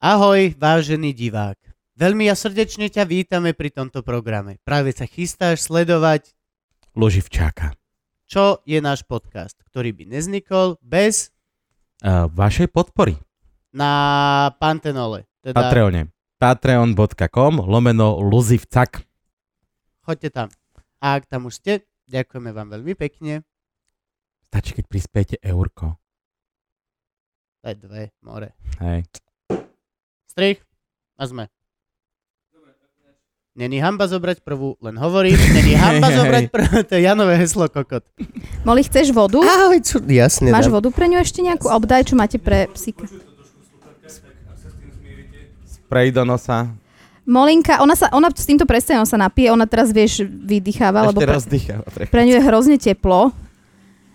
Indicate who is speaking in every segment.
Speaker 1: Ahoj, vážený divák. Veľmi ja srdečne ťa vítame pri tomto programe. Práve sa chystáš sledovať,
Speaker 2: Loživčáka.
Speaker 1: čo je náš podcast, ktorý by neznikol bez
Speaker 2: Uh, vašej podpory.
Speaker 1: na Pantenole. Teda
Speaker 2: Patreone. Patreon.com lomeno Luzivcak.
Speaker 1: choďte tam. A ak tam už ste, ďakujeme vám veľmi pekne.
Speaker 2: Stačí, keď prispiete eurko.
Speaker 1: Daj dve, more.
Speaker 2: Hej.
Speaker 1: Strich a sme. Není hamba zobrať prvú, len hovorím. Není hamba
Speaker 2: Hej.
Speaker 1: zobrať prvú, to je Janové heslo kokot.
Speaker 3: Moli, chceš vodu?
Speaker 4: Ahoj, čo, jasne.
Speaker 3: Máš
Speaker 4: dám.
Speaker 3: vodu pre ňu ešte nejakú? Alebo daj, čo máte pre psíka.
Speaker 2: Sprej do nosa.
Speaker 3: Molinka, ona, sa, ona s týmto prestane, ona sa napije, ona teraz, vieš, vydýcháva, lebo
Speaker 2: Ešte
Speaker 3: pre,
Speaker 2: raz dýcham.
Speaker 3: pre ňu je hrozne teplo.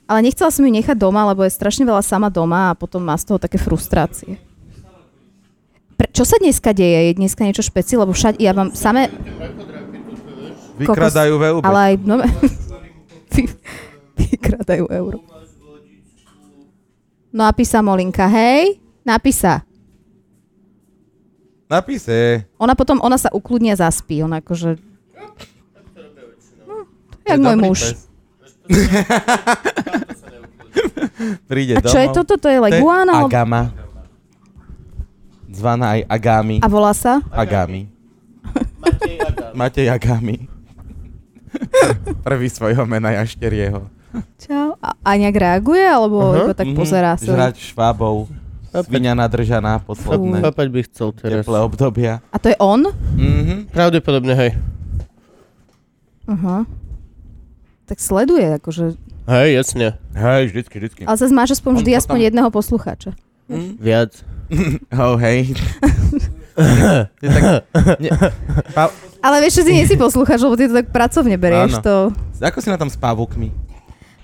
Speaker 3: Ale nechcela som ju nechať doma, lebo je strašne veľa sama doma a potom má z toho také frustrácie. Pre, čo sa dneska deje? Je dneska niečo špeci? Lebo všade, ja mám samé...
Speaker 2: Vykradajú
Speaker 3: kokos,
Speaker 2: VUB.
Speaker 3: Ale aj... No, vy- vykradajú euro. No a písa Molinka, hej? Napísa.
Speaker 2: Napíse.
Speaker 3: Ona potom, ona sa ukludne a zaspí. Ona akože... No, jak môj muž.
Speaker 2: Príde
Speaker 3: A čo je toto? To je leguán?
Speaker 2: To je
Speaker 3: alebo-
Speaker 2: Agama. Zvaná aj Agami.
Speaker 3: A volá sa?
Speaker 2: Agami. Matej Agami. Prvý svojho mena Jašterieho.
Speaker 3: Čau. A, a nejak reaguje? Alebo iba tak
Speaker 2: Mhm.
Speaker 3: pozerá sa?
Speaker 2: Žrať švábov. Svinia nadržaná posledné
Speaker 4: Papať by chcel teraz.
Speaker 2: teplé obdobia.
Speaker 3: A to je on?
Speaker 2: Mhm.
Speaker 4: Pravdepodobne, hej.
Speaker 3: Aha. Tak sleduje, akože.
Speaker 4: Hej, jasne.
Speaker 2: Hej, vždycky, vždycky.
Speaker 3: Ale zase máš aspoň
Speaker 2: On
Speaker 3: vždy
Speaker 2: potom-
Speaker 3: aspoň jedného poslucháča.
Speaker 4: Viac.
Speaker 2: Oh, hej. Je tak, ne, pa,
Speaker 3: Ale vieš, že si nie si poslucháč, lebo ty to tak pracovne berieš.
Speaker 2: Áno.
Speaker 3: To
Speaker 2: ako si na tom s pavúkmi?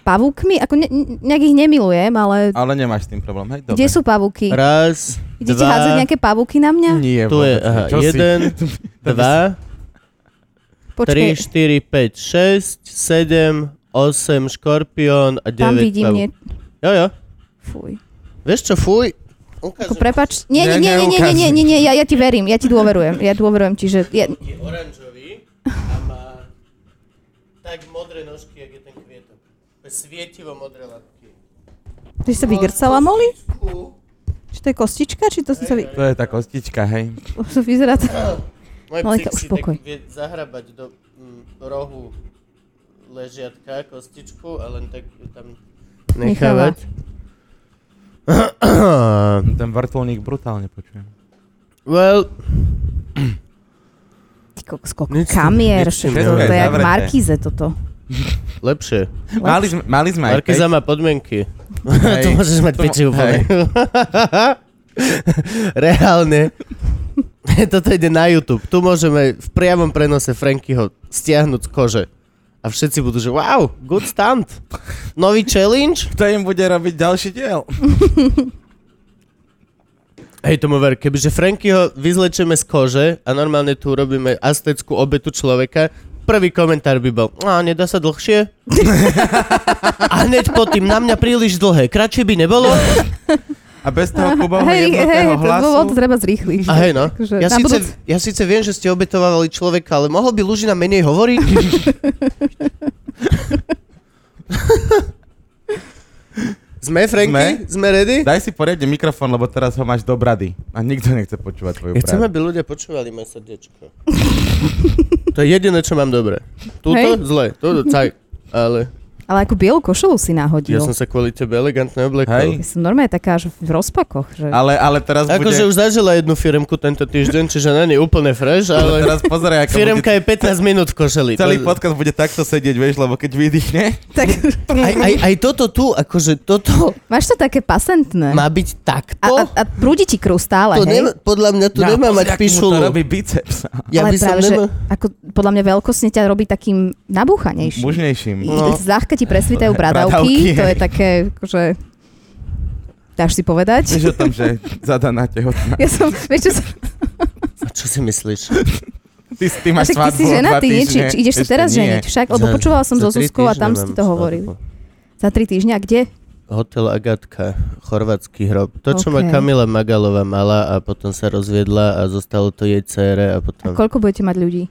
Speaker 3: pavúkmi, ako ne, nejak ich nemilujem, ale
Speaker 2: Ale nemáš s tým problém, hej, dobre.
Speaker 3: kde sú pavúky?
Speaker 4: Raz,
Speaker 3: Idete
Speaker 4: dva,
Speaker 3: hádzať nejaké pavúky na mňa?
Speaker 2: Nie,
Speaker 4: Tu je,
Speaker 2: vôbec nie.
Speaker 4: aha,
Speaker 2: Čo si?
Speaker 4: jeden,
Speaker 2: To by
Speaker 4: dva, tri,
Speaker 3: Počkej,
Speaker 4: štyri, päť, šesť, sedem, osem, škorpión a
Speaker 3: tam
Speaker 4: deväť.
Speaker 3: vidím
Speaker 4: pavúk.
Speaker 3: nie.
Speaker 4: Jo, jo.
Speaker 3: Fuj.
Speaker 4: Vieš čo, fuj.
Speaker 3: Ako No, prepač. Nie,
Speaker 2: Ne,
Speaker 3: nie, nie, nie, nie, nie, nie, nie, nie, ja, ja ti verím, ja ti dôverujem, ja dôverujem, čiže ja,
Speaker 4: Je oranžový a má tak modré nožky, jak je ten kvietok. Svietivo modré labky.
Speaker 3: ty si sa vygrcala, Moli? Či to je kostička, či to si sa vy...
Speaker 2: To je tá kostička, hej.
Speaker 3: To vyzerá to...
Speaker 4: Môj
Speaker 3: Malika,
Speaker 4: psík si
Speaker 3: No, uspokoj.
Speaker 4: tak vie zahrabať do mm, rohu ležiatka, kostičku a len tak ju tam
Speaker 3: Necháva.
Speaker 4: nechávať.
Speaker 2: Ten vrtulník brutálne počujem.
Speaker 4: Well,
Speaker 3: Ty kokos, koľko
Speaker 4: Nič si-
Speaker 3: kamier,
Speaker 4: nič si
Speaker 3: všetko,
Speaker 2: neviem.
Speaker 3: to je jak
Speaker 2: Zavreté.
Speaker 3: Markize toto.
Speaker 4: lepšie.
Speaker 2: Mali sme, mali sme aj
Speaker 4: Markiza
Speaker 2: text,
Speaker 4: má podmienky.
Speaker 2: hej.
Speaker 4: To môžeš mať
Speaker 2: To mo-
Speaker 4: piči úplne.
Speaker 2: hej.
Speaker 4: Reálne. Toto ide na YouTube. Tu môžeme v priamom prenose Frankyho stiahnuť z kože. A všetci budú, že wow, good stunt. Nový challenge.
Speaker 2: Kto im bude robiť ďalší diel?
Speaker 4: Hej, tomu ver, kebyže Frankyho vyzlečieme z kože a normálne tu urobíme asteckú obetu človeka, prvý komentár by bol, a nedá sa dlhšie? a hneď po tým, na mňa príliš dlhé, kratšie by nebolo?
Speaker 2: A bez
Speaker 4: No,
Speaker 2: toho Kubovho
Speaker 3: Hej, hej,
Speaker 2: jednotného
Speaker 3: to bolo to
Speaker 2: hlasu?
Speaker 3: treba zrýchliť.
Speaker 4: A hej, no.
Speaker 3: Takže
Speaker 4: Ja
Speaker 3: Akože na
Speaker 4: síce,
Speaker 3: budúc-
Speaker 4: ja síce viem, že ste obetovali človeka, ale mohol by Lužina menej hovoriť? Sme, Franky? Sme, Sme ready?
Speaker 2: Daj si poriadne mikrofón, lebo teraz ho máš do brady. A nikto nechce počúvať tvoju
Speaker 4: Ja chcem,
Speaker 2: bradu.
Speaker 4: aby ľudia počúvali moje srdiečko. to je jediné, čo mám dobre. Túto?
Speaker 3: Hej.
Speaker 4: Zle. Túto? Caj. Ale
Speaker 3: Ale ako bielu košelu si
Speaker 4: ja
Speaker 3: nahodil.
Speaker 4: som sa kvôli tebe elegantne oblekol.
Speaker 2: Hej.
Speaker 3: Ja som normálne taká až v rozpakoch, že...
Speaker 2: Ale, ale teraz
Speaker 4: Akože
Speaker 2: bude...
Speaker 4: už zažila jednu firmku tento týždeň, čiže není úplne fresh,
Speaker 2: Ale
Speaker 4: ale
Speaker 2: teraz pozeraj, ako
Speaker 4: firmka
Speaker 2: bude...
Speaker 4: je 15 minút v košeli.
Speaker 2: Teda- Celý
Speaker 4: To-
Speaker 2: podcast bude takto sedieť, vieš, lebo keď vydýchne...
Speaker 3: Tak,
Speaker 4: Aj, aj, aj toto tu, akože toto
Speaker 3: máš to také pasentné.
Speaker 4: má byť
Speaker 3: A,
Speaker 4: takto.
Speaker 3: a, a prúdi ti krv stále,
Speaker 4: to
Speaker 3: hej?
Speaker 4: nema, podľa mňa tu nemá mať
Speaker 2: pozri, ak mu
Speaker 4: pišulu.
Speaker 2: to robí biceps.
Speaker 4: Ja
Speaker 3: ale
Speaker 4: by som
Speaker 3: práve, že
Speaker 4: nemal...
Speaker 3: ako podľa mňa veľkosne ťa robí takým nabúchanejším.
Speaker 2: Mužnejším.
Speaker 4: No.
Speaker 3: No. Zľahka ti presvítajú bradavky,
Speaker 2: Bradavky,
Speaker 3: to je
Speaker 2: hej.
Speaker 3: také, akože... Dáš si povedať?
Speaker 2: Vieš o tom, že zadaná tehotná.
Speaker 3: Ja som, vieš čo som,
Speaker 4: A čo si myslíš?
Speaker 2: Ty, ty
Speaker 3: a
Speaker 2: máš
Speaker 3: však ty
Speaker 2: svadbu
Speaker 3: si
Speaker 2: o dva
Speaker 3: ženatý, nie? Či,
Speaker 2: týždne.
Speaker 3: či ideš sa
Speaker 2: Ešte
Speaker 3: teraz
Speaker 2: nie.
Speaker 3: ženiť však? Lebo
Speaker 4: Za-
Speaker 3: počúvala som
Speaker 4: za
Speaker 3: zo
Speaker 4: tri
Speaker 3: Zuzkou a
Speaker 4: týždne
Speaker 3: tam ste
Speaker 4: mám
Speaker 3: to
Speaker 4: svadbu.
Speaker 3: hovorili. Za tri týždňa, kde?
Speaker 4: Hotel Agatka, chorvátsky hrob. To, čo okay. ma
Speaker 3: Ok.
Speaker 4: Kamila Magalová mala a potom sa rozviedla a zostalo to jej cére a
Speaker 3: A
Speaker 4: potom...
Speaker 3: koľko budete mať ľudí?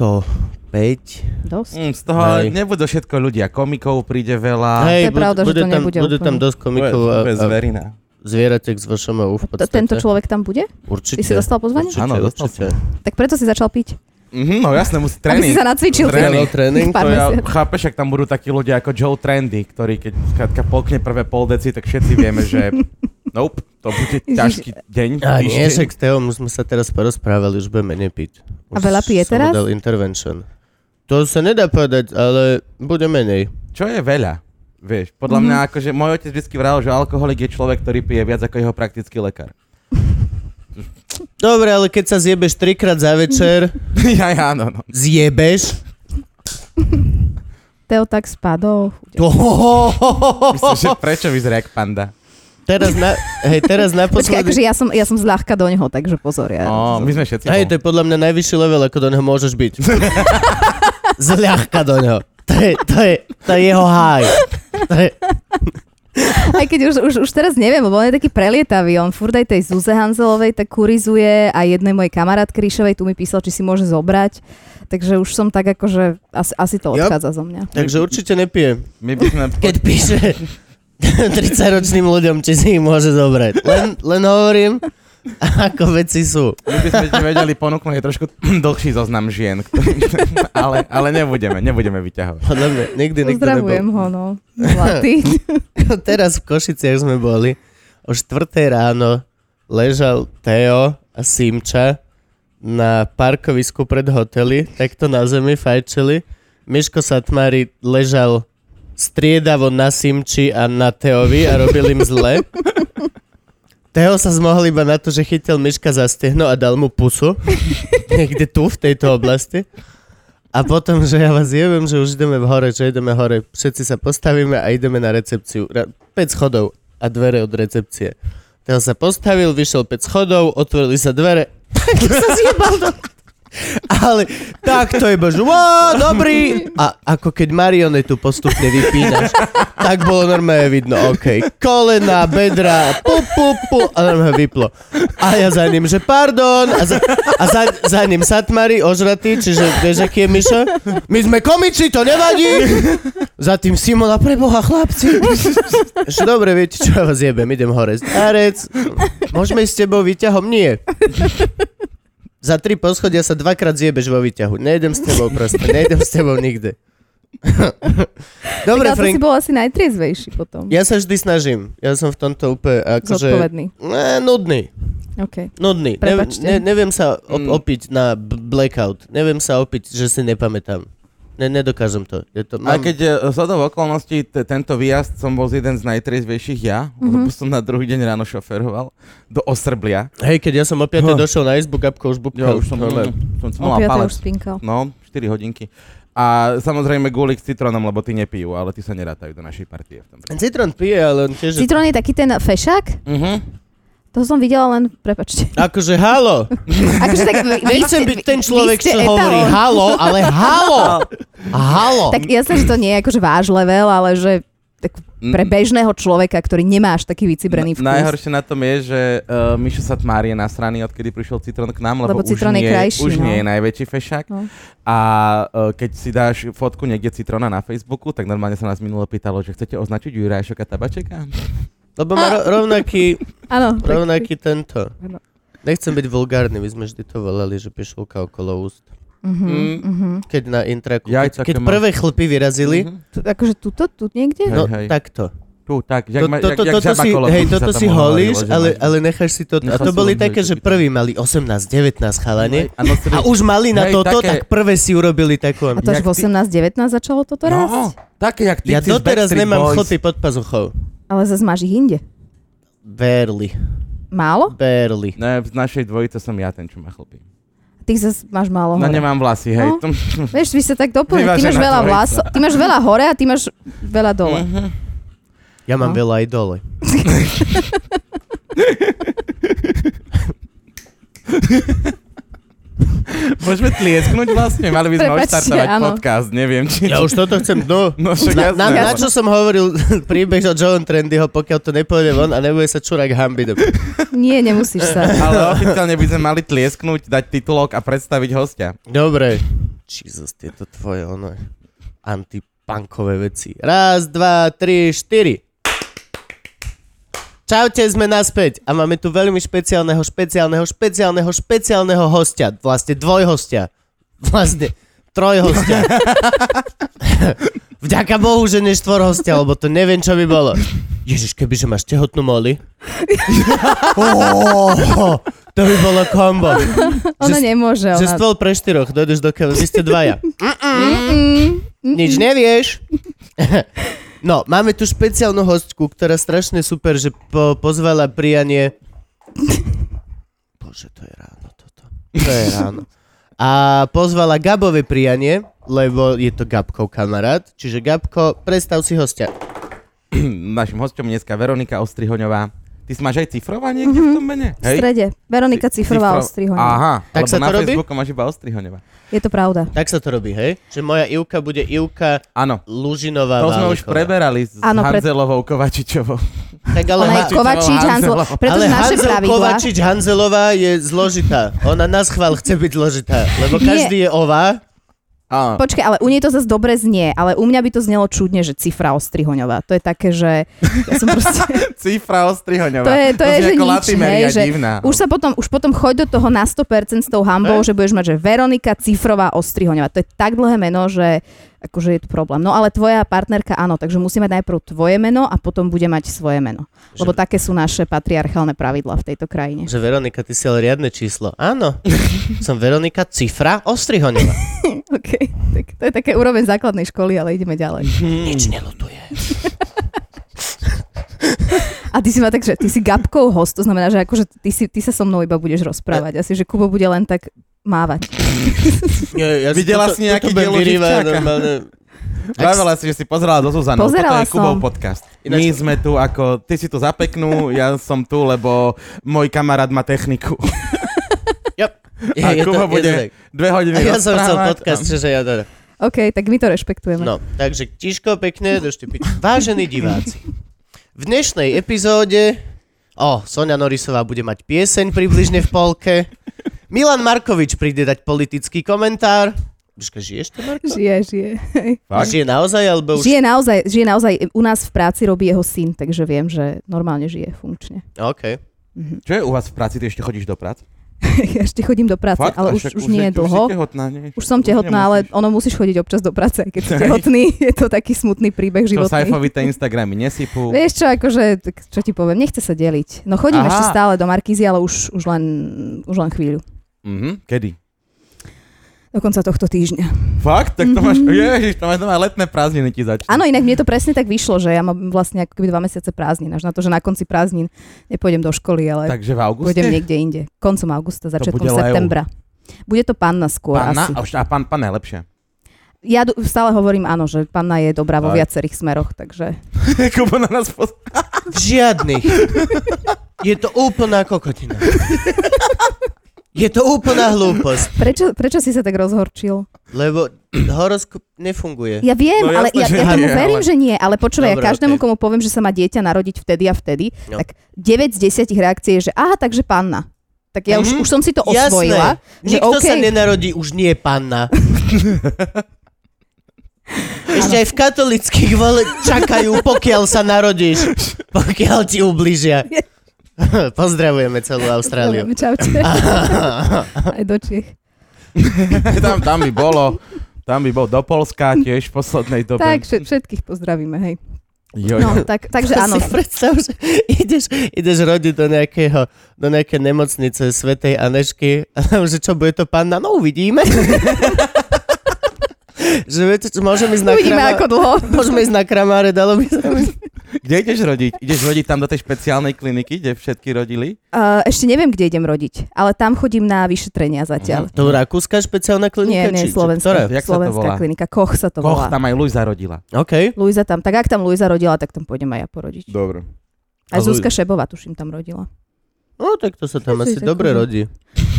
Speaker 4: 105.
Speaker 3: Dosť?
Speaker 2: Mm, z toho
Speaker 4: Hej.
Speaker 2: nebudú všetko ľudia. Komikov príde
Speaker 4: A,
Speaker 2: veľa.
Speaker 4: Hej,
Speaker 3: To je pravda, že
Speaker 4: bude
Speaker 3: to
Speaker 4: tam,
Speaker 3: nebude
Speaker 4: bude tam
Speaker 3: úplne.
Speaker 4: dosť komikov a, a
Speaker 2: zverina.
Speaker 4: zvieratek z VŠMU v
Speaker 3: T-
Speaker 4: podstate.
Speaker 3: Tento človek tam bude?
Speaker 4: Určite.
Speaker 3: Ty si dostal pozvanie?
Speaker 4: Určite,
Speaker 2: Áno, dostal
Speaker 4: určite.
Speaker 3: Tak preto si začal piť.
Speaker 2: Mhm, no jasné, musí
Speaker 3: Aby si
Speaker 2: tréning.
Speaker 3: sa nacvičil. ty.
Speaker 2: Tréning.
Speaker 4: Tréning. tréning.
Speaker 3: Pár
Speaker 2: To ja
Speaker 3: mesiacov.
Speaker 2: chápeš, ak tam budú takí ľudia ako Joe Trendy, ktorý keď Katka polkne prvé pol deci, tak všetci vieme, že nope, to bude ťažký deň.
Speaker 4: A nie,
Speaker 2: týždeň.
Speaker 4: však s Teom sme sa teraz porozprávali, už budeme nepiť. Už
Speaker 3: A veľa pije
Speaker 4: som mu
Speaker 3: teraz?
Speaker 4: dal intervention. To sa nedá povedať, ale bude menej.
Speaker 2: Čo je veľa? Vieš, podľa mňa, akože môj otec vždy vravel, že alkoholik je človek, ktorý pije viac ako jeho praktický lekár.
Speaker 4: Dobre, ale keď sa zjebeš trikrát za večer,
Speaker 2: ja, ja, áno, no.
Speaker 4: zjebeš,
Speaker 3: Teo tak spadol.
Speaker 4: to
Speaker 2: Myslím, že prečo vyzerá jak panda?
Speaker 4: Teraz, na, hej, teraz
Speaker 3: Počkaj,
Speaker 4: naposledy...
Speaker 3: akože ja som, ja som zľahka do neho, takže pozor. Ja,
Speaker 2: Ó, my sme všetci.
Speaker 4: Hej, to je podľa mňa najvyšší level, ako do neho môžeš byť. Zľahka do neho. To je, to je, to je jeho high. To je,
Speaker 3: Aj keď už, už, už teraz neviem, lebo on je taký prelietavý. On furt aj tej Zuze Hanzelovej tak kurizuje a jednej mojej kamarátke Ríšovej tu mi písal, či si môže zobrať. Takže už som tak akože, asi, asi to
Speaker 4: Yep.
Speaker 3: odchádza zo mňa.
Speaker 4: takže určite nepije.
Speaker 2: My by sme...
Speaker 4: Keď píše 30-ročným ľuďom, či si ich môže zobrať. Len, len hovorím, ako veci sú.
Speaker 2: My by sme ti vedeli ponúknuť aj trošku dlhší zoznam žien, ktorý, ale, ale nebudeme, nebudeme vyťahovať.
Speaker 4: Podľa mňa nikdy nikto
Speaker 3: Pozdravujem ho, no. Zlatý.
Speaker 4: nebol. No Teraz v Košiciach sme boli. O 4 ráno ležal Teo a Simča na parkovisku pred hoteli, takto na zemi fajčili. Miško Satmári ležal striedavo na Simči a na Teovi a robil im zle. Teo sa zmohol iba na to, že chytil Miška za stehno a dal mu pusu. Niekde tu, v tejto oblasti. A potom, že ja vás jevem, že už ideme v hore, že ideme hore. Všetci sa postavíme a ideme na recepciu. Ra- 5 schodov a dvere od recepcie. Teo sa postavil, vyšiel 5 schodov, otvorili sa dvere. Tak sa zjebal do... Ale takto iba, že "Wow, dobrý. A ako keď marionetu postupne vypínaš, tak bolo normálne vidno, OK, kolena, bedra, pu, pu, pu, a normálne vyplo. A ja za ním, že pardon, a za, a za, za ním satmari, ožratý, čiže vieš, aký je Mišo? My sme komici, to nevadí. Za tým Simona, preboha, chlapci. Že dobre, viete, čo ja vás jebem, idem hore. Starec, môžeme ísť s tebou výťahom? Nie. Za tri poschodia sa dvakrát zjebeš vo výťahu. Nejdem s tebou proste, nejdem s tebou nikde.
Speaker 3: Dobre,
Speaker 4: Dobre,
Speaker 3: tak, ale to
Speaker 4: Frank,
Speaker 3: si bol asi najtriezvejší potom.
Speaker 4: ja sa vždy snažím. Ja som v tomto úplne akože...
Speaker 3: Zodpovedný.
Speaker 4: Ne, nudný.
Speaker 3: OK.
Speaker 4: Nudný. Ne,
Speaker 3: Prepačte.
Speaker 4: ne, neviem sa op-
Speaker 2: Mm.
Speaker 4: opiť na b- blackout. Neviem sa opiť, že si nepamätám. Ne, nedokážem to. Je to
Speaker 2: A
Speaker 4: mám...
Speaker 2: keď e, zhodou okolností t- tento výjazd som bol z jeden z najtriezvejších ja, mm-hmm. lebo som na druhý deň ráno šoferoval do Osrblia.
Speaker 4: Hej, keď ja som o 5.
Speaker 2: Ho.
Speaker 4: došiel na izbu, Gabko už
Speaker 2: Ja
Speaker 4: bubkal.
Speaker 2: už som,
Speaker 4: Normálne.
Speaker 2: som, som
Speaker 3: O
Speaker 2: mal
Speaker 3: piatej
Speaker 2: palec.
Speaker 3: už spinkal.
Speaker 2: No, 4 hodinky. A samozrejme gulik s citrónom, lebo ty nepijú, ale ty sa nerátajú do našej partie v tom. prípade.
Speaker 4: Citrón pije, ale on tiež...
Speaker 3: Citrón je taký ten fešák? To som videla len, prepačte.
Speaker 4: Akože halo!
Speaker 3: Akože tak, vy- vy
Speaker 4: Nechcem
Speaker 3: ste-
Speaker 4: byť ten
Speaker 3: vy-
Speaker 4: človek,
Speaker 3: vy ste
Speaker 4: čo hovorí
Speaker 3: etalon.
Speaker 4: halo, ale halo! Halo!
Speaker 3: Tak jasné, že to nie je akože váš level, ale že tak pre bežného človeka, ktorý nemáš taký vycibrený vkus.
Speaker 2: Na- Najhoršie na tom je, že uh, Mišo sa tmári je nasraný, odkedy prišiel Citrón k nám, lebo,
Speaker 3: Lebo Citrón
Speaker 2: už,
Speaker 3: je
Speaker 2: nie,
Speaker 3: krajší,
Speaker 2: už
Speaker 3: no.
Speaker 2: nie je najväčší fešák.
Speaker 3: No.
Speaker 2: A uh, keď si dáš fotku niekde Citrona na Facebooku, tak normálne sa nás minulo pýtalo, že chcete označiť Jurajšoka Tabačeka?
Speaker 4: Lebo má ro- rovnaký,
Speaker 3: Áno. tak-
Speaker 4: rovnaký tento.
Speaker 3: Áno.
Speaker 4: Nechcem byť vulgárny, my sme vždy to volali, že pišulka okolo úst.
Speaker 3: Mhm,
Speaker 2: Mm.
Speaker 4: Keď na intraku,
Speaker 2: Jaj,
Speaker 4: keď,
Speaker 2: také
Speaker 4: keď
Speaker 2: mám.
Speaker 4: prvé chlpy vyrazili,
Speaker 2: Mhm.
Speaker 3: Tu, akože tuto, tu niekde?
Speaker 2: Hej,
Speaker 4: no
Speaker 2: hej.
Speaker 4: takto.
Speaker 2: Tu, tak, jak,
Speaker 4: To,
Speaker 2: ma-
Speaker 4: to,
Speaker 2: jak,
Speaker 4: to,
Speaker 2: jak
Speaker 4: to, to
Speaker 2: žaba
Speaker 4: si,
Speaker 2: kolo,
Speaker 4: hej,
Speaker 2: sa
Speaker 4: toto
Speaker 2: tomu
Speaker 4: si
Speaker 2: hovorilo,
Speaker 4: holíš,
Speaker 2: že
Speaker 4: ale,
Speaker 2: máš-
Speaker 4: ale necháš si to. A
Speaker 2: Nechal
Speaker 4: to
Speaker 2: si
Speaker 4: boli
Speaker 2: uložiť,
Speaker 4: také, že
Speaker 2: že- No,
Speaker 4: prví mali 18-19 chalanie.
Speaker 2: A nosili-
Speaker 4: A už mali na
Speaker 2: Hej,
Speaker 4: toto,
Speaker 2: také-
Speaker 4: tak prvé si urobili takú.
Speaker 3: A to až
Speaker 2: Jak
Speaker 3: v 18-19 začalo toto
Speaker 2: No,
Speaker 3: raz?
Speaker 2: také jak ty
Speaker 4: Ja
Speaker 2: si z
Speaker 4: doteraz
Speaker 2: Backstreet
Speaker 4: nemám
Speaker 2: Boys.
Speaker 4: chlpy pod pazuchou.
Speaker 3: Ale zase máš ich inde.
Speaker 4: Barely.
Speaker 3: Málo?
Speaker 4: Barely.
Speaker 2: Ne, z našej dvojice som ja ten, čo má chlpy.
Speaker 3: Ty zase máš málo
Speaker 2: No
Speaker 3: hore.
Speaker 2: nemám vlasy, hej.
Speaker 3: No.
Speaker 2: No.
Speaker 3: Vieš, vy sa tak doplňate. Ty
Speaker 2: Vyvážená
Speaker 3: máš veľa
Speaker 2: dvojica.
Speaker 3: vlasov, ty máš veľa hore a ty máš veľa dole.
Speaker 4: Ja mám
Speaker 3: No.
Speaker 4: veľa aj dole.
Speaker 2: Môžeme tliesknúť vlastne, mali by sme
Speaker 3: Prepačte,
Speaker 2: odštartovať
Speaker 3: áno.
Speaker 2: podcast, neviem či...
Speaker 4: Ja už toto chcem dnu.
Speaker 2: No však
Speaker 4: Na,
Speaker 2: jasné.
Speaker 4: na, na čo som hovoril príbeh o John Trendyho, pokiaľ to nepôjde von a nebude sa čurák hambiť.
Speaker 3: Nie, nemusíš sa.
Speaker 2: Ale oficiálne by sme mali tliesknúť, dať titulok a predstaviť hostia.
Speaker 4: Dobre. Jesus, tieto tvoje ono, antipunkové veci. Raz, dva, tri, štyri. Čaute, sme naspäť a máme tu veľmi špeciálneho, špeciálneho, špeciálneho, špeciálneho hostia. Vlastne dvojhostia. Vlastne trojhostia. Vďaka Bohu, že nie štvorhostia, lebo to neviem, čo by bolo. Ježiš, kebyže máš tehotnú moli. oh, to by bolo kombo.
Speaker 3: Ona
Speaker 4: Že-
Speaker 3: nemôže.
Speaker 4: že
Speaker 3: Ona...
Speaker 4: stôl pre štyroch, dojdeš do keľu, vy ste dvaja. Nič nevieš. No, máme tu špeciálnu hostku, ktorá strašne super, že po- pozvala prianie... Bože, to je ráno toto. To je ráno. A pozvala Gabové prianie, lebo je to Gabkov kamarát. Čiže Gabko, predstav si hostia.
Speaker 2: Našim hostom dneska Veronika Ostrihoňová. Ty si máš aj cifrová niekde v tom mene?
Speaker 3: V strede. Mhm. Veronika Cifrová Ostrihoň.
Speaker 2: Aha,
Speaker 4: Tak
Speaker 2: lebo
Speaker 4: sa
Speaker 2: na
Speaker 4: to robí?
Speaker 2: Facebooku máš iba Ostrihoňová.
Speaker 3: Je to pravda.
Speaker 4: Tak sa to robí, hej? Že moja Ivka bude Ivka
Speaker 2: Áno,
Speaker 4: Lužinová
Speaker 2: to sme už
Speaker 4: Váliková.
Speaker 2: preberali s
Speaker 3: Áno, pred-
Speaker 2: Hanzelovou Kovačičovou.
Speaker 4: Tak ale
Speaker 3: Ona je
Speaker 4: ha-
Speaker 3: Kovačič Hanzel.
Speaker 2: Hanzelová.
Speaker 3: Pretože
Speaker 4: ale
Speaker 3: naše
Speaker 4: Hanzel
Speaker 3: pravidlá...
Speaker 4: Kovačič Hanzelová je zložitá. Ona na schvál chce byť zložitá, lebo každý je ová.
Speaker 2: Áno.
Speaker 3: Počkaj, ale u nej to zase dobre znie, ale u mňa by to znelo čudne, že cifra Ostrihoňová. To je také, že ja som proste...
Speaker 2: Cifra Ostrihoňová.
Speaker 3: To je, to je,
Speaker 2: znie
Speaker 3: že
Speaker 2: ako
Speaker 3: nič, hej,
Speaker 2: Latimeria
Speaker 3: že
Speaker 2: divná. no.
Speaker 3: už sa potom, už potom choď do toho na 100% s tou hambou, že budeš mať, že Veronika Cifrová Ostrihoňová. To je tak dlhé meno, že akože je to problém. No ale tvoja partnerka áno, takže musí mať najprv tvoje meno a potom bude mať svoje meno. Lebo také sú naše patriarchálne pravidla v tejto krajine.
Speaker 4: Že Veronika, ty si ale riadne číslo. Áno, som Veronika Cifra Ostrihoňová.
Speaker 3: OK, tak to je také úroveň základnej školy, ale ideme ďalej.
Speaker 4: Nič nelutuje.
Speaker 3: A ty si ma tak, že ty si Gabkov host, to znamená, že akože ty, si, ty sa so mnou iba budeš rozprávať. Asi, že Kubo bude len tak mávať.
Speaker 4: Nie, ja
Speaker 2: Videla si nejaký
Speaker 4: budem
Speaker 2: diel
Speaker 4: vyrývať
Speaker 2: Živčáka?
Speaker 4: normálne.
Speaker 2: Vravela si, že si pozerala do Zuzanov. Toto
Speaker 3: Pozerala
Speaker 2: je Kubov
Speaker 3: som.
Speaker 2: podcast.
Speaker 4: Ináč-
Speaker 2: My sme tu ako, ty si tu za peknú, ja som tu, lebo môj kamarát má techniku.
Speaker 4: Yep. Je,
Speaker 2: A
Speaker 4: je to,
Speaker 2: Kubo
Speaker 4: bude... Je to tak.
Speaker 2: bude dve hodiny
Speaker 4: A ja som chcel
Speaker 2: rozprávať. no.
Speaker 4: podcast, čiže ja teda.
Speaker 3: OK, tak my to rešpektujeme.
Speaker 4: No, takže tiško pekne, došte piť. Vážení diváci, v dnešnej epizóde... O, Sonia Norisová bude mať pieseň približne v polke. Milan Markovič príde dať politický komentár. Počkaj, žiješ to, Marko?
Speaker 3: Žije, žije.
Speaker 4: A
Speaker 2: Fakt?
Speaker 4: žije naozaj, alebo už...
Speaker 3: Žije naozaj, žije naozaj, u nás v práci robí jeho syn, takže viem, že normálne žije funkčne.
Speaker 4: OK.
Speaker 2: Čo je u vás v práci? Ty ešte chodíš do prác?
Speaker 3: ja ešte chodím do práce,
Speaker 2: Fakt? A
Speaker 3: ale už,
Speaker 2: však
Speaker 3: už nie je
Speaker 2: si-
Speaker 3: dlho.
Speaker 2: Už, si tehotná, nie?
Speaker 3: Už som tehotná, ale ono musíš chodiť občas do práce, aj keď si tehotný. Je to taký smutný
Speaker 2: To
Speaker 3: príbeh životný.
Speaker 2: sajfovi tie Instagramy nesypú.
Speaker 3: Vieš čo, akože, tak čo ti poviem, nechce sa deliť. No chodím
Speaker 2: Aha.
Speaker 3: ešte stále do Markízy, ale už, už, len, už len chvíľu.
Speaker 2: Mhm, kedy?
Speaker 3: Do konca tohto týždňa.
Speaker 2: Fakt? Tak to máš, ježiš, to máš doma letné prázdniny ti začne.
Speaker 3: Mhm. Áno, inak mne to presne tak vyšlo, že ja mám vlastne ako keby dva mesiace prázdnin, až na to, že na konci prázdnin nepôjdem do školy, ale
Speaker 2: Takže v auguste?
Speaker 3: Pôjdem niekde inde. Koncom augusta, začiatkom
Speaker 2: bude leu.
Speaker 3: septembra. Bude to panna skôr
Speaker 2: Panna,
Speaker 3: asi.
Speaker 2: a, už- a pán, panna je lepšia.
Speaker 3: Ja d- stále hovorím áno, že panna je dobrá vo
Speaker 2: Tak.
Speaker 3: viacerých smeroch, takže...
Speaker 2: Kubo na nás poz...
Speaker 4: V žiadnych. Je to úplná kokotina. Je to úplná hlúposť,
Speaker 3: Prečo, prečo si sa tak rozhorčil?
Speaker 4: lebo horoskop nefunguje.
Speaker 3: Ja viem,
Speaker 2: No
Speaker 3: ale
Speaker 2: jasné,
Speaker 3: ja,
Speaker 2: že
Speaker 3: ja tomu
Speaker 2: nie,
Speaker 3: verím,
Speaker 2: ale-
Speaker 3: že nie, ale počúvaj, ja
Speaker 4: Dobre,
Speaker 3: každému,
Speaker 4: okej.
Speaker 3: komu poviem, že sa má dieťa narodiť vtedy a vtedy,
Speaker 4: No.
Speaker 3: tak 9 z 10 reakcií je, že aha, takže panna. Tak ja už,
Speaker 4: Mhm.
Speaker 3: už som si to osvojila.
Speaker 4: Jasné. Nikto
Speaker 3: že
Speaker 4: sa
Speaker 3: OK.
Speaker 4: nenarodí, už nie je panna. Ešte aj v katolických vole čakajú, pokiaľ sa narodíš. Pokiaľ ti ubližia. Pozdravujeme celú Austráliu.
Speaker 3: Čaute. Aj do Čech.
Speaker 2: tam, tam by bolo, tam by bol do Polska tiež v poslednej dobe.
Speaker 3: Tak, všet- všetkých pozdravíme, hej.
Speaker 2: Jo, jo.
Speaker 3: No, tak, takže
Speaker 4: To
Speaker 3: áno.
Speaker 4: Si predstav, že ideš, ideš rodiť do, nejakého, do nejakej nemocnice Svetej Anešky a tam, že čo bude to panna, no uvidíme. že viete, čo, môžem ísť na
Speaker 3: Uvidíme,
Speaker 4: krama-
Speaker 3: ako dlho.
Speaker 4: Môžeme ísť na kramáre, dalo by sa mi...
Speaker 2: Kde ideš rodiť? Ideš rodiť tam do tej špeciálnej kliniky, kde všetky rodili?
Speaker 3: Uh, ešte neviem, kde idem rodiť, ale tam chodím na vyšetrenia zatiaľ.
Speaker 2: Mhm.
Speaker 4: To Rakúska špeciálna klinika?
Speaker 3: Nie,
Speaker 4: či-
Speaker 3: nie,
Speaker 4: či- ktorá?
Speaker 2: Jak sa
Speaker 3: Slovenská,
Speaker 2: to volá?
Speaker 3: Slovenská klinika. Koch sa to
Speaker 2: Koch,
Speaker 3: volá.
Speaker 2: tam aj Luisa rodila.
Speaker 4: OK.
Speaker 3: Luisa tam. Tak ak tam Luisa rodila, tak tam pôjdem aj ja porodiť.
Speaker 2: Dobre.
Speaker 3: Aj
Speaker 2: A Lu-
Speaker 3: Zuzka Šebová, tuším, tam rodila.
Speaker 4: No tak to sa tam
Speaker 3: Čo
Speaker 4: asi
Speaker 3: si takú-
Speaker 4: dobre rodí.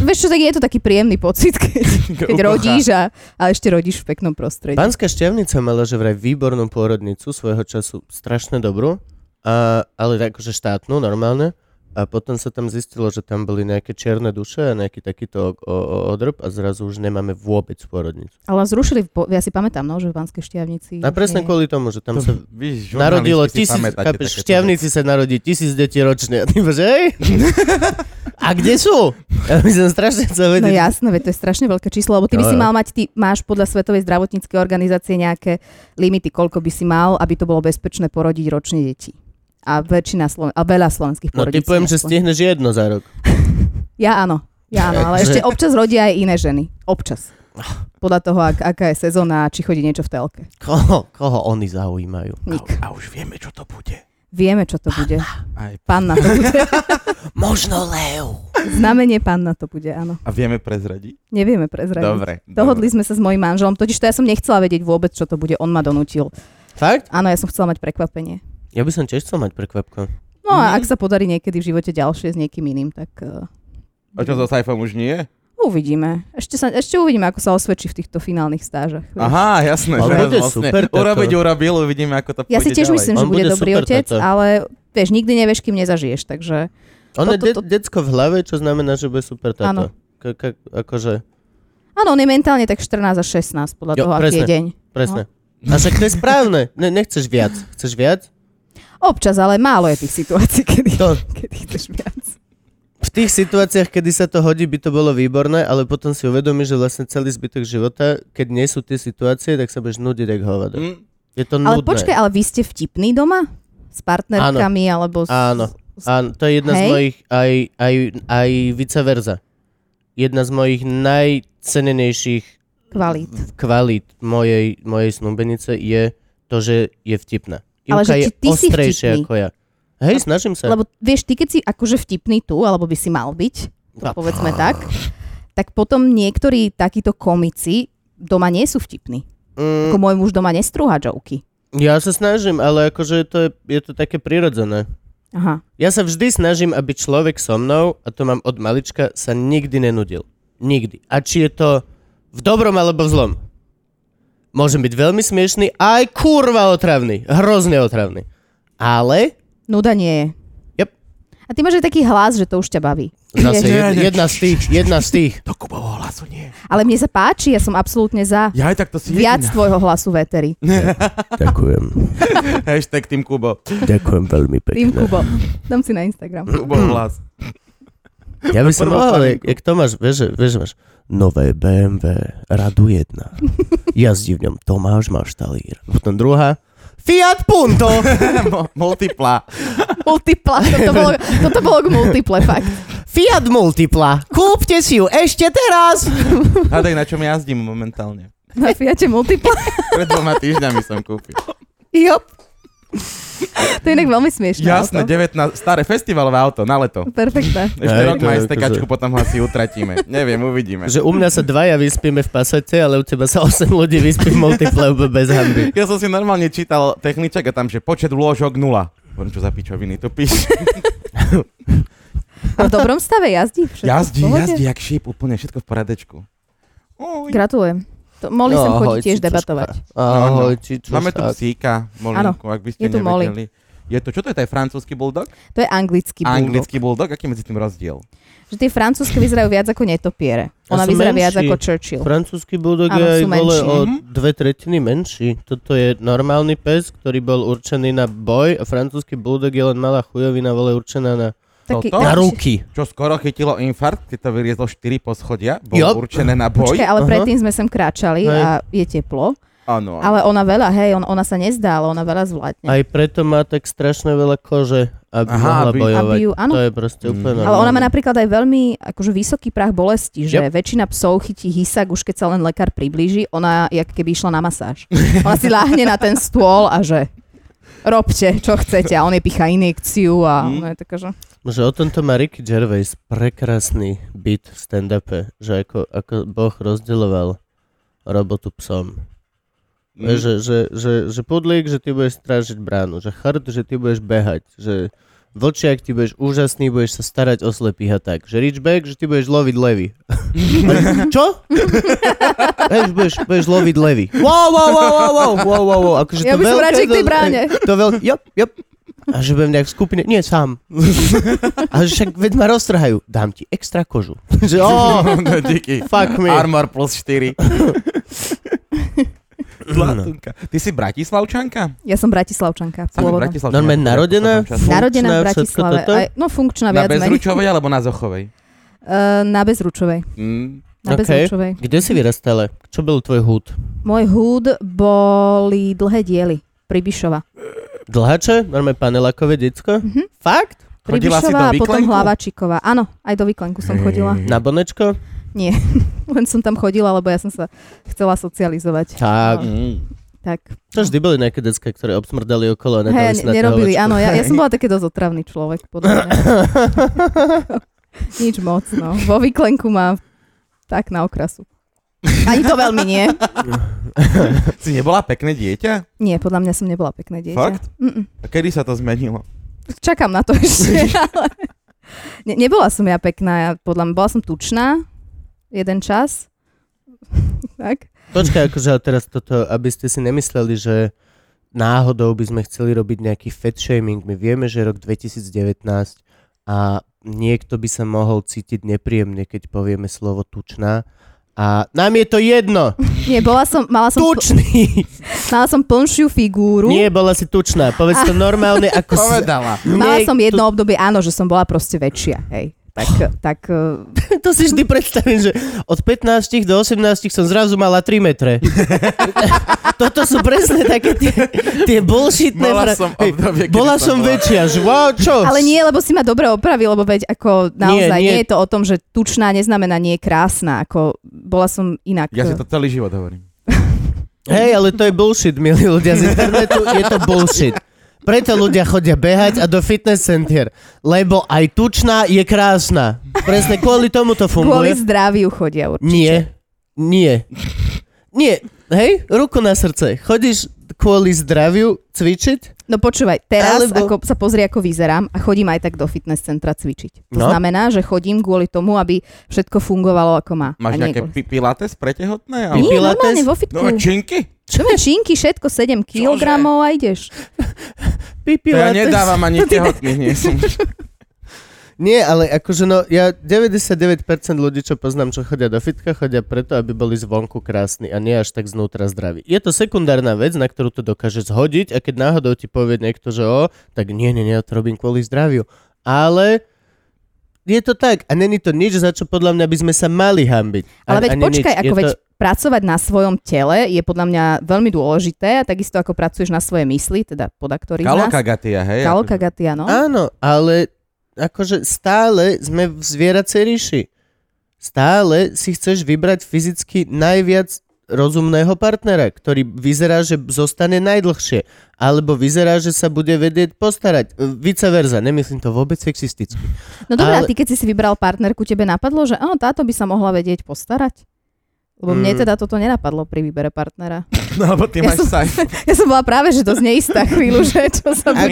Speaker 3: vieš čo, tak je to taký príjemný pocit, keď, keď
Speaker 2: Ukocha.
Speaker 3: rodíš a, a ešte rodíš v peknom prostredí.
Speaker 4: Pánska šťavnica mala že vraj výbornú pôrodnicu svojho času, strašne dobrú, a, ale akože štátnu, normálne. A potom sa tam zistilo, že tam boli nejaké čierne duše a nejaký takýto o, o, odrb a zrazu už nemáme vôbec pôrodnicu.
Speaker 3: Ale zrušili, po, ja si pamätám, no, že v Banskej Štiavnici...
Speaker 4: A presne kvôli tomu, že tam
Speaker 2: To,
Speaker 4: sa
Speaker 2: vy, žurnalisti
Speaker 4: narodilo
Speaker 2: si
Speaker 4: tisíc,
Speaker 2: pamätáte
Speaker 4: chápeš, v
Speaker 2: takéto
Speaker 4: šťavnici sa narodí tisíc detí ročne. A ty bože, hej? A kde sú? Ja by som strašne chcel
Speaker 3: No
Speaker 4: vedieť.
Speaker 3: jasné, veď to je strašne veľké číslo, lebo ty by
Speaker 4: Jo,
Speaker 3: si
Speaker 4: jo.
Speaker 3: mal mať, ty máš podľa Svetovej zdravotníckej organizácie nejaké limity, koľko by si mal, aby to bolo bezpečné porodiť ročne deti. A, väčšina Sloven- a veľa slovenských
Speaker 4: No ty
Speaker 3: porodíc.
Speaker 4: poviem,
Speaker 3: si
Speaker 4: že
Speaker 3: našla.
Speaker 4: stihneš jedno za rok.
Speaker 3: Ja áno, ja áno, ale
Speaker 4: Že-
Speaker 3: ešte občas rodia aj iné ženy. Občas. Podľa toho, ak, aká je sezóna, či chodí niečo v telke.
Speaker 4: Koho, koho oni zaujímajú?
Speaker 3: Nik.
Speaker 2: A už vieme, čo to bude.
Speaker 3: Vieme, čo to bude.
Speaker 2: Aj.
Speaker 3: Panna to bude.
Speaker 4: Možno Leo.
Speaker 3: Znamenie panna to bude, áno.
Speaker 2: A vieme prezradiť?
Speaker 3: Nevieme prezradiť.
Speaker 2: Dobre.
Speaker 3: Dohodli sme sa s mojím manželom, totiž to ja som nechcela vedieť vôbec, čo to bude. On ma donútil.
Speaker 4: Fakt?
Speaker 3: Áno, ja som chcela mať prekvapenie.
Speaker 4: Ja by som tiež chcel mať prekvapko.
Speaker 3: No a ak sa podarí niekedy v živote ďalšie s niekým iným, tak uh,
Speaker 2: A čo so Saifom už nie?
Speaker 3: uvidíme. Ešte, sa, ešte uvidíme, ako sa osvedčí v týchto finálnych stážach. vieš.
Speaker 2: Aha, jasné.
Speaker 4: Ale
Speaker 2: že
Speaker 4: bude
Speaker 2: vlastne
Speaker 4: super toto.
Speaker 2: Urobiť urobil, uvidíme, ako to
Speaker 3: Ja
Speaker 2: pôjde
Speaker 3: si tiež
Speaker 2: ďalej.
Speaker 3: myslím, že
Speaker 4: On
Speaker 3: bude,
Speaker 4: bude
Speaker 3: dobrý
Speaker 4: super
Speaker 3: otec,
Speaker 4: tata.
Speaker 3: ale vieš, nikdy nevieš, kým nezažiješ, takže
Speaker 4: Ono je
Speaker 3: Toto-
Speaker 4: de-
Speaker 3: to-
Speaker 4: decko v hlave, čo znamená, že bude super
Speaker 3: Áno.
Speaker 4: táto. Ka- ka- akože,
Speaker 3: áno, on je mentálne tak 14 a 16 podľa
Speaker 4: Jo,
Speaker 3: toho, aký je
Speaker 4: presne.
Speaker 3: deň.
Speaker 4: presne. A však to je správne. Ne, nechceš viac. Chceš viac?
Speaker 3: Občas, ale málo je tých situácií, kedy,
Speaker 4: To,
Speaker 3: kedy chceš viac.
Speaker 4: v tých situáciách, kedy sa to hodí, by to bolo výborné, ale potom si uvedomíš, že vlastne celý zbytok života, keď nie sú tie situácie, tak sa budeš nudiť ako hovado.
Speaker 2: Mm.
Speaker 4: Je to
Speaker 3: Ale
Speaker 4: nudné.
Speaker 3: počkaj, ale vy ste vtipní doma? S partnerkami alebo s...
Speaker 4: Áno.
Speaker 3: s-
Speaker 4: Áno, to je jedna z
Speaker 3: Hej.
Speaker 4: mojich, aj, aj, aj vice versa. Jedna z mojich najcenenejších
Speaker 3: Kvalít.
Speaker 4: kvalít mojej, mojej snúbenice je to, že je vtipná.
Speaker 3: Ale
Speaker 4: Ivka
Speaker 3: že
Speaker 4: je
Speaker 3: či ty si
Speaker 4: ostrejšia
Speaker 3: vtipný?
Speaker 4: ako ja. Hej, snažím sa.
Speaker 3: Lebo vieš, ty keď si akože vtipný tu, alebo by si mal byť, to
Speaker 4: No.
Speaker 3: povedzme tak, tak potom niektorí takíto komici doma nie sú vtipní.
Speaker 4: Mm,
Speaker 3: Ako môj muž doma nestrúha joky.
Speaker 4: ja sa snažím, ale akože to je, je to také prirodzené.
Speaker 3: Aha.
Speaker 4: Ja sa vždy snažím, aby človek so mnou, a to mám od malička, sa nikdy nenudil. Nikdy. A či je to v dobrom alebo v zlom. Môžem byť veľmi smiešný, aj kurva otravný. Hrozne otravný. Ale
Speaker 3: Nuda nie je.
Speaker 4: Yep.
Speaker 3: A ty máš aj taký hlas, že to už ťa baví.
Speaker 4: zase
Speaker 3: Vieš,
Speaker 4: jed, jedna z tých, jedna z tých.
Speaker 2: To Kubovo hlasu nie.
Speaker 3: ale mne sa páči, ja som absolútne za
Speaker 2: Ja aj tak to si
Speaker 3: viac
Speaker 2: jediná.
Speaker 3: tvojho hlasu veteri.
Speaker 4: Ďakujem.
Speaker 2: Hashtag tým Kubo.
Speaker 4: Ďakujem veľmi
Speaker 3: Tým Kubo. Dám si na Instagram.
Speaker 2: Kubo hlas.
Speaker 4: Ja by som
Speaker 2: prvom
Speaker 4: mohol, jak,
Speaker 2: pánku.
Speaker 4: jak to máš, vieš, že- vieš, že máš nové BMW Radu 1. Jazdí v ňom Tomáš Maštalír. Potom druhá, Fiat Punto.
Speaker 2: Mo- Multipla.
Speaker 3: Multipla. Toto bolo, toto bolo k multiple, fakt.
Speaker 4: Fiat Multipla. Kúpte si ju ešte teraz.
Speaker 2: Hádaj, na čom jazdím momentálne.
Speaker 3: Na Fiate multiple.
Speaker 2: Pred dvoma týždňami som kúpil.
Speaker 3: Jop. To je inak veľmi smiešné.
Speaker 2: Jasné,
Speaker 3: auto.
Speaker 2: 19, staré festivalové auto na leto.
Speaker 3: Perfektné.
Speaker 2: Ešte
Speaker 4: Hej,
Speaker 2: rok
Speaker 4: to
Speaker 2: má
Speaker 4: je
Speaker 2: STKčku,
Speaker 4: akože-
Speaker 2: potom ho asi utratíme. Neviem, uvidíme.
Speaker 4: Že u mňa sa dvaja vyspíme v pasate, ale u teba sa 8 ľudí vyspí v multiple úplne bez hamby.
Speaker 2: Ja som si normálne čítal techničak a tam, že počet vložok nula. Hovorím, čo za pičoviny tu píš.
Speaker 3: A v dobrom stave jazdí? Všetko
Speaker 2: Jazdí,
Speaker 3: v pohode?
Speaker 2: jazdí jak šíp, úplne všetko v poradečku. Uj.
Speaker 3: Gratulujem. To, Molly sem chodí tiež debatovať.
Speaker 4: Ahoj, cicuška.
Speaker 2: Máme tu psíka, Molinku, ak by ste
Speaker 3: je tu Molly.
Speaker 2: nevedeli. Je to, čo to je, to je francúzsky bulldog?
Speaker 3: To je anglický bulldog.
Speaker 2: Anglický bulldog, aký je medzi tým rozdiel?
Speaker 3: Že tie francúzske vyzerajú viac ako netopiere.
Speaker 4: A
Speaker 3: Ona
Speaker 4: sú
Speaker 3: vyzerá viac
Speaker 4: menší.
Speaker 3: ako Churchill.
Speaker 4: Francúzsky bulldog je
Speaker 3: Áno,
Speaker 4: aj
Speaker 3: sú
Speaker 4: vole
Speaker 3: menší.
Speaker 4: o
Speaker 2: Mhm.
Speaker 4: dve tretiny menší. Toto je normálny pes, ktorý bol určený na boj a francúzsky bulldog je len malá chujovina vole určená na,
Speaker 2: Toto?
Speaker 4: na ruky.
Speaker 2: Čo skoro chytilo infarkt, keď to vyriezlo 4 poschodia, bolo
Speaker 4: Jop.
Speaker 2: určené na boj.
Speaker 3: Počkaj, ale
Speaker 4: Aha.
Speaker 3: predtým sme sem kráčali
Speaker 4: Hej.
Speaker 3: a je teplo.
Speaker 2: Áno, áno.
Speaker 3: Ale ona veľa, hej, on, ona sa nezdá, ale ona veľa zvládne.
Speaker 4: Aj preto má tak strašne veľa kože, aby
Speaker 2: Aha,
Speaker 4: mohla
Speaker 2: aby-
Speaker 4: bojovať.
Speaker 3: Aby ju- áno.
Speaker 4: To je proste
Speaker 2: Mm.
Speaker 4: úplne
Speaker 2: Ale
Speaker 3: Ale ona má
Speaker 4: normálne.
Speaker 3: napríklad aj veľmi akože vysoký prach bolesti, že väčšina psov chytí hisak už keď sa len lekár priblíži, ona jak keby išla na masáž. Ona si láhne na ten stôl a že robte, čo chcete. A on jej pichá injekciu a
Speaker 2: Mm.
Speaker 3: ona je taká, že...
Speaker 4: Že o tomto má Ricky Gervais prekrásny bit v stand-upe, že ako, ako Boh rozdeľoval robotu psom.
Speaker 2: Mm.
Speaker 4: Mm. Že, že, že, že pudlík, že ty budeš strážiť bránu, že chrt, že ty budeš behať, že Vlčiak, ty budeš úžasný, budeš sa starať o slepých a tak. Že Richback, že ty budeš loviť levy. Ale Čo? Hej, že budeš, budeš loviť levy. Wow, wow, wow, wow, wow, wow, wow, wow. Akože
Speaker 3: Ja
Speaker 4: to
Speaker 3: by som
Speaker 4: veľké-
Speaker 3: radšej k tej
Speaker 4: to-
Speaker 3: bráne.
Speaker 4: To veľ... Jop, jop. A že budem nejak v skupine, nie, sám. A že však veď ma roztrhajú. Dám ti extra kožu. Že, oh,
Speaker 2: no, díky.
Speaker 4: fuck me.
Speaker 2: Armor plus 4. Zlatunka. Ty si Bratislavčanka?
Speaker 3: Ja som Bratislavčanka.
Speaker 2: Sami
Speaker 3: Pôvodom.
Speaker 2: Bratislavčanka.
Speaker 4: Normálne narodená? Funkčná,
Speaker 3: Narodená v Bratislave.
Speaker 4: všetko toto?
Speaker 3: Aj, no funkčná
Speaker 2: Na
Speaker 3: viac menej.
Speaker 2: Bezručovej alebo na Zochovej?
Speaker 3: Eh, na Bezručovej.
Speaker 2: Mm.
Speaker 3: Na
Speaker 4: Ok.
Speaker 3: Bezručovej.
Speaker 4: Kde si vyrastala? Čo bol tvoj hud?
Speaker 3: Môj húd boli dlhé diely. Pribišova.
Speaker 4: Dlhače? Normálne panelákové decko? Mm-hmm.
Speaker 3: Mhm.
Speaker 4: Fakt?
Speaker 2: Chodila si do
Speaker 3: Pribišova a potom
Speaker 2: výklenku?
Speaker 3: Hlavačíková. Áno, aj do výklenku som chodila.
Speaker 4: Na bonečko?
Speaker 3: Len som tam chodila, lebo ja som sa chcela socializovať.
Speaker 4: Tak.
Speaker 2: Mm.
Speaker 3: Tak.
Speaker 4: To vždy boli nejaké decka, ktoré obsmrdali okolo a nedali si
Speaker 3: Hej,
Speaker 4: na
Speaker 3: nerobili,
Speaker 4: tehovačku.
Speaker 3: áno. Ja, ja som bola taký dosť otravný človek, podľa mňa. Nič moc, no. Vo výklenku mám tak na okrasu. Ani to veľmi nie.
Speaker 2: Si nebola pekné dieťa?
Speaker 3: Nie, podľa mňa som nebola pekné dieťa.
Speaker 2: Fakt?
Speaker 3: Mm-mm.
Speaker 2: A kedy sa to zmenilo?
Speaker 3: Čakám na to ešte. ale- ne, nebola som ja pekná, ja podľa mňa bola som tučná jeden čas. tak.
Speaker 4: Počkaj, akože a teraz toto, aby ste si nemysleli, že náhodou by sme chceli robiť nejaký fat shaming. My vieme, že je rok 2019 a niekto by sa mohol cítiť nepríjemne, keď povieme slovo tučná. A nám je to jedno!
Speaker 3: Nie, bola som, mala som, pl-
Speaker 4: Tučný!
Speaker 3: mala som plnšiu figúru.
Speaker 4: Nie, bola si tučná. Povedz to normálne, ako si...
Speaker 2: Povedala.
Speaker 3: Mala
Speaker 4: Nie,
Speaker 3: som jedno obdobie, áno, že som bola proste väčšia, hej. Tak, tak eh,
Speaker 4: To si vždy predstavím, že od 15 do 18 som zrazu mala 3 metre. Toto sú presne také tie, tie bullshitné...
Speaker 2: Mala
Speaker 4: fra-
Speaker 2: som
Speaker 4: Hej,
Speaker 2: obdobie, kedy
Speaker 4: bola som
Speaker 2: som bola-
Speaker 4: väčšia, že wow, čo?
Speaker 3: ale nie, lebo si ma dobre opravil, lebo veď ako naozaj nie,
Speaker 4: nie.
Speaker 3: nie. je to o tom, že tučná neznamená nie krásna, ako bola som inak. eh,
Speaker 2: Ja si to celý život hovorím.
Speaker 4: Hej, ale to je bullshit, milí ľudia z internetu, je to bullshit. Preto ľudia chodia behať a do fitness center, lebo aj tučná je krásna. Presne kvôli tomu to funguje.
Speaker 3: Kvôli zdraviu chodia určite.
Speaker 4: Nie. Nie. Nie. Hej, ruku na srdce. Chodíš kvôli zdraviu cvičiť?
Speaker 3: No počúvaj, teraz
Speaker 4: Alebo-
Speaker 3: Alebo... ako sa pozri, ako vyzerám a chodím aj tak do fitness centra cvičiť. To
Speaker 4: No.
Speaker 3: no. znamená, že chodím kvôli tomu, aby všetko fungovalo ako má.
Speaker 2: Máš
Speaker 3: a nie
Speaker 2: nejaké
Speaker 3: kvôli-
Speaker 2: pi- pilates pre tehotné?
Speaker 3: Nie,
Speaker 4: Pilates?
Speaker 3: normálne vo fitku.
Speaker 2: No činky?
Speaker 3: Čo máš činky, všetko 7 kg a ideš.
Speaker 2: To ja
Speaker 4: Pipilates.
Speaker 2: nedávam ani tehotných, nie som.
Speaker 4: Nie, ale akože no, ja 99% ľudí, čo poznám, čo chodia do fitka, chodia preto, aby boli zvonku krásni a nie až tak znútra zdraví. Je to sekundárna vec, na ktorú to dokáže zhodiť a keď náhodou ti povie niekto, že o, tak nie, nie, nie, ja to robím kvôli zdraviu. Ale je to tak a není to nič, za čo podľa mňa by sme sa mali hambiť.
Speaker 3: Ale veď
Speaker 4: Ani
Speaker 3: počkaj,
Speaker 4: nič.
Speaker 3: ako
Speaker 4: Je
Speaker 3: veď
Speaker 4: to...
Speaker 3: pracovať na svojom tele je podľa mňa veľmi dôležité a takisto ako pracuješ na svoje mysli, teda podľa ktorých nás...
Speaker 2: Kalokagatia, hej? akože.
Speaker 3: Kalokagatia, no.
Speaker 4: Áno, ale akože stále sme v zvieracej ríši. Stále si chceš vybrať fyzicky najviac rozumného partnera, ktorý vyzerá, že zostane najdlhšie, alebo vyzerá, že sa bude vedieť postarať. E, Vice versa, nemyslím to vôbec sexisticky.
Speaker 3: No dobré, ale...
Speaker 4: ale-
Speaker 3: a ty keď si si vybral partnerku, tebe napadlo, že áno, táto by sa mohla vedieť postarať? Lebo mne
Speaker 4: Mm.
Speaker 3: teda toto nenapadlo pri výbere partnera.
Speaker 2: No, lebo ty
Speaker 3: Ja
Speaker 2: máš
Speaker 3: som-
Speaker 2: sa...
Speaker 3: Ja som bola práve, že dosť neistá chvíľu, že čo sa bude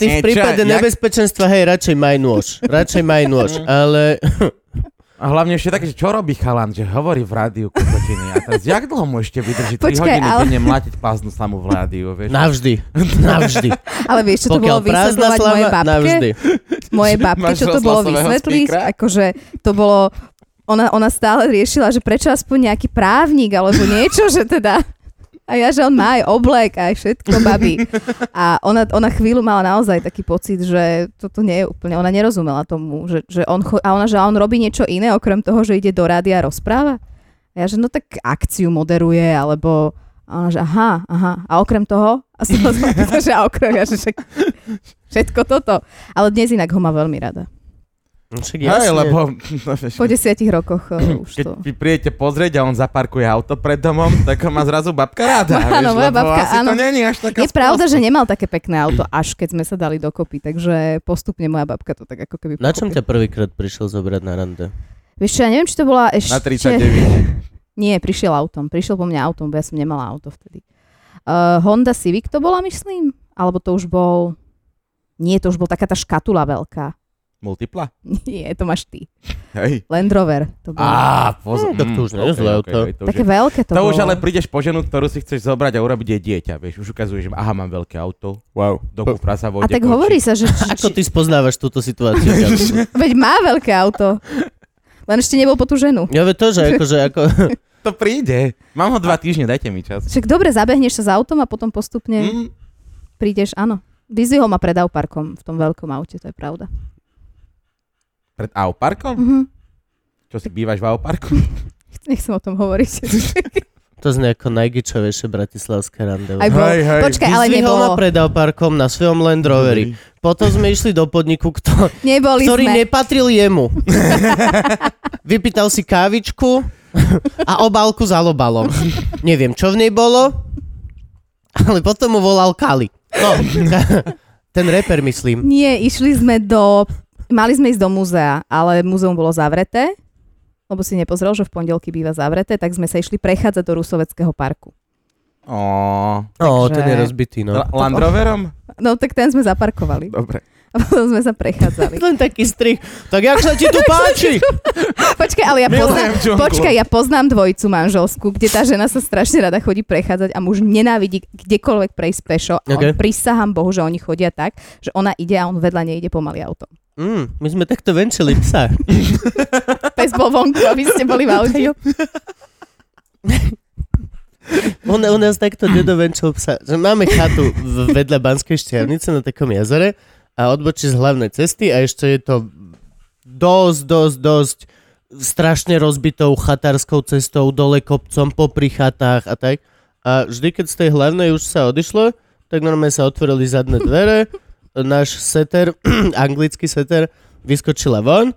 Speaker 2: E,
Speaker 4: Ty v prípade nebezpečenstva, hej, radšej maj nôž. Radšej maj nôž, ale...
Speaker 2: A hlavne ešte také, že čo robí chalan, že hovorí v rádiu kokotiny. A teraz, jak dlho mu ešte vydrží 3
Speaker 3: Počkaj,
Speaker 2: hodiny
Speaker 3: ale-
Speaker 2: denne mlátiť páznu samu v rádiu, vieš?
Speaker 4: Navždy. Navždy.
Speaker 3: Ale vieš, čo to bolo
Speaker 4: Pokiaľ prázdna
Speaker 3: vysvetľovať mojej
Speaker 4: slava,
Speaker 3: babke?
Speaker 4: navždy.
Speaker 3: Mojej babke,
Speaker 2: Máš
Speaker 3: čo to bolo
Speaker 2: rozhlasového
Speaker 3: vysvetliť?
Speaker 2: speakera?
Speaker 3: Akože to bolo... Ona, ona stále riešila, že prečo aspoň nejaký právnik alebo niečo, že teda... A ja, že on má aj oblek, aj všetko, babi. A ona, ona chvíľu mala naozaj taký pocit, že toto nie je úplne, ona nerozumela tomu, že, že on, cho- a ona, že on robí niečo iné, okrem toho, že ide do rádia a rozpráva. A ja, že no tak akciu moderuje, alebo a ona, že aha, aha. A okrem toho, a som sa spýtala, že a okrem, ja, že však, všetko toto. Ale dnes inak ho má veľmi rada.
Speaker 4: Však
Speaker 2: Hej,
Speaker 4: jasne.
Speaker 2: lebo... no, vieš,
Speaker 3: Po desiatich rokoch eh, už
Speaker 2: Keď
Speaker 3: to...
Speaker 2: vy prídete pozrieť a on zaparkuje auto pred domom, tak ho má zrazu babka ráda. vieš,
Speaker 3: Áno, moja
Speaker 2: lebo
Speaker 3: babka,
Speaker 2: asi
Speaker 3: áno.
Speaker 2: to není až taká
Speaker 3: Je pravda, že
Speaker 2: sprostosť.
Speaker 3: nemal také pekné auto, až keď sme sa dali dokopy, takže postupne moja babka to tak ako keby...
Speaker 4: Na čom
Speaker 3: pochopila.
Speaker 4: ťa prvýkrát prišiel zobrať na rande?
Speaker 3: Vieš čo, ja neviem, či to bola ešte...
Speaker 2: Na 39.
Speaker 3: Nie, prišiel autom. Prišiel po mňa autom, bo ja som Eh, nemala auto vtedy. Uh, Honda Civic to bola, myslím? Alebo to už bol... Nie, to už bol taká tá škatula veľká.
Speaker 2: Multipla?
Speaker 3: Nie, to máš ty.
Speaker 2: Hej.
Speaker 3: Land Rover. To bolo.
Speaker 2: Á, pozor.
Speaker 4: Hm, tak to už nie je zlé auto.
Speaker 2: to už
Speaker 3: Také
Speaker 2: je-
Speaker 3: veľké to,
Speaker 2: to
Speaker 3: bolo.
Speaker 2: už ale prídeš po ženu, ktorú si chceš zobrať a urobiť jej dieťa, vieš. Už ukazuješ, že aha, mám veľké auto,
Speaker 4: Wow.
Speaker 2: do kufra sa
Speaker 3: A
Speaker 2: vojde.
Speaker 3: tak
Speaker 2: končí.
Speaker 3: hovorí sa, že...
Speaker 4: Ako ty spoznávaš túto situáciu? Gabo?
Speaker 3: Veď má veľké auto. Len ešte nebol po tú ženu.
Speaker 4: ja ve to, že akože ako...
Speaker 2: To príde. Mám ho dva týždne, dajte mi čas.
Speaker 3: Však dobre, zabehneš sa s autom a potom postupne
Speaker 2: Hm,
Speaker 3: prídeš, áno. Vyzdvihol ma pred parkom v tom veľkom aute, to je pravda.
Speaker 2: pred Auparkom?
Speaker 3: Mhm.
Speaker 2: Čo si bývaš v Auparku?
Speaker 3: Nechcem o tom hovoriť.
Speaker 4: To znie ako najgičovejšie bratislavské randevu.
Speaker 3: Aj bol.
Speaker 2: Hej, hej.
Speaker 3: Počkaj, ale
Speaker 4: Vyzdvihol ma
Speaker 3: nebolo.
Speaker 4: pred parkom na svojom Land Roveri. Potom sme išli do podniku, kto,
Speaker 3: Neboli
Speaker 4: ktorý
Speaker 3: sme.
Speaker 4: nepatril jemu. Vypýtal si kávičku a obálku za lobalom. Neviem, čo v nej bolo, ale potom mu volal Kali. No, ten reper myslím.
Speaker 3: Nie, išli sme do... Mali sme ísť do múzea, ale múzeum bolo zavreté, lebo si nepozrel, že v pondelky býva zavreté, tak sme sa išli prechádzať do Rusoveckého parku.
Speaker 2: Ó,
Speaker 4: No,
Speaker 3: Takže-
Speaker 4: ten je rozbitý, no.
Speaker 2: La- Land Roverom?
Speaker 3: No tak ten sme zaparkovali.
Speaker 2: Dobre.
Speaker 3: A potom sme sa prechádzali.
Speaker 4: Len taký strich. Tak jak sa ti tu páči?
Speaker 3: Počkaj, ale ja
Speaker 2: Milujem
Speaker 3: poznám,
Speaker 2: džunglu.
Speaker 3: počkaj, ja poznám dvojicu manželskú, kde tá žena sa strašne rada chodí prechádzať a muž nenávidí kdekoľvek prejsť pešo. A
Speaker 4: Okay.
Speaker 3: okay. on, prisahám Bohu, že oni chodia tak, že ona ide a on vedľa nej ide pomaly autom.
Speaker 4: Mm, my sme takto venčili psa.
Speaker 3: Pes bol vonku a vy ste boli v aute.
Speaker 4: On, on nás takto nedovenčil psa. Že máme chatu v- vedľa Banskej šťavnice na takom jazere a odbočí z hlavnej cesty a ešte je to dosť, dosť, dosť strašne rozbitou chatárskou cestou, dole kopcom, popri chatách a tak. A vždy, keď z tej hlavnej už sa odišlo, tak normálne sa otvorili zadné dvere, náš seter, anglický seter, vyskočila von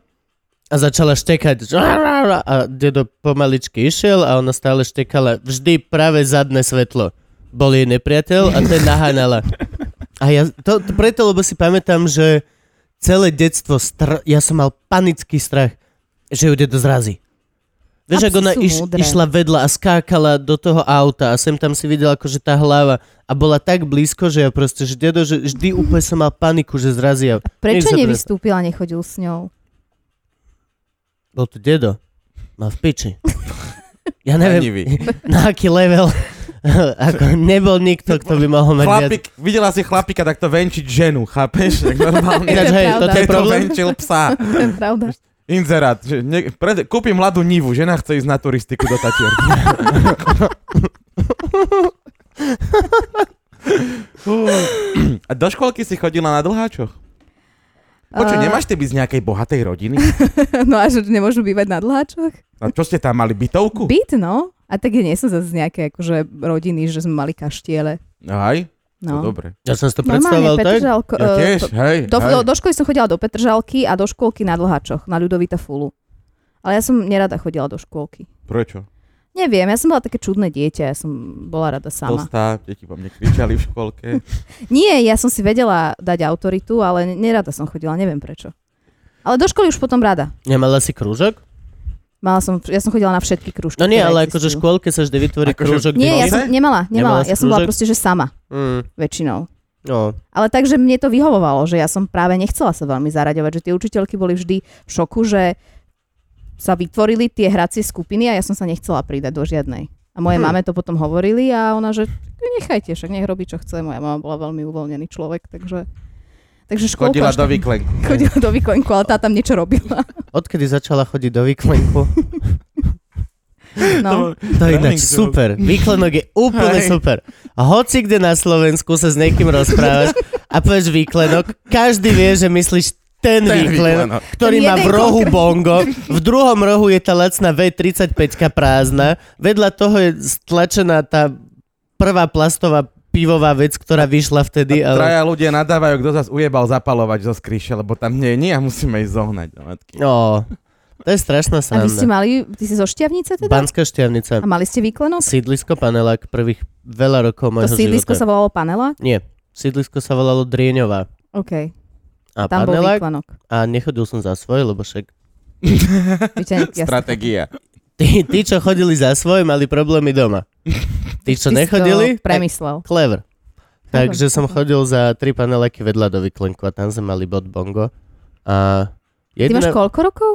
Speaker 4: a začala štekať. že A dedo pomaličky išiel a ona stále štekala vždy práve zadné svetlo. Bol jej nepriateľ a ten naháňala. A ja, to, to preto, lebo si pamätám, že celé detstvo, str- ja som mal panický strach, že ju dedo zrazí. Vieš,
Speaker 3: A
Speaker 4: ako
Speaker 3: psy
Speaker 4: ona
Speaker 3: sú
Speaker 4: iš,
Speaker 3: múdre.
Speaker 4: išla vedľa a skákala do toho auta a sem tam si videla akože tá hlava a bola tak blízko, že ja proste, že dedo, že vždy úplne som mal paniku, že zrazí. a-
Speaker 3: Prečo
Speaker 4: Nech sa to-
Speaker 3: nevystúpil a nechodil s ňou?
Speaker 4: Bol to dedo. Má v piči. Ja neviem,
Speaker 2: Lenivý.
Speaker 4: na aký level. Ako nebol nikto, kto by mohol mať viac.
Speaker 2: Chlapík, videla si chlapika takto venčiť ženu, chápeš? Tak normálne.
Speaker 4: Ináč,
Speaker 3: to je
Speaker 4: hej,
Speaker 3: pravda.
Speaker 4: toto je
Speaker 2: Keď to
Speaker 4: problém.
Speaker 2: venčil psa.
Speaker 3: To je pravda.
Speaker 2: Inzerát. Že ne, pred, kúpim mladú nivu, žena chce ísť na turistiku do Tatier. A do školky si chodila na dlháčoch? Počuj,
Speaker 3: A-
Speaker 2: nemáš ty byť z nejakej bohatej rodiny?
Speaker 3: No a že nemôžu bývať na dláčoch?
Speaker 2: A čo ste tam mali, bytovku?
Speaker 3: Byt, no. A tak ja nie som zase z nejaké akože, rodiny, že sme mali kaštiele.
Speaker 2: Aj, no.
Speaker 3: No.
Speaker 2: dobre.
Speaker 4: Ja som si to
Speaker 3: Normálne,
Speaker 4: predstavoval tak.
Speaker 3: Petržalko,
Speaker 2: Ja
Speaker 3: eh,
Speaker 2: tiež, hej,
Speaker 3: Do,
Speaker 2: hej.
Speaker 3: do, do školy som chodila do Petržalky a do škôlky na Dlhačoch, na Ľudovita Fulu. Ale ja som nerada chodila do škôlky.
Speaker 2: Prečo?
Speaker 3: Neviem, ja som bola také čudné dieťa, ja som bola rada sama.
Speaker 2: Tlstá, deti po mne kričali v škôlke.
Speaker 3: Nie, ja som si vedela dať autoritu, ale n- nerada som chodila, neviem prečo. Ale do školy už potom rada.
Speaker 4: Nemala si krúžok?
Speaker 3: Mala som, ja som chodila na všetky krúžky.
Speaker 4: No nie,
Speaker 3: ktoré
Speaker 4: ale akože v
Speaker 3: existujú.
Speaker 4: škôlke sa vždy vytvorí
Speaker 2: Akože-
Speaker 4: krúžok.
Speaker 3: Nie, ja
Speaker 4: kde-
Speaker 3: som nemala,
Speaker 4: Nemala
Speaker 3: nemala.
Speaker 4: si
Speaker 3: Ja som bola
Speaker 4: krúžok?
Speaker 3: proste, že sama
Speaker 4: Mm,
Speaker 3: väčšinou.
Speaker 4: no.
Speaker 3: Ale tak, že mne to vyhovovalo, že ja som práve nechcela sa veľmi zaraďovať, že tie učiteľky boli vždy v šoku, že sa vytvorili tie hracie skupiny a ja som sa nechcela pridať do žiadnej. A
Speaker 4: Hm.
Speaker 3: moje hmm. mame to potom hovorili a ona, že nechajte, však nech robí, čo chce. Moja mama bola veľmi uvoľnený človek, takže... Takže školka
Speaker 2: Chodila
Speaker 3: až
Speaker 2: do
Speaker 3: tak-
Speaker 2: výklenku.
Speaker 3: chodila do výklenku, ale tá tam niečo robila.
Speaker 4: Odkedy začala chodiť do výklenku? To
Speaker 3: No.
Speaker 4: je
Speaker 2: Running
Speaker 4: ináč
Speaker 2: joke.
Speaker 4: super. Výklenok je úplne
Speaker 2: Hej.
Speaker 4: super. A hoci kde na Slovensku sa s niekým rozprávaš a povieš výklenok, každý vie, že myslíš ten,
Speaker 2: Ten
Speaker 4: výklenok,
Speaker 2: výklenok.
Speaker 4: ktorý
Speaker 3: Ten
Speaker 4: má v
Speaker 3: jeden
Speaker 4: rohu
Speaker 3: konkrétny.
Speaker 4: bongo, v druhom rohu je tá lacná V35 prázdna, vedľa toho je stlačená tá prvá plastová pivová vec, ktorá vyšla vtedy,
Speaker 2: A
Speaker 4: ale...
Speaker 2: Traja ľudia nadávajú, kto zas ujebal zapalovač zo skriše, lebo tam nie je ni a musíme ísť zohnať do matky.
Speaker 4: No, to je strašná
Speaker 3: A vy ste
Speaker 4: sranda.
Speaker 3: mali, ty si zo Šťavnice teda?
Speaker 4: Banská šťavnica.
Speaker 3: A mali ste výklenok?
Speaker 4: Sídlisko panelák prvých veľa rokov
Speaker 3: To
Speaker 4: mojho
Speaker 3: sídlisko sa
Speaker 4: života.
Speaker 3: volalo Panela?
Speaker 4: Nie, sídlisko sa volalo Drieňová.
Speaker 3: OK,
Speaker 4: A
Speaker 3: tam bol
Speaker 4: panelák
Speaker 3: výklenok.
Speaker 4: a nechodil som za svoj, lebo však
Speaker 3: Vyťaň, jasne.
Speaker 2: Stratégia.
Speaker 4: tí, tí čo chodili za svoj, mali problémy doma. Tí, čo
Speaker 3: Ty si to
Speaker 4: nechodili, tak
Speaker 3: premyslel.
Speaker 4: clever. Takže som chodil za tri paneláky vedľa do Vyklenku a tam sme mali bod bongo. A
Speaker 3: Ty máš
Speaker 4: jedna...
Speaker 3: koľko rokov?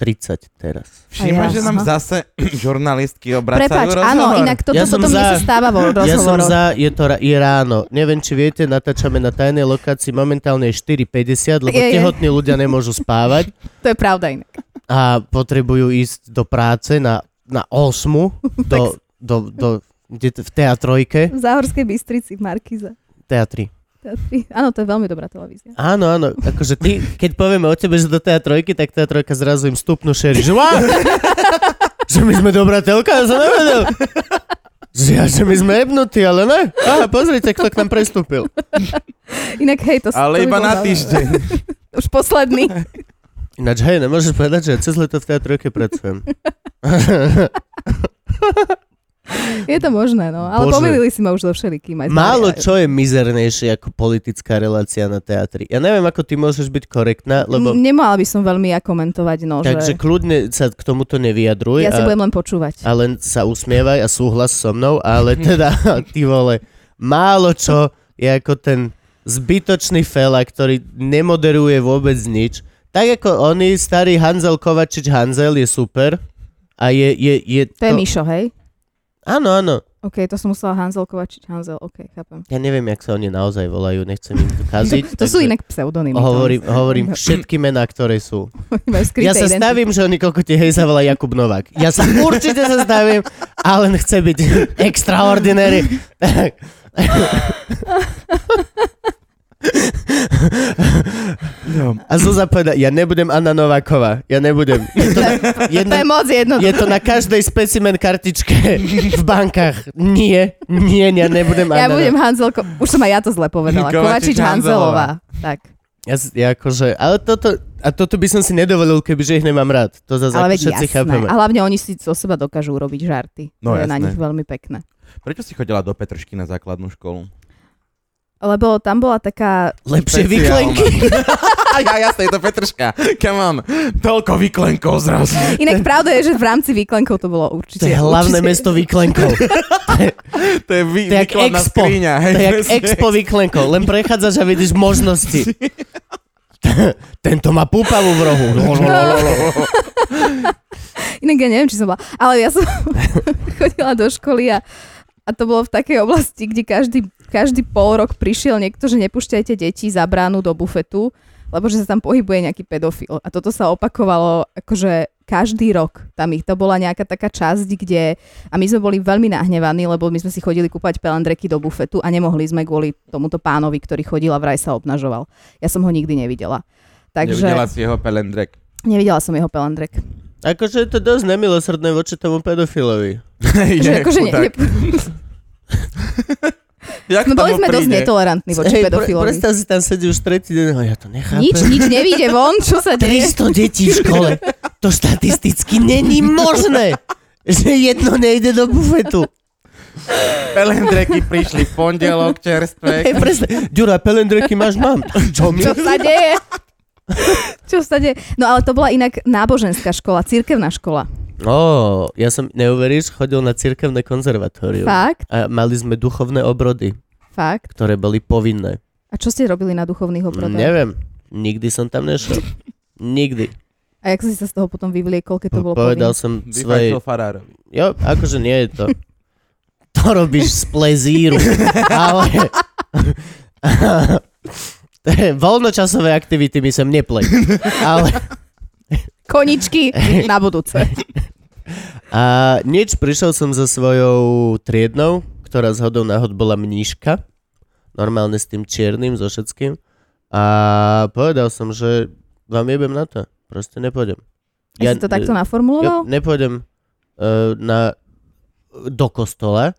Speaker 4: 30 teraz.
Speaker 2: Všimáš,
Speaker 3: ja,
Speaker 2: že nám
Speaker 3: aha.
Speaker 2: zase žurnalistky obracajú
Speaker 3: Prepač,
Speaker 2: rozhovor?
Speaker 3: áno, inak toto
Speaker 4: Ja som
Speaker 3: potom mne
Speaker 4: za.
Speaker 3: sa stáva vo
Speaker 4: Ja som
Speaker 3: rozhovoroch.
Speaker 4: za, je to ra- je ráno. Neviem, či viete, natáčame na tajnej lokácii momentálne je 4.50, lebo
Speaker 3: Je, je.
Speaker 4: tehotní ľudia nemôžu spávať
Speaker 3: To je pravda inak.
Speaker 4: a potrebujú ísť do práce na, na 8 do, do, do, kde- v teatrojke.
Speaker 3: V Záhorskej Bystrici, v Markize.
Speaker 4: Teatri.
Speaker 3: Teatri. Áno, to je veľmi dobrá televízia.
Speaker 4: Áno, áno, akože ty, keď povieme o tebe, že do teatrojky, tak teatrojka zrazu im stupnú šery, že wow, že my sme dobrá telka, ja som nevedel. Že, ja, že my sme jebnutí, ale ne. Aha, pozrite, kto k nám prestúpil.
Speaker 3: Inak hej, to
Speaker 2: Ale
Speaker 3: to by
Speaker 2: iba
Speaker 3: bolo
Speaker 2: na
Speaker 3: zaujímavé.
Speaker 2: týždeň.
Speaker 3: Už posledný.
Speaker 4: Ináč, hej, nemôžeš povedať, že ja cez leto v teatrojke pracujem.
Speaker 3: Je to možné, no. Ale
Speaker 4: Bože.
Speaker 3: pomýlili si ma už so všelikým. Aj s
Speaker 4: Málo
Speaker 3: Máriou.
Speaker 4: čo je mizernejšie ako politická relácia na teatri. Ja neviem, ako ty môžeš byť korektná, lebo...
Speaker 3: M- Nemala by som veľmi ja komentovať, no.
Speaker 4: Takže
Speaker 3: Že...
Speaker 4: kľudne sa k tomuto nevyjadruj.
Speaker 3: Ja si
Speaker 4: a-
Speaker 3: budem len počúvať.
Speaker 4: a len sa usmievaj a súhlas so mnou, ale teda, ty vole, málo čo je ako ten zbytočný fela, ktorý nemoderuje vôbec nič. Tak ako oni, starý Hanzel Kovačič Hanzel je super a je... je, je
Speaker 3: To je Mišo, hej?
Speaker 4: Áno, áno.
Speaker 3: OK, to som musela Hanzel Kovačič. Hanzel, OK, chápem.
Speaker 4: Ja neviem, jak sa oni naozaj volajú, nechcem im tu kaziť.
Speaker 3: To sú
Speaker 4: takže
Speaker 3: inak pseudonymy.
Speaker 4: Hovorím, hovorím
Speaker 3: Oni
Speaker 4: všetky mená, ktoré sú.
Speaker 3: majú skryté
Speaker 4: Ja sa
Speaker 3: identity.
Speaker 4: stavím, že oni kokoti hej sa volá Jakub Novák. Ja sa určite sa stavím, ale len chce byť extraordinary. Tak.
Speaker 2: No.
Speaker 4: A Zúza povedala, ja nebudem Anna Nováková. Ja nebudem. Je to,
Speaker 3: To
Speaker 4: jedno,
Speaker 3: je moc jednoduché.
Speaker 4: je to na každej specimen kartičke v bankách. Nie, nie, ja nebudem
Speaker 3: Ja
Speaker 4: Anna Nováková.
Speaker 3: budem Hanzel, Ko- už som aj ja to zle povedala.
Speaker 2: Kovačič
Speaker 3: Kovačič Hanzelová. Tak.
Speaker 4: Ja, s- ja akože, ale toto, a toto by som si nedovolil, kebyže ich nemám rád. To zase
Speaker 3: Ale
Speaker 4: ako
Speaker 3: veď
Speaker 4: všetci
Speaker 3: jasné.
Speaker 4: chápeme.
Speaker 3: A hlavne oni si zo seba dokážu urobiť žarty.
Speaker 2: No
Speaker 3: to je na
Speaker 2: jasné.
Speaker 3: nich veľmi pekné.
Speaker 2: Prečo si chodila do Petršky na základnú školu?
Speaker 3: Lebo tam bola taká...
Speaker 4: Lepšie
Speaker 2: Špeciálna.
Speaker 4: vyklenky.
Speaker 2: ja, jasne, je to Petrška. Kam mám toľko vyklenkov zrazu.
Speaker 3: Inak pravda je, že v rámci výklenkov to bolo
Speaker 4: To
Speaker 3: určite...
Speaker 4: je hlavné
Speaker 3: určite...
Speaker 4: mesto vyklenkov.
Speaker 2: To je vy,
Speaker 4: To je jak
Speaker 2: vykladná
Speaker 4: expo.
Speaker 2: skriňa. Hej,
Speaker 4: To je jak
Speaker 2: presne.
Speaker 4: expo vyklenkov, len prechádzaš a vidíš možnosti. Tento má púpavu v rohu.
Speaker 3: No, Inak ja neviem, či som bola... Ale ja som chodila do školy a, a to bolo v takej oblasti, kde každý, každý pol rok prišiel niekto, že nepúšťajte deti za bránu do bufetu, lebo že sa tam pohybuje nejaký pedofil. A toto sa opakovalo akože každý rok tam ich. To bola nejaká taká časť, kde... A my sme boli veľmi nahnevaní, lebo my sme si chodili kúpať pelandreky do bufetu a nemohli sme kvôli tomuto pánovi, ktorý chodil a vraj sa obnažoval. Ja som ho nikdy nevidela. Takže
Speaker 2: Nevidela
Speaker 3: nevidela,
Speaker 2: si jeho pelendrek.
Speaker 3: nevidela som jeho pelandrek.
Speaker 4: Akože je to dosť nemilosrdné voči tomu pedofilovi.
Speaker 3: Že akože ne,
Speaker 2: chudák.
Speaker 3: ne,
Speaker 2: Jak
Speaker 3: No
Speaker 2: tam
Speaker 3: boli sme
Speaker 2: príde?
Speaker 3: dosť netolerantní voči
Speaker 4: Hej,
Speaker 3: pedofilovi.
Speaker 4: predstav si, tam sedí už tretí deň, a ja to nechápem.
Speaker 3: Nič, nič nevíde von, čo sa deje.
Speaker 4: 300 detí v škole. To štatisticky není možné, že jedno nejde do bufetu.
Speaker 2: Pelendreky prišli v pondelok, čerstvé.
Speaker 4: Hej, presne. Ďura, pelendreky máš, mám. Čo mi?
Speaker 3: Čo sa deje? Čo sa deje? No ale to bola inak náboženská škola, církevná škola.
Speaker 4: Ó, ja som, neuveríš, chodil na cirkevné konzervatórium.
Speaker 3: Fakt,
Speaker 4: A mali sme duchovné obrody,
Speaker 3: fakt.
Speaker 4: ktoré boli povinné.
Speaker 3: A čo ste robili na duchovných obradoch?
Speaker 4: Neviem, nikdy som tam nešiel. Nikdy.
Speaker 3: A jak si sa z toho potom vyvliekol, keď to bolo
Speaker 4: Povedal som
Speaker 3: povinné?
Speaker 2: Vyfajčil
Speaker 4: svojej...
Speaker 2: farárovi.
Speaker 4: Jo, akože nie je to. To robíš z plezíru. Ale... Voľnočasové aktivity mi sem nepleť. Ale
Speaker 3: Koničky na budúce.
Speaker 4: A nič, prišiel som so svojou triednou, ktorá z hodou náhod bola mníška, normálne s tým čiernym, so všetkým. A povedal som, že vám jebem na to, proste nepôjdem.
Speaker 3: Ja si to takto
Speaker 4: ja
Speaker 3: naformuloval?
Speaker 4: nepôjdem uh, na, do kostola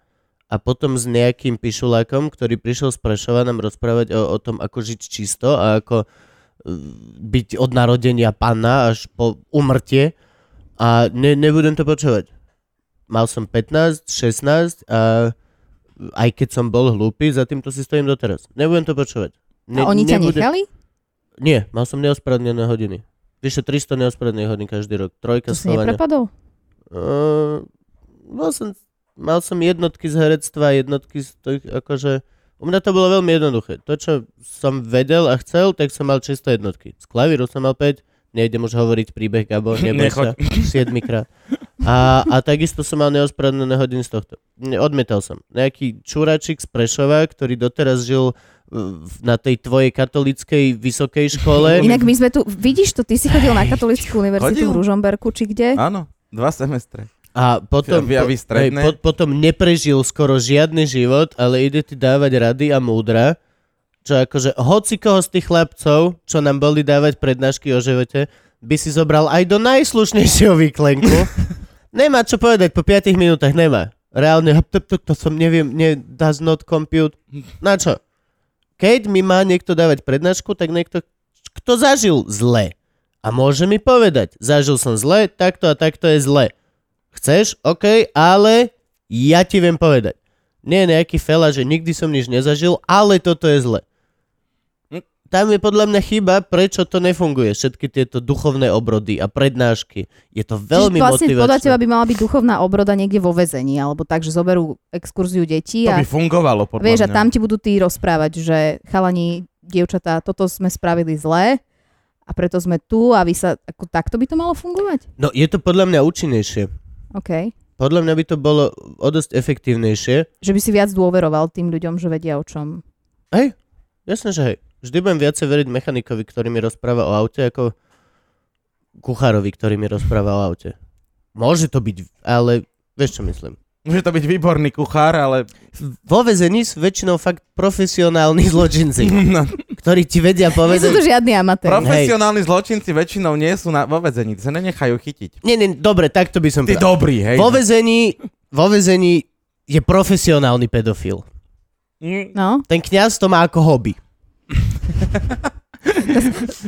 Speaker 4: a potom s nejakým pišulákom, ktorý prišiel z Prešova nám rozprávať o, o tom, ako žiť čisto a ako eh, byť od narodenia panna až po umrtie a ne, nebudem to počúvať. Mal som 15, 16 a aj keď som bol hlúpy, za týmto si stojím doteraz. Nebudem to počúvať.
Speaker 3: A oni ťa
Speaker 4: nebudem-
Speaker 3: nechali?
Speaker 4: Nie, mal som neospravedlnené hodiny. Vyše 300 neospravedlnených hodín každý rok. Trojka
Speaker 3: To si
Speaker 4: schovania.
Speaker 3: neprepadol?
Speaker 4: Ehm, Uh, bol som, mal som jednotky z herectva, jednotky z tých, akože U mňa to bolo veľmi jednoduché. To, čo som vedel a chcel, tak som mal čisto jednotky. Z klavíru som mal 5, nejdem už hovoriť príbeh, Gabo, neboj sa,
Speaker 2: Nechoď.
Speaker 4: 7 krát. A, a takisto som mal neospravedlnené hodiny z tohto. Ne- Odmietal som. Nejaký čuračik z Prešova, ktorý doteraz žil uh, v- na tej tvojej katolíckej vysokej škole.
Speaker 3: Inak my sme tu, vidíš to, ty si chodil na katolickú univerzitu
Speaker 2: chodil.
Speaker 3: v Ružomberku, či kde?
Speaker 2: Áno, dva semestre.
Speaker 4: A potom,
Speaker 2: Vy- a vy stredné?
Speaker 4: po, potom neprežil skoro žiadny život, ale ide ti dávať rady a múdra, čo akože hoci koho z tých chlapcov, čo nám boli dávať prednášky o živote, by si zobral aj do najslušnejšieho výklenku. nemá čo povedať, po 5 minútach nemá. Reálne, hop, to, to, to som neviem, ne, does not compute. Na čo? Keď mi má niekto dávať prednášku, tak niekto, kto zažil zle a môže mi povedať, zažil som zle, takto a takto je zle. Chceš? OK, ale ja ti viem povedať. Nie je nejaký fela, že nikdy som nič nezažil, ale toto je zle.
Speaker 3: Hm?
Speaker 4: Tam je podľa mňa chyba, prečo to nefunguje, všetky tieto duchovné obrody a prednášky. Je to veľmi
Speaker 3: Čiže vlastne podľa
Speaker 4: motivačné.
Speaker 3: teba by mala byť duchovná obroda niekde vo vezení, alebo tak, že zoberú exkurziu detí
Speaker 2: To
Speaker 3: a,
Speaker 2: by fungovalo podľa
Speaker 3: vieš, a
Speaker 2: mňa.
Speaker 3: tam ti budú tí rozprávať, že chalani, dievčatá, toto sme spravili zlé a preto sme tu a vy sa, ako takto by to malo fungovať?
Speaker 4: No je to podľa mňa účinnejšie.
Speaker 3: OK.
Speaker 4: Podľa mňa by to bolo o dosť efektívnejšie.
Speaker 3: Že by si viac dôveroval tým ľuďom, že vedia o čom.
Speaker 4: Hej, jasné, že hej. Vždy budem viacej veriť mechanikovi, ktorý mi rozpráva o aute, ako kuchárovi, ktorý mi rozpráva o aute. Môže to byť, ale vieš, čo myslím.
Speaker 2: Môže to byť výborný kuchár, ale...
Speaker 4: Vo vezení sú väčšinou fakt profesionálni zločinci,
Speaker 2: No,
Speaker 4: ktorí ti vedia
Speaker 3: Nie sú
Speaker 4: povedať...
Speaker 3: to žiadni amatéri.
Speaker 4: Prof-
Speaker 2: profesionálni zločinci väčšinou nie sú na, vo vezení, sa nenechajú chytiť.
Speaker 4: Nie, nie, dobre, takto by som
Speaker 2: Ty
Speaker 4: povedal.
Speaker 2: dobrý, hej.
Speaker 4: Vo vezení, vo vezení je profesionálny pedofil.
Speaker 2: Mm,
Speaker 3: No,
Speaker 4: Ten kňaz to má ako hobby.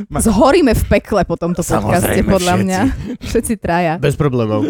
Speaker 3: zhoríme v pekle po tomto podcaste,
Speaker 2: Samozrejme,
Speaker 3: podľa mňa. Všetci traja.
Speaker 4: Bez problémov.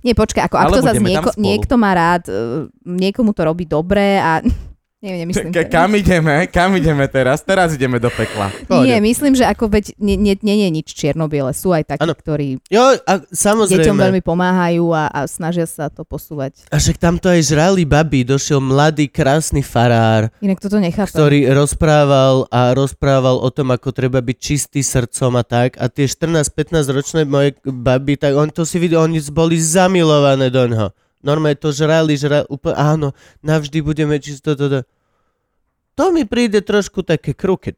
Speaker 3: Nie, počkaj, ako ak
Speaker 2: Ale
Speaker 3: to zase
Speaker 2: budeme tam
Speaker 3: nieko,
Speaker 2: spolu.
Speaker 3: niekto má rád, eh, niekomu to robí dobre a... Nie, nemyslím.
Speaker 2: Ke,
Speaker 3: teraz.
Speaker 2: kam ideme? Kam ideme teraz? Teraz ideme do pekla.
Speaker 4: Pohode.
Speaker 3: Nie, myslím, že ako veď nie, nie, nie je nič čierno-biele. Sú aj takí,
Speaker 4: Áno, No,
Speaker 3: ktorí
Speaker 4: Jo, a
Speaker 3: deťom
Speaker 4: samozrejme.
Speaker 3: veľmi pomáhajú a, a snažia sa to posúvať.
Speaker 4: A však tamto aj žrali babi, došiel mladý, krásny farár,
Speaker 3: Inak toto nechápem.
Speaker 4: ktorý rozprával a rozprával o tom, ako treba byť čistý srdcom a tak. A tie 14-15 ročné moje baby, tak on to si videl, oni boli zamilované do ňoho. Normálne to žrali, žrali, úplne, áno, navždy budeme čisto to, to. To mi príde trošku také kruket.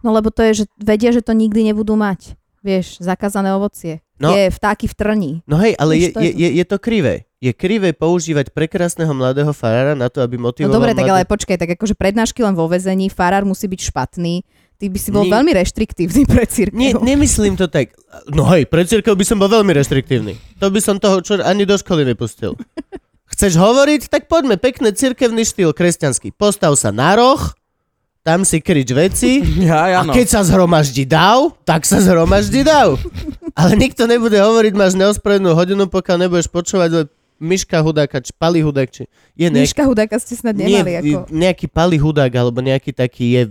Speaker 3: No lebo to je, že vedia, že to nikdy nebudú mať. Vieš, zakázané ovocie.
Speaker 4: No.
Speaker 3: No. Je vtáky v trní.
Speaker 4: No hej, ale je,
Speaker 3: Už to
Speaker 4: je,
Speaker 3: je-
Speaker 4: je, je to krivé. Je krivé používať prekrásneho mladého farára na to, aby
Speaker 3: No
Speaker 4: motivoval
Speaker 3: dobre, tak
Speaker 4: mladé-
Speaker 3: ale počkaj, tak akože prednášky len vo väzení, farár musí byť špatný. Ty by si bol
Speaker 4: Nie.
Speaker 3: veľmi reštriktívny pre církev.
Speaker 4: Nie, nemyslím to tak. No hej, pre církev by som bol veľmi restriktívny. To by som toho čo ani do školy nepustil. Chceš hovoriť? Tak poďme, pekné cirkevný štýl, kresťanský. Postav sa na roh, tam si krič veci
Speaker 2: Ja,
Speaker 4: a
Speaker 2: áno.
Speaker 4: keď sa zhromaždí dav, tak sa zhromaždí dav. Ale nikto nebude hovoriť, máš neosprednú hodinu, pokiaľ nebudeš počúvať len Miška Hudáka, či Pali Hudák, či... Je nejaký,
Speaker 3: Miška Hudáka ste snad nemali. ako...
Speaker 4: nejaký Pali Hudák, alebo nejaký taký je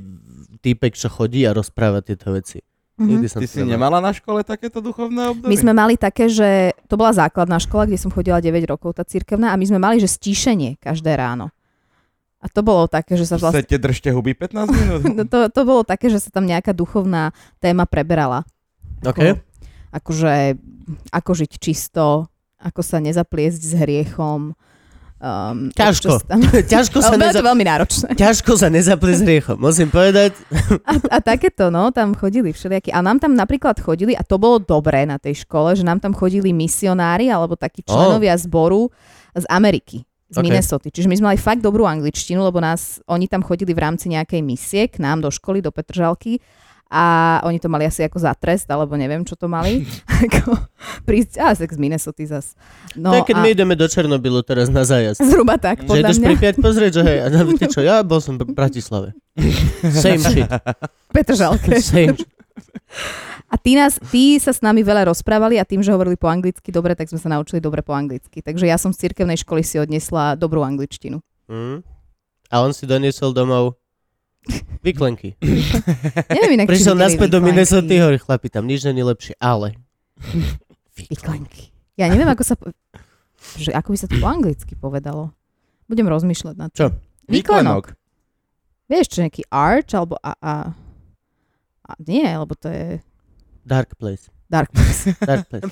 Speaker 4: týpek, čo chodí a rozpráva tieto veci.
Speaker 3: Mhm.
Speaker 4: Nikdy som
Speaker 2: Ty
Speaker 4: to
Speaker 2: si
Speaker 4: nemal.
Speaker 2: nemala na škole takéto duchovné obdobie?
Speaker 3: My sme mali také, že to bola základná škola, kde som chodila 9 rokov, tá cirkevná, a my sme mali, že stíšenie každé ráno. A to bolo také, že sa vlastne...
Speaker 2: Chcete, držte huby 15 minút?
Speaker 3: No to, to bolo také, že sa tam nejaká duchovná téma preberala.
Speaker 4: Okay.
Speaker 3: Akože, ako žiť čisto, ako sa nezapliesť s hriechom. Um,
Speaker 4: Ťažko.
Speaker 3: občas Tam...
Speaker 4: ťažko, sa
Speaker 3: Ale bolo
Speaker 4: neza...
Speaker 3: to veľmi náročné.
Speaker 4: ťažko sa nezapliesť hriechom, musím povedať.
Speaker 3: A, a takéto, no, tam chodili všelijakí. A nám tam napríklad chodili, a to bolo dobré na tej škole, že nám tam chodili misionári alebo takí
Speaker 4: Ó.
Speaker 3: členovia zboru z Ameriky,
Speaker 4: Ok.
Speaker 3: z okay. Minnesota. Čiže my sme mali fakt dobrú angličtinu, lebo nás, oni tam chodili v rámci nejakej misie k nám do školy, do Petržalky a oni to mali asi ako za trest, alebo neviem, čo to mali. ako prísť, a z Minnesota zas.
Speaker 4: No,
Speaker 3: No,
Speaker 4: tak keď
Speaker 3: a
Speaker 4: my ideme do Černobylu teraz na zajazd.
Speaker 3: Zhruba
Speaker 4: Že
Speaker 3: tak, podľa
Speaker 4: ideš
Speaker 3: mňa.
Speaker 4: pripiať pozrieť, že hej, a ty čo, ja bol som v Bratislave. Same shit,
Speaker 3: Petržalke.
Speaker 4: same shit.
Speaker 3: A tí, nás, tí sa s nami veľa rozprávali a tým, že hovorili po anglicky dobre, tak sme sa naučili dobre po anglicky. Takže ja som z cirkevnej školy si odnesla dobrú angličtinu.
Speaker 4: Mm. A on si doniesol domov vyklenky.
Speaker 3: Neviem inak, či
Speaker 4: Prišiel
Speaker 3: videli
Speaker 4: naspäť do
Speaker 3: výklenky.
Speaker 4: Minnesota, hovorí chlapi, tam nič není lepšie, ale...
Speaker 3: Výklenky. Ja neviem, ako sa... po- Že ako by sa to po anglicky povedalo. Budem rozmýšľať na to.
Speaker 4: Čo?
Speaker 3: Výklenok. Vieš, čo nejaký Arch alebo a, a, a nie, lebo to je
Speaker 4: Dark place.
Speaker 3: Dark Place.
Speaker 4: Dark place.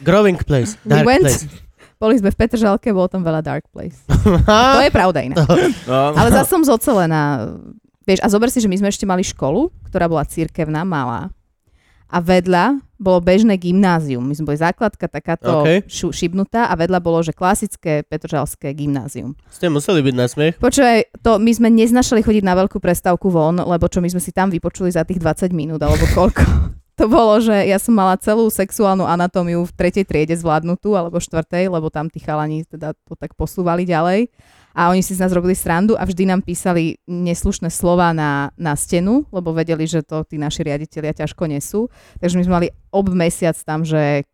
Speaker 4: Growing place.
Speaker 3: We
Speaker 4: Dark
Speaker 3: went.
Speaker 4: place.
Speaker 3: Boli sme v Petržalke, bolo tam veľa Dark Place. To je pravda iná.
Speaker 2: No,
Speaker 3: Ale zase som zocelená. Vieš, a zober si, že my sme ešte mali školu, ktorá bola církevná, malá. A vedľa bolo bežné gymnázium. My sme boli základka takáto okay.
Speaker 4: OK.
Speaker 3: šu, šibnutá a vedľa bolo, že klasické petržalské gymnázium.
Speaker 4: Ste museli byť na smiech.
Speaker 3: Počúvaj, to my sme neznašali chodiť na veľkú prestávku von, lebo čo my sme si tam vypočuli za tých 20 minút, alebo koľko. To bolo, že ja som mala celú sexuálnu anatómiu v tretej triede zvládnutú, alebo štvrtej, lebo tam tí chalani teda to tak posúvali ďalej. A oni si z nás robili srandu a vždy nám písali neslušné slova na, na stenu, lebo vedeli, že to tí naši riaditeľia ťažko nesú. Takže my sme mali ob mesiac tam, že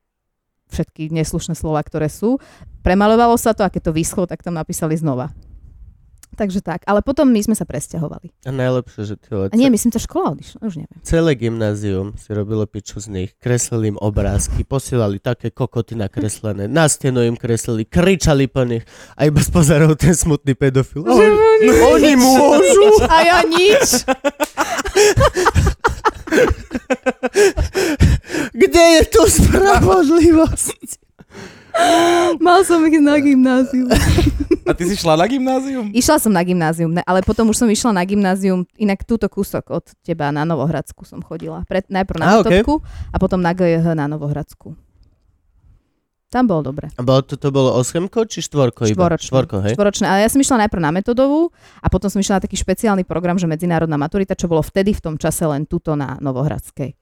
Speaker 3: všetky neslušné slova, ktoré sú. Premalovalo sa to a keď to vyschlo, tak tam napísali znova. Takže tak. Ale potom my sme sa presťahovali.
Speaker 4: A najlepšie, že ty
Speaker 3: A nie, myslím, tá škola odišla. Už neviem.
Speaker 4: celé gymnázium si robilo piču z nich, kreslili im obrázky, posielali také kokoty nakreslené, na stenu im kreslili, kričali po nich a iba z pozerov ten smutný pedofil.
Speaker 3: Že
Speaker 4: Oni, oni môžu!
Speaker 3: A ja nič.
Speaker 4: Kde je tu spravodlivosť?
Speaker 3: Mal som ich na gymnáziu.
Speaker 2: a ty si šla na gymnázium?
Speaker 3: Išla som na gymnázium, ne, ale potom už som išla na gymnázium, inak túto kúsok od teba na Novohradsku som chodila. Pred, najprv na
Speaker 4: Á, ok.
Speaker 3: Totku a potom na GJH na Novohradsku. Tam bolo dobre.
Speaker 4: A bolo to, to bolo osemko či štvorko? Iba?
Speaker 3: Štvoročné.
Speaker 4: Štvorko, hej?
Speaker 3: Štvoročné, ale ja som išla najprv na metodovú a potom som išla na taký špeciálny program, že medzinárodná maturita, čo bolo vtedy v tom čase len tuto na Novohradskej.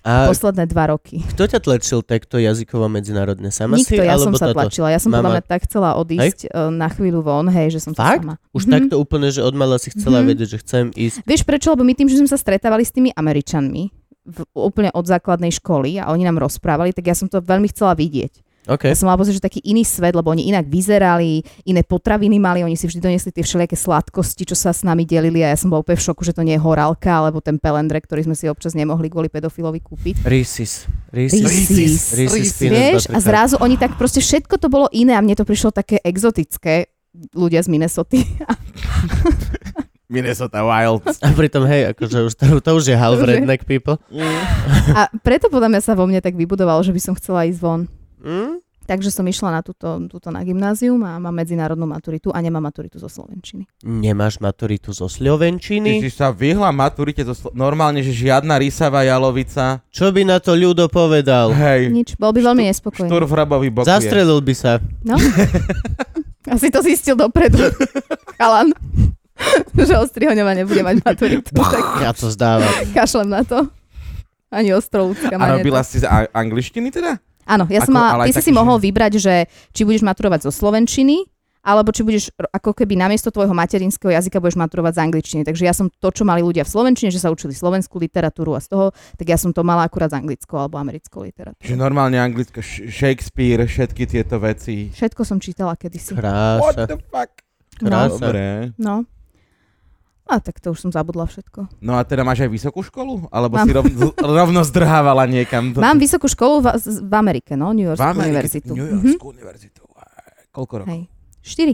Speaker 4: A
Speaker 3: Posledné dva roky.
Speaker 4: kto ťa tlačil takto jazykovo medzinárodne? Sama si?
Speaker 3: Nikto, ja som
Speaker 4: alebo
Speaker 3: sa
Speaker 4: táto?
Speaker 3: tlačila. Ja som
Speaker 4: Mama-
Speaker 3: podľa mňa tak chcela odísť hej? na chvíľu von, hej, že som to
Speaker 4: Fakt?
Speaker 3: sama.
Speaker 4: Už
Speaker 3: Mhm.
Speaker 4: takto úplne, že od mala si chcela
Speaker 3: Mhm.
Speaker 4: vedieť, že chcem ísť.
Speaker 3: Vieš prečo? Lebo my tým, že sme sa stretávali s tými Američanmi v, úplne od základnej školy a oni nám rozprávali, tak ja som to veľmi chcela vidieť.
Speaker 4: OK.
Speaker 3: Ja som mala pocit, že taký iný svet, lebo oni inak vyzerali, iné potraviny mali, oni si vždy donesli tie všelijaké sladkosti, čo sa s nami delili a ja som bola úplne v šoku, že to nie je horálka alebo ten pelendre, ktorý sme si občas nemohli kvôli pedofilovi kúpiť.
Speaker 4: Risis.
Speaker 3: Risis.
Speaker 4: Risis.
Speaker 3: Vieš, a zrazu oni tak proste všetko to bolo iné a mne to prišlo také exotické ľudia z Minnesoty.
Speaker 2: Minnesota Wild.
Speaker 4: A pritom, hej, akože už to, to už je half
Speaker 3: To už je.
Speaker 4: redneck people.
Speaker 3: A preto podľa mňa sa vo mne tak vybudovalo, že by som chcela ísť von.
Speaker 4: Mm?
Speaker 2: Hm?
Speaker 3: Takže som išla na túto, túto na gymnázium a mám medzinárodnú maturitu a nemám maturitu zo Slovenčiny.
Speaker 4: Nemáš maturitu zo
Speaker 2: Ty
Speaker 4: Slovenčiny?
Speaker 2: si sa vyhla maturite zo Slo- normálne, že žiadna rysavá jalovica.
Speaker 4: Čo by na to ľudo povedal?
Speaker 2: Hej,
Speaker 3: Nič, bol by veľmi nespokojný.
Speaker 2: štúr v hrabový bok je.
Speaker 4: Zastrelil by sa.
Speaker 3: No? Asi to zistil dopredu, chalan, že ostrihoňova nebude mať maturitu, tak
Speaker 4: Ja to zdávam.
Speaker 3: kašlem na to. Ani ostrovúcka
Speaker 2: A
Speaker 3: ma
Speaker 2: robila
Speaker 3: nedá.
Speaker 2: si z a- angličtiny teda?
Speaker 3: Áno, ja som
Speaker 2: Ako- ale
Speaker 3: mala,
Speaker 2: aj
Speaker 3: ty si
Speaker 2: taký,
Speaker 3: si
Speaker 2: že-
Speaker 3: mohol vybrať, že či budeš maturovať zo Slovenčiny, alebo či budeš ro- ako keby namiesto tvojho materinského jazyka budeš maturovať z angličtiny. Takže ja som to, čo mali ľudia v Slovenčine, že sa učili slovenskú literatúru a z toho, tak ja som to mala akurát z anglickou alebo americkou
Speaker 2: Že
Speaker 3: literatúrou.
Speaker 2: normálne anglicko, š- Shakespeare, všetky tieto veci.
Speaker 3: Všetko som čítala kedysi.
Speaker 2: What
Speaker 4: Krása.
Speaker 2: the fuck?
Speaker 4: Krása.
Speaker 2: Dobre.
Speaker 3: No. A tak to už som zabudla všetko.
Speaker 2: No a teda máš aj vysokú školu? Alebo
Speaker 3: Mám.
Speaker 2: si rovno, rovno zdrhávala niekam? Do...
Speaker 3: Mám vysokú školu v, z- v Amerike, no, New Yorkskú
Speaker 2: Amerike-
Speaker 3: univerzitu. Mhm.
Speaker 2: New Yorkskú univerzitu. Á, Koľko rokov?
Speaker 3: Hej. Štyri.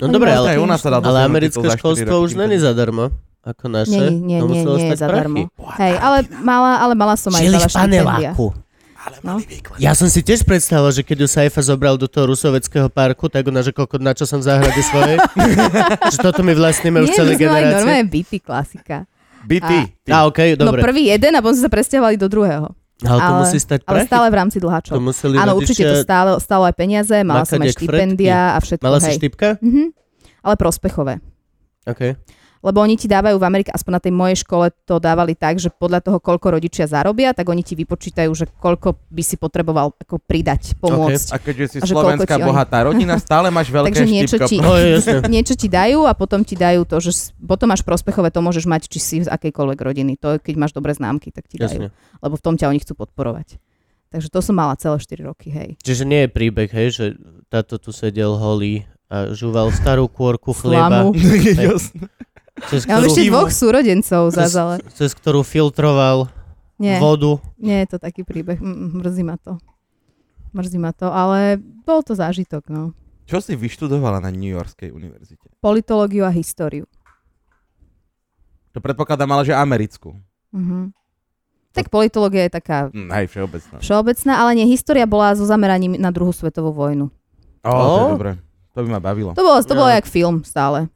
Speaker 4: No dobre, ale,
Speaker 2: Aj u nás teda sa dá
Speaker 4: ale
Speaker 2: dosiahnuť
Speaker 4: americké
Speaker 2: titul za štyri
Speaker 4: školstvo
Speaker 2: roky,
Speaker 4: už
Speaker 2: kým to-
Speaker 4: není zadarmo. Ako naše.
Speaker 3: Nie, nie,
Speaker 4: To
Speaker 3: nie,
Speaker 4: muselo
Speaker 3: nie je
Speaker 4: stať
Speaker 3: zadarmo.
Speaker 4: prachy.
Speaker 3: Hej, ale mala, ale mala som aj
Speaker 4: Žili
Speaker 3: veľa
Speaker 4: v
Speaker 3: štipendia.
Speaker 4: paneláku.
Speaker 3: No.
Speaker 4: Ja som si tiež predstavoval, že keď ju Saifa zobral do toho rusoveckého parku, tak ona, že kokot, na čo som v záhrade svojej. že toto my vlastníme už
Speaker 3: Nie, my
Speaker 4: celé
Speaker 3: sme mali
Speaker 4: generácie.
Speaker 3: normálne byty, klasika.
Speaker 2: Byty.
Speaker 4: Á, okej,
Speaker 3: No
Speaker 4: dobre.
Speaker 3: prvý jeden a potom sme sa presťahovali do druhého.
Speaker 4: ale to
Speaker 3: ale-
Speaker 4: musí stať prachy.
Speaker 3: Ale stále v rámci
Speaker 4: To
Speaker 3: dlháčov.
Speaker 4: museli
Speaker 3: Áno,
Speaker 4: rodičia-
Speaker 3: určite to stále, stalo aj peniaze, mala
Speaker 4: Makať
Speaker 3: som aj
Speaker 4: jak fretky.
Speaker 3: štipendia a všetko,
Speaker 4: Mala si
Speaker 3: hej.
Speaker 4: štipka?
Speaker 3: Mhm. Ale prospechové.
Speaker 4: OK.
Speaker 3: Lebo oni ti dávajú v Amerike, aspoň na tej mojej škole to dávali tak, že podľa toho, koľko rodičia zarobia, tak oni ti vypočítajú, že koľko by si potreboval ako pridať, pomôcť.
Speaker 2: A keďže si
Speaker 3: A že koľko
Speaker 2: slovenská
Speaker 3: ti oni-
Speaker 2: bohatá rodina, stále máš veľké
Speaker 3: Takže niečo
Speaker 2: štipko.
Speaker 3: ti,
Speaker 4: No, jasne.
Speaker 3: niečo ti dajú a potom ti dajú to, že s- potom máš prospechové, to môžeš mať, či si z akejkoľvek rodiny. To, je, keď máš dobré známky, tak ti dajú.
Speaker 4: Jasne.
Speaker 3: Lebo v tom ťa oni chcú podporovať. Takže to som mala celé 4 roky, hej.
Speaker 4: Čiže nie je príbeh, hej, že táto tu sedel holý a žúval starú kôrku
Speaker 3: Slamu.
Speaker 4: chleba,
Speaker 2: Jasné.
Speaker 4: cez
Speaker 3: Ja mám ešte
Speaker 4: ktorú,
Speaker 3: dvoch súrodencov zás, ale
Speaker 4: cez ktorú filtroval
Speaker 3: nie,
Speaker 4: vodu.
Speaker 3: nie je to taký príbeh. Mm, mm, Mrzí ma to. Mrzí ma to, ale bol to zážitok, no.
Speaker 2: Čo si vyštudovala na New Yorkskej univerzite?
Speaker 3: Politológiu a históriu.
Speaker 2: To predpokladám ale, že americkú.
Speaker 3: Mhm. Tak politológia je taká
Speaker 2: Hm, hej, všeobecná.
Speaker 3: všeobecná, ale nie, história bola so zameraním na druhú svetovú vojnu.
Speaker 2: Ó, to je
Speaker 4: O.
Speaker 2: dobré. To by ma bavilo.
Speaker 3: To bolo, to bolo
Speaker 4: No.
Speaker 3: jak film stále.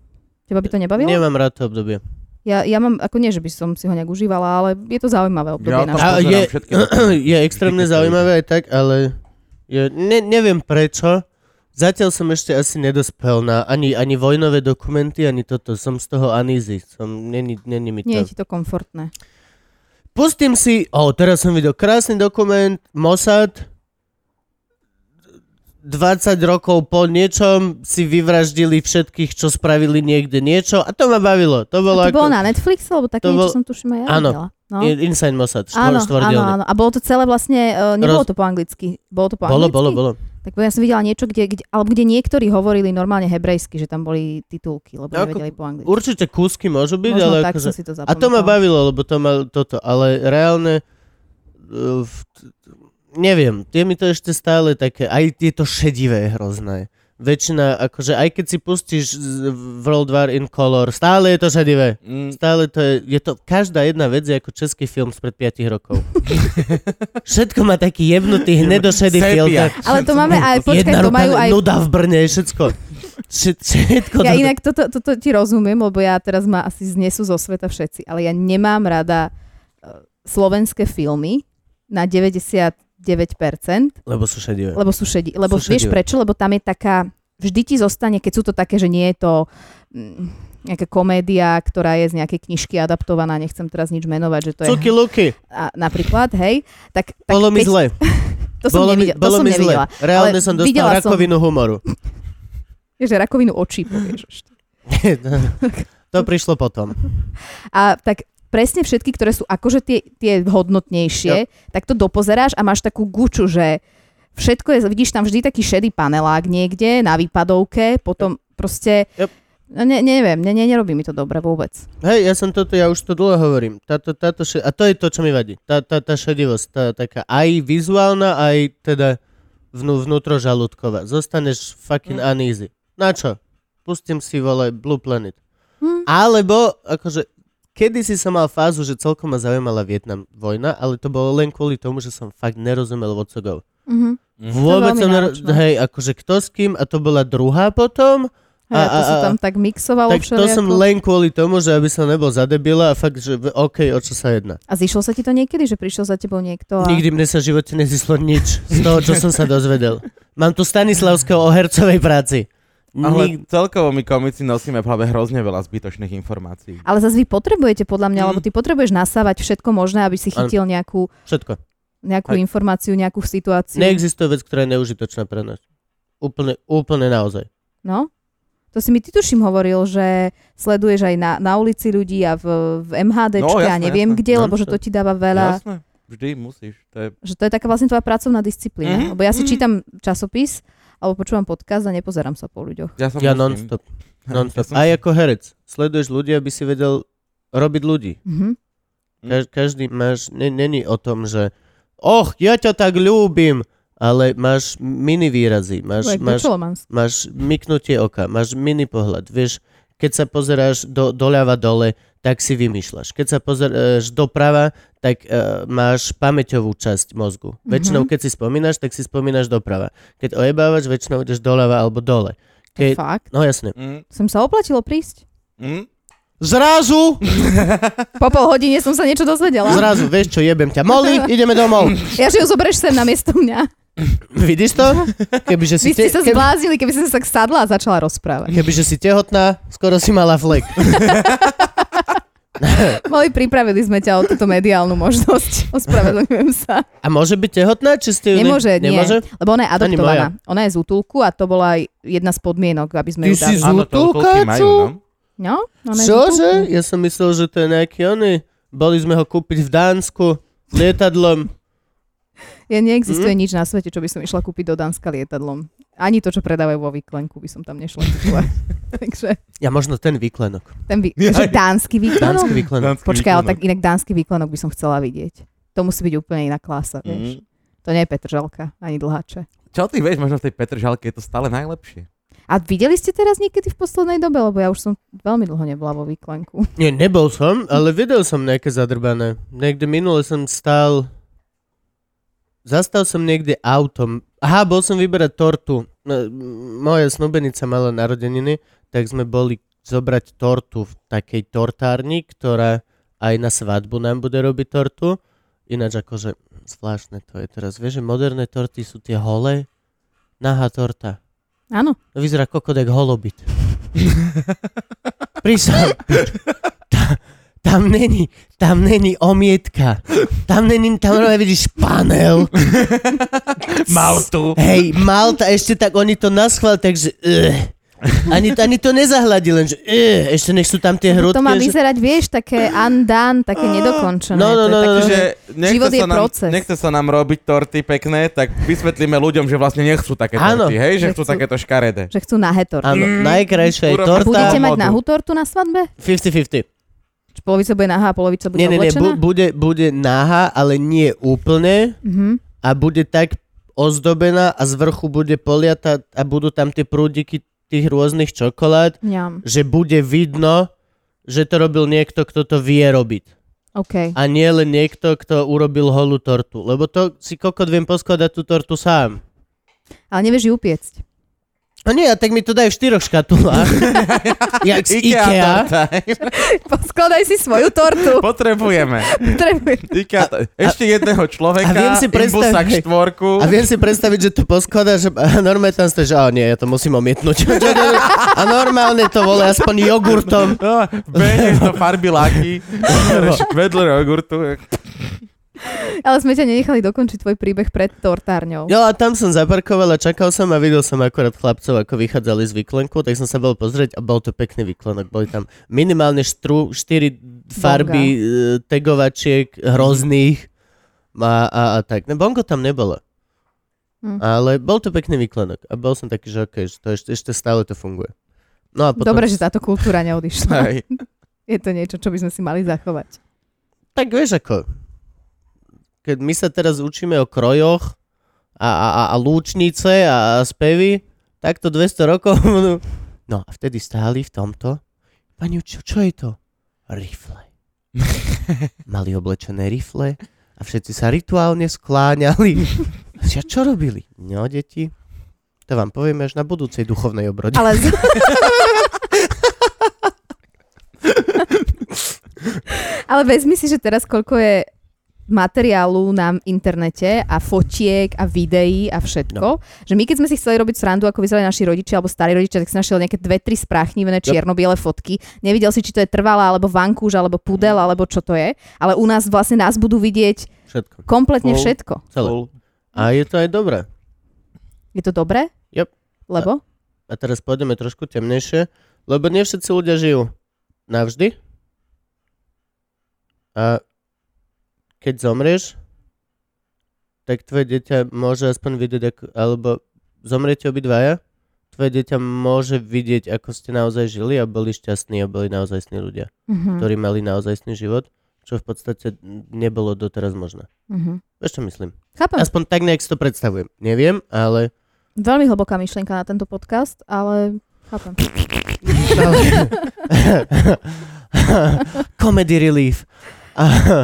Speaker 3: Teba by to nebavilo?
Speaker 4: Nemám rád to obdobie.
Speaker 3: Ja, ja mám, ako nie, že by som si ho nejak užívala, ale je to zaujímavé obdobie.
Speaker 2: Ja
Speaker 3: Ja,
Speaker 2: tam
Speaker 4: A
Speaker 2: pozerám
Speaker 4: je,
Speaker 2: všetky.
Speaker 4: No, je extrémne
Speaker 2: Vždy, keď to
Speaker 4: zaujímavé aj tak, ale je, ne, neviem prečo. Zatiaľ som ešte asi nedospel na ani, ani vojnové dokumenty, ani toto. Som z toho uneasy. Som, není, není mi to.
Speaker 3: nie je ti to komfortné.
Speaker 4: Pustím si, o, teraz som videl krásny dokument, Mossad, 20 rokov po niečom si vyvraždili všetkých, čo spravili niekde niečo a to ma bavilo. To bolo,
Speaker 3: No To
Speaker 4: ako,
Speaker 3: bolo na Netflixe, alebo tak
Speaker 4: to
Speaker 3: niečo
Speaker 4: bol-
Speaker 3: som tuším aj ja
Speaker 4: Áno.
Speaker 3: videla. No.
Speaker 4: I- Inside Mossad, štvor,
Speaker 3: Áno, áno,
Speaker 4: štvordielne.
Speaker 3: áno. A bolo to celé vlastne, uh, nebolo
Speaker 4: Roz-
Speaker 3: to po anglicky. Bolo to po
Speaker 4: Bolo,
Speaker 3: anglicky?
Speaker 4: bolo, bolo.
Speaker 3: Tak ja som videla niečo, kde, kde, alebo kde niektorí hovorili normálne hebrejsky, že tam boli titulky, lebo
Speaker 4: Ako-
Speaker 3: nevedeli po anglicky.
Speaker 4: Určite kúsky môžu byť,
Speaker 3: Možno
Speaker 4: ale
Speaker 3: tak
Speaker 4: akože...
Speaker 3: som si
Speaker 4: A
Speaker 3: to
Speaker 4: to ma
Speaker 3: zapamätala.
Speaker 4: bavilo, lebo to mal toto, ale reálne... uh, v- t- Neviem, je mi to ešte stále také, aj je to šedivé hrozné. Väčšina, akože aj keď si pustíš z- v World War in Color, stále je to šedivé.
Speaker 2: Mm,
Speaker 4: Stále to je, je to, každá jedna vec je ako český film spred 5 rokov. Všetko má taký jebnutý hnedošedý
Speaker 2: Sepia.
Speaker 4: filter.
Speaker 3: Ale to máme aj, počkaj,
Speaker 4: Jedna
Speaker 3: to majú
Speaker 4: ruka,
Speaker 3: aj...
Speaker 4: nuda v Brne, všetko. Všet- Všetko.
Speaker 3: Ja
Speaker 4: to-
Speaker 3: inak toto, toto ti rozumiem, lebo ja teraz ma asi znesú zo sveta všetci, ale ja nemám rada eh, slovenské filmy na 99%,
Speaker 4: Lebo sú šedivé.
Speaker 3: lebo sú šedi. Lebo
Speaker 4: Sú
Speaker 3: vieš
Speaker 4: šedivé.
Speaker 3: prečo? Lebo tam je taká, vždy ti zostane, keď sú to také, že nie je to mm, nejaká komédia, ktorá je z nejakej knižky adaptovaná, nechcem teraz nič menovať, že to je...
Speaker 4: Cuky luky,
Speaker 3: A, napríklad, hej, tak, tak
Speaker 4: bolo mi
Speaker 3: keď,
Speaker 4: zle.
Speaker 3: to som,
Speaker 4: bolo mi,
Speaker 3: nevidela, to
Speaker 4: bolo
Speaker 3: som
Speaker 4: mi zle.
Speaker 3: nevidela.
Speaker 4: Reálne
Speaker 3: ale
Speaker 4: som dostal
Speaker 3: videla som-
Speaker 4: rakovinu humoru.
Speaker 3: Vieš, že rakovinu očí povieš ešte.
Speaker 4: to prišlo potom.
Speaker 3: A tak presne všetky, ktoré sú akože tie, tie hodnotnejšie, tak to dopozeráš a máš takú guču, že všetko je, vidíš tam vždy taký šedý panelák niekde na výpadovke, potom proste,
Speaker 4: Yep.
Speaker 3: no ne, neviem, ne, ne, nerobí mi to dobre vôbec.
Speaker 4: Hej, ja som toto, ja už to dlho hovorím. Táto, táto še- a to je to, čo mi vadí. Tá, tá, tá šedivosť, tá taká aj vizuálna, aj teda vnú, vnútrožalúdková. Zostaneš fucking
Speaker 3: Mm.
Speaker 4: uneasy. Na čo? Pustím si, vole, Blue Planet.
Speaker 3: Hm.
Speaker 4: Alebo, akože, kedysi som mal fázu, že celkom ma zaujímala Vietnam vojna, ale to bolo len kvôli tomu, že som fakt nerozumel vocogov.
Speaker 3: Mhm.
Speaker 4: Vôbec
Speaker 3: veľmi
Speaker 4: som... Nero-
Speaker 3: náročné.
Speaker 4: hej, akože kto s kým, a to bola druhá potom,
Speaker 3: A,
Speaker 4: A-
Speaker 3: a, to
Speaker 4: a-
Speaker 3: sa
Speaker 4: a-
Speaker 3: tam tak mixovalo
Speaker 4: tak to som len kvôli tomu, že aby som nebol za debila a fakt, že v- OK, o čo sa jedná.
Speaker 3: A zišlo sa ti to niekedy, že prišiel za tebou niekto a...
Speaker 4: Nikdy mne sa v živote nezislo nič z toho, čo som sa dozvedel. Mám tu Stanislavského o hercovej práci.
Speaker 2: Ale
Speaker 4: Nik-
Speaker 2: celkovo my komici nosíme v hlave hrozne veľa zbytočných informácií.
Speaker 3: Ale zase vy potrebujete podľa mňa,
Speaker 2: Mm.
Speaker 3: lebo ty potrebuješ nasávať všetko možné, aby
Speaker 4: Mhm.
Speaker 3: si
Speaker 4: Áno.
Speaker 3: chytil nejakú,
Speaker 4: Všetko.
Speaker 3: nejakú
Speaker 2: Hej.
Speaker 3: informáciu, nejakú situáciu.
Speaker 4: Neexistuje vec, ktorá je neužitočná pre nás. Úplne, úplne naozaj.
Speaker 3: No, to si mi ty tuším hovoril, že sleduješ aj na, na ulici ľudí a v, v MHDčke
Speaker 2: No,
Speaker 3: no, a
Speaker 2: jasné,
Speaker 3: neviem
Speaker 2: jasné.
Speaker 3: kde,
Speaker 4: No,
Speaker 3: lebo že to ti dáva veľa,
Speaker 2: Jasné, vždy musíš. To je...
Speaker 3: že to je taká vlastne tvoja pracovná disciplína.
Speaker 2: Mhm,
Speaker 3: Lebo ja si
Speaker 2: mhm.
Speaker 3: čítam časopis alebo počúvam podcast a nepozerám sa po ľuďoch.
Speaker 2: Ja, som
Speaker 4: Ja
Speaker 2: musím.
Speaker 4: non-stop. non-stop.
Speaker 2: Ja som
Speaker 4: Aj ako herec. Sleduješ ľudí, aby si vedel robiť ľudí.
Speaker 3: Mhm.
Speaker 4: Ka- každý máš, ne, není o tom, že och, ja ťa tak ľúbim, ale máš mini výrazy,
Speaker 3: To
Speaker 4: máš,
Speaker 3: je
Speaker 4: máš,
Speaker 3: Čolomansk.
Speaker 4: máš myknutie oka, máš mini pohľad, vieš, keď sa pozeráš do, doľava dole, tak si vymýšľaš. Keď sa pozeráš doprava, tak e, máš pamäťovú časť mozgu. Mm-hmm. Väčšinou, keď si spomínaš, tak si spomínaš doprava. Keď ojebávaš, väčšinou ideš doľava alebo dole. Keď...
Speaker 3: Fakt.
Speaker 4: No jasne.
Speaker 2: Mm,
Speaker 3: Som sa oplatilo prísť.
Speaker 2: mm.
Speaker 4: Zrazu,
Speaker 3: Po pol hodine som sa niečo dozvedela.
Speaker 4: zrazu, vieš čo, jebem ťa. Moli, ideme domov.
Speaker 3: Ja, že ju zoberieš sem na miesto mňa.
Speaker 4: Vidíš to? Kebyže si,
Speaker 3: Vy
Speaker 4: te,
Speaker 3: ste sa
Speaker 4: keby,
Speaker 3: zbláznili, keby ste sa tak sadla a začala rozprávať.
Speaker 4: kebyže si tehotná, skoro si mala flek.
Speaker 3: Mali, pripravili sme ťa o túto mediálnu možnosť. Ospravedlňujem sa.
Speaker 4: A môže byť tehotná, či ste ju... ne-
Speaker 3: Nemôže, nie.
Speaker 4: Nemôže?
Speaker 3: Lebo ona je
Speaker 4: Ani
Speaker 3: adoptovaná. Ona je z útulku a to bola aj jedna z podmienok, aby sme
Speaker 4: Ty
Speaker 3: ju dali.
Speaker 4: si z-
Speaker 2: Áno, to koľky majú, no?
Speaker 3: No, ona je z útulku.
Speaker 4: Čože? Ja som myslel, že to je nejaký oný. Boli sme ho kúpiť v Dánsku lietadlom.
Speaker 3: Ja neexistuje
Speaker 4: Mhm.
Speaker 3: nič na svete, čo by som išla kúpiť do Dánska lietadlom. Ani to, čo predávajú vo výklenku, by som tam nešla kúpovať. Takže
Speaker 4: Ja možno ten výklenok.
Speaker 3: ten vý...
Speaker 2: Ja
Speaker 3: že
Speaker 2: aj-
Speaker 3: dánsky výklenok.
Speaker 4: Dánsky výklenok.
Speaker 3: Počkaj, ale tak inak dánsky výklenok by som chcela vidieť. To musí byť úplne iná klasa,
Speaker 4: Mhm.
Speaker 3: vieš.
Speaker 2: Mm.
Speaker 3: To nie je Petržalka, ani dlhače.
Speaker 2: Čo ty vieš, možno v tej Petržalke je to stále najlepšie.
Speaker 3: A videli ste teraz niekedy v poslednej dobe? Lebo ja už som veľmi dlho nebola vo výklenku.
Speaker 4: Nie, nebol som, ale videl som nejaké zadrbané. Niekde minule som stál... Zastal som niekde autom. Aha, bol som vyberať tortu. No, m- Moja snúbenica mala narodeniny, tak sme boli zobrať tortu v takej tortárni, ktorá aj na svadbu nám bude robiť tortu. Ináč akože zvláštne to je teraz. Vieš, že moderné torty sú tie holé, nahá torta.
Speaker 3: Áno.
Speaker 4: No vyzerá kokodek holobit. Prísam. Tá- Tam není, tam není omietka. Tam není, tam normálne vidíš panel.
Speaker 2: Maltu.
Speaker 4: Hej, Malta, ešte tak oni to naschval, takže... Uh, ani, ani to nezahľadí, lenže uh, ešte nech sú tam tie hrudky.
Speaker 3: to má
Speaker 4: že-
Speaker 3: vyzerať, vieš, také undone, také nedokončené.
Speaker 4: No, no,
Speaker 3: To je
Speaker 4: no,
Speaker 3: také,
Speaker 4: no,
Speaker 3: že
Speaker 2: Takže nechce
Speaker 3: Život je
Speaker 2: sa, nám,
Speaker 3: proces.
Speaker 2: nechce sa nám robiť torty pekné, tak vysvetlíme ľuďom, že vlastne nechcú také
Speaker 4: Áno.
Speaker 2: torty, hej? Že
Speaker 3: Že
Speaker 2: chcú
Speaker 3: chcú-
Speaker 2: takéto škaredé.
Speaker 3: Že chcú nahé torty.
Speaker 4: Áno, najkrajšia je
Speaker 2: Urobme-
Speaker 3: A
Speaker 4: torta.
Speaker 3: budete mať
Speaker 2: modu.
Speaker 3: nahú tortu na svadbe?
Speaker 4: 50-50.
Speaker 3: Čiže polovica bude nahá, polovica bude
Speaker 4: Nie, nie, nie,
Speaker 3: oblečená?
Speaker 4: bu- bude, bude náha, ale nie úplne.
Speaker 3: Mhm.
Speaker 4: a bude tak ozdobená a z vrchu bude poliata a budú tam tie prúdiky tých rôznych čokolád,
Speaker 3: Ňam.
Speaker 4: že bude vidno, že to robil niekto, kto to vie robiť.
Speaker 3: OK.
Speaker 4: A nie len niekto, kto urobil holú tortu. Lebo to si kokot viem poskladať tú tortu sám.
Speaker 3: Ale nevieš ju upiecť.
Speaker 4: A nie, a tak mi to daj v štyroch škatulách. Jak z Ikea.
Speaker 2: torta.
Speaker 3: Poskladaj si svoju tortu.
Speaker 2: Potrebujeme.
Speaker 3: Potrebujem.
Speaker 2: IKEA, to- ešte jedného človeka,
Speaker 4: a viem si predstaviť-
Speaker 2: imbusa k štvorku.
Speaker 4: A viem si predstaviť, že to poskladáš a normálne tam stojíš, a nie, ja to musím omietnúť. a normálne to vole aspoň jogurtom.
Speaker 2: No, v Bene to farby laky, No. vedľa jogurtu.
Speaker 3: Ale sme ťa nenechali dokončiť tvoj príbeh pred tortárňou.
Speaker 4: Jo, a tam som zaparkoval a čakal som a videl som akorát chlapcov, ako vychádzali z vyklenku, tak som sa bol pozrieť a bol to pekný vyklenok. Boli tam minimálne štru, štyri farby e, tegovačiek hrozných a, a, a tak. No, bongo tam nebolo.
Speaker 3: Hm.
Speaker 4: Ale bol to pekný vyklenok a bol som taký, že okej, že to ešte, ešte stále to funguje. No a potom...
Speaker 3: Dobre, že táto kultúra neodišla.
Speaker 2: Hej.
Speaker 3: Je to niečo, čo by sme si mali zachovať.
Speaker 4: Tak vieš ako, keď my sa teraz učíme o krojoch a, a, a, a lúčnice a, a spevy, takto 200 rokov. budú- No a vtedy stáli v tomto. Pani, čo, čo je to? Rifle. Mali oblečené rifle a všetci sa rituálne skláňali. A čo robili? No, deti, to vám povieme až na budúcej duchovnej obrode.
Speaker 3: Ale z... Ale vezmi si, že teraz koľko je materiálu na internete a fotiek a videí a všetko. No. Že my keď sme si chceli robiť srandu, ako vyzerali naši rodičia alebo starí rodičia, tak si našiel nejaké dve, tri spráchnivené čierno-biele fotky. Nevidel si, či to je trvalá, alebo vankúš, alebo pudel, alebo čo to je. Ale u nás vlastne nás budú vidieť
Speaker 4: Všetko.
Speaker 2: Full.
Speaker 3: kompletne všetko.
Speaker 4: Celé. A je to aj dobré.
Speaker 3: Je to dobré?
Speaker 4: Yep.
Speaker 3: Lebo?
Speaker 4: a teraz pôjdeme trošku temnejšie, lebo nie všetci ľudia žijú navždy. A keď zomrieš, tak tvoje dieťa môže aspoň vidieť, ako, alebo zomriete obidvaja, tvoje dieťa môže vidieť, ako ste naozaj žili a boli šťastní a boli naozajstní ľudia,
Speaker 3: Mhm.
Speaker 4: ktorí mali naozajstný život, čo v podstate nebolo doteraz možné.
Speaker 3: Mhm.
Speaker 4: Vieš, čo myslím?
Speaker 3: Chápem.
Speaker 4: Aspoň tak nejak si to predstavujem. Neviem, ale...
Speaker 3: Veľmi hlboká myšlienka na tento podcast, ale chápem.
Speaker 4: Comedy relief.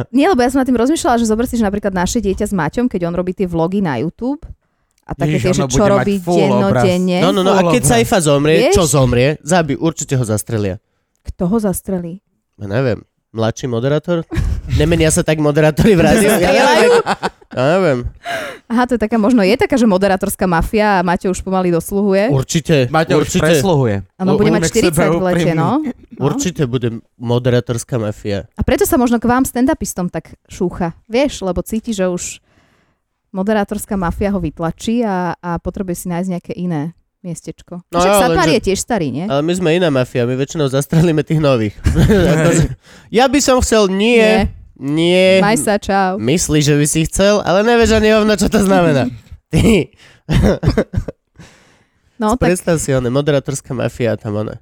Speaker 3: Nie, lebo ja som nad tým rozmýšľala, že zober si, že napríklad naše dieťa s Maťom, keď on robí tie vlogy na YouTube a také
Speaker 2: Ježiš,
Speaker 3: tie, že
Speaker 2: ono
Speaker 3: čo
Speaker 2: bude mať
Speaker 3: robí
Speaker 2: full obraz.
Speaker 3: dennodenne,
Speaker 4: No, no, no, a
Speaker 2: Bolo,
Speaker 4: keď
Speaker 2: bro.
Speaker 4: Saifa zomrie,
Speaker 3: Vieš?
Speaker 4: čo zomrie, zabi, určite ho zastrelia.
Speaker 3: kto ho zastrelí?
Speaker 4: Ja neviem, mladší moderátor? Nemenia sa tak moderátori v rádiu? Ja neviem. Ja neviem.
Speaker 3: Aha, to je taká, možno je taká, že moderátorská mafia a Maťo už pomaly dosluhuje.
Speaker 4: Určite,
Speaker 2: Maťa už
Speaker 4: určite,
Speaker 2: presluhuje.
Speaker 3: Áno, bude mať
Speaker 2: Buďme k sebe
Speaker 3: 40 v lete,
Speaker 2: úprimní.
Speaker 3: no. no.
Speaker 4: určite bude moderátorská mafia.
Speaker 3: A preto sa možno k vám stand-upistom tak šúcha. Vieš, lebo cíti, že už moderátorská mafia ho vytlačí a, a potrebuje si nájsť nejaké iné miestečko.
Speaker 4: No
Speaker 3: No, Však
Speaker 4: jo,
Speaker 3: Satmar
Speaker 4: lenže-
Speaker 3: je tiež starý, nie?
Speaker 4: Ale my sme iná mafia, my väčšinou zastrelíme tých nových. Akože, ja by som chcel, nie,
Speaker 2: Eh,
Speaker 4: nie.
Speaker 3: Maj sa, čau.
Speaker 4: Myslíš, že by si chcel, ale nevieš ani hovno, čo to znamená. Ty,
Speaker 3: No, tak
Speaker 4: Predstav si, ona moderátorská mafia a tam ona.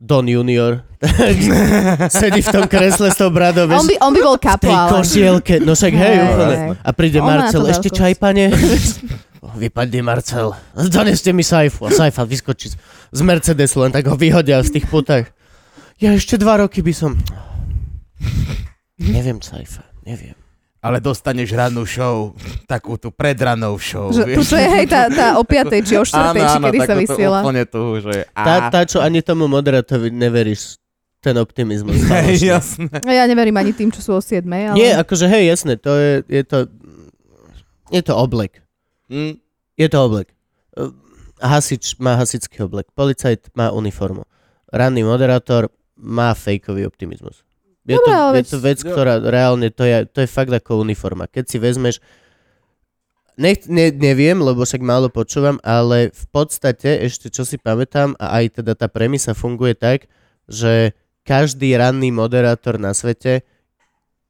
Speaker 4: Don Junior. Sedí v tom kresle s tou bradou,
Speaker 3: on
Speaker 4: vieš,
Speaker 3: by, on by bol
Speaker 4: v tej
Speaker 3: kapo, ale...
Speaker 4: košielke. No však hej,
Speaker 3: Hej,
Speaker 4: úplne.
Speaker 3: hej.
Speaker 4: A príde
Speaker 3: On má
Speaker 4: Marcel,
Speaker 3: tú
Speaker 4: ešte
Speaker 3: veľkosť.
Speaker 4: čaj, pane? vypadni Marcel. Doneste mi sajfu. A sajfa vyskočí z- z Mercedesu, len tak ho vyhodia z tých putách. Ja ešte dva roky by som... Neviem, sajfa, neviem.
Speaker 2: Ale dostaneš rannú show, takú tú predranou show.
Speaker 3: Že, tu
Speaker 2: vieš.
Speaker 3: to je hej tá, tá o 5. či o 4.
Speaker 2: Áno,
Speaker 3: či
Speaker 2: áno,
Speaker 3: kedy sa
Speaker 2: takú tú
Speaker 3: vysiela.
Speaker 2: úplne tú, že...
Speaker 4: Tá, tá, čo ani tomu moderátovi neveríš, ten optimizmus.
Speaker 2: Hej,
Speaker 4: falošný.
Speaker 2: jasné.
Speaker 3: No, Ja neverím ani tým, čo sú o 7. Ale...
Speaker 4: Nie, akože hej, jasné, to je, je to... Je to oblek.
Speaker 2: Mm.
Speaker 4: Je to oblek. Eh, Hasič má hasičský oblek, policajt má uniformu, ranný moderátor má fejkový optimizmus. Je, to,
Speaker 3: Dobre, ale
Speaker 4: je
Speaker 3: veď-
Speaker 4: to vec,
Speaker 2: Jo.
Speaker 4: ktorá reálne, to je, to je fakt ako uniforma. Keď si vezmeš, nech, ne, neviem, lebo však málo počúvam, ale v podstate ešte čo si pamätám, a aj teda tá premisa funguje tak, že každý ranný moderátor na svete,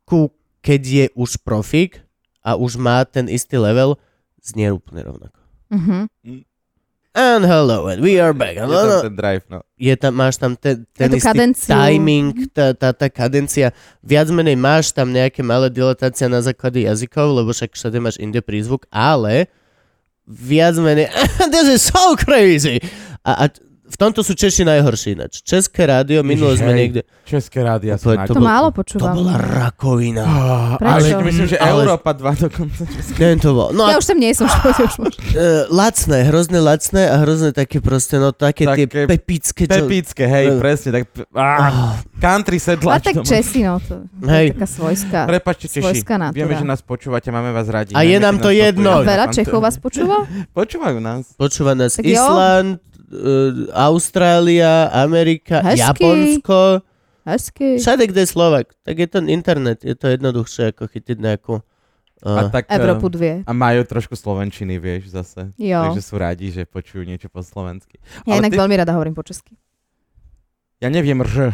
Speaker 4: ku, keď je už profík a už má ten istý level, znie úplne rovnako.
Speaker 3: Uh-huh.
Speaker 4: And hello, and we are back.
Speaker 2: Je
Speaker 4: No, no.
Speaker 2: tam ten drive, no.
Speaker 4: Je tam, máš tam ten, ten
Speaker 3: Tú
Speaker 4: istý
Speaker 3: kadenciu.
Speaker 4: timing, tá, tá, tá kadencia. Viac menej máš tam nejaké malé dilatácia na základe jazykov, lebo však všade máš inde prízvuk, ale viac menej, this is so crazy. A, a v tomto sú Češi najhorší ináč. České rádio, minulo
Speaker 2: Ježiš,
Speaker 4: sme
Speaker 2: hej.
Speaker 4: niekde,
Speaker 2: České rádia
Speaker 4: To je-
Speaker 2: na-
Speaker 4: to
Speaker 3: To
Speaker 4: bol-
Speaker 3: málo
Speaker 4: to
Speaker 3: počúvam.
Speaker 4: bola rakovina.
Speaker 2: Ah,
Speaker 3: Prečo?
Speaker 2: Ale myslím, že
Speaker 4: Ale-
Speaker 2: Európa 2 dokonca.
Speaker 4: Neviem, to bolo. No a
Speaker 3: Ja už tam nie som, čo už môžem.
Speaker 4: e, lacné, hrozne lacné a hrozne také proste, no také, tie
Speaker 2: Také
Speaker 4: pepické, čo...
Speaker 2: Pepické, hej,
Speaker 4: Eh.
Speaker 2: presne. Tak, ah,
Speaker 4: Ah,
Speaker 2: country sedlač.
Speaker 3: Ale tak
Speaker 2: to má-
Speaker 3: Česi, no to to je
Speaker 4: Hej.
Speaker 3: taká svojská.
Speaker 2: Prepačte, Češi.
Speaker 3: Svojská natúra.
Speaker 2: Vieme, že nás počúvate, máme vás radi.
Speaker 4: A je
Speaker 2: Najmä,
Speaker 4: nám
Speaker 2: keď
Speaker 4: to
Speaker 2: nás
Speaker 4: jedno.
Speaker 2: počúvate.
Speaker 3: Veľa
Speaker 2: Nám to-
Speaker 3: Čechov vás počúva?
Speaker 2: Počúvajú nás.
Speaker 4: Počúva nás
Speaker 3: Tak jo.
Speaker 4: Island, e, Austrália, Amerika,
Speaker 3: Hezky.
Speaker 4: Japonsko,
Speaker 3: Hezky.
Speaker 4: všade, kde je Slovak. Tak je ten internet, je to jednoduchšie ako chytiť nejakú...
Speaker 2: A
Speaker 4: Uh,
Speaker 2: tak... eh,
Speaker 3: Európu dvie.
Speaker 2: A majú trošku slovenčiny, vieš, zase.
Speaker 3: Jo.
Speaker 2: Takže sú radi, že počujú niečo po slovensky.
Speaker 3: Ja
Speaker 2: Ale
Speaker 3: inak
Speaker 2: ty-
Speaker 3: veľmi rada hovorím po česky.
Speaker 2: Ja neviem, že,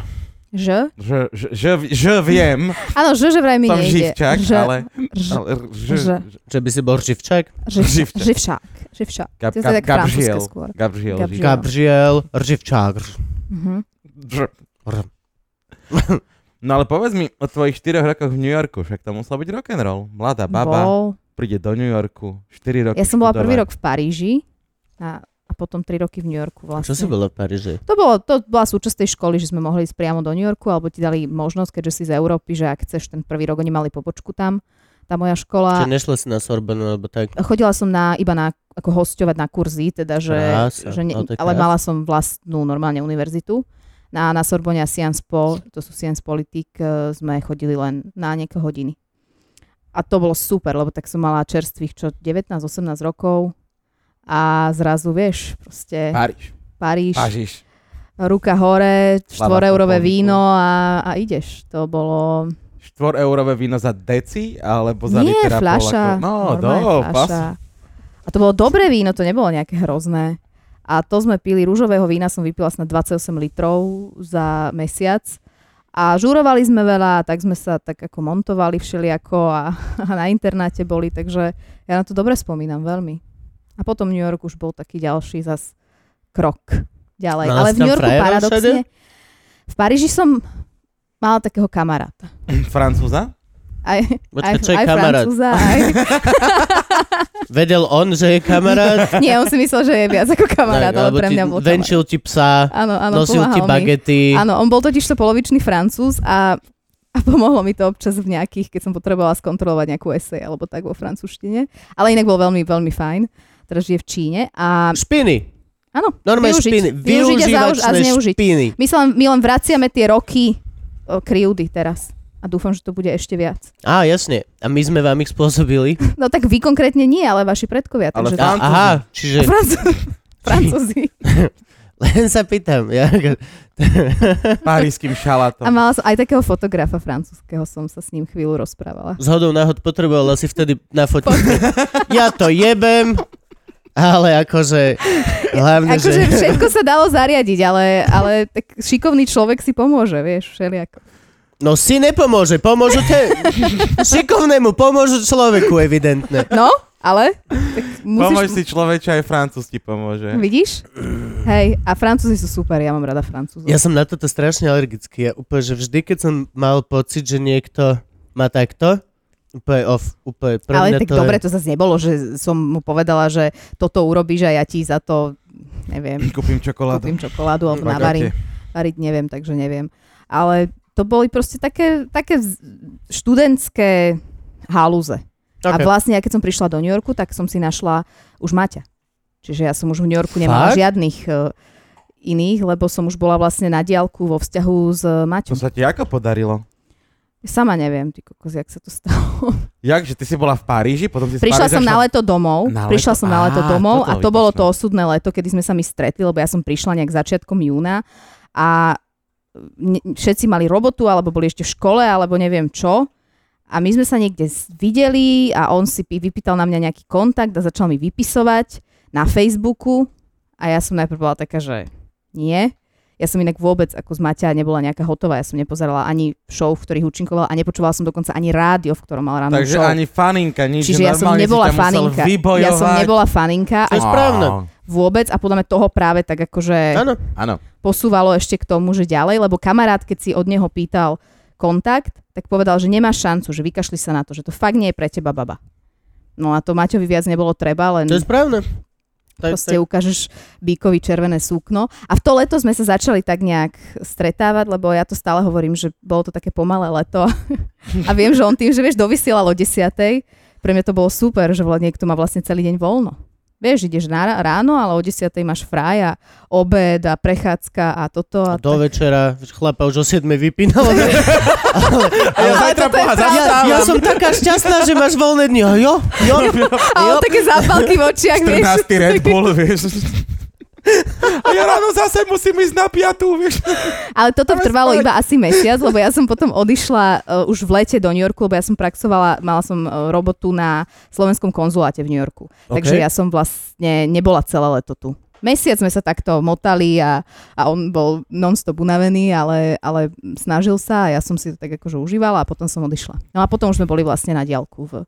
Speaker 3: Že?
Speaker 2: že, že, že, že viem,
Speaker 3: Áno, že, že vraj mi
Speaker 2: som
Speaker 3: nejde.
Speaker 2: živčak,
Speaker 3: Že-
Speaker 2: ale...
Speaker 3: že-
Speaker 2: ale že,
Speaker 3: že.
Speaker 2: že,
Speaker 4: že by si bol živčák,
Speaker 3: Živčak.
Speaker 2: Živčak.
Speaker 3: Živšák. Živšak.
Speaker 2: gab,
Speaker 3: To je
Speaker 2: gab,
Speaker 3: tak francúzske
Speaker 2: Gabriel.
Speaker 3: skôr.
Speaker 2: Gabriel. že-
Speaker 3: Gabriel. Jo.
Speaker 4: Gabriel, živčák.
Speaker 3: Mhm.
Speaker 2: že- No ale povedz mi o tvojich 4 rokoch v New Yorku, však to muselo byť rock and roll. Mladá baba
Speaker 3: Bol.
Speaker 2: príde do New Yorku, 4 roky.
Speaker 3: Ja som bola prvý
Speaker 2: študovať.
Speaker 3: rok v Paríži a, a potom 3 roky v New Yorku vlastne.
Speaker 4: Čo si bola v Paríži?
Speaker 3: To, bolo, to bola súčasť tej školy, že sme mohli ísť priamo do New Yorku, alebo ti dali možnosť, keďže si z Európy, že ak chceš ten prvý rok, oni mali pobočku tam, tá moja
Speaker 4: Čiže
Speaker 3: škola.
Speaker 4: nešla si na Sorbonu, alebo tak?
Speaker 3: Chodila som na, iba na, ako hosťovať na kurzy, teda, že,
Speaker 4: Krása,
Speaker 3: že ne,
Speaker 4: no to je
Speaker 3: ale
Speaker 4: krása.
Speaker 3: mala som vlastnú normálne univerzitu. Na, na Sorbonne a Science Po, to sú Science Politik, eh, sme chodili len na nejaké hodiny. A to bolo super, lebo tak som mala čerstvých čo 19-18 rokov a zrazu, vieš, proste
Speaker 2: Paríž.
Speaker 3: Paríž,
Speaker 2: Paríž.
Speaker 3: ruka hore, štvoreurové
Speaker 2: popolníku.
Speaker 3: víno a, a ideš. To bolo...
Speaker 2: 4 eurové víno za deci, alebo za
Speaker 3: Nie,
Speaker 4: teda
Speaker 2: litera
Speaker 3: fľaša.
Speaker 2: Polakov? No, do,
Speaker 3: normálne
Speaker 2: pas.
Speaker 3: fľaša. A to bolo dobré víno, to nebolo nejaké hrozné. A to sme pili, rúžového vína som vypila snad 28 litrov za mesiac. A žurovali sme veľa, tak sme sa tak ako montovali všelijako a, a na internáte boli, takže ja na to dobre spomínam veľmi. A potom New York už bol taký ďalší zas krok ďalej.
Speaker 4: Mala
Speaker 3: Ale
Speaker 4: si
Speaker 3: v New
Speaker 4: tam
Speaker 3: Yorku
Speaker 4: frajerov všade?
Speaker 3: paradoxne, v Paríži som mala takého kamaráta.
Speaker 2: Francúza?
Speaker 3: Aj,
Speaker 4: Počkaj,
Speaker 3: aj,
Speaker 4: čo je
Speaker 3: aj
Speaker 4: kamarát?
Speaker 3: Francúza, aj,
Speaker 4: Vedel on, že je kamarát?
Speaker 3: Nie, on si myslel, že je viac ako kamarát,
Speaker 4: Tak,
Speaker 3: ale
Speaker 4: alebo
Speaker 3: pre
Speaker 4: ti
Speaker 3: mňa bol kamarát.
Speaker 4: Venčil ti psa,
Speaker 3: Áno, áno,
Speaker 4: nosil
Speaker 3: pomáhal
Speaker 4: ti
Speaker 3: mi.
Speaker 4: bagety.
Speaker 3: Áno, on bol totiž to polovičný francúz a, a pomohlo mi to občas v nejakých, keď som potrebovala skontrolovať nejakú esej alebo tak vo francúzštine. Ale inak bol veľmi, veľmi fajn. Teraz žije v Číne a
Speaker 4: Špiny.
Speaker 3: áno,
Speaker 4: Normálne
Speaker 3: využiť.
Speaker 4: špiny.
Speaker 3: Využiť a zauž- a
Speaker 4: Využívačné
Speaker 3: zneužiť.
Speaker 4: špiny.
Speaker 3: My, sa len, my len vraciame tie roky o, kryjúdy teraz. A dúfam, že to bude ešte viac.
Speaker 4: Á, jasne. A my sme vám ich spôsobili.
Speaker 3: No tak vy konkrétne nie, ale vaši predkovia.
Speaker 2: Ale
Speaker 4: A,
Speaker 3: Takže...
Speaker 2: Francúzi.
Speaker 4: aha, čiže...
Speaker 3: Francúzi. Francúzi.
Speaker 4: Len sa pýtam. Ja,
Speaker 2: Paríským šalátom.
Speaker 3: A mala som aj takého fotografa francúzského, som sa s ním chvíľu rozprávala.
Speaker 4: z hodou náhod potrebovala si vtedy nafotiť. ja to jebem, ale akože hlavne,
Speaker 3: Akože
Speaker 4: že...
Speaker 3: všetko sa dalo zariadiť, ale, ale tak šikovný človek si pomôže, vieš, všelijako.
Speaker 4: No si nepomôže, pomôžu te... Šikovnému pomôžu človeku, evidentne.
Speaker 3: No, ale tak
Speaker 2: Pomôž
Speaker 3: musíš...
Speaker 2: si človeče, aj francúz ti pomôže.
Speaker 3: Vidíš? Hej, a Francúzi sú super, ja mám rada Francúzov.
Speaker 4: Ja som na toto strašne alergický. Ja úplne, že vždy, keď som mal pocit, že niekto má takto, Úplne off, úplne pre
Speaker 3: Ale
Speaker 4: mňa
Speaker 3: tak
Speaker 4: to
Speaker 3: dobre,
Speaker 4: je...
Speaker 3: to zase nebolo, že som mu povedala, že toto urobíš a ja ti za to, neviem,
Speaker 2: Kúpim čokoládu.
Speaker 3: kúpim čokoládu alebo
Speaker 2: Bagáte.
Speaker 3: navarím. Variť neviem, takže neviem. Ale to boli proste také, také vz- študentské halúze. A
Speaker 4: Okay.
Speaker 3: vlastne ja keď som prišla do New Yorku, tak som si našla už Maťa. Čiže ja som už v New Yorku nemala
Speaker 4: Fakt?
Speaker 3: žiadnych eh, iných, lebo som už bola vlastne na diálku vo vzťahu s
Speaker 2: To
Speaker 3: eh, Maťom.
Speaker 2: sa ti ako podarilo?
Speaker 3: Sama neviem, ty kokos, jak sa to stalo.
Speaker 2: Jak, že ty si bola v Paríži, potom si z
Speaker 3: Prišla
Speaker 2: Paríža
Speaker 3: som na leto domov,
Speaker 2: Na
Speaker 3: prišla
Speaker 2: leto,
Speaker 3: som na leto
Speaker 2: á,
Speaker 3: domov
Speaker 2: toto
Speaker 3: a to
Speaker 2: vidíš,
Speaker 3: bolo
Speaker 2: no.
Speaker 3: to osudné leto, kedy sme sa mi stretli, lebo ja som prišla nejak začiatkom júna a ne- všetci mali robotu, alebo boli ešte v škole, alebo neviem čo. A my sme sa niekde s- videli a on si pý- vypýtal na mňa nejaký kontakt a začal mi vypisovať na Facebooku a ja som najprv bola taká, že nie. Ja som inak vôbec ako z Maťa nebola nejaká hotová, ja som nepozerala ani show, v ktorých účinkovala a nepočúvala som dokonca ani rádio, v ktorom mal ráno
Speaker 2: Takže
Speaker 3: show.
Speaker 2: ani faninka, nič.
Speaker 3: Čiže
Speaker 2: že
Speaker 3: ja som
Speaker 2: normálne si
Speaker 3: nebola
Speaker 2: ťa musel
Speaker 3: faninka. Ja som
Speaker 2: vybojovať.
Speaker 3: nebola faninka
Speaker 4: To
Speaker 3: a
Speaker 4: je správne.
Speaker 2: Á,
Speaker 3: vôbec a podľa mňa toho práve tak
Speaker 2: No.
Speaker 3: akože
Speaker 4: Áno.
Speaker 2: Áno.
Speaker 3: posúvalo ešte k tomu, že ďalej, lebo kamarát, keď si od neho pýtal kontakt, tak povedal, že nemá šancu, že vykašli sa na to, že to fakt nie je pre teba baba. No a to Maťovi viac nebolo treba, len
Speaker 4: To je správne. Tak,
Speaker 3: proste
Speaker 4: tak,
Speaker 3: ukážeš Bíkovi červené súkno. A v to leto sme sa začali tak nejak stretávať, lebo ja to stále hovorím, že bolo to také pomalé leto. A viem, že on tým, že vieš, dovysielal o 10. Pre mňa to bolo super, že vla- niekto má vlastne celý deň voľno. Vieš, ideš na ráno, ale o 10. máš fraj a obed a prechádzka a toto. A
Speaker 4: do
Speaker 3: tak.
Speaker 4: večera chlapa už o 7 vypínalo.
Speaker 2: Ja zajtra boha
Speaker 4: ja, ja som taká šťastná, že máš voľné dni. A Jo, jo.
Speaker 3: A on také zápalky v očiach, vieš.
Speaker 2: 14. Red Bull, vieš. A ja ráno zase musím ísť na piatú, vieš.
Speaker 3: Ale toto
Speaker 2: Poďme
Speaker 3: trvalo
Speaker 2: spať.
Speaker 3: iba asi mesiac, lebo ja som potom odišla uh, už v lete do New Yorku, lebo ja som praxovala, mala som uh, robotu na slovenskom konzuláte v New Yorku. Okay. Takže ja som vlastne nebola celé leto tu. Mesiac sme sa takto motali a, a on bol non-stop unavený, ale, ale snažil sa a ja som si to tak akože užívala a potom som odišla. No a potom už sme boli vlastne na diálku v,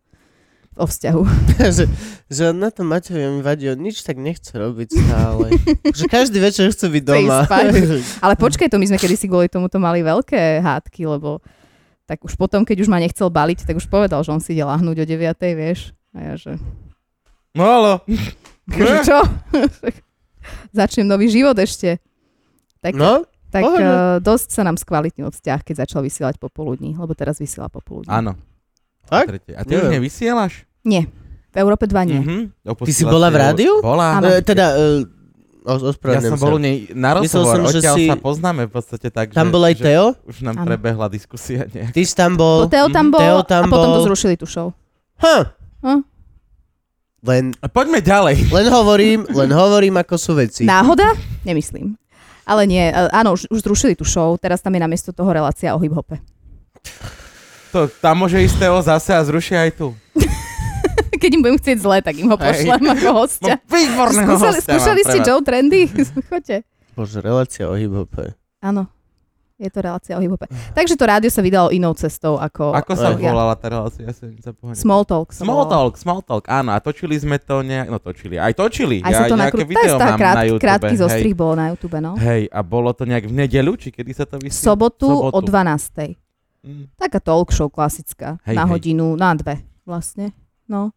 Speaker 3: o vzťahu.
Speaker 4: že, že na to Maťovi mi vadí, on nič tak nechce robiť stále. že každý večer chce byť doma.
Speaker 3: ísť spať. Ale počkaj, to my sme kedysi kvôli tomuto mali veľké hádky, lebo tak už potom, keď už ma nechcel baliť, tak už povedal, že on si ide lahnúť o 9, vieš. A ja že,
Speaker 2: No halo.
Speaker 3: že
Speaker 2: Ne?
Speaker 3: čo? Začnem nový život ešte. Tak,
Speaker 4: no,
Speaker 3: tak
Speaker 4: pohodne.
Speaker 3: uh, dosť sa nám skvalitnil vzťah, keď začal vysielať popoludní, lebo teraz vysiela popoludní.
Speaker 2: Áno.
Speaker 4: Tak?
Speaker 2: Tretie. A ty už
Speaker 4: Neviem.
Speaker 2: nevysielaš?
Speaker 3: Nie, v Európe 2 nie.
Speaker 2: Mhm.
Speaker 4: Ty si
Speaker 2: Opustila
Speaker 4: bola
Speaker 2: si
Speaker 4: v
Speaker 2: ju.
Speaker 4: rádiu?
Speaker 2: Bola.
Speaker 3: Áno.
Speaker 4: e, teda, e, os-
Speaker 2: Ja
Speaker 4: ospravedlňujem
Speaker 2: som bol u nej na
Speaker 4: Myslel
Speaker 2: rozhovor,
Speaker 4: som, že
Speaker 2: odtiaľ
Speaker 4: si-
Speaker 2: sa poznáme v podstate tak,
Speaker 4: Tam
Speaker 2: že,
Speaker 4: bol aj
Speaker 2: že
Speaker 4: Teo?
Speaker 2: už nám
Speaker 3: Áno.
Speaker 2: prebehla diskusia nejak.
Speaker 4: Ty si tam bol.
Speaker 3: Bo Teo tam bol
Speaker 4: Teo tam
Speaker 3: a potom to
Speaker 4: bol.
Speaker 3: zrušili tú show.
Speaker 4: Ha.
Speaker 3: Hm.
Speaker 4: Len,
Speaker 2: A poďme ďalej.
Speaker 4: len hovorím, len hovorím, ako sú veci.
Speaker 3: Náhoda? Nemyslím. Ale nie, e, áno, už, už zrušili tú show, teraz tam je namiesto toho relácia o hip-hope.
Speaker 2: To, tam môže ísť Teo zase a zrušia aj tu.
Speaker 3: Keď im budem chcieť zle, tak im ho
Speaker 2: Hej.
Speaker 3: pošlem ako hostia.
Speaker 2: No, výborného
Speaker 3: Skúšali,
Speaker 2: hostia mám
Speaker 3: skúšali
Speaker 2: pre
Speaker 3: ste
Speaker 2: vás.
Speaker 3: Joe Trendy? Chodte.
Speaker 4: Bože, relácia o hip-hope.
Speaker 3: Áno. Je to relácia o hip-hope. Takže to rádio sa vydalo inou cestou ako...
Speaker 2: Ako sa
Speaker 3: ja.
Speaker 2: volala tá relácia? Ja som zapomenul.
Speaker 3: Small Talk. sa
Speaker 2: Small
Speaker 3: volalo.
Speaker 2: talk, small talk, áno. A točili sme to nejak, no točili, aj točili.
Speaker 3: Aj sa to
Speaker 2: ja
Speaker 3: na
Speaker 2: nejaké
Speaker 3: To je
Speaker 2: video
Speaker 3: tá
Speaker 2: mám
Speaker 3: krát,
Speaker 2: na YouTube.
Speaker 3: krátky
Speaker 2: hej.
Speaker 3: zostrih bol na YouTube, no.
Speaker 2: Hej, a bolo to nejak v nedeľu, či kedy sa to
Speaker 3: V
Speaker 2: vysiela?
Speaker 3: sobotu,
Speaker 2: sobotu.
Speaker 3: o 12.
Speaker 2: Mm.
Speaker 3: Taká talk show klasická.
Speaker 2: Hej, hej.
Speaker 3: na hodinu, na dve vlastne. No.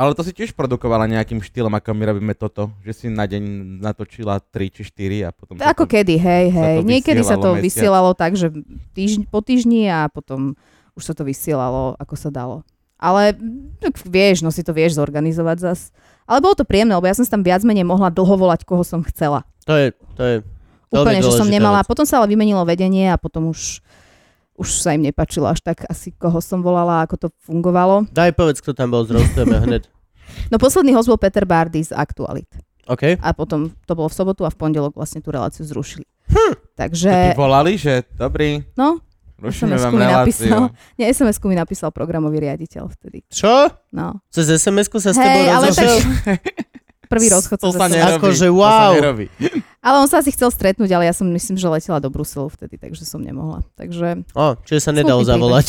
Speaker 2: Ale to si tiež produkovala nejakým štýlom, ako my robíme toto, že si na deň natočila 3 či 4 a potom...
Speaker 3: To Ako
Speaker 2: potom-
Speaker 3: kedy, hej, hej.
Speaker 2: to
Speaker 3: Niekedy sa to
Speaker 2: vysielalo mesiac.
Speaker 3: vysielalo tak, že týžd- po týždni a potom už sa to vysielalo, ako sa dalo. Ale tak vieš, no si to vieš zorganizovať zas. Ale bolo to príjemné, lebo ja som si tam viac menej mohla dlho volať, koho som chcela.
Speaker 4: To je, to je Veľmi
Speaker 3: Úplne, že som
Speaker 4: dôležitá
Speaker 3: nemala.
Speaker 4: vec.
Speaker 3: Potom sa ale vymenilo vedenie a potom už, už sa im nepačilo až tak asi, koho som volala, ako to fungovalo.
Speaker 4: Daj povedz, kto tam bol, zrostujeme hneď.
Speaker 3: No posledný host bol Peter Bardy z Aktualit.
Speaker 4: OK?
Speaker 3: A potom to bolo v sobotu a v pondelok vlastne tú reláciu zrušili.
Speaker 2: To
Speaker 3: Takže,
Speaker 2: ti volali, že dobrý,
Speaker 3: no,
Speaker 2: rušíme
Speaker 3: SMS-ku
Speaker 2: vám
Speaker 3: mi
Speaker 2: reláciu.
Speaker 3: napísal. Nie, SMS-ku mi napísal programový riaditeľ vtedy.
Speaker 4: Čo?
Speaker 3: No.
Speaker 4: Cez SMS-ku sa s
Speaker 3: Hej,
Speaker 4: tebou
Speaker 3: ale
Speaker 4: rozošiel?
Speaker 3: Prvý rozchod
Speaker 2: To
Speaker 3: som
Speaker 2: sa
Speaker 3: zase...
Speaker 2: nerobí.
Speaker 4: Akože
Speaker 2: to sa
Speaker 4: wow.
Speaker 2: nerobí.
Speaker 3: Ale on sa asi chcel stretnúť, ale ja som myslím, že letela do Bruselu vtedy, takže som nemohla. Takže
Speaker 4: O, čiže sa nedal
Speaker 3: Smutný príbeh.
Speaker 4: zavolať.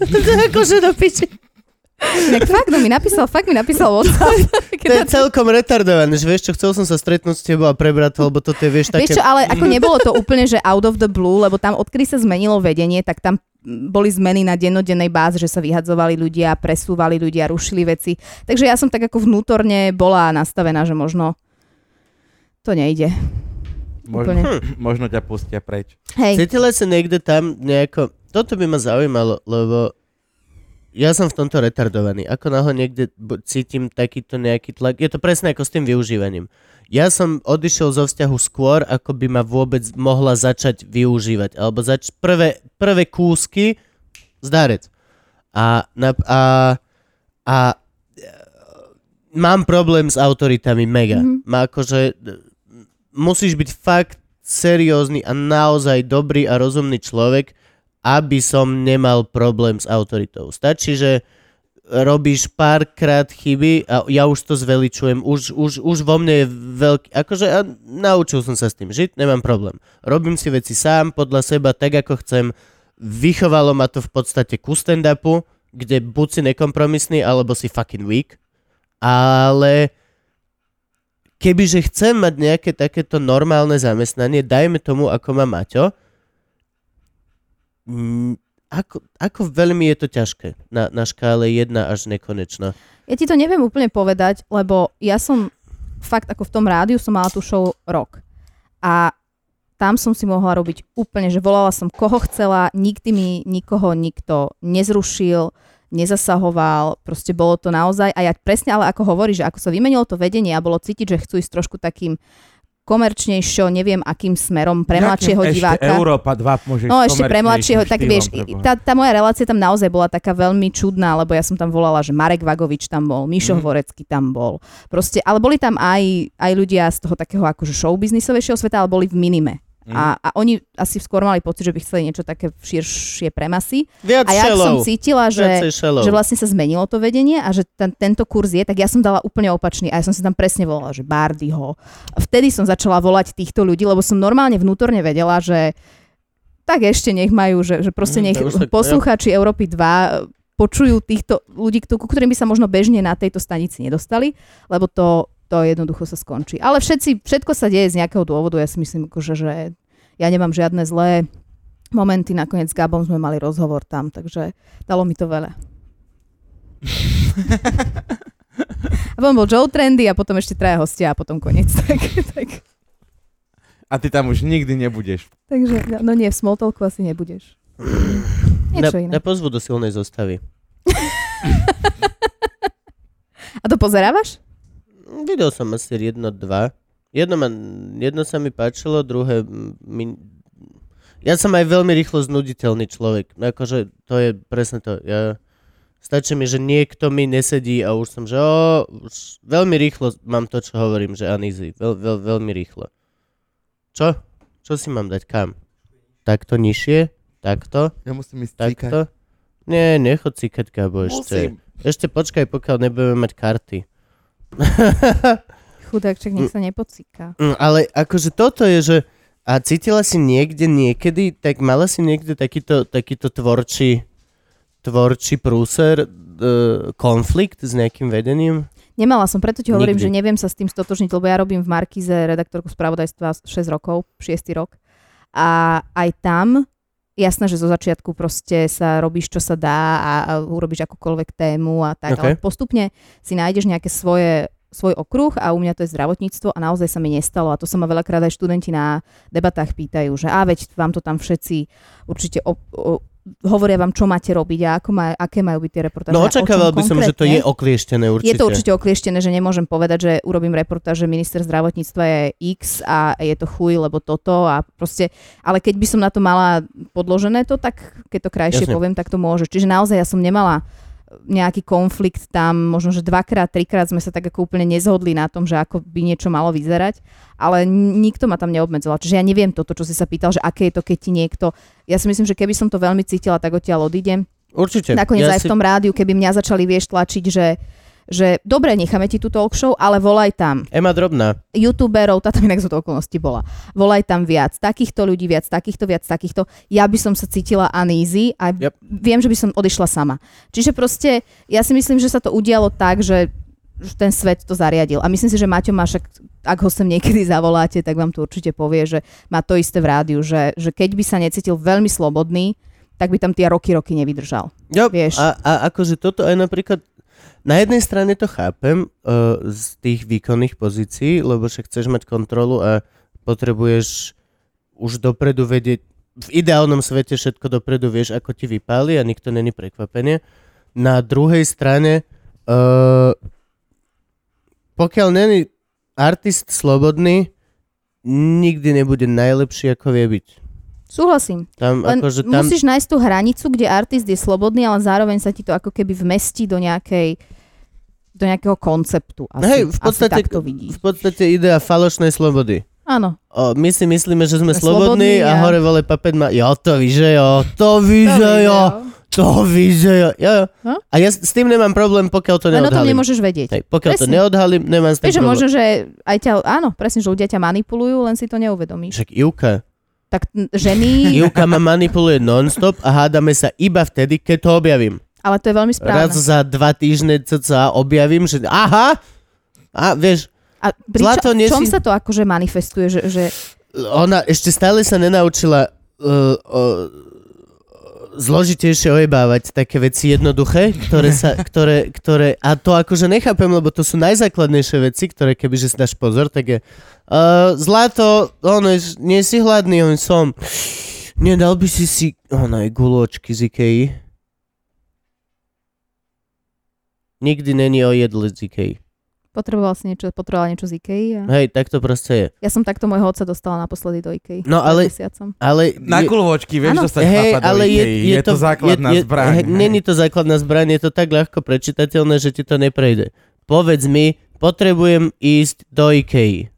Speaker 4: to je akože do piči.
Speaker 3: tak fakt, no mi napísal, fakt mi napísal WhatsApp.
Speaker 4: To je celkom retardované, že vieš čo, chcel som sa stretnúť s tebou a prebrať, to, lebo toto je, vieš, také...
Speaker 3: Vieš čo, ale ako nebolo to úplne, že out of the blue, lebo tam odkedy sa zmenilo vedenie, tak tam boli zmeny na dennodennej báze, že sa vyhadzovali ľudia, presúvali ľudia, rušili veci. Takže ja som tak ako vnútorne bola nastavená, že možno to nejde.
Speaker 2: Možno, možno ťa pustia preč.
Speaker 3: Hej,
Speaker 4: Cítila sa niekde tam nejako... Toto by ma zaujímalo, lebo ja som v tomto retardovaný. Ako náhle niekde bu- cítim takýto nejaký tlak. Je to presne ako s tým využívaním. Ja som odišiel zo vzťahu skôr, ako by ma vôbec mohla začať využívať. Alebo zač- prvé, prvé kúsky zdarec. A, na, a, a e, mám problém s autoritami mega. Mm-hmm. Má akože musíš byť fakt seriózny a naozaj dobrý a rozumný človek, aby som nemal problém s autoritou. Stačí, že robíš párkrát chyby a ja už to zveličujem, už, už, už vo mne je veľký, akože a naučil som sa s tým žiť, nemám problém. Robím si veci sám, podľa seba, tak ako chcem. Vychovalo ma to v podstate ku stand-upu, kde buď si nekompromisný, alebo si fucking weak. Ale kebyže chcem mať nejaké takéto normálne zamestnanie, dajme tomu, ako má Maťo, mm, ako, ako veľmi je to ťažké na, na škále 1 až nekonečno.
Speaker 3: ja ti to neviem úplne povedať, lebo ja som fakt ako v tom rádiu som mala tú show rok. A tam som si mohla robiť úplne, že volala som koho chcela, nikdy mi nikoho nikto nezrušil, nezasahoval, proste bolo to naozaj. A ja presne, ale ako hovorí, že ako sa vymenilo to vedenie a bolo cítiť, že chcú ísť trošku takým komerčnejšio, neviem akým smerom, pre mladšieho
Speaker 2: Nejakým Ešte
Speaker 3: diváka.
Speaker 2: Európa 2 môžeš
Speaker 3: No ešte pre mladšieho, tak
Speaker 2: štýlom,
Speaker 3: vieš,
Speaker 2: preboha.
Speaker 3: tá, tá moja relácia tam naozaj bola taká veľmi čudná, lebo ja som tam volala, že Marek Vagovič tam bol, Mišo mm. Hvorecký tam bol. Proste, ale boli tam aj, aj ľudia z toho takého akože showbiznisovejšieho sveta, ale boli v minime. Mm. A, a oni asi skôr mali pocit, že by chceli niečo také širšie premasy.
Speaker 4: Viac
Speaker 3: A ja ak
Speaker 4: šelov.
Speaker 3: som cítila, že,
Speaker 4: Viacej šelov.
Speaker 3: že vlastne sa zmenilo to vedenie a že ten, tento kurz je, tak ja som dala úplne opačný a ja som si tam presne volala, že Bardyho. Vtedy som začala volať týchto ľudí, lebo som normálne vnútorne vedela, že tak ešte nech majú, že, že proste
Speaker 4: Mm,
Speaker 3: nech
Speaker 4: to už tak-
Speaker 3: poslucháči Európy 2 počujú týchto ľudí, kto- ku ktorým by sa možno bežne na tejto stanici nedostali, lebo to, to jednoducho sa skončí. Ale všetci, všetko sa deje z nejakého dôvodu, ja si myslím, akože, že ja nemám žiadne zlé momenty, nakoniec s Gabom sme mali rozhovor tam, takže dalo mi to veľa. a potom bol Joe Trendy a potom ešte traja hostia a potom koniec. Tak, tak,
Speaker 2: A ty tam už nikdy nebudeš.
Speaker 3: takže, no- no nie, v Smalltalku asi nebudeš.
Speaker 4: na,
Speaker 3: Niečo iné.
Speaker 4: na pozvu do silnej zostavy.
Speaker 3: A to pozerávaš?
Speaker 4: Mm, Videl som asi jedno, dva. Jedno, ma, jedno sa mi páčilo, druhé mm, mi... Ja som aj veľmi rýchlo znuditeľný človek. No Akože to je presne to. Ja, stačí mi, že niekto mi nesedí a už som, že o, už veľmi rýchlo mám to, čo hovorím, že uneasy. Veľ, veľ, veľmi rýchlo. Čo? Čo si mám dať? Kam? Takto nižšie? Takto?
Speaker 2: Ja musím ísť cíkať.
Speaker 4: Takto? Nie, nechod cikať, Gabo, ešte.
Speaker 2: Musím.
Speaker 4: Ešte počkaj, pokiaľ nebudeme mať karty.
Speaker 3: Chudáček, nech sa nepocíka.
Speaker 4: Mm, ale akože toto je, že a cítila si niekde niekedy, tak mala si niekde takýto, takýto tvorčí, tvorčí prúser, e, konflikt s nejakým vedením?
Speaker 3: Nemala som, preto ti hovorím,
Speaker 4: Nikdy.
Speaker 3: že neviem sa s tým stotožniť, lebo ja robím v Markize redaktorku spravodajstva 6 rokov, 6 rok. A aj tam, jasné, že zo začiatku proste sa robíš, čo sa dá a, a urobíš akúkoľvek tému a tak, okay. ale
Speaker 4: Okay.
Speaker 3: postupne si nájdeš nejaké svoje svoj okruh a u mňa to je zdravotníctvo a naozaj sa mi nestalo a to sa ma veľakrát aj študenti na debatách pýtajú, že a veď vám to tam všetci určite o, o, hovoria vám, čo máte robiť a ako má, aké majú byť tie reportáže. a
Speaker 4: no
Speaker 3: o čom
Speaker 4: očakával by som, že to
Speaker 3: konkrétne.
Speaker 4: je oklieštené určite.
Speaker 3: Je to určite oklieštené, že nemôžem povedať, že urobím reportáž, že minister zdravotníctva je X a je to chuj, lebo toto a proste, ale keď by som na to mala podložené to, tak keď to krajšie
Speaker 4: Jasne.
Speaker 3: poviem, tak to môže. Čiže naozaj ja som nemala nejaký konflikt tam, možno, že dvakrát, trikrát sme sa tak ako úplne nezhodli na tom, že ako by niečo malo vyzerať, ale n- nikto ma tam neobmedzoval. Čiže ja neviem toto, čo si sa pýtal, že aké je to, keď ti niekto... Ja si myslím, že keby som to veľmi cítila, tak odtiaľ odídem.
Speaker 4: Určite.
Speaker 3: Nakoniec
Speaker 4: ja
Speaker 3: aj v tom rádiu, keby mňa začali vieš tlačiť, že že dobre, necháme ti tú talk show, ale volaj tam
Speaker 4: Ema Drobná.
Speaker 3: youtuberov, tá tam inak zo okolností bola, volaj tam viac takýchto ľudí, viac takýchto, viac takýchto. Ja by som sa cítila uneasy a
Speaker 4: Yep.
Speaker 3: viem, že by som odišla sama. Čiže proste ja si myslím, že sa to udialo tak, že že ten svet to zariadil. A myslím si, že Maťo Mašek, ak ho sem niekedy zavoláte, tak vám to určite povie, že má to isté v rádiu, že, že keď by sa necítil veľmi slobodný, tak by tam tie roky, roky nevydržal.
Speaker 4: Jo,
Speaker 3: Vieš.
Speaker 4: A, a akože toto aj napríklad, na jednej strane to chápem uh, z tých výkonných pozícií, lebo však chceš mať kontrolu a potrebuješ už dopredu vedieť, v ideálnom svete všetko dopredu vieš, ako ti vypáli a nikto není prekvapenie. Na druhej strane, uh, pokiaľ není artist slobodný, nikdy nebude najlepší, ako vie byť.
Speaker 3: Súhlasím.
Speaker 4: Tam,
Speaker 3: Len
Speaker 4: akože tam...
Speaker 3: musíš nájsť tú hranicu, kde artist je slobodný, ale zároveň sa ti to ako keby vmestí do nejakej do nejakého konceptu. Asi,
Speaker 4: Hej, v podstate,
Speaker 3: asi tak to vidí.
Speaker 4: v podstate idea falošnej slobody.
Speaker 3: Áno.
Speaker 4: O, my si myslíme, že sme
Speaker 3: Sme
Speaker 4: slobodní
Speaker 3: slobodní
Speaker 4: a
Speaker 3: a-
Speaker 4: hore vole papet má, jo to víš, že jo, to víš, že jo, to víš, že jo, jo, jo.
Speaker 3: No?
Speaker 4: A ja s s tým nemám problém, pokiaľ to
Speaker 3: Len o tom
Speaker 4: neodhalím.
Speaker 3: nemôžeš vedieť.
Speaker 4: Hej, pokiaľ to
Speaker 3: Presne.
Speaker 4: neodhalím, nemám s tým
Speaker 3: Vieš, že
Speaker 4: problém.
Speaker 3: možno, že aj ťa, áno, presne, že ľudia ťa manipulujú, len si to neuvedomíš.
Speaker 4: Však Ivka.
Speaker 3: Tak n- ženy,
Speaker 4: Ivka ma manipuluje nonstop a hádame sa iba vtedy, keď to objavím.
Speaker 3: ale to je veľmi
Speaker 4: Raz
Speaker 3: správne.
Speaker 4: za dva týždne sa objavím, že aha, a vieš,
Speaker 3: A pri
Speaker 4: Zlato,
Speaker 3: čo,
Speaker 4: nie
Speaker 3: čom
Speaker 4: si-
Speaker 3: sa to akože manifestuje, že, že
Speaker 4: ona ešte stále sa nenaučila uh, uh, zložitejšie ojebávať také veci jednoduché, ktoré sa, ktoré, ktoré, a to akože nechápem, lebo to sú najzákladnejšie veci, ktoré kebyže si dáš pozor, tak je uh, zlato, ono, je- nie si hladný, on som, nedal by si si, ono je guločky z Ikei. Nikdy není o jedle z Ikei.
Speaker 3: potreboval si niečo, potreboval niečo z Ikei. A...
Speaker 4: Hej, tak to proste je.
Speaker 3: Ja som takto môjho otca dostala naposledy do Ikei.
Speaker 4: No,
Speaker 3: pred
Speaker 4: ale-
Speaker 3: Mesiacom.
Speaker 4: Ale
Speaker 2: Na
Speaker 4: je-
Speaker 2: kulvočky vieš
Speaker 3: Áno.
Speaker 2: dostať chlapa do Ikei. je, to, základná
Speaker 4: je- je-
Speaker 2: zbraň.
Speaker 4: hej, Není to základná zbraň, je to tak ľahko prečítateľné, že ti to neprejde. Povedz mi, potrebujem ísť do Ikei.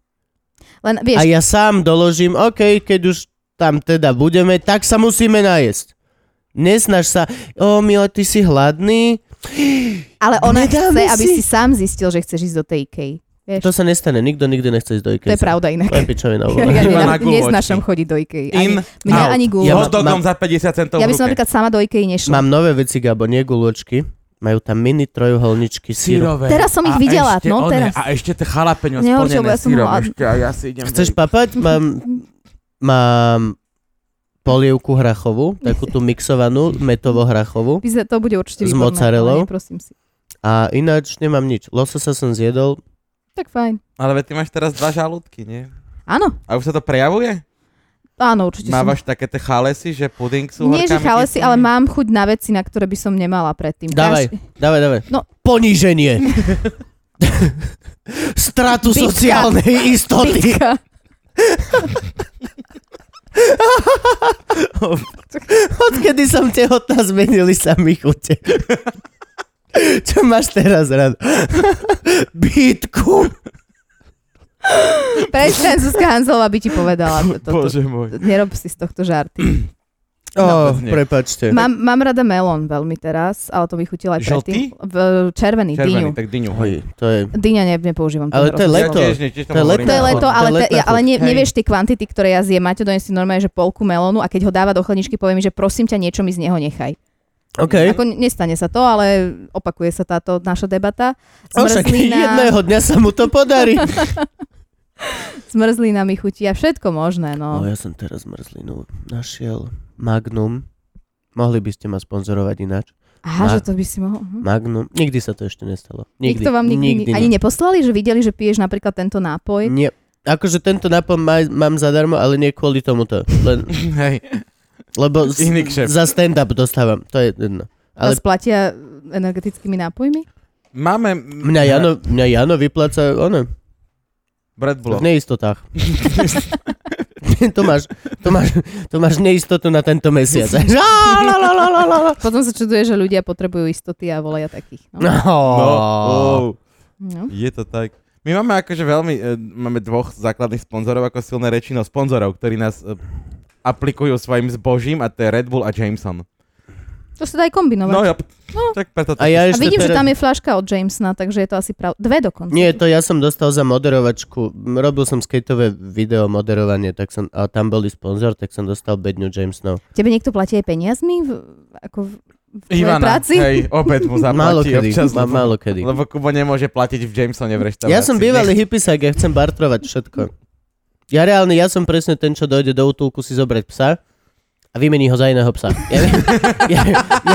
Speaker 3: Len vieš,
Speaker 4: A ja sám doložím, OK, keď už tam teda budeme, tak sa musíme najesť. Nesnaž sa, o Mio, ty si hladný,
Speaker 3: Ale ona
Speaker 4: Nedáme
Speaker 3: chce, aby
Speaker 4: si-
Speaker 3: si sám zistil, že chceš ísť do tej Ikei. Vieš,
Speaker 4: to sa nestane, nikto nikdy nechce ísť do Ikei.
Speaker 3: to je pravda inak.
Speaker 4: To je pičovina.
Speaker 3: Ja,
Speaker 4: vole.
Speaker 3: ja
Speaker 2: Iba na
Speaker 3: nena-
Speaker 2: guľočky.
Speaker 3: neznášam chodiť do Ikei.
Speaker 2: In,
Speaker 3: Ani, mňa
Speaker 2: out.
Speaker 3: ani
Speaker 4: Ja
Speaker 2: Ja
Speaker 3: gulo.
Speaker 4: mám-
Speaker 2: s dogom
Speaker 4: mám-
Speaker 2: za 50 centov
Speaker 3: Ja
Speaker 2: v
Speaker 3: by som
Speaker 2: ruke.
Speaker 3: napríklad sama do Ikei nešla.
Speaker 4: Mám nové veci, Gabo, nie guľočky. Majú tam mini trojuholničky síru.
Speaker 2: Syrové.
Speaker 3: Teraz som
Speaker 2: A
Speaker 3: ich videla,
Speaker 2: ešte
Speaker 3: no,
Speaker 2: one,
Speaker 3: teraz.
Speaker 2: A ešte tie chalapeňo
Speaker 3: Nehovorte,
Speaker 2: splnené
Speaker 3: lebo ja som
Speaker 2: sírom.
Speaker 3: ho-
Speaker 2: Ešte, a ja si idem...
Speaker 4: Chceš papať? Mám, mám polievku hrachovú, takú tú mixovanú, metovo-hrachovú.
Speaker 3: By sa- To bude určite
Speaker 4: S
Speaker 3: výborné. ale
Speaker 4: mozzarellou?
Speaker 3: Prosím si.
Speaker 4: A ináč nemám nič. Lososa som zjedol.
Speaker 3: Tak fajn.
Speaker 2: Ale veď ty máš teraz dva žalúdky, nie?
Speaker 3: Áno,
Speaker 2: A už sa to prejavuje?
Speaker 3: áno, určite som.
Speaker 2: Mávaš také tie chalesy, že puding sú
Speaker 3: Nie, že
Speaker 2: horkami
Speaker 3: chalesi,
Speaker 2: kyslými?
Speaker 3: ale mám chuť na veci, na ktoré by som nemala predtým.
Speaker 4: Dávaj,
Speaker 3: Kaš-
Speaker 4: dávaj, dávaj.
Speaker 3: No.
Speaker 4: Poníženie. Stratu
Speaker 3: Pitka.
Speaker 4: sociálnej istoty.
Speaker 3: Pitka.
Speaker 4: Odkedy som tehotná, zmenili sa mi chute. Čo máš teraz rád? Bytku.
Speaker 3: Prestaň, Zuzka Hanzelová by ti povedala. To, to, to,
Speaker 2: Bože môj.
Speaker 3: nerob si z tohto žarty.
Speaker 4: Oh,
Speaker 2: Napadne.
Speaker 4: prepačte.
Speaker 3: Mám, mám rada melón veľmi teraz, ale to by chutila
Speaker 2: Žltý?
Speaker 3: aj predtým. V, červený,
Speaker 2: Červený,
Speaker 3: dyňu.
Speaker 2: tak dyňu.
Speaker 4: Hoj, to je...
Speaker 3: Dyňa ne, nepoužívam.
Speaker 4: Ale to je
Speaker 3: rozhodne.
Speaker 4: leto.
Speaker 2: Ja tiež, nie, tiež
Speaker 4: To je
Speaker 2: hovorím.
Speaker 3: To je leto,
Speaker 4: To je
Speaker 3: ale, te,
Speaker 4: letná
Speaker 3: ja, ale
Speaker 4: chuť,
Speaker 3: ne,
Speaker 4: hej.
Speaker 3: nevieš tie kvantity, ktoré ja zjem. Maťo donesie normálne, že polku melónu a keď ho dáva do chladničky, povie mi, že prosím ťa, niečo mi z neho nechaj.
Speaker 4: OK.
Speaker 3: Ako n- nestane sa to, ale opakuje sa táto naša debata.
Speaker 4: Avšak
Speaker 3: Zmrzlina,
Speaker 4: jedného dňa sa mu to podarí.
Speaker 3: zmrzlina mi chutí a všetko možné.
Speaker 4: No.
Speaker 3: No.
Speaker 4: ja som teraz mrzlinu našiel. Magnum. Mohli by ste ma sponzorovať ináč.
Speaker 3: Aha,
Speaker 4: Ma-
Speaker 3: že to by si mohol. Mhm.
Speaker 4: Magnum. Nikdy sa to ešte nestalo. Nikdy.
Speaker 3: Nikto vám nikdy, nikdy ani neposlali, že videli, že piješ napríklad tento nápoj?
Speaker 4: Nie. Akože tento nápom má, mám zadarmo, ale nie kvôli tomuto. Len,
Speaker 2: Hej,
Speaker 4: lebo s,
Speaker 2: iný kšeft.
Speaker 4: za stand-up dostávam. To je jedno. Ale
Speaker 3: Ale... Vás platia energetickými nápojmi?
Speaker 2: Máme...
Speaker 4: mňa Jano, mňa Jano vypláca ono,
Speaker 2: Red Bull.
Speaker 4: v neistotách. to, máš, to, máš, to máš neistotu na tento mesiac. Á, la, la, la, la, la, la.
Speaker 3: Potom sa čuduje, že ľudia potrebujú istoty a volaja takých. No.
Speaker 2: No,
Speaker 4: Ah. No.
Speaker 2: oh,
Speaker 3: No.
Speaker 2: je to tak. My máme akože veľmi, e, máme dvoch základných sponzorov, ako silné reči, no sponzorov, ktorí nás e, aplikujú svojim zbožím a to je Red Bull a Jameson.
Speaker 3: To sa dá aj kombinovať.
Speaker 2: No jop, tak preto to...
Speaker 4: A ja
Speaker 3: a
Speaker 4: ešte
Speaker 3: vidím, že
Speaker 4: teraz...
Speaker 3: tam je fľaška od Jamesona, takže je to asi prav... Dve dokonca.
Speaker 4: Nie, to ja som dostal za moderovačku. M, Robil som skateové video moderovanie, tak som, a tam boli sponzor, tak som dostal bedňu James Snow.
Speaker 3: Tebe niekto platí aj peniazmi? V, ako v, v tvojej
Speaker 2: Ivana,
Speaker 3: práci?
Speaker 2: hej, obed mu zaplatí
Speaker 4: Málo kedy,
Speaker 2: občas,
Speaker 4: má,
Speaker 2: lebo-
Speaker 4: málo kedy.
Speaker 2: Lebo Kubo nemôže platiť v Jamesone v
Speaker 4: Ja
Speaker 2: reštaurácii.
Speaker 4: som bývalý hippisák, ja chcem bartrovať všetko. Ja reálne, ja som presne ten, čo dojde do útulku si zobrať psa a vymení ho za iného psa. Ja, viem- ja,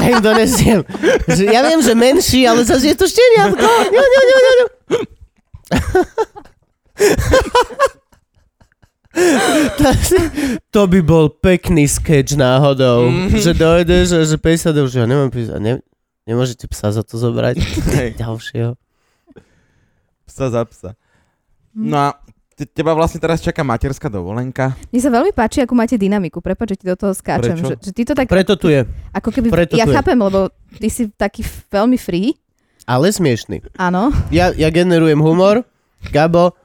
Speaker 4: ja im donesiem. Že ja viem, že menší, ale zase je to šteniatko. Ňu, ňu, ňu, ňu, ňu. To- to by bol pekný sketch náhodou, že dojde, že, že 50 eur, že ja nemám pisa, ne, nemôžete psa za to zobrať?
Speaker 2: Hej.
Speaker 4: Ďalšieho.
Speaker 2: Psa za psa. No a te- teba vlastne teraz čaká materská dovolenka.
Speaker 3: Mne sa veľmi páči, ako máte dynamiku. Prepač, že ti do toho skáčem.
Speaker 2: Prečo?
Speaker 3: Že, že ty to tak,
Speaker 4: Preto tu je.
Speaker 3: ako keby...
Speaker 4: preto
Speaker 3: ja
Speaker 4: tu je.
Speaker 3: chápem, lebo ty si taký f- veľmi free.
Speaker 4: Ale smiešný.
Speaker 3: Áno.
Speaker 4: Ja, ja generujem humor, Gabo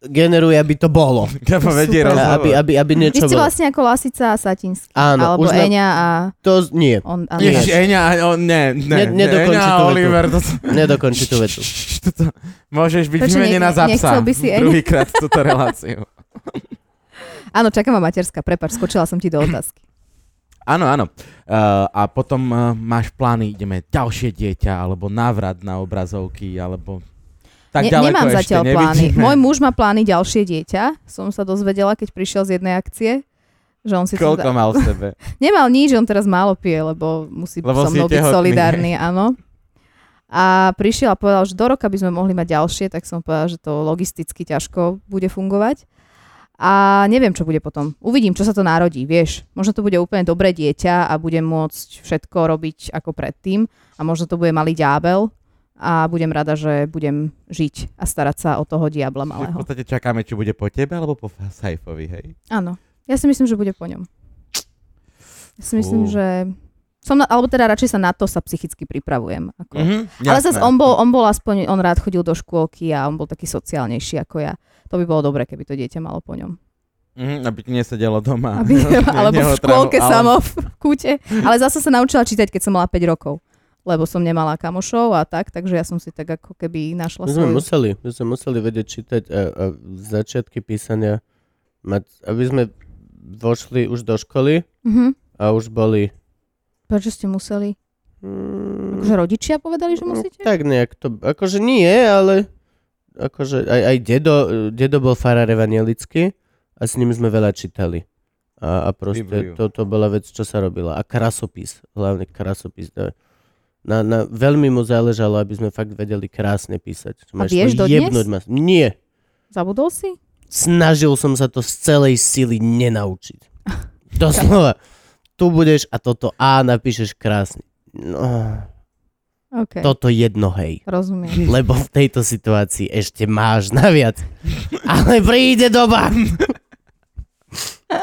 Speaker 4: generuje, aby to bolo.
Speaker 2: Gabo vedie
Speaker 3: Super.
Speaker 2: rozhovor.
Speaker 4: Aby, aby, aby
Speaker 3: Vy
Speaker 4: niečo
Speaker 3: ste
Speaker 4: bolo.
Speaker 3: vlastne ako Lasica a Satinský.
Speaker 4: Áno,
Speaker 3: alebo
Speaker 4: už na-
Speaker 3: Eňa a
Speaker 4: To z- nie,
Speaker 3: on. A
Speaker 4: Ježiš,
Speaker 3: Miloš.
Speaker 2: Ježiš, Eňa, o, ne, ne,
Speaker 4: Ne-
Speaker 2: ne,
Speaker 4: nedokončí tú
Speaker 2: Eňa a
Speaker 4: vetu.
Speaker 2: Oliver, to,
Speaker 4: nedokončí tú vetu.
Speaker 2: to, môžeš byť
Speaker 3: Prečo ne-
Speaker 2: vymenená za
Speaker 3: nechcel
Speaker 2: psa.
Speaker 3: by si Eňa?
Speaker 2: Druhýkrát túto reláciu.
Speaker 3: Áno, čaká ma materská. Prepač, skočila som ti do otázky.
Speaker 2: Áno, áno. Uh, a potom uh, máš plány, ideme ďalšie dieťa, alebo návrat na obrazovky, alebo... Tak
Speaker 3: Ne-
Speaker 2: ďaleko
Speaker 3: nemám
Speaker 2: ešte
Speaker 3: zatiaľ plány.
Speaker 2: nevidíme.
Speaker 3: Môj muž má plány ďalšie dieťa. Som sa dozvedela, keď prišiel z jednej akcie. Že on si to
Speaker 2: Koľko mal v sebe?
Speaker 3: Nemal nič, on teraz málo pije, lebo musí
Speaker 2: Lebo
Speaker 3: so
Speaker 2: si
Speaker 3: mnou byť
Speaker 2: tehotný.
Speaker 3: solidárny, áno. A prišiel a povedal, že do roka by sme mohli mať ďalšie, tak som povedal, že to logisticky ťažko bude fungovať. A neviem, čo bude potom. Uvidím, čo sa to narodí, vieš. Možno to bude úplne dobré dieťa a budem môcť všetko robiť ako predtým. A možno to bude malý ďábel a budem rada, že budem žiť a starať sa o toho diabla
Speaker 2: V
Speaker 3: malého.
Speaker 2: podstate čakáme, či bude po tebe, alebo po Fa- Saifovi, hej?
Speaker 3: Áno. Ja si myslím, že bude po ňom. Ja si myslím,
Speaker 2: Fú.
Speaker 3: že... Som na, alebo teda radšej sa na to sa psychicky pripravujem. Ako.
Speaker 2: Mhm,
Speaker 3: Ale zase on bol, on bol aspoň, on rád chodil do škôlky a on bol taký sociálnejší ako ja. To by bolo dobre, keby to dieťa malo po ňom.
Speaker 2: Mhm, aby ti nesedelo doma.
Speaker 3: Aby,
Speaker 2: Ne-
Speaker 3: alebo v
Speaker 2: neotravu-
Speaker 3: škôlke
Speaker 2: ale-
Speaker 3: samo v kúte. Ale zase sa naučila čítať, keď som mala 5 rokov. Lebo som nemala kamošov a tak, takže ja som si tak ako keby
Speaker 4: My
Speaker 3: našla
Speaker 4: sme
Speaker 3: svoju...
Speaker 4: museli, my sme museli vedieť čítať a, a začiatky písania, mať, aby sme vošli už do školy
Speaker 3: Mhm.
Speaker 4: a už boli...
Speaker 3: Prečo ste museli?
Speaker 4: Mm,
Speaker 3: Akože rodičia povedali,
Speaker 2: No,
Speaker 3: že musíte?
Speaker 4: Tak nejak to... Akože nie, ale... Akože aj, aj dedo, dedo bol farár evanielický a s ním sme veľa čítali. A, a proste
Speaker 2: Bibliu.
Speaker 4: to, to bola vec, čo sa robila. A krasopis, hlavne krasopis. to je- Na, na, veľmi mu záležalo, aby sme fakt vedeli krásne písať. Čo
Speaker 3: A
Speaker 4: máš
Speaker 3: vieš
Speaker 4: to
Speaker 3: dodnes?
Speaker 4: jebnúť ma- Nie.
Speaker 3: Zabudol si?
Speaker 4: Snažil som sa to z celej sily nenaučiť. Doslova. Tu budeš a toto A napíšeš krásne. No,
Speaker 3: OK,
Speaker 4: toto jedno hej
Speaker 3: rozumiem.
Speaker 4: lebo v tejto situácii ešte máš naviac. Ale príde doba.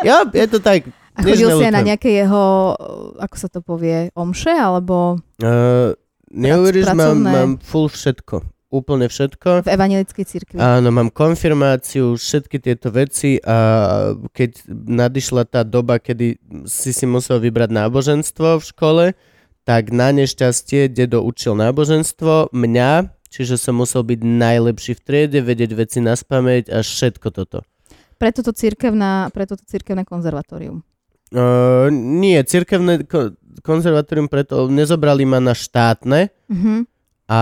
Speaker 4: jo, je to tak.
Speaker 3: A chodil si aj na
Speaker 4: Nežnelutujem.
Speaker 3: nejaké jeho, e, ako sa to povie, omše, alebo
Speaker 4: Uh, neuveríš, mám,
Speaker 3: pracovné.
Speaker 4: mám full všetko. Úplne všetko.
Speaker 3: v evangelickej cirkvi. A...
Speaker 4: Áno, mám konfirmáciu, všetky tieto veci a keď nadišla tá doba, kedy si si musel vybrať náboženstvo v škole, tak na nešťastie dedo učil náboženstvo, mňa, čiže som musel byť najlepší v triede, vedieť veci na spameť a všetko toto.
Speaker 3: Preto to cirkevná, preto to cirkevné konzervatórium.
Speaker 4: Uh, nie, cirkevné ko- konzervatórium preto nezobrali ma na štátne
Speaker 3: Mhm.
Speaker 4: a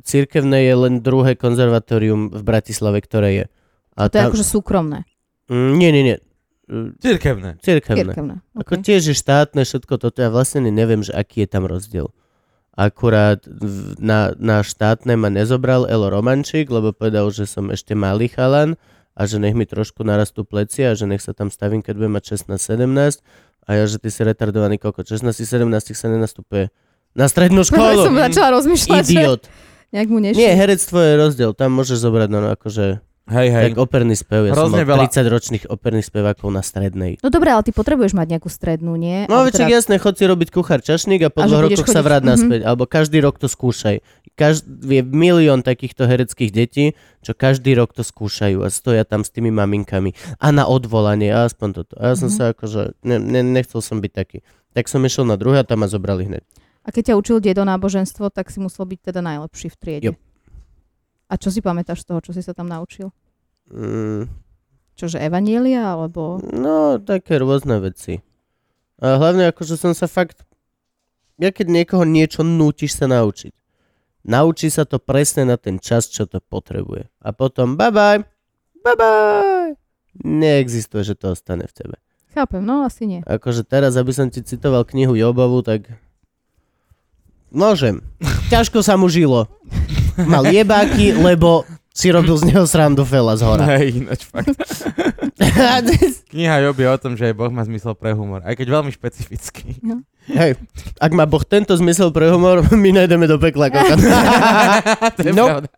Speaker 4: cirkevné je len druhé konzervatórium v Bratislave, ktoré je. A
Speaker 3: To je akože súkromné,
Speaker 4: Mm, nie, nie, nie. Uh,
Speaker 2: Cirkevné.
Speaker 4: Cirkevné.
Speaker 3: cirkevné.
Speaker 4: Ako
Speaker 3: Okay.
Speaker 4: tiež je štátne všetko toto. Ja vlastne ani neviem, že aký je tam rozdiel. Akurát v- na, na štátne ma nezobral Elo Romančík, lebo povedal, že som ešte malý chalan a že nech mi trošku narastú pleci a že nech sa tam stavím, keď budem mať 16-17 a ja, že ty si retardovaný koko. 16-17 sa nenastupuje na strednú
Speaker 3: som
Speaker 4: školu.
Speaker 3: začala rozmýšľať, že
Speaker 4: Idiot.
Speaker 3: nejak mu nešlo.
Speaker 4: Nie, herectvo je rozdiel. Tam môžeš zobrať, no akože...
Speaker 2: Hej, hej.
Speaker 4: Tak operný spev. Ja som
Speaker 2: Hrozne
Speaker 4: mal
Speaker 2: veľa.
Speaker 4: 30 ročných operných spevákov na strednej.
Speaker 3: No dobre, ale ty potrebuješ mať nejakú strednú, nie?
Speaker 4: No
Speaker 3: Alebo
Speaker 4: večer
Speaker 3: teda-
Speaker 4: jasné, chod si robiť kuchár čašník a po
Speaker 3: A že
Speaker 4: dvoch
Speaker 3: budeš
Speaker 4: rokoch sa
Speaker 3: chodiť-
Speaker 4: vráť
Speaker 3: Mhm.
Speaker 4: naspäť. Alebo každý rok to skúšaj. Každý, je milión takýchto hereckých detí, čo každý rok to skúšajú a stoja tam s tými maminkami. A na odvolanie, a aspoň toto. A ja som
Speaker 3: Mhm.
Speaker 4: sa akože, ne, ne, nechcel som byť taký. Tak som išiel na druhé a tam ma zobrali hneď.
Speaker 3: A keď ťa učil dedo náboženstvo, tak si musel byť teda najlepší v triede.
Speaker 4: Jo.
Speaker 3: A čo si pamätáš z toho, čo si sa tam naučil?
Speaker 4: Mm,
Speaker 3: Čože evanielia, alebo...
Speaker 4: no, také rôzne veci. A hlavne akože som sa fakt... Ja keď niekoho niečo nútiš sa naučiť, naučí sa to presne na ten čas, čo to potrebuje. A potom bye bye, bye bye. Neexistuje, že to ostane v tebe.
Speaker 3: Chápem, no asi nie.
Speaker 4: Akože teraz, aby som ti citoval knihu Jobovu, tak... Môžem. Ťažko sa mu žilo. Mal jebáky, lebo si robil z neho srandu fela z hora.
Speaker 2: Hej, ináč fakt. Kniha Job je o tom, že aj Boh má zmysel pre humor, aj keď veľmi špecifický.
Speaker 4: Hej, ak má Boh tento zmysel pre humor, my nájdeme do pekla kokot.
Speaker 2: to je
Speaker 4: No.
Speaker 2: pravda.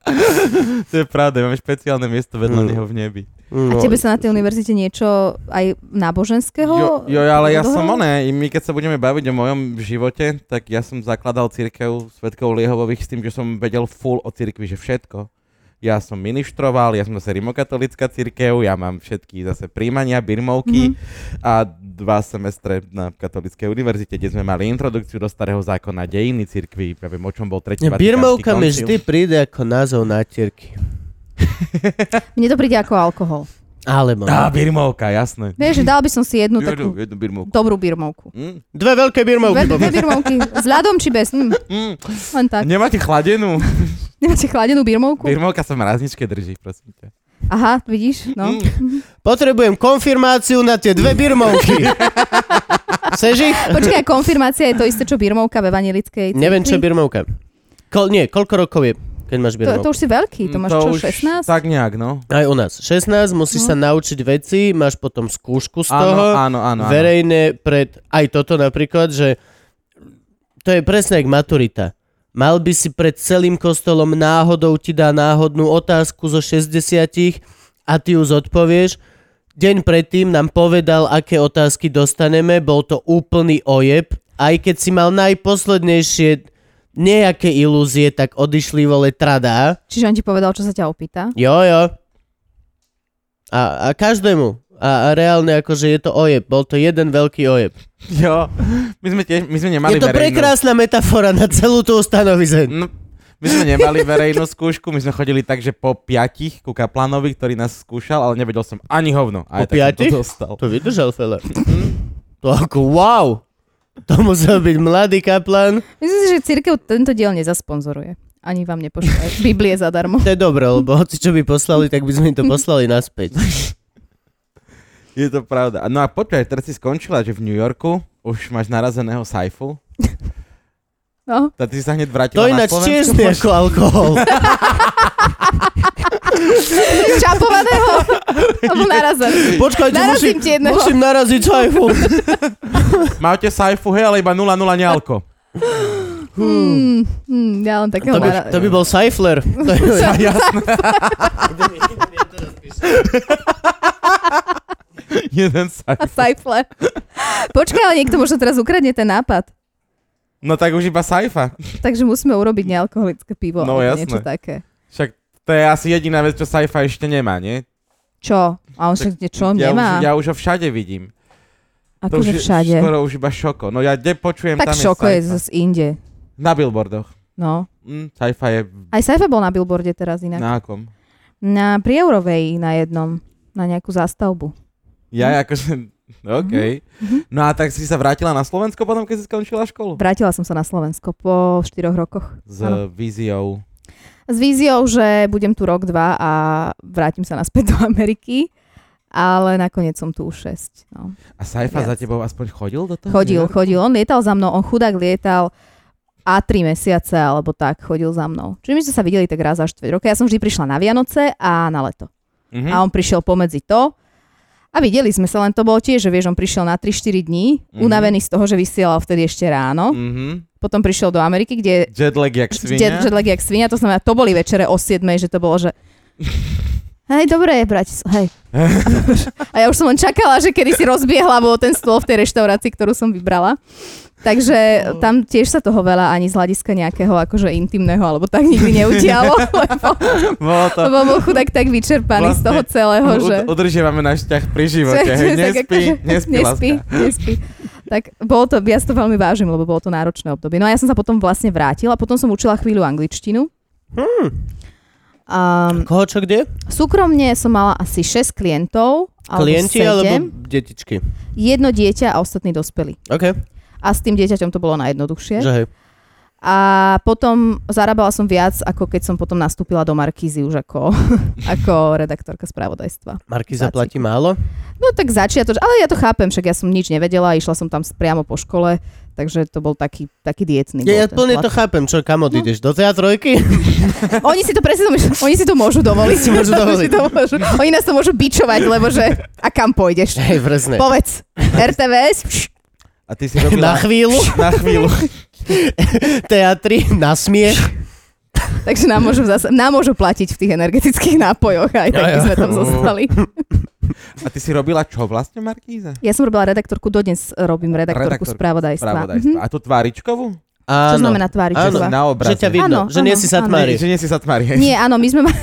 Speaker 2: to je pravda, máme špeciálne miesto vedľa
Speaker 4: Mm.
Speaker 2: neho v nebi.
Speaker 3: A
Speaker 4: No.
Speaker 2: No,
Speaker 3: tebe sa na tej univerzite niečo aj náboženského?
Speaker 2: Jo, jo, ale ja
Speaker 3: odohralo?
Speaker 2: som oné, my keď sa budeme baviť o mojom živote, tak ja som zakladal církev svetkov Liehovových s tým, že som vedel full o cirkvi, že všetko. Ja som ministroval, ja som zase rimokatolická církev, ja mám všetky zase príjmania, birmovky mm-hmm. a dva semestre na katolíckej univerzite, kde sme mali introdukciu do starého zákona dejiny cirkvi, ja viem, o čom bol tretí vatikánsky
Speaker 4: Birmovka mi
Speaker 2: koncil.
Speaker 4: vždy príde ako názov nátierky.
Speaker 3: Mne to príde ako alkohol.
Speaker 4: Alebo...
Speaker 2: Á, birmovka, jasné.
Speaker 3: Vieš, že dal by som si jednu
Speaker 2: Jednu,
Speaker 3: takú
Speaker 2: jednu birmovku.
Speaker 3: dobrú birmovku.
Speaker 2: Mm,
Speaker 4: Dve veľké birmovky.
Speaker 3: Dve, dve
Speaker 4: povedz.
Speaker 3: birmovky. S ľadom či bez? Hm,
Speaker 2: mm.
Speaker 3: len tak.
Speaker 2: Nemáte chladenú?
Speaker 3: Nemáte chladenú birmovku?
Speaker 2: Birmovka sa v mrazničke drží, prosím ťa.
Speaker 3: Aha,
Speaker 2: Hm.
Speaker 3: vidíš? No.
Speaker 4: Potrebujem konfirmáciu na tie dve birmovky. Chceš ich?
Speaker 3: Počkaj, konfirmácia je to isté, čo birmovka ve vanilickej cirkvi?
Speaker 4: Neviem, čo je birmovka. Ko- nie, koľko rokov je, keď máš
Speaker 3: to,
Speaker 4: birmovku?
Speaker 3: to už si veľký, to
Speaker 2: Mm,
Speaker 3: máš čo, 16?
Speaker 2: Tak nejak, no.
Speaker 4: Aj u nás. 16, musíš
Speaker 3: No.
Speaker 4: sa naučiť veci, máš potom skúšku z
Speaker 2: Áno,
Speaker 4: toho.
Speaker 2: áno, áno. áno.
Speaker 4: verejné pred... Aj toto napríklad, že to je presne jak maturita. Mal by si pred celým kostolom náhodou ti dá náhodnú otázku zo 60 a ty ju zodpovieš. Deň predtým nám povedal, aké otázky dostaneme, bol to úplný ojeb. Aj keď si mal najposlednejšie nejaké ilúzie, tak odišli vole tradá.
Speaker 3: Čiže on ti povedal, čo sa ťa opýta.
Speaker 4: Jo, jo. A, a každému. A, a reálne akože je to ojeb. Bol to jeden veľký ojeb.
Speaker 2: Jo, my sme, tiež, my sme nemali
Speaker 4: je to
Speaker 2: verejnú...
Speaker 4: prekrásna metafora na celú tú ustanovizeň.
Speaker 2: No, my sme nemali verejnú skúšku, my sme chodili tak, že po piatich ku kaplanovi, ktorý nás skúšal, ale nevedel som ani hovno. A
Speaker 4: Po piatich?
Speaker 2: Tak som to dostal.
Speaker 4: No, To vydržal, fele. to ako wow. To musel byť mladý kaplan.
Speaker 3: Myslím si, že církev tento diel nezasponzoruje. Ani vám nepošle Biblie zadarmo.
Speaker 4: To je dobré, lebo hoci čo by poslali, tak by sme im to poslali naspäť.
Speaker 2: Je to pravda. No a počkaj, teraz si skončila, že v New Yorku už máš narazeného sajfu.
Speaker 3: No.
Speaker 2: Tak ty si sa hneď vrátila
Speaker 4: To
Speaker 2: na
Speaker 4: ináč
Speaker 2: Slovensku.
Speaker 4: tiež nie ako alkohol.
Speaker 3: Čapovaného? Alebo narazeného?
Speaker 4: Počkaj, to musím,
Speaker 3: Narazím no. ti jedného.
Speaker 4: musím naraziť sajfu.
Speaker 2: Máte sajfu, hej, ale iba 0,0 nealko.
Speaker 3: Hmm, hmm, ja len
Speaker 4: To
Speaker 3: takého
Speaker 4: by,
Speaker 3: nara-
Speaker 4: to by bol sajfler. To je,
Speaker 2: Jeden sajf.
Speaker 3: A sajfle. Počkaj, ale niekto možno teraz ukradne ten nápad.
Speaker 2: No tak už iba sajfa.
Speaker 3: Takže musíme urobiť nealkoholické pivo.
Speaker 2: No,
Speaker 3: alebo
Speaker 2: jasné.
Speaker 3: Niečo také.
Speaker 2: Však to je asi jediná vec, čo sajfa ešte nemá, nie?
Speaker 3: Čo? A on
Speaker 2: Tak
Speaker 3: však niečo
Speaker 2: ja
Speaker 3: No nemá.
Speaker 2: Už, ja už ho všade vidím. To
Speaker 3: Akože
Speaker 2: už je
Speaker 3: všade.
Speaker 2: Skoro už iba šoko. No ja kde počujem,
Speaker 3: Tak
Speaker 2: tam
Speaker 3: šoko je
Speaker 2: je sajfa.
Speaker 3: zase inde.
Speaker 2: Na billboardoch.
Speaker 3: No.
Speaker 2: Mm, sajfa je
Speaker 3: Aj Saifa bol na billboarde teraz inak.
Speaker 2: na akom?
Speaker 3: Na, pri Eurovej na jednom. Na nejakú zástavbu. Mhm.
Speaker 2: Ja akože... OK. No a tak si sa vrátila na Slovensko potom, keď si skončila školu?
Speaker 3: Vrátila som sa na Slovensko po 4 rokoch.
Speaker 2: S
Speaker 3: Áno.
Speaker 2: víziou.
Speaker 3: S víziou, že budem tu rok, dva a vrátim sa naspäť do Ameriky. Ale nakoniec som tu už 6. No.
Speaker 2: A Saifa
Speaker 3: Viac.
Speaker 2: za tebou aspoň chodil do toho?
Speaker 3: Chodil,
Speaker 2: New Yorku?
Speaker 3: chodil. On lietal za mnou, on chudák lietal a tri mesiace alebo tak chodil za mnou. Čiže my sme sa videli tak raz až 4 roka. Ja som vždy prišla na Vianoce a na leto.
Speaker 2: Mhm.
Speaker 3: A on prišiel pomedzi to a videli sme sa, len to bolo tiež, že vieš, on prišiel na 3-4 dní,
Speaker 2: Mhm.
Speaker 3: unavený z toho, že vysielal vtedy ešte ráno.
Speaker 2: Mhm.
Speaker 3: Potom prišiel do Ameriky, kde
Speaker 2: Jetlag jak
Speaker 3: Jet,
Speaker 2: svinia.
Speaker 3: jetlag jak svinia, to znamená, to boli večere o 7, že to bolo, že hej, dobre, brať, hej. A ja už som len čakala, že kedy si rozbije hlavou o ten stôl v tej reštaurácii, ktorú som vybrala. Takže tam tiež sa toho veľa ani z hľadiska nejakého akože intimného alebo tak nikdy neudialo, lebo,
Speaker 2: Bolo to...
Speaker 3: lebo bol chudák tak vyčerpaný z toho
Speaker 2: Vlastne,
Speaker 3: celého, že...
Speaker 2: Ud- udržiavame náš vzťah pri živote. Hej.
Speaker 3: Tak
Speaker 2: Nespí,
Speaker 3: akože-
Speaker 2: nespí,
Speaker 3: nespí,
Speaker 2: láska.
Speaker 3: nespí. Tak bolo to, ja si to veľmi vážim, lebo bolo to náročné obdobie. No a ja som sa potom vlastne vrátila, potom som učila chvíľu angličtinu.
Speaker 4: Hmm.
Speaker 3: Um,
Speaker 4: Koho čo kde?
Speaker 3: súkromne som mala asi 6 klientov, alebo
Speaker 4: Klienti
Speaker 3: 7,
Speaker 4: alebo detičky?
Speaker 3: jedno dieťa a ostatní dospelí.
Speaker 4: OK,
Speaker 3: A s tým dieťaťom to bolo najjednoduchšie.
Speaker 4: že hej.
Speaker 3: A potom zarábala som viac, ako keď som potom nastúpila do Markízy už ako, ako redaktorka spravodajstva.
Speaker 4: Marky
Speaker 3: Zácik.
Speaker 4: zaplatí málo?
Speaker 3: No tak začiatoč, ale ja to chápem, však ja som nič nevedela, išla som tam s- priamo po škole, takže to bol taký, taký dietný. bol
Speaker 4: Ja, ja
Speaker 3: ten
Speaker 4: plne
Speaker 3: plat.
Speaker 4: to chápem, čo kam
Speaker 3: No.
Speaker 4: odídeš? Do teatrojky?
Speaker 3: Oni si to presne, oni si to môžu dovoliť.
Speaker 4: Si môžu dovoliť.
Speaker 3: Oni, si to môžu, oni nás to môžu bičovať, lebo že a kam pôjdeš?
Speaker 4: Hej, vrzne.
Speaker 3: Povedz, RTVS,
Speaker 2: A ty si
Speaker 4: Na
Speaker 2: robila...
Speaker 4: chvíľu,
Speaker 2: Na chvíľu.
Speaker 4: teatri, na smiech.
Speaker 3: takže nám môžu, zase, nám môžu platiť v tých energetických nápojoch, aj tak by sme tam zostali.
Speaker 2: A ty si robila čo vlastne, Markíza?
Speaker 3: Ja som robila redaktorku, dodnes robím redaktorku
Speaker 2: Redaktorku
Speaker 3: spravodajstva.
Speaker 2: Spravodajstva. A tú tváričkovú?
Speaker 3: Čo
Speaker 4: Áno.
Speaker 3: znamená tváriť?
Speaker 2: Áno,
Speaker 3: Áno,
Speaker 2: na
Speaker 4: Že
Speaker 2: obraze.
Speaker 4: ťa vidno,
Speaker 3: Áno,
Speaker 4: že nie
Speaker 3: áno,
Speaker 4: si
Speaker 3: áno.
Speaker 2: Že,
Speaker 4: satmári.
Speaker 2: že nie si sa tmári. hej?
Speaker 3: Nie, áno, my sme, ma-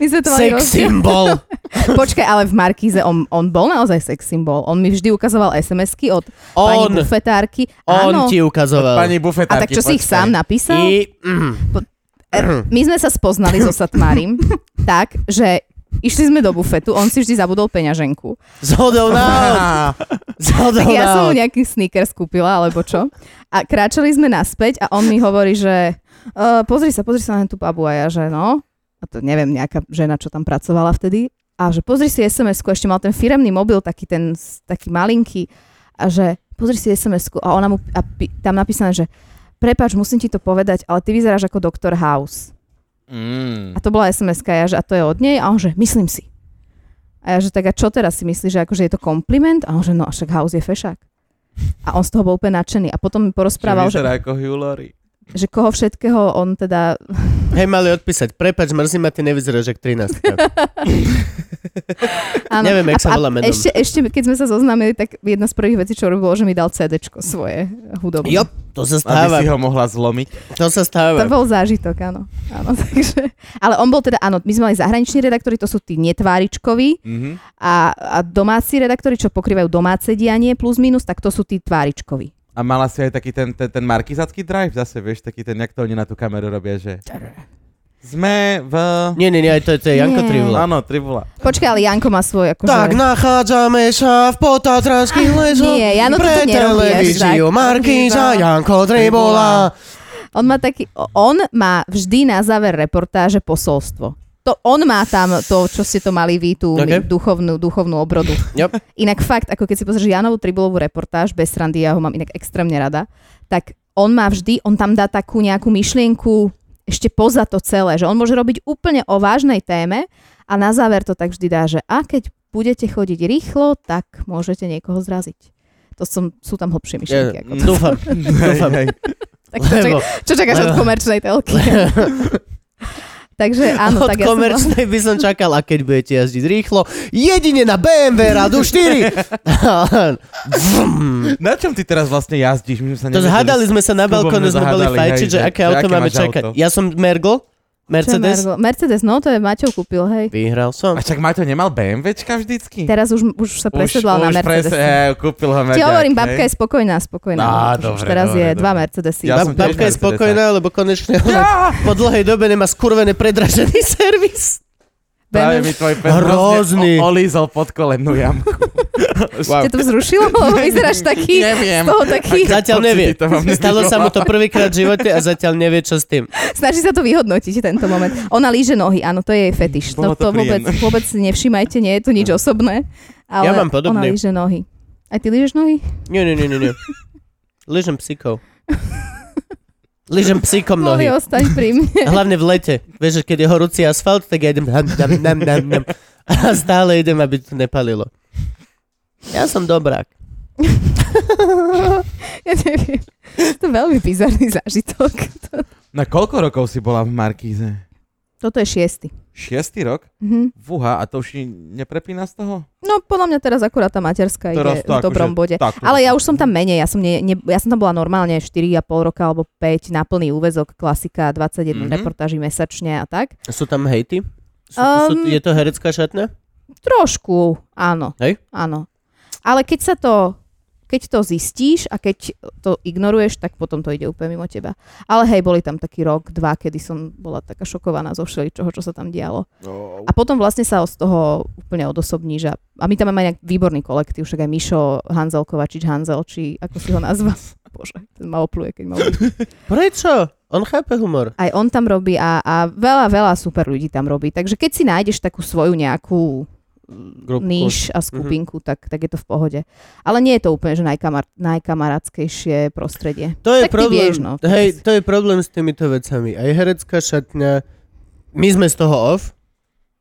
Speaker 3: my sme to mali
Speaker 4: Sex
Speaker 3: rozdiel.
Speaker 4: symbol.
Speaker 3: Počkaj, ale v Markíze on, on bol naozaj sex symbol. On mi vždy ukazoval SMS-ky od pani
Speaker 4: On,
Speaker 3: bufetárky.
Speaker 4: on
Speaker 3: áno.
Speaker 4: ti ukazoval.
Speaker 2: Pani
Speaker 3: A
Speaker 2: bufetárky.
Speaker 3: tak čo si ich
Speaker 2: počkaj.
Speaker 3: sám napísal? Er,
Speaker 4: I, mm,
Speaker 3: My sme sa spoznali so Satmárim tak, že išli sme do bufetu, on si vždy zabudol peňaženku.
Speaker 4: zhodou na
Speaker 2: Á,
Speaker 4: Zhodou
Speaker 3: Tak ja som mu
Speaker 4: na
Speaker 3: nejaký sneakers kúpila, alebo čo. A kráčali sme naspäť a on mi hovorí, že e, pozri sa, pozri sa na tú babu a ja, že no. A to neviem, nejaká žena, čo tam pracovala vtedy. A že pozri si sms ešte mal ten firemný mobil, taký ten, s- taký malinký. A že pozri si sms a ona mu, a pi, tam napísané, že prepáč, musím ti to povedať, ale ty vyzeráš ako doktor House.
Speaker 2: Mm.
Speaker 3: A to bola sms ja, že a to je od nej a on že myslím si. A ja že tak a čo teraz si myslíš, že akože je to kompliment? A on že no a však House je fešák. A on z toho bol úplne nadšený. A potom mi porozprával,
Speaker 2: Že
Speaker 3: že,
Speaker 2: vyzerá ako Hugh Laurie.
Speaker 3: že koho všetkého on teda...
Speaker 4: Hej, mali odpísať. Prepač, mrzí ma, ty nevyzeráš jak 13.
Speaker 3: Áno.
Speaker 4: Neviem, jak
Speaker 3: A-
Speaker 4: sa
Speaker 3: a
Speaker 4: volá menom.
Speaker 3: Ešte, ešte, keď sme sa zoznámili, tak jedna z prvých vecí, čo robil, bolo, že mi dal CDčko svoje hudobné.
Speaker 4: Jo, to sa
Speaker 2: Aby
Speaker 4: stáva.
Speaker 2: si ho mohla zlomiť.
Speaker 4: To sa
Speaker 3: To
Speaker 4: stáva.
Speaker 3: bol zážitok, áno. áno takže, ale on bol teda, áno, my sme mali zahraniční redaktori, to sú tí netváričkoví,
Speaker 2: Mhm.
Speaker 3: a, a domáci redaktori, čo pokrývajú domáce dianie plus minus, tak to sú tí tváričkovi.
Speaker 2: A mala si aj taký ten, ten, ten markizácky drive zase, vieš, taký ten, jak to oni na tú kameru robia, že... Sme v...
Speaker 4: Nie, nie, nie, aj to, je- to je Janko
Speaker 3: Nie.
Speaker 4: Trivula.
Speaker 2: Áno, tribula.
Speaker 3: Počkaj, ale Janko má svoj akože...
Speaker 4: Tak no. nachádzame sa v potatranských lesoch.
Speaker 3: nie, Jano, toto
Speaker 4: Pre
Speaker 3: nerobí až
Speaker 4: televíziu
Speaker 3: tak.
Speaker 4: Markíza, Janko Tribula.
Speaker 3: On má taký... o- On má vždy na záver reportáže posolstvo. To on má tam to, čo ste to mali vy, tú
Speaker 4: Ok.
Speaker 3: duchovnú, duchovnú obrodu.
Speaker 4: Yep.
Speaker 3: Inak fakt, ako keď si pozrieš Janovú Tribulovú reportáž, bez randy, ja ho mám inak extrémne rada, tak on má vždy, on tam dá takú nejakú myšlienku ešte poza to celé, že on môže robiť úplne o vážnej téme a na záver to tak vždy dá, že a keď budete chodiť rýchlo, tak môžete niekoho zraziť. To som, sú tam hlbšie myšlienky. Ako to.
Speaker 4: Dúfam, dúfam.
Speaker 3: Tak čo, čak,
Speaker 4: Lebo,
Speaker 3: čo čakáš od
Speaker 4: lebo-
Speaker 3: komerčnej telky? Takže áno,
Speaker 4: od
Speaker 3: tak ja som... vlastne- bola-
Speaker 4: komerčnej by som čakal, a keď budete jazdiť rýchlo, jedine na BMW Radu 4.
Speaker 2: Na čom ty teraz vlastne jazdíš? My sme sa
Speaker 4: to
Speaker 2: nevedeli.
Speaker 4: zhádali sme sa na
Speaker 2: klubom
Speaker 4: balkóne, sme boli
Speaker 2: zahádali,
Speaker 4: fajčiť,
Speaker 2: hej,
Speaker 4: že
Speaker 2: že-
Speaker 4: aké
Speaker 2: že
Speaker 4: auto
Speaker 2: aké
Speaker 4: máme
Speaker 2: máš
Speaker 4: čakať.
Speaker 2: auto?
Speaker 4: Ja som Mergl,
Speaker 3: Čo je
Speaker 4: Mercedes,
Speaker 3: Mergo? Mercedes, no to je Maťo kúpil, hej.
Speaker 4: vyhral som.
Speaker 2: A však Maťo nemal BMWčka vždycky?
Speaker 3: Teraz už, už sa presedlal na Mercedes.
Speaker 2: Pres, eh, kúpil ho
Speaker 3: Ti
Speaker 2: Maďar,
Speaker 3: hovorím,
Speaker 2: hej.
Speaker 3: babka je spokojná, spokojná.
Speaker 2: Á,
Speaker 3: Už-
Speaker 2: dobre,
Speaker 3: už teraz
Speaker 2: dobre,
Speaker 3: je
Speaker 2: dobre.
Speaker 3: dva Mercedesy.
Speaker 2: Ja
Speaker 4: Ba-
Speaker 2: som tiež
Speaker 4: babka je
Speaker 2: Mercedes,
Speaker 4: spokojná, lebo konečne ona po dlhej dobe nemá skurvené predražený servis.
Speaker 2: Práve mi
Speaker 3: BMW
Speaker 2: tvoj pes
Speaker 4: Hrozný.
Speaker 2: hrozne o- olízol pod kolennú jamku.
Speaker 3: Ťa to vzrušilo? Lebo Vyzeráš taký,
Speaker 2: Neviem.
Speaker 3: z toho taký,
Speaker 4: Zatiaľ
Speaker 2: Pocity
Speaker 4: nevie.
Speaker 2: to vám
Speaker 4: Stalo sa mu
Speaker 2: nevyvolá.
Speaker 4: to prvýkrát v živote a zatiaľ nevie, čo s tým.
Speaker 3: snaží sa to vyhodnotiť tento moment. Ona líže nohy, áno, to je jej fetiš.
Speaker 2: Bolo
Speaker 3: No,
Speaker 2: to
Speaker 3: to vôbec,
Speaker 2: príjemné. Hm.
Speaker 3: vôbec nevšímajte, nie je to nič osobné. Ale
Speaker 4: Ja mám podobný.
Speaker 3: Ona líže nohy. Aj ty lížeš nohy?
Speaker 4: Nie, nie, nie, nie. nie. Lyžem psíkov. Lyžem psíkom
Speaker 3: Mohli
Speaker 4: nohy.
Speaker 3: ostať No, pri mne.
Speaker 4: Hlavne v lete. Vieš, že keď je horúci asfalt, tak ja idem dam, dam, dam, dam, dam. A stále idem, aby to nepalilo. Ja som dobrák.
Speaker 3: Ja neviem. To je veľmi bizarný zážitok. To-
Speaker 2: Na koľko rokov si bola v Markíze?
Speaker 3: Toto je šiesty.
Speaker 2: Šiestý rok?
Speaker 3: Mhm.
Speaker 2: Fúha, a to už ti neprepína z toho?
Speaker 3: No podľa mňa teraz akurát tá materská
Speaker 2: Teraz
Speaker 3: ide
Speaker 2: to
Speaker 3: v dobrom
Speaker 2: akože
Speaker 3: bode.
Speaker 2: takto.
Speaker 3: Ale ja už som tam menej, ja som, nie, ne, ja som tam bola normálne 4,5 roka alebo 5 na plný úvezok, klasika, 21
Speaker 2: Mhm.
Speaker 3: mm-hmm. reportáží mesačne a tak.
Speaker 4: Sú tam hejty? Sú, sú,
Speaker 3: Um,
Speaker 4: je to herecká šatňa?
Speaker 3: Trošku, áno.
Speaker 4: Hej?
Speaker 3: Áno. Ale keď sa to keď to zistíš a keď to ignoruješ, tak potom to ide úplne mimo teba. Ale hej, boli tam taký rok, dva, kedy som bola taká šokovaná zo všeličoho, čo sa tam dialo. A potom vlastne sa z toho úplne odosobní, že a my tam máme aj nejak výborný kolektív, však aj Mišo Hanzel Kovačič Hanzel, či ako si ho nazval. Bože, ten ma opluje, keď ma uvidí.
Speaker 4: Prečo? On chápe humor.
Speaker 3: Aj on tam robí a, a veľa, veľa super ľudí tam robí. Takže keď si nájdeš takú svoju nejakú mm,
Speaker 4: Grupku. Mhm.
Speaker 3: níž a skupinku, mm-hmm. tak, tak je to v pohode. Ale nie je to úplne, že najkamar- najkamarátskejšie prostredie.
Speaker 4: To je
Speaker 3: tak ty
Speaker 4: problém.
Speaker 3: vieš, no.
Speaker 4: Hej, to je problém s týmito vecami. Aj herecká šatňa. My sme z toho off.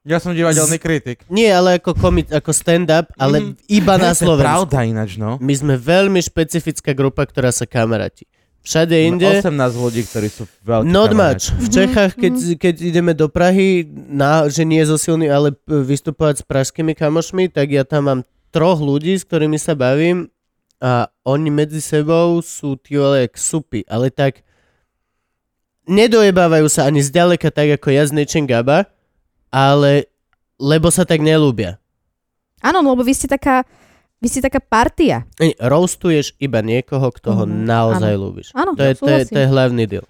Speaker 2: Ja som divadelný kritik.
Speaker 4: Nie, ale ako, komit, ako stand-up, ale
Speaker 2: Mhm.
Speaker 4: iba na
Speaker 2: Hej, to je
Speaker 4: Slovensku.
Speaker 2: Pravda ináč, no.
Speaker 4: My sme veľmi špecifická grupa, ktorá sa kamaráti. Všade inde...
Speaker 2: 18 ľudí, ktorí sú veľkí
Speaker 4: Not
Speaker 2: kamaráti.
Speaker 4: much.
Speaker 3: Mhm.
Speaker 4: V Čechách, keď, keď ideme do Prahy, na, že nie zo silny, ale e, vystupovať s pražskými kamošmi, tak ja tam mám troch ľudí, s ktorými sa bavím a oni medzi sebou sú tí vole, jak supy, ale tak nedojebávajú sa ani zďaleka tak ako ja s niečím Gaba, ale lebo sa tak nelúbia.
Speaker 3: Áno, no, lebo vy ste taká, vy ste taká partia.
Speaker 4: E, Roastuješ iba niekoho, kto ho
Speaker 3: Mhm,
Speaker 4: naozaj ľúbiš.
Speaker 3: Áno,
Speaker 4: To je, to, je, to je
Speaker 3: súhlasím.
Speaker 4: hlavný deal.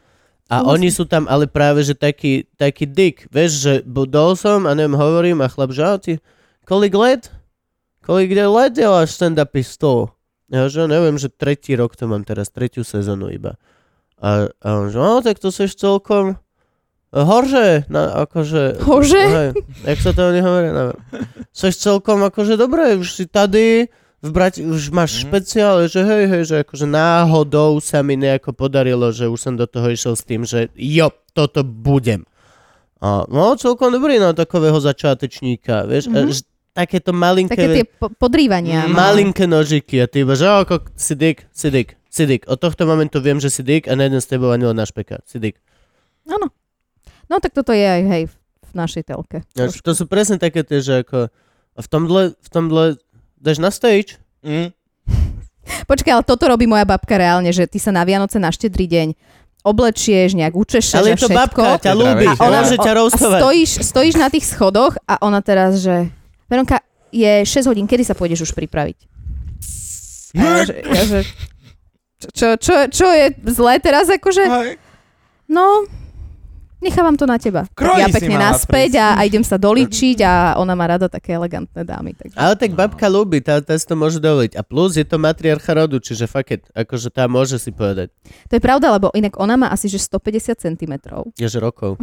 Speaker 4: A
Speaker 3: Súhlasím.
Speaker 4: oni sú tam ale práve, že taký, taký dick. Vieš, že budol som a neviem, hovorím a chlap, že "A ty, kolik let? Kolik kde let deláš stand-upistov? Ja že neviem, že tretí rok to mám teraz, tretiu sezónu iba. A, a on že, no tak to si celkom horže, na, akože...
Speaker 3: Hože?
Speaker 4: Hej, jak sa to oni hovoria, neviem. Seš celkom akože dobre, už si tady, v Brati- už máš
Speaker 2: Mhm.
Speaker 4: špeciál, že hej, hej, že akože náhodou sa mi nejako podarilo, že už som do toho išiel s tým, že jo, toto budem. A, no, celkom dobrý na takového začátečníka, vieš,
Speaker 3: Mhm.
Speaker 4: mm-hmm. až takéto malinké,
Speaker 3: Také tie po- podrývania.
Speaker 4: Mm.
Speaker 3: no.
Speaker 4: malinké nožiky a ty iba, že ako si dick, si dick, si dick. Od tohto momentu viem, že si dick a nejdem s tebou ani len na špeka, si dick.
Speaker 3: Áno. No tak toto je aj, hej, v našej telke.
Speaker 4: Ja, že to sú presne také tie, že ako a v tomhle, v tomhle, dáš na stage?
Speaker 2: Mm.
Speaker 3: Počkaj, ale toto robí moja babka reálne, že ty sa na Vianoce na štedrý deň oblečieš, nejak učešeš
Speaker 4: Ale
Speaker 3: a
Speaker 4: je to
Speaker 3: všetko.
Speaker 4: babka, ťa
Speaker 2: Dobre,
Speaker 4: ľúbi,
Speaker 2: vieš,
Speaker 4: a ona môže ťa
Speaker 3: a
Speaker 4: roastovať.
Speaker 3: stojíš, stojíš na tých schodoch a ona teraz, že Veronka, je 6 hodín, kedy sa pôjdeš už pripraviť? A
Speaker 2: Hm?
Speaker 3: ja, že, ja, že, čo, čo, čo je zlé teraz akože?
Speaker 2: Hej.
Speaker 3: No, nechávam to na teba.
Speaker 2: kroji
Speaker 3: ja
Speaker 2: si
Speaker 3: pekne
Speaker 2: mala
Speaker 3: naspäť a, a idem sa doličiť a ona má rada také elegantné dámy. Takže.
Speaker 4: Ale tak babka ľúbi, tá, tá si to môže dovoliť. A plus je to matriarcha rodu, čiže fuck it, akože tá môže si povedať.
Speaker 3: To je pravda, lebo inak ona má asi že 150 cm.
Speaker 4: Jež rokov.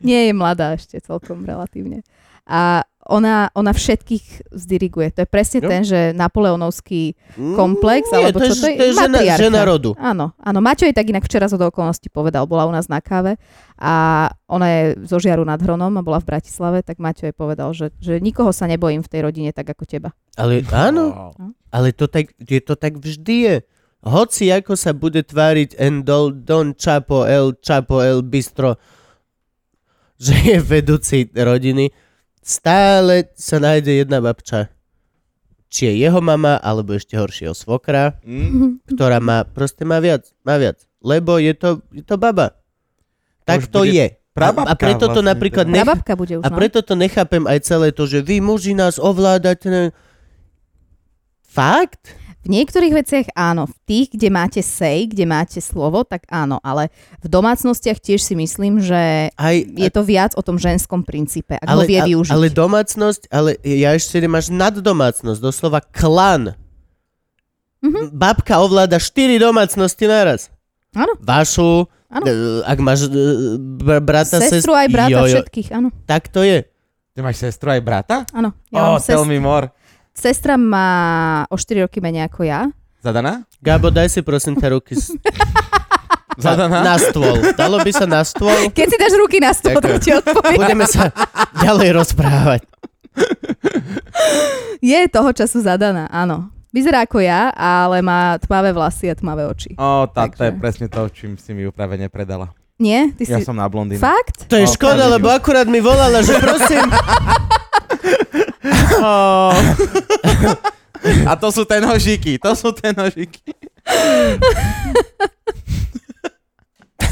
Speaker 3: Nie je mladá ešte celkom relatívne. A ona, ona všetkých zdiriguje. To je presne
Speaker 4: Jo.
Speaker 3: ten, že napoleonovský
Speaker 4: Mm.
Speaker 3: Mm, komplex,
Speaker 4: Nie,
Speaker 3: alebo
Speaker 4: to je,
Speaker 3: čo to je?
Speaker 4: to je žena,
Speaker 3: Matriarcha.
Speaker 4: žena rodu.
Speaker 3: Áno, áno. Maťo jej tak inak včera zo do okolností povedal, bola u nás na káve a ona je zo Žiaru nad Hronom a bola v Bratislave, tak Maťo jej povedal, že, že nikoho sa nebojím v tej rodine tak ako teba.
Speaker 4: Ale áno, ale to tak, je to tak vždy je. Hoci ako sa bude tváriť Endol, Don Chapo El, Chapo El Bistro, že je vedúci rodiny, stále sa nájde jedna babča. Či je jeho mama, alebo ešte horšieho svokra.
Speaker 2: Mm.
Speaker 4: ktorá má, proste má viac, má viac. Lebo je to, je to baba. Tak
Speaker 2: už
Speaker 4: to
Speaker 2: bude
Speaker 4: je. A,
Speaker 2: prababka
Speaker 4: a preto to
Speaker 2: vlastne,
Speaker 4: napríklad
Speaker 2: teda.
Speaker 4: ne,
Speaker 3: Prababka bude už, no.
Speaker 4: a preto to nechápem aj celé to, že vy muži nás ovládate. Ne... Fakt?
Speaker 3: no. V niektorých veciach áno, v tých, kde máte sej, kde máte slovo, tak áno, ale v domácnostiach tiež si myslím, že
Speaker 4: Aj,
Speaker 3: je to viac o tom ženskom princípe, ak ho vie
Speaker 4: a-
Speaker 3: využiť.
Speaker 4: ale domácnosť, ale ja ešte nemáš naddomácnosť, doslova klan.
Speaker 3: Mhm.
Speaker 4: Babka ovláda štyri domácnosti naraz.
Speaker 3: Áno.
Speaker 4: Vašu,
Speaker 3: Áno.
Speaker 4: e, ak máš e, br- brata,
Speaker 3: Sestru aj brata
Speaker 4: Jojo,
Speaker 3: všetkých, áno.
Speaker 4: Tak to je.
Speaker 2: Ty máš sestru aj brata?
Speaker 3: áno.
Speaker 2: oh,
Speaker 3: Ja oh,
Speaker 2: tell me more.
Speaker 3: Sestra má o 4 roky menej ako ja.
Speaker 2: Zadaná?
Speaker 4: Gabo, daj si prosím ťa ruky s-
Speaker 2: Zadaná?
Speaker 4: na stôl. Dalo by sa na stôl.
Speaker 3: Keď si dáš ruky na stôl, tak ti odpoviem.
Speaker 4: Budeme sa ďalej rozprávať.
Speaker 3: Je toho času zadaná, áno. Vyzerá ako ja, ale má tmavé vlasy a tmavé oči.
Speaker 2: Ó, tá, to je
Speaker 3: Takže.
Speaker 2: presne to, čím si mi uprave nepredala.
Speaker 3: Nie? Ty si...
Speaker 2: Ja som na blondínu.
Speaker 3: Fakt?
Speaker 4: To je
Speaker 2: O,
Speaker 4: škoda,
Speaker 2: pravda.
Speaker 4: lebo akurát mi volala, že prosím.
Speaker 2: A to sú ten nožiky, to sú ten nožiky.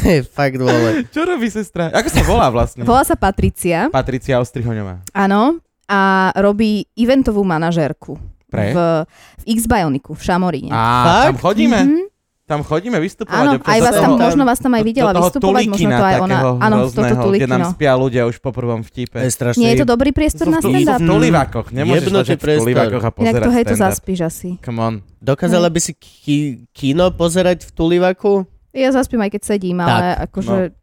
Speaker 4: Hej, Fakt, vole.
Speaker 2: Čo robí sestra? Ako sa volá vlastne?
Speaker 3: Volá sa Patricia,
Speaker 2: Patricia Ostrihoňová.
Speaker 3: áno, a robí eventovú manažérku
Speaker 2: Pre?
Speaker 3: v, v X-Bioniku, v Šamoríne.
Speaker 2: Á, tam
Speaker 4: Fakt?
Speaker 2: chodíme.
Speaker 3: Mhm.
Speaker 2: Tam chodíme vystupovať.
Speaker 3: Áno,
Speaker 2: občas
Speaker 3: aj
Speaker 2: do
Speaker 3: vás tam,
Speaker 2: toho-
Speaker 3: možno vás tam aj
Speaker 2: do
Speaker 3: videla
Speaker 2: toho
Speaker 3: vystupovať, možno
Speaker 2: Tulikina
Speaker 3: to aj ona.
Speaker 2: takého
Speaker 3: Áno, toto
Speaker 2: hrozného, Kde nám
Speaker 3: tulikino.
Speaker 2: spia ľudia už po prvom vtipe.
Speaker 4: To je strašné.
Speaker 3: Nie je to dobrý priestor
Speaker 2: Sú v
Speaker 3: na
Speaker 2: tu-
Speaker 3: stand-up?
Speaker 2: sú V tulivakoch, nemôžeš
Speaker 4: Jebnutý
Speaker 2: ležať v
Speaker 4: priestor.
Speaker 2: tulivakoch a
Speaker 3: Inak
Speaker 2: pozerať
Speaker 3: to hej, to
Speaker 2: stand-up.
Speaker 3: zaspíš asi.
Speaker 2: Come on.
Speaker 4: Dokázala by si ki- kino pozerať v Tulivaku?
Speaker 3: Ja zaspím aj keď sedím, ale akože...
Speaker 2: no.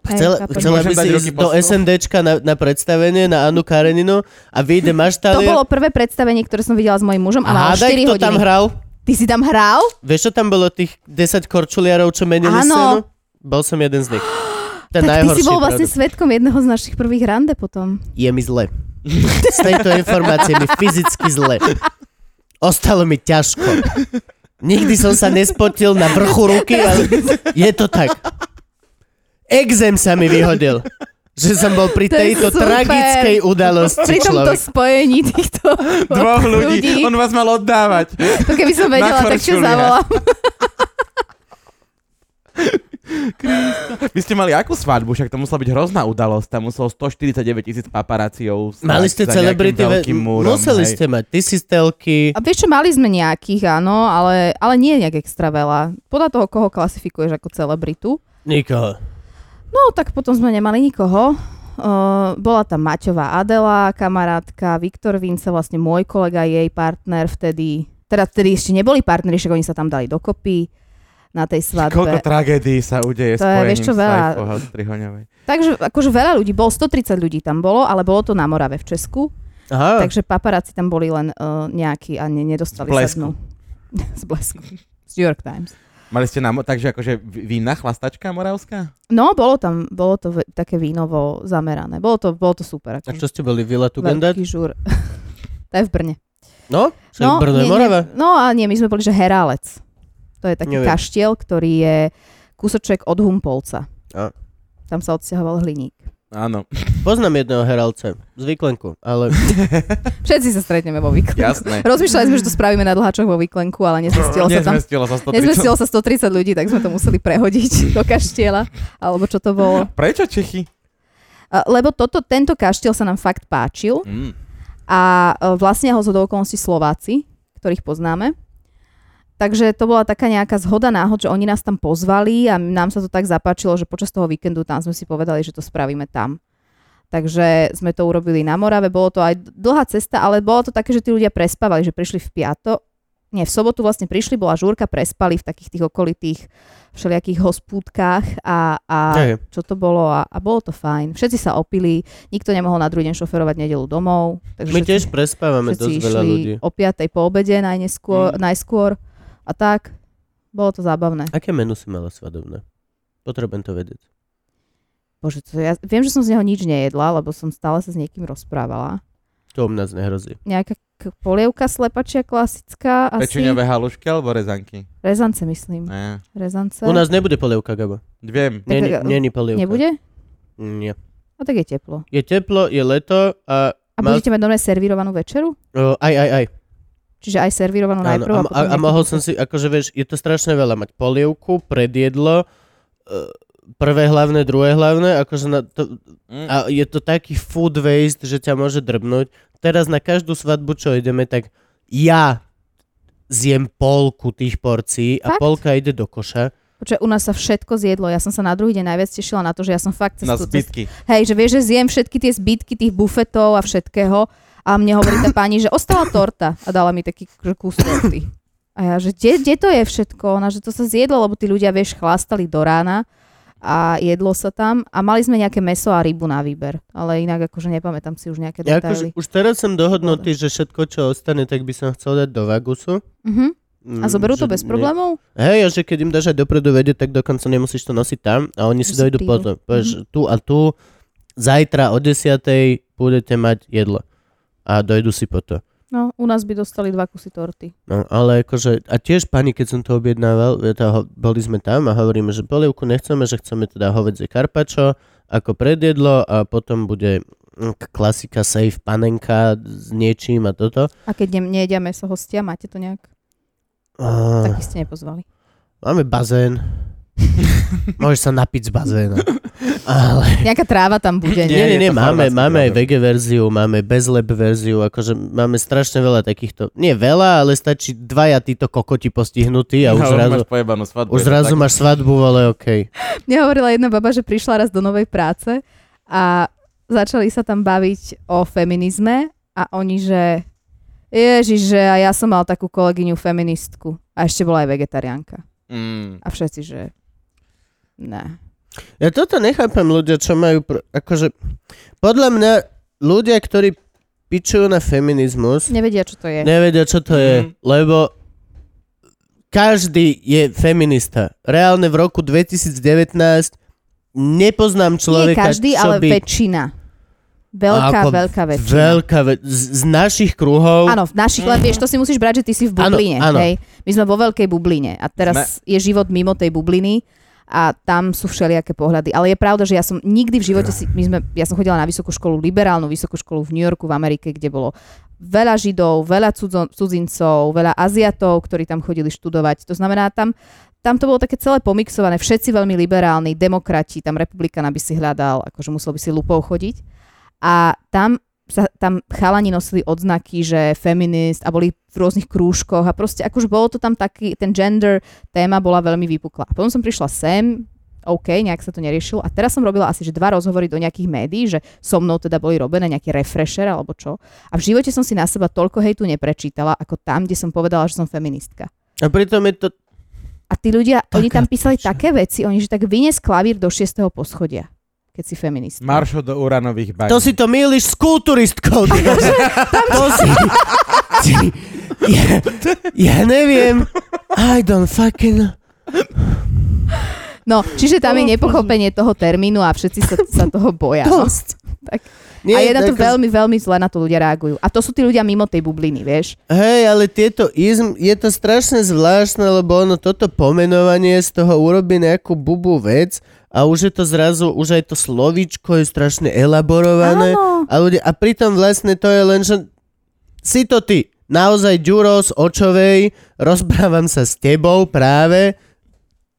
Speaker 3: Hej,
Speaker 4: Chcela,
Speaker 3: chápem.
Speaker 4: chcela by
Speaker 2: Môžem
Speaker 4: si
Speaker 2: dať
Speaker 4: ísť
Speaker 2: ruky pod
Speaker 4: do
Speaker 2: stôl?
Speaker 4: SNDčka na, na predstavenie na Anu Kareninu a vyjde
Speaker 3: To
Speaker 4: maštalier
Speaker 3: bolo prvé predstavenie, ktoré som videla s mojím mužom
Speaker 4: a
Speaker 3: a mal 4
Speaker 4: hádaj, kto
Speaker 3: hodiny.
Speaker 4: tam hral.
Speaker 3: Ty si tam hral?
Speaker 4: Vieš, čo tam bolo tých 10 korčuliarov, čo menili
Speaker 3: Áno.
Speaker 4: scénu? Bol som jeden z nich. Ten
Speaker 3: tak ty
Speaker 4: najhorší,
Speaker 3: si bol vlastne
Speaker 4: pravda.
Speaker 3: svetkom jedného z našich prvých rande potom.
Speaker 4: Je mi zle. Z tejto informácie mi fyzicky zle. Ostalo mi ťažko. Nikdy som sa nespotil na vrchu ruky, ale je to tak. Exem sa mi vyhodil. Že som bol pri
Speaker 3: To je
Speaker 4: tejto
Speaker 3: super.
Speaker 4: tragickej udalosti
Speaker 3: Pri tomto
Speaker 4: človek.
Speaker 3: spojení týchto
Speaker 2: Dvoch ľudí, on vás mal oddávať.
Speaker 3: To keby som vedela, tak čo
Speaker 2: Nachorčulia.
Speaker 3: zavolám.
Speaker 2: Vy ste mali akú svadbu? Však to musela byť hrozná udalosť. Tam muselo 149 tisíc paparáciov. stáť
Speaker 4: Mali ste
Speaker 2: za nejakým
Speaker 4: celebrity, ve-
Speaker 2: veľkým múrom,
Speaker 4: museli
Speaker 2: hej.
Speaker 4: ste mať tisistelky.
Speaker 3: A vieš čo, mali sme nejakých, áno, ale, ale nie nejak extra veľa. Podľa toho, koho klasifikuješ ako celebritu.
Speaker 4: Nikoho.
Speaker 3: No, tak potom sme nemali nikoho. Uh, bola tam Maťová Adela, kamarátka, Viktor Vince, vlastne môj kolega, jej partner vtedy. Teda vtedy ešte neboli partneri, však oni sa tam dali dokopy na tej
Speaker 2: Koľko
Speaker 3: svadbe.
Speaker 2: tragédií sa udeje
Speaker 3: To je,
Speaker 2: spojením
Speaker 3: vieš čo, veľa.
Speaker 2: Saifho Strihoňovej.
Speaker 3: Takže akože veľa ľudí, bolo 130 ľudí tam bolo, ale bolo to na Morave v Česku.
Speaker 4: Aha,
Speaker 3: Takže paparáci tam boli len uh, nejakí a ne, nedostali
Speaker 2: Z
Speaker 3: sa
Speaker 2: Blesku.
Speaker 3: dnu. Z blesku. Z New York Times.
Speaker 2: Mali ste nám, takže akože vy- vína chlastačka moravská?
Speaker 3: No, bolo tam, bolo to v, také vínovo zamerané. Bolo to, bolo to
Speaker 4: a
Speaker 3: super. Akože
Speaker 4: čo ste boli, Vila Tugendhat?
Speaker 3: veľký žúr. to je v Brne.
Speaker 4: No, však no, Brno je
Speaker 3: nie,
Speaker 4: Morava.
Speaker 3: Nie, no a nie, my sme boli, že Herálec. To je taký
Speaker 4: Neviem.
Speaker 3: kaštiel, ktorý je kúsoček od Humpolca.
Speaker 4: A.
Speaker 3: Tam sa odsťahoval hliník.
Speaker 2: Áno,
Speaker 4: Poznám jedného heralca z Viklenku, ale
Speaker 3: Všetci sa stretneme vo výklenku.
Speaker 2: jasné.
Speaker 3: Rozmýšľali sme, že to spravíme na dlháčoch vo výklenku, ale nezmestilo sa tam.
Speaker 2: Nezmestilo sa 130.
Speaker 3: Nezmestilo sa 130 ľudí, tak sme to museli prehodiť do kaštieľa, alebo čo to bolo.
Speaker 2: Prečo Čechy?
Speaker 3: A, Lebo toto, tento kaštiel sa nám fakt páčil
Speaker 2: Mm.
Speaker 3: a e, vlastne ho zo okolností Slováci, ktorých poznáme. Takže to bola taká nejaká zhoda náhod, že oni nás tam pozvali a nám sa to tak zapáčilo, že počas toho víkendu tam sme si povedali, že to spravíme tam. Takže sme to urobili na Morave, bolo to aj dlhá cesta, ale bolo to také, že tí ľudia prespávali, že prišli v piato, nie, v sobotu vlastne prišli, bola žúrka, prespali v takých tých okolitých všelijakých hospúdkach a, a
Speaker 4: Hej.
Speaker 3: čo to bolo a, a bolo to fajn. Všetci sa opili, nikto nemohol na druhý deň šoferovať nedelu domov. Takže
Speaker 4: my
Speaker 3: všetci-
Speaker 4: tiež prespávame
Speaker 3: všetci
Speaker 4: dosť
Speaker 3: išli
Speaker 4: veľa ľudí.
Speaker 3: o 5. po obede najneskôr, mm. najskôr a tak. Bolo to zábavné.
Speaker 4: Aké menu si mala svadobné? Potrebujem to vedieť.
Speaker 3: Bože, to ja, viem, že som z neho nič nejedla, lebo som stále sa s niekým rozprávala.
Speaker 4: To u nás nehrozí.
Speaker 3: Nejaká k- polievka slepačia klasická asi.
Speaker 2: Pečuňové halušky alebo rezanky?
Speaker 3: Rezance myslím.
Speaker 2: Ne.
Speaker 3: Rezance.
Speaker 4: U nás nebude polievka, Gabo.
Speaker 2: Viem.
Speaker 3: Tak-
Speaker 4: Není, není polievka.
Speaker 3: Nebude?
Speaker 4: Nie.
Speaker 3: No tak je teplo.
Speaker 4: Je teplo, je leto a...
Speaker 3: A
Speaker 4: Mal-
Speaker 3: budete mať normálne servírovanú večeru?
Speaker 4: O, aj, aj, aj.
Speaker 3: Čiže aj servírovanú
Speaker 4: Áno,
Speaker 3: najprv
Speaker 4: a, a,
Speaker 3: potom
Speaker 4: a
Speaker 3: nejakú-
Speaker 4: mohol som si, akože vieš, je to strašne veľa mať polievku, predjedlo, e, prvé hlavné, druhé hlavné, akože na to,
Speaker 2: Mm.
Speaker 4: a je to taký food waste, že ťa môže drbnúť. Teraz na každú svadbu, čo ideme, tak ja zjem polku tých porcií a
Speaker 3: Fakt?
Speaker 4: polka ide do koša.
Speaker 3: Počkaj, u nás sa všetko zjedlo. Ja som sa na druhý deň najviac tešila na to, že ja som fakt cez
Speaker 2: Na
Speaker 3: tú- cez-
Speaker 2: zbytky.
Speaker 3: Hej, že vieš, že zjem všetky tie zbytky tých bufetov a všetkého. A mne hovorí tá pani, že ostala torta a dala mi taký že kus torty. A ja, že kde, kde to je všetko? Ona, že to sa zjedlo, lebo tí ľudia, vieš, chlastali do rána a jedlo sa tam a mali sme nejaké meso a rybu na výber. Ale inak akože nepamätám si už nejaké
Speaker 4: Ja akože,
Speaker 3: detaily.
Speaker 4: už teraz som dohodnutý, že všetko, čo ostane, tak by som chcel dať do vagusu.
Speaker 3: Mhm.
Speaker 4: Mm,
Speaker 3: A zoberú to
Speaker 4: že
Speaker 3: bez
Speaker 4: ne-
Speaker 3: problémov?
Speaker 4: Hej, a že keď im dáš aj dopredu vedieť, tak dokonca nemusíš to nosiť tam a oni si
Speaker 3: Že si
Speaker 4: dojdu
Speaker 3: prídu.
Speaker 4: potom. Povieš, tu a tu, zajtra o 10.00 budete mať jedlo. A dojdu si po to.
Speaker 3: No, u nás by dostali dva kusy torty.
Speaker 4: No, ale akože, a tiež pani, keď som to objednával, ja to, ho- boli sme tam a hovoríme, že polievku nechceme, že chceme teda hovedzie karpačo ako predjedlo a potom bude mm, k- klasika safe panenka s niečím a toto.
Speaker 3: A keď ne- nejedia meso hostia, máte to nejak?
Speaker 4: A,
Speaker 3: Taký ste nepozvali.
Speaker 4: máme bazén.
Speaker 1: Môžeš sa napiť z bazéna.
Speaker 3: Nejaká tráva tam bude.
Speaker 4: Nie, nie,
Speaker 3: Nie?
Speaker 2: je
Speaker 4: nie,
Speaker 2: to
Speaker 4: máme,
Speaker 2: chorvátsky
Speaker 4: máme aj
Speaker 2: program.
Speaker 4: vege verziu, máme bezleb verziu, akože máme strašne veľa takýchto, nie veľa, ale stačí dvaja títo kokoti postihnutí a už zrazu,
Speaker 2: máš pojebanú svadbu.
Speaker 4: už
Speaker 2: je to
Speaker 4: zrazu
Speaker 2: tak.
Speaker 4: máš svadbu, ale okej.
Speaker 3: Mňa hovorila jedna baba, že prišla raz do novej práce a začali sa tam baviť o feminizme a oni, že ježiš, že a ja som mal takú kolegyňu feministku a ešte bola aj vegetariánka.
Speaker 2: Mm.
Speaker 3: A všetci, že ne.
Speaker 4: Ja toto nechápem ľudia, čo majú, pr- akože, podľa mňa ľudia, ktorí pičujú na feminizmus,
Speaker 3: Nevedia, čo to je.
Speaker 4: nevedia, čo to je,
Speaker 2: Mhm.
Speaker 4: lebo každý je feminista. Reálne v roku 2019 nepoznám
Speaker 3: Nie
Speaker 4: človeka,
Speaker 3: každý,
Speaker 4: čo
Speaker 3: ale
Speaker 4: by...
Speaker 3: väčšina. Veľká,
Speaker 4: Ako
Speaker 3: veľká väčšina.
Speaker 4: Veľká ve- z, z našich kruhov.
Speaker 3: Áno, v našich, len vieš, to si musíš brať, že ty si v
Speaker 4: Mhm. Áno,
Speaker 3: bubline,
Speaker 4: áno.
Speaker 3: hej. My sme vo veľkej bubline a teraz je život mimo tej bubliny a tam sú všelijaké pohľady. Ale je pravda, že ja som nikdy v živote si, my sme, ja som chodila na vysokú školu, liberálnu vysokú školu v New Yorku, v Amerike, kde bolo veľa Židov, veľa cudzo, cudzincov, veľa Aziatov, ktorí tam chodili študovať. To znamená, tam, tam to bolo také celé pomixované, všetci veľmi liberálni, demokrati, tam republikana by si hľadal, akože musel by si lupou chodiť. A tam sa, tam chalani nosili odznaky, že feminist a boli v rôznych krúžkoch a proste akože bolo to tam taký, ten gender téma bola veľmi vypuklá. Potom som prišla sem, OK, nejak sa to neriešilo a teraz som robila asi že dva rozhovory do nejakých médií, že so mnou teda boli robené nejaký refresher alebo čo. A v živote som si na seba toľko hejtu neprečítala, ako tam, kde som povedala, že som feministka.
Speaker 4: A pritom je to...
Speaker 3: A tí ľudia, Taká oni tam písali
Speaker 1: piča.
Speaker 3: také veci, oni, že tak vynes klavír do 6. poschodia, keď si feminist.
Speaker 2: Maršo do uranových bagí.
Speaker 1: To si to mýliš s kulturistkou. ty. to si... Ty, ja, ja neviem. I don't fucking... know.
Speaker 3: No, čiže tam
Speaker 4: Oh.
Speaker 3: je nepochopenie toho termínu a všetci sa, sa toho boja. No.
Speaker 4: Nie,
Speaker 3: a je na to
Speaker 4: ako-
Speaker 3: veľmi, veľmi zle na to ľudia reagujú. A to sú tí ľudia mimo tej bubliny, vieš.
Speaker 4: Hej, ale tieto izm, je to strašne zvláštne, lebo ono toto pomenovanie z toho urobí nejakú bubu vec a už je to zrazu, už aj to slovíčko je strašne elaborované.
Speaker 3: Áno.
Speaker 4: A, ľudia, a pritom vlastne to je len, že si to ty, naozaj Ďuro z Očovej, rozprávam sa s tebou práve,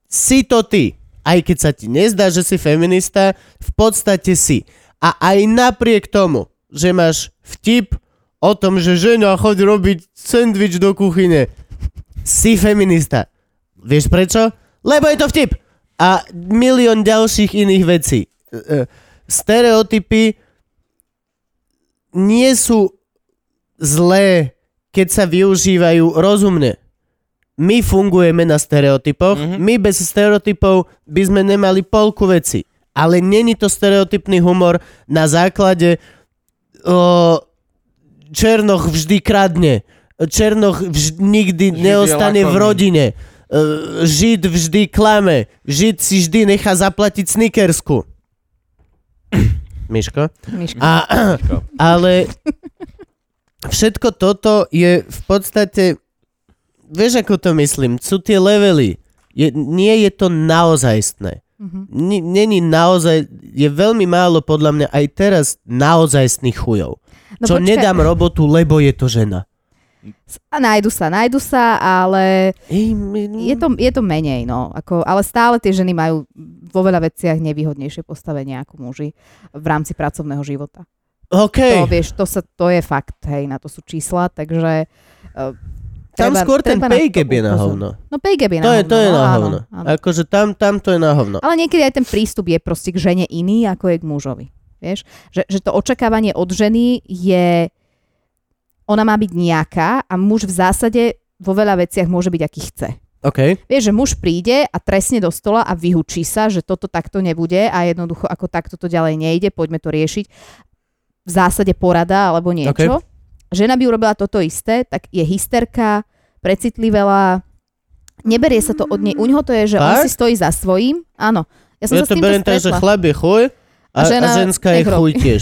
Speaker 4: si to ty. Aj keď sa ti nezdá, že si feminista, v podstate si. A aj napriek tomu, že máš vtip o tom, že žena chodí robiť sendvič do kuchyne, si feminista. Vieš prečo? Lebo je to vtip. A milión ďalších iných vecí. E, e, Stereotypy nie sú zlé, keď sa využívajú rozumne. My fungujeme na stereotypoch, mm-hmm. my bez stereotypov by sme nemali polku veci. Ale není to stereotypný humor na základe o, Černoch vždy kradne, Černoch vž- nikdy
Speaker 2: Žid je
Speaker 4: neostane v
Speaker 2: lakomý.
Speaker 4: rodine, e, Žid vždy klame, Žid si vždy nechá zaplatiť snikersku. Miško?
Speaker 3: Miška.
Speaker 4: A, ale všetko toto je v podstate, vieš ako to myslím, sú tie levely. Je, nie je to naozajstné.
Speaker 3: Mhm.
Speaker 4: Ni- Není naozaj, je veľmi málo podľa mňa aj teraz naozajstných chujov.
Speaker 3: No
Speaker 4: čo
Speaker 3: počkaj.
Speaker 4: nedám robotu, lebo je to žena.
Speaker 3: A nájdu sa, nájdu sa, ale
Speaker 4: Ej, my,
Speaker 3: je to, je to menej, no. Ako, ale stále tie ženy majú vo veľa veciach nevýhodnejšie postavenie ako muži v rámci pracovného života. To,
Speaker 4: OK,
Speaker 3: vieš, to, sa, to je fakt, hej, na to sú čísla, takže... eh,
Speaker 4: tam
Speaker 3: treba-
Speaker 4: skôr ten
Speaker 3: treba na
Speaker 4: pay
Speaker 3: to
Speaker 4: gap je na
Speaker 3: upozorniť.
Speaker 4: hovno.
Speaker 3: No pay gap je na
Speaker 4: To je,
Speaker 3: hovno,
Speaker 4: to je
Speaker 3: no,
Speaker 4: na
Speaker 3: áno,
Speaker 4: hovno.
Speaker 3: áno.
Speaker 4: Akože tam, tam to je na hovno.
Speaker 3: Ale niekedy aj ten prístup je proste k žene iný, ako je k mužovi. Vieš? Že, že to očakávanie od ženy je... Ona má byť nejaká a muž v zásade vo veľa veciach môže byť, aký chce.
Speaker 4: OK.
Speaker 3: Vieš, že muž príde a trestne do stola a vyhučí sa, že toto takto nebude a jednoducho ako takto to ďalej nejde, poďme to riešiť. V zásade porada alebo niečo. Žena by urobila toto isté, tak je hysterka, precitlivela, neberie sa to od nej. U ňoho to je, že
Speaker 4: Fakt?
Speaker 3: on si stojí za svojím. Áno. Ja som
Speaker 4: Ja
Speaker 3: sa s
Speaker 4: to
Speaker 3: týmto
Speaker 4: beriem tak, že
Speaker 3: stretla.
Speaker 4: chlap je chuj a,
Speaker 3: A žena
Speaker 4: a ženská je
Speaker 3: nech
Speaker 4: chuj
Speaker 3: robí.
Speaker 4: tiež.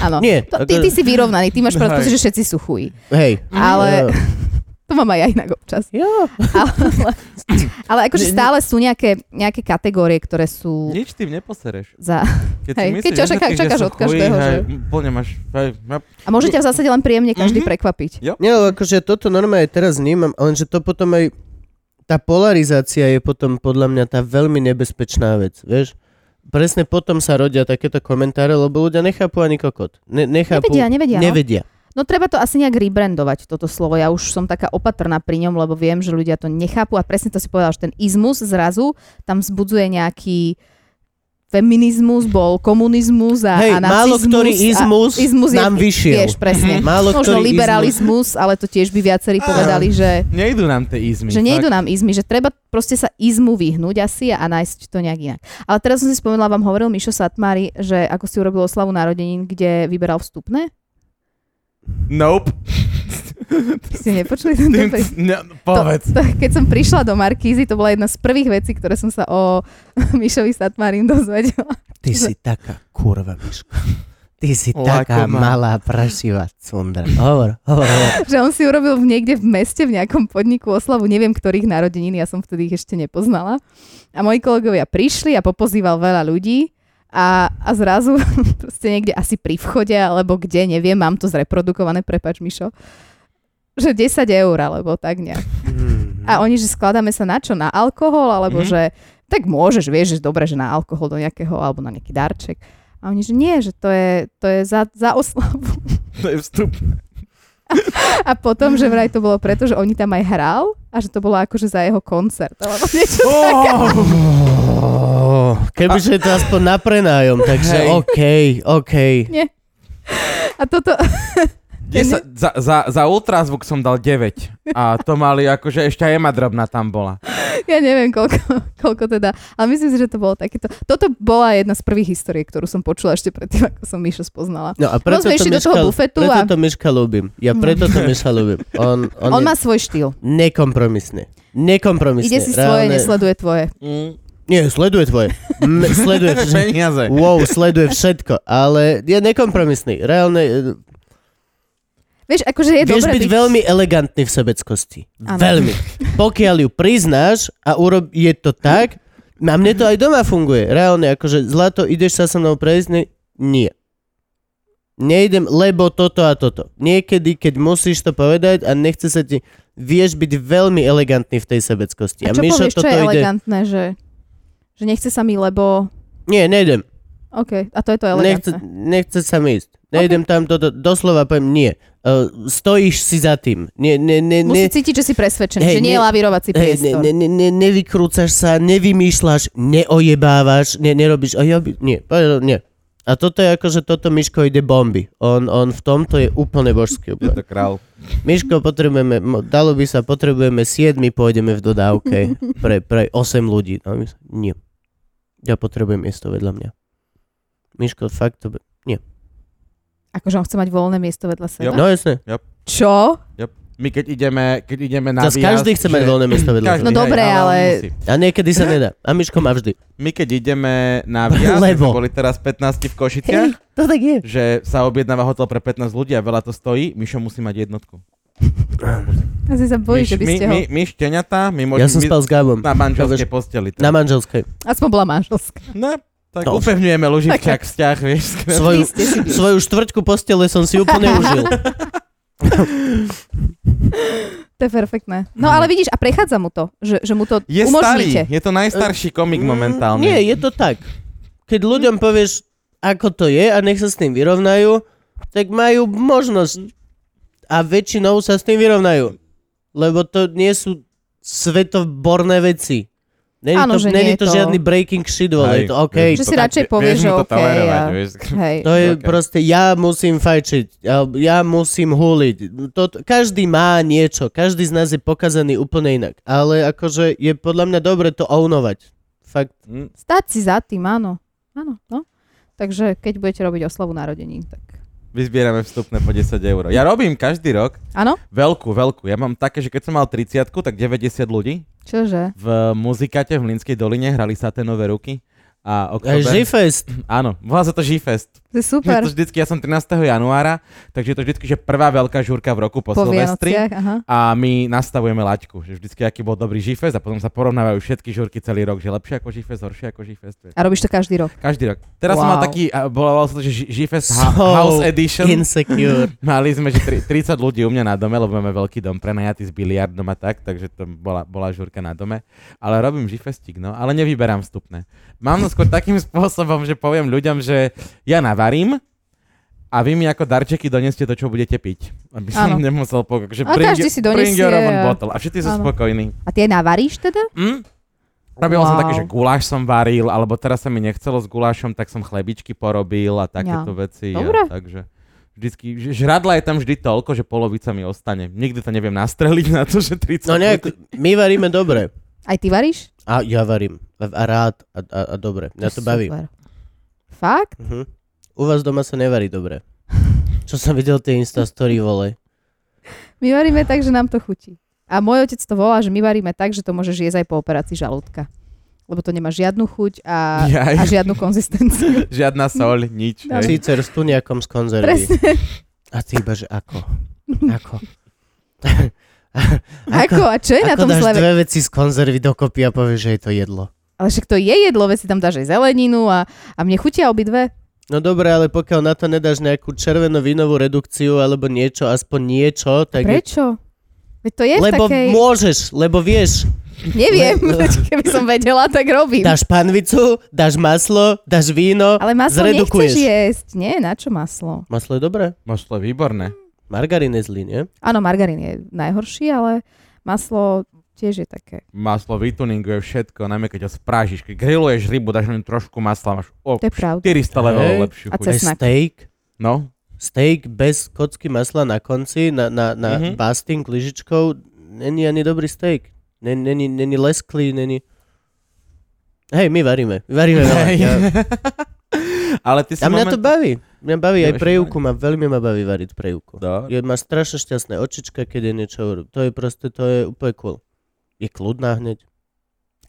Speaker 3: Áno.
Speaker 4: Nie, akože-
Speaker 3: To, ty, ty si vyrovnaný, ty máš
Speaker 2: Hej.
Speaker 3: pravdu, že všetci sú chuj.
Speaker 4: Hej.
Speaker 3: Ale- To mám aj ja inak občas.
Speaker 4: Jo.
Speaker 3: Ale, ale akože
Speaker 4: Ne- ne-
Speaker 3: stále sú nejaké, nejaké kategórie, ktoré sú
Speaker 2: Nič tým neposereš.
Speaker 3: za...
Speaker 2: Keď, si
Speaker 3: Hej, keď
Speaker 2: myslíš,
Speaker 3: čo
Speaker 2: že
Speaker 3: čaká-
Speaker 2: všetkých, že
Speaker 3: čakáš
Speaker 2: sú
Speaker 3: od každého,
Speaker 2: chuj,
Speaker 3: že?
Speaker 2: hej, Plne máš... Hej, map.
Speaker 3: A môže ťa v zásade len príjemne každý
Speaker 2: Mhm.
Speaker 3: prekvapiť.
Speaker 4: Jo, akože toto normálne teraz vnímam, lenže to potom aj tá polarizácia je potom podľa mňa tá veľmi nebezpečná vec, vieš? Presne potom sa rodia takéto komentáre, lebo ľudia nechápu ani kokot. Ne, nechápu,
Speaker 3: Nevedia, nevedia, no.
Speaker 4: Nevedia.
Speaker 3: No treba to asi nejak rebrandovať, toto slovo. Ja už som taká opatrná pri ňom, lebo viem, že ľudia to nechápu a presne to si povedal, že ten izmus zrazu tam vzbudzuje nejaký feminizmus, bol komunizmus a,
Speaker 4: Hej,
Speaker 3: a
Speaker 4: málo
Speaker 3: nacizmus.
Speaker 4: ktorý
Speaker 3: a-
Speaker 4: izmus nám vyšiel. Mhm.
Speaker 3: Vieš, presne.
Speaker 4: Málo
Speaker 3: Možno
Speaker 4: ktorý
Speaker 3: liberalizmus, ale to tiež by viacerí povedali, že,
Speaker 2: Nejdu nám tie izmy.
Speaker 3: že nejdu nám izmy, že treba proste sa izmu vyhnúť asi a nájsť to nejak inak. Ale teraz som si spomenula, vám hovoril Mišo Satmári, že ako si urobil oslavu narodenín, kde vyberal vstupné?
Speaker 2: Nope.
Speaker 3: Ste nepočuli ten
Speaker 2: Tým,
Speaker 3: dobrý?
Speaker 2: ne, povedz.
Speaker 3: To, to, keď som prišla do Markízy, to bola jedna z prvých vecí, ktoré som sa o Mišovi Satmarin dozvedela.
Speaker 4: Ty si taká kurva, Miško. Ty si
Speaker 2: Lako
Speaker 4: taká
Speaker 2: má.
Speaker 4: malá prašivá cundra. Hovor, hovor, hovor.
Speaker 3: Že on si urobil v- niekde v meste, v nejakom podniku oslavu, neviem ktorých narodenín, ja som vtedy ich ešte nepoznala. A moji kolegovia prišli a popozýval veľa ľudí a, a zrazu proste niekde asi pri vchode alebo kde, neviem, mám to zreprodukované, prepač Mišo, že 10 eur alebo tak nejak.
Speaker 4: Mm.
Speaker 3: A oni, že skladáme sa na čo? Na alkohol? Alebo
Speaker 2: Mhm.
Speaker 3: mm-hmm. že tak môžeš, vieš, že dobre, že na alkohol do nejakého, alebo na nejaký darček. A oni, že nie, že to je, to je za, za oslavu.
Speaker 2: To je vstup.
Speaker 3: A potom, že vraj to bolo preto, že oni tam aj hral a že to bolo akože za jeho koncert. Alebo niečo.
Speaker 2: Oh!
Speaker 4: Oh, kebyže je to aspoň na prenájom, takže
Speaker 2: Hej.
Speaker 4: OK, OK.
Speaker 3: A toto,
Speaker 2: 10, za, za, za ultrazvuk som dal 9 a to mali akože ešte aj Ema Drobná tam bola.
Speaker 3: ja neviem koľko, koľko teda, ale myslím si, že to bolo takéto. Toto bola jedna z prvých historiek, ktorú som počula ešte predtým, ako som Míša spoznala.
Speaker 4: No a preto
Speaker 3: sme
Speaker 4: to,
Speaker 3: išli do
Speaker 4: Miška,
Speaker 3: toho bufetu
Speaker 4: preto
Speaker 3: a- No.
Speaker 4: to Miška ľúbim. Ja preto to Miška ľúbim. On, on,
Speaker 3: On,
Speaker 4: je
Speaker 3: má svoj štýl.
Speaker 4: nekompromisne. Nekompromisne.
Speaker 3: Ide si svoje,
Speaker 4: reálne- Mm.
Speaker 3: nesleduje tvoje.
Speaker 4: Nie, sleduje tvoje. M- sleduje všetko.
Speaker 2: Peniaze.
Speaker 4: Wow, sleduje všetko, ale je nekompromisný. Reálne, e,
Speaker 3: Vieš, akože je
Speaker 4: vieš
Speaker 3: dobré
Speaker 4: byť veľmi elegantný v sebeckosti.
Speaker 3: Áno.
Speaker 4: Veľmi. Pokiaľ ju priznáš a urob, je to tak, a mne to aj doma funguje. Reálne, akože zlato, ideš sa so mnou prejsť? Ne, nie. Nejdem, lebo toto a toto. Niekedy, keď musíš to povedať a nechce sa ti... Vieš byť veľmi elegantný v tej sebeckosti.
Speaker 3: A čo
Speaker 4: Mišo
Speaker 3: povieš, čo je
Speaker 4: toto ide...
Speaker 3: elegantné, že, že nechce sa mi, lebo...
Speaker 4: Nie, nejdem.
Speaker 3: OK, a to je to
Speaker 4: Nechce,
Speaker 3: elegantné.
Speaker 4: nechce sa mi ísť. Nejdem tam toto. Doslova poviem nie. Uh, stojíš si za tým. Nie, nie, nie, nie.
Speaker 3: Musí cítiť, že si presvedčený,
Speaker 4: Hej,
Speaker 3: že nie je
Speaker 4: ne-
Speaker 3: lavírovací
Speaker 4: Hej, ne,
Speaker 3: priestor.
Speaker 4: ne, ne, ne, nevykrúcaš sa, nevymýšľaš, neojebávaš, ne, nerobíš, a ja by, nie, povedal, nie. A toto je ako, že toto Miško ide bomby. On, on v tomto je úplne božský.
Speaker 2: Je
Speaker 4: Úplne.
Speaker 2: to král.
Speaker 4: Miško, potrebujeme, mo- dalo by sa, potrebujeme 7, pôjdeme v dodávke pre, pre 8 ľudí. A my sa, nie. Ja potrebujem miesto vedľa mňa. Miško, fakt to... Be-
Speaker 3: Akože on chce mať voľné miesto vedľa seba.
Speaker 4: no jasne.
Speaker 3: Čo?
Speaker 2: My keď ideme, keď ideme na
Speaker 4: Zas každý chce mať voľné miesto vedľa
Speaker 2: Každý,
Speaker 4: seba.
Speaker 3: No
Speaker 2: hej,
Speaker 3: dobre, ale-
Speaker 2: musí.
Speaker 4: A niekedy sa nedá. A Miško má vždy.
Speaker 2: My keď ideme na výjazd,
Speaker 4: Lebo.
Speaker 2: Lebo. boli teraz 15 v Košiciach,
Speaker 4: to tak je.
Speaker 2: že sa objednáva hotel pre 15 ľudí a veľa to stojí, Mišo musí mať jednotku.
Speaker 3: Asi sa bojí, že by
Speaker 2: my,
Speaker 3: ste ho...
Speaker 2: my, my šteniatá, my
Speaker 4: Ja
Speaker 2: môžeme
Speaker 4: som
Speaker 2: byť
Speaker 4: spal s Gabom.
Speaker 2: na manželskej posteli.
Speaker 4: Na
Speaker 2: Na,
Speaker 4: manželskej.
Speaker 3: Aspoň bola manželská.
Speaker 2: no, tak
Speaker 4: To-
Speaker 2: upevňujeme luživčak vzťah, vieš.
Speaker 4: Svoju,
Speaker 3: ste si byli.
Speaker 4: svoju štvrťku postele som si úplne užil.
Speaker 3: To je perfektné. No ale vidíš, a prechádza mu to, že, že mu to
Speaker 2: Mhm. Je starý,
Speaker 3: umožníte.
Speaker 2: je to najstarší
Speaker 3: Mm,
Speaker 2: komik momentálne.
Speaker 4: Nie, je to tak. Keď ľuďom povieš, ako to je a nech sa s tým vyrovnajú, tak majú možnosť a väčšinou sa s tým vyrovnajú. Lebo to nie sú svetoborné veci. Není
Speaker 3: Áno,
Speaker 4: to,
Speaker 3: že nie
Speaker 4: není
Speaker 3: je
Speaker 4: to,
Speaker 3: to-
Speaker 4: žiadny breaking shit, vole,
Speaker 2: Hej,
Speaker 4: je to OK.
Speaker 2: vieš,
Speaker 3: Že
Speaker 2: to
Speaker 3: si
Speaker 2: tak-
Speaker 3: radšej
Speaker 2: vieš
Speaker 3: povieš,
Speaker 2: mu
Speaker 3: že
Speaker 2: to
Speaker 3: okej,
Speaker 2: tolerovať,
Speaker 3: a-
Speaker 2: vieš.
Speaker 3: Hej.
Speaker 4: To je
Speaker 2: OK.
Speaker 4: proste, ja musím fajčiť, alebo ja musím huliť. To, každý má niečo, každý z nás je pokazaný úplne inak. Ale akože je podľa mňa dobre to ownovať. Fakt.
Speaker 2: Hm,
Speaker 3: Stať si za tým, áno. Áno, no. Takže keď budete robiť oslavu narodení, tak...
Speaker 2: Vyzbierame vstupné po 10 eur. Ja robím každý rok
Speaker 3: Áno?
Speaker 2: veľkú, veľkú. Ja mám také, že keď som mal 30 tak 90 ľudí
Speaker 3: Čože?
Speaker 2: v muzikate v Linskej doline hrali saténové ruky. A
Speaker 4: Aj
Speaker 2: oktober...
Speaker 4: Žifest.
Speaker 2: Áno, volá sa to Žifest.
Speaker 3: To je super.
Speaker 2: Je to vždycky, ja som 13. januára, takže je to vždycky, že prvá veľká žúrka v roku po,
Speaker 3: po
Speaker 2: Silvestri.
Speaker 3: Vianociach, aha.
Speaker 2: a my nastavujeme laťku, že vždycky aký bol dobrý Žifes a potom sa porovnávajú všetky žurky celý rok, že lepšie ako Žifes, horšie ako Žifes. to je-
Speaker 3: A robíš to každý rok.
Speaker 2: Každý rok. Teraz wow. som mal
Speaker 3: Wow.
Speaker 2: taký, a volalo sa to, že Ži- Žifes
Speaker 4: So
Speaker 2: ha- House Edition.
Speaker 4: Insecure.
Speaker 2: Mali sme, že tri- 30 ľudí u mňa na dome, lebo máme veľký dom prenajatý s biliardom a tak, takže to bola, bola žurka na dome. Ale robím žifestik, no, ale nevyberám vstupné. Mám to skôr takým spôsobom, že poviem ľuďom, že ja navarím a vy mi ako darčeky doneste to, čo budete piť. Aby som
Speaker 3: Áno.
Speaker 2: nemusel pokok. Že
Speaker 3: A každý si
Speaker 2: bring your
Speaker 3: donesie
Speaker 2: own
Speaker 3: a-
Speaker 2: bottle. A všetci sú
Speaker 3: Áno.
Speaker 2: spokojní.
Speaker 3: A ty aj navaríš teda?
Speaker 2: Hm? Robil som
Speaker 3: Wow.
Speaker 2: také, že guláš som varil, alebo teraz sa mi nechcelo s gulášom, tak som chlebičky porobil a takéto veci. A,
Speaker 3: Dobre.
Speaker 2: takže vždycky, že žradla je tam vždy toľko, že polovica mi ostane. Nikdy to neviem nastreliť na to, že 30
Speaker 4: No nejak,
Speaker 2: ľudí-
Speaker 4: my varíme dobre.
Speaker 3: Aj ty varíš?
Speaker 4: A ja varím. A, a rád. A, a, a dobre. Mňa to
Speaker 3: je
Speaker 4: baví.
Speaker 3: super. Fakt?
Speaker 4: Mhm. U vás doma sa nevarí dobre. Čo som videl tie Insta story vole.
Speaker 3: My varíme tak, že nám to chutí. A môj otec to volá, že my varíme tak, že to môžeš jesť aj po operácii žalúdka. Lebo to nemá žiadnu chuť a,
Speaker 2: Jaj.
Speaker 3: a žiadnu konzistenciu.
Speaker 2: Žiadna soľ, nič.
Speaker 3: Dobre.
Speaker 2: hej.
Speaker 4: Cícer s tuniakom z konzervy.
Speaker 3: Presne.
Speaker 4: A ty iba, že ako? Ako?
Speaker 3: Ako? A čo je na
Speaker 4: ako
Speaker 3: tom
Speaker 4: dáš
Speaker 3: zle?
Speaker 4: dve veci z konzervy dokopy a povieš, že je to jedlo?
Speaker 3: Ale však to je jedlo, veď si tam dáš aj zeleninu a, a mne chutia obidve.
Speaker 4: No dobre, ale pokiaľ na to nedáš nejakú červeno-vínovú redukciu alebo niečo, aspoň niečo, tak... je-
Speaker 3: Prečo? Veď to je v
Speaker 4: Lebo
Speaker 3: takej...
Speaker 4: môžeš, lebo vieš,
Speaker 3: Neviem,
Speaker 4: Le-
Speaker 3: keby som vedela, tak robím.
Speaker 4: dáš panvicu, dáš maslo, dáš víno,
Speaker 3: Ale maslo nechceš
Speaker 4: zredukuješ.
Speaker 3: jesť. Nie, na čo maslo?
Speaker 4: Maslo je dobré.
Speaker 2: Máš to výborné.
Speaker 4: Margarín je zlý, nie?
Speaker 3: Áno, margarín je najhorší, ale maslo tiež je také.
Speaker 2: Maslo vytuninguje všetko, najmä keď ho sprážiš. Keď grilluješ rybu, dáš len trošku masla, máš o
Speaker 3: To je pravda.
Speaker 2: 400 levelov
Speaker 4: Hej.
Speaker 2: lepšiu
Speaker 3: A
Speaker 2: chuť.
Speaker 4: Aj
Speaker 3: Cesnak.
Speaker 4: steak.
Speaker 2: No,
Speaker 4: Steak bez kocky masla na konci, na, na, na
Speaker 2: Mhm.
Speaker 4: mm-hmm. basting lyžičkou, není ani dobrý steak. Nen- Není, není lesklý, není... Hej, my varíme. Varíme veľa.
Speaker 2: Hej.
Speaker 4: Ja,
Speaker 2: ale ty si
Speaker 4: a mňa to
Speaker 2: moment-
Speaker 4: baví. Mňa baví aj
Speaker 2: Nevieš,
Speaker 4: prejúku, ma, veľmi ma baví variť prejúku.
Speaker 2: No.
Speaker 4: Je, má strašne šťastné očička, keď je niečo urob. To je proste, to je úplne cool. Je kľudná hneď.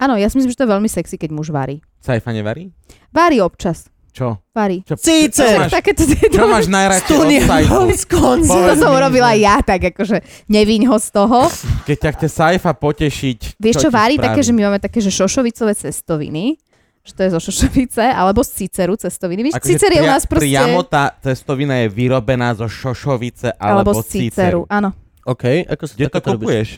Speaker 3: Áno, ja si myslím, že to je veľmi sexy, keď muž varí.
Speaker 2: Cajfa nevarí?
Speaker 3: Varí občas.
Speaker 2: Čo?
Speaker 3: Varí.
Speaker 2: Čo,
Speaker 4: Síce!
Speaker 2: čo máš,
Speaker 3: Takéto
Speaker 2: čo máš najradšej od sajfu?
Speaker 3: to
Speaker 2: Povedz
Speaker 3: som
Speaker 2: mi,
Speaker 3: urobila
Speaker 2: že-
Speaker 3: ja tak, akože neviň ho z toho.
Speaker 2: Keď ťa chce sajfa potešiť,
Speaker 3: Vieš, čo,
Speaker 2: ti
Speaker 3: varí
Speaker 2: spraví?
Speaker 3: také, že my máme také, že šošovicové cestoviny, že to je zo šošovice, alebo z ciceru cestoviny. Víš,
Speaker 2: Akože
Speaker 3: cicer je u
Speaker 2: pria-
Speaker 3: nás proste...
Speaker 2: Priamo tá cestovina je vyrobená zo šošovice alebo,
Speaker 3: alebo z ciceru, áno.
Speaker 4: OK, ako sa
Speaker 2: Kde
Speaker 4: ako
Speaker 2: to kupuješ?